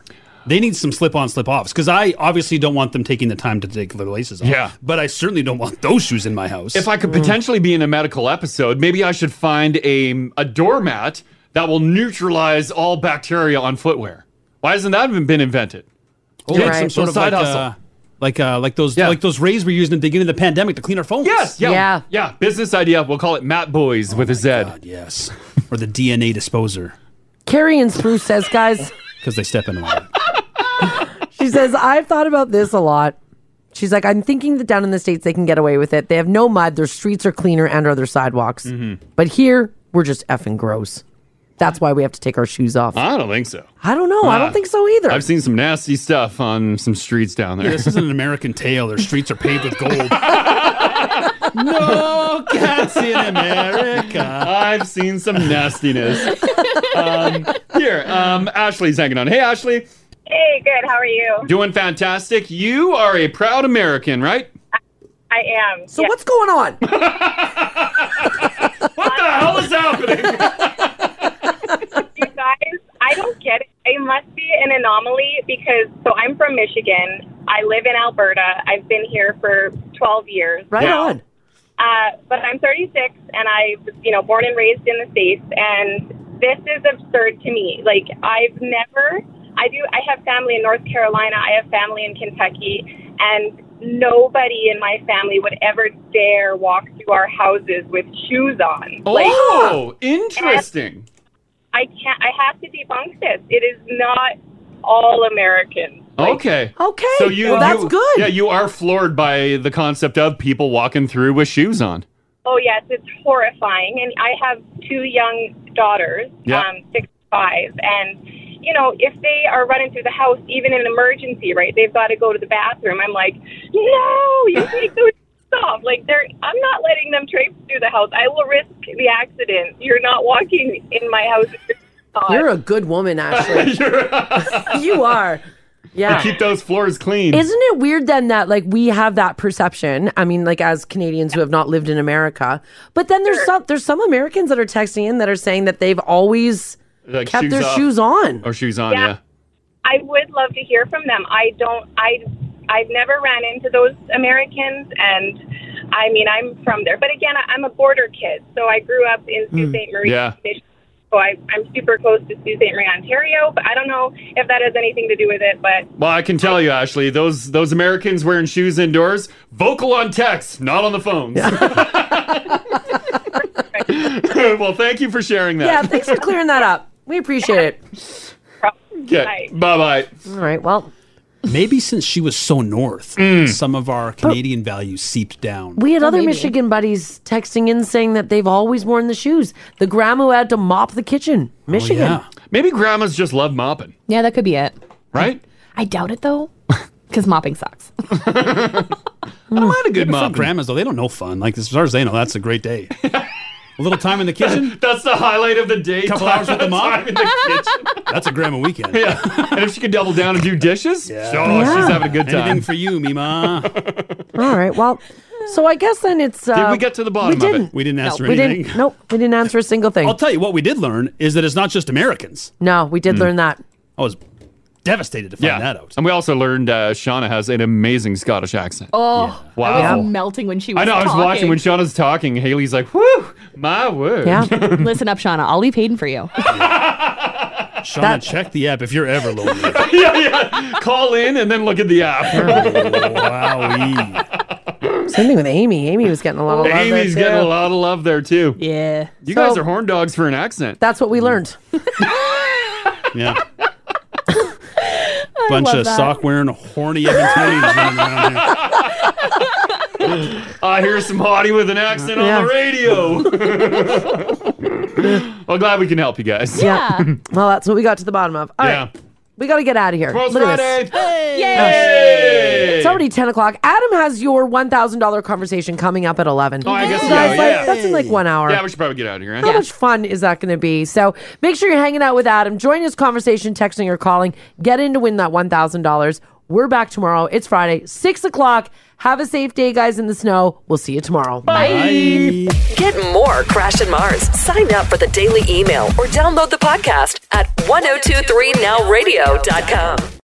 [SPEAKER 9] They need some slip-on, slip-offs because I obviously don't want them taking the time to take their laces off.
[SPEAKER 3] Yeah.
[SPEAKER 9] but I certainly don't want those shoes in my house.
[SPEAKER 3] If I could potentially be in a medical episode, maybe I should find a a doormat that will neutralize all bacteria on footwear. Why hasn't that even been invented?
[SPEAKER 9] Oh, like some sort of like, uh, like uh, like those like those rays we're using at the beginning of the pandemic to clean our phones.
[SPEAKER 3] Yes. Yeah, yeah. Business idea. We'll call it Matt Boys with a Z.
[SPEAKER 9] Oh yes. Or the DNA disposer
[SPEAKER 8] Carrie and Spruce says, guys,
[SPEAKER 9] because they step in a lot.
[SPEAKER 8] she says, I've thought about this a lot. She's like, I'm thinking that down in the States they can get away with it. They have no mud, their streets are cleaner and are their sidewalks.
[SPEAKER 3] Mm-hmm.
[SPEAKER 8] But here, we're just effing gross. That's why we have to take our shoes off.
[SPEAKER 3] I don't think so.
[SPEAKER 8] I don't know. I
[SPEAKER 3] Ah.
[SPEAKER 8] don't think so either.
[SPEAKER 3] I've seen some nasty stuff on some streets down there.
[SPEAKER 9] Yeah, this isn't an American tale. Their streets are paved with gold.
[SPEAKER 3] no cats in America. I've seen some nastiness. Um, here, um, Ashley's hanging on. Hey, Ashley,
[SPEAKER 10] Hey, good. How are you?
[SPEAKER 3] doing fantastic. You are a proud American, right?
[SPEAKER 10] I am.
[SPEAKER 8] So what's going on?
[SPEAKER 10] what the
[SPEAKER 3] hell is happening?
[SPEAKER 10] you guys, I don't get it. It must be an anomaly because so I'm from Michigan. I live in Alberta. I've been here for 12 years.
[SPEAKER 8] Right
[SPEAKER 10] now.
[SPEAKER 8] on.
[SPEAKER 10] Uh, but I'm 36 and I was, you know, born and raised in the States. And this is absurd to me. Like, I've never, I do, I have family in North Carolina, I have family in Kentucky, and nobody in my family would ever dare walk through our houses with shoes on.
[SPEAKER 3] Oh, interesting.
[SPEAKER 10] I can't, I have to debunk this. It is not all Americans.
[SPEAKER 3] Okay.
[SPEAKER 8] Okay.
[SPEAKER 3] So you,
[SPEAKER 10] Well, that's
[SPEAKER 3] you-
[SPEAKER 10] good.
[SPEAKER 3] Yeah, you are floored by the concept of people walking through with shoes on.
[SPEAKER 10] Oh yes, it's horrifying. And I have two young daughters,
[SPEAKER 3] Yeah.
[SPEAKER 10] um, six and five, and you know if they are running through the house, even in an emergency, right? They've got to go to the bathroom. I'm like, no, you take those shoes off. Like they're, I'm not letting them traipse through the house. I will risk the accident. You're not walking in my house. with your shoes on.
[SPEAKER 8] You're a good woman, Ashley. Um, you are. Yeah.
[SPEAKER 3] You keep those floors clean.
[SPEAKER 8] Isn't it weird then that like we have that perception? I mean, like as Canadians who have not lived in America, but then there's some there's some Americans that are texting in that are saying that they've always
[SPEAKER 3] Like,
[SPEAKER 8] kept their
[SPEAKER 3] off.
[SPEAKER 8] shoes on.
[SPEAKER 3] Or shoes on,
[SPEAKER 10] Yeah.
[SPEAKER 3] yeah.
[SPEAKER 10] I would love to hear from them. I don't. I I've never ran into those Americans, and I mean I'm from there. But again, I- I'm a border kid, so I grew up in Sault
[SPEAKER 23] Hmm,
[SPEAKER 10] Ste. Marie,
[SPEAKER 23] yeah.
[SPEAKER 10] Michigan. So I, I'm super close to Sault Ste. Marie, Ontario. But I don't know if that has anything to do with it. But
[SPEAKER 3] Well, I can tell you, Ashley, those those Americans wearing shoes indoors, vocal on text, not on the phones. well, thank you for sharing that.
[SPEAKER 8] Yeah, thanks for clearing that up. We appreciate it.
[SPEAKER 3] Okay. Bye bye.
[SPEAKER 8] All right. Well,
[SPEAKER 9] Maybe since she was so north,
[SPEAKER 3] Mm.
[SPEAKER 9] some of our Canadian values seeped down.
[SPEAKER 8] we had other Michigan buddies texting in saying that they've always worn the shoes. The grandma who had to mop the kitchen,
[SPEAKER 9] Oh,
[SPEAKER 8] Michigan.
[SPEAKER 3] Maybe grandmas just love mopping,
[SPEAKER 5] Yeah, that could be it.
[SPEAKER 3] right?
[SPEAKER 5] I doubt it though, because mopping sucks.
[SPEAKER 9] I don't
[SPEAKER 8] hmm.
[SPEAKER 9] mind a good
[SPEAKER 5] mopping.
[SPEAKER 9] grandmas though, they don't know fun. Like as far as they know, that's a great day. a little time in the kitchen.
[SPEAKER 3] That's the highlight of the day.
[SPEAKER 9] Couple hours with the mom.
[SPEAKER 3] Time in the
[SPEAKER 9] That's a grandma weekend.
[SPEAKER 3] Yeah. And if she could double down and do dishes, oh, she's having a good time.
[SPEAKER 9] Anything for you, Mima.
[SPEAKER 8] All right. Well, so I guess then it's. Uh,
[SPEAKER 9] Did we get to the bottom
[SPEAKER 8] we
[SPEAKER 9] of it?
[SPEAKER 8] didn't.
[SPEAKER 9] We didn't answer
[SPEAKER 8] no, we didn't-
[SPEAKER 9] anything.
[SPEAKER 8] nope. We didn't answer a single thing.
[SPEAKER 9] I'll tell you what we did learn is that it's not just Americans.
[SPEAKER 8] no, we did
[SPEAKER 9] Mm.
[SPEAKER 8] learn that.
[SPEAKER 9] I was devastated to find
[SPEAKER 3] yeah.
[SPEAKER 9] that out.
[SPEAKER 3] And we also learned uh, Shauna has an amazing Scottish accent.
[SPEAKER 5] Oh,
[SPEAKER 3] Yeah.
[SPEAKER 5] I
[SPEAKER 3] Wow.
[SPEAKER 5] was melting when she was.
[SPEAKER 3] I know. I was watching when
[SPEAKER 5] talking.
[SPEAKER 3] Shauna's talking. Haley's like, "Whew, my word."
[SPEAKER 5] Listen up, Shauna. I'll leave Hayden for you.
[SPEAKER 9] Shauna, check the app if you're ever lonely. Oh,
[SPEAKER 3] yeah, yeah. Call in and then look at the app.
[SPEAKER 9] Wowee.
[SPEAKER 8] Same thing with Amy. Amy was getting a lot of love. there,
[SPEAKER 3] Amy's getting a
[SPEAKER 8] too.
[SPEAKER 3] lot of love there too.
[SPEAKER 8] Yeah.
[SPEAKER 3] You
[SPEAKER 8] So-
[SPEAKER 3] guys are horn dogs for an accent.
[SPEAKER 8] That's what we learned.
[SPEAKER 3] Yeah.
[SPEAKER 9] Bunch
[SPEAKER 8] love
[SPEAKER 9] of
[SPEAKER 8] that.
[SPEAKER 9] sock wearing horny Edmontonians running around here.
[SPEAKER 3] I hear some hottie with an accent on the radio. well, glad we can help you guys.
[SPEAKER 8] well, that's what we got to the bottom of. All right.
[SPEAKER 3] yeah.
[SPEAKER 8] We got to get out of here.
[SPEAKER 3] Tomorrow's
[SPEAKER 8] Look at
[SPEAKER 3] Friday.
[SPEAKER 8] this. It's already 10 o'clock. Adam has your $1,000 conversation coming up at 11.
[SPEAKER 3] Oh, I guess
[SPEAKER 8] So
[SPEAKER 3] so,
[SPEAKER 8] that's,
[SPEAKER 3] yeah.
[SPEAKER 8] like, that's in like one hour.
[SPEAKER 3] Yeah, we should probably get out of here. Huh?
[SPEAKER 8] How much fun is that going to be? So make sure you're hanging out with Adam. Join his conversation, texting or calling. Get in to win that $1,000. We're back tomorrow. It's Friday, 6 o'clock. Have a safe day, guys, in the snow. We'll see you tomorrow.
[SPEAKER 1] Get more Crash and Mars. Sign up for oh the daily email or download the podcast at 1023nowradio.com.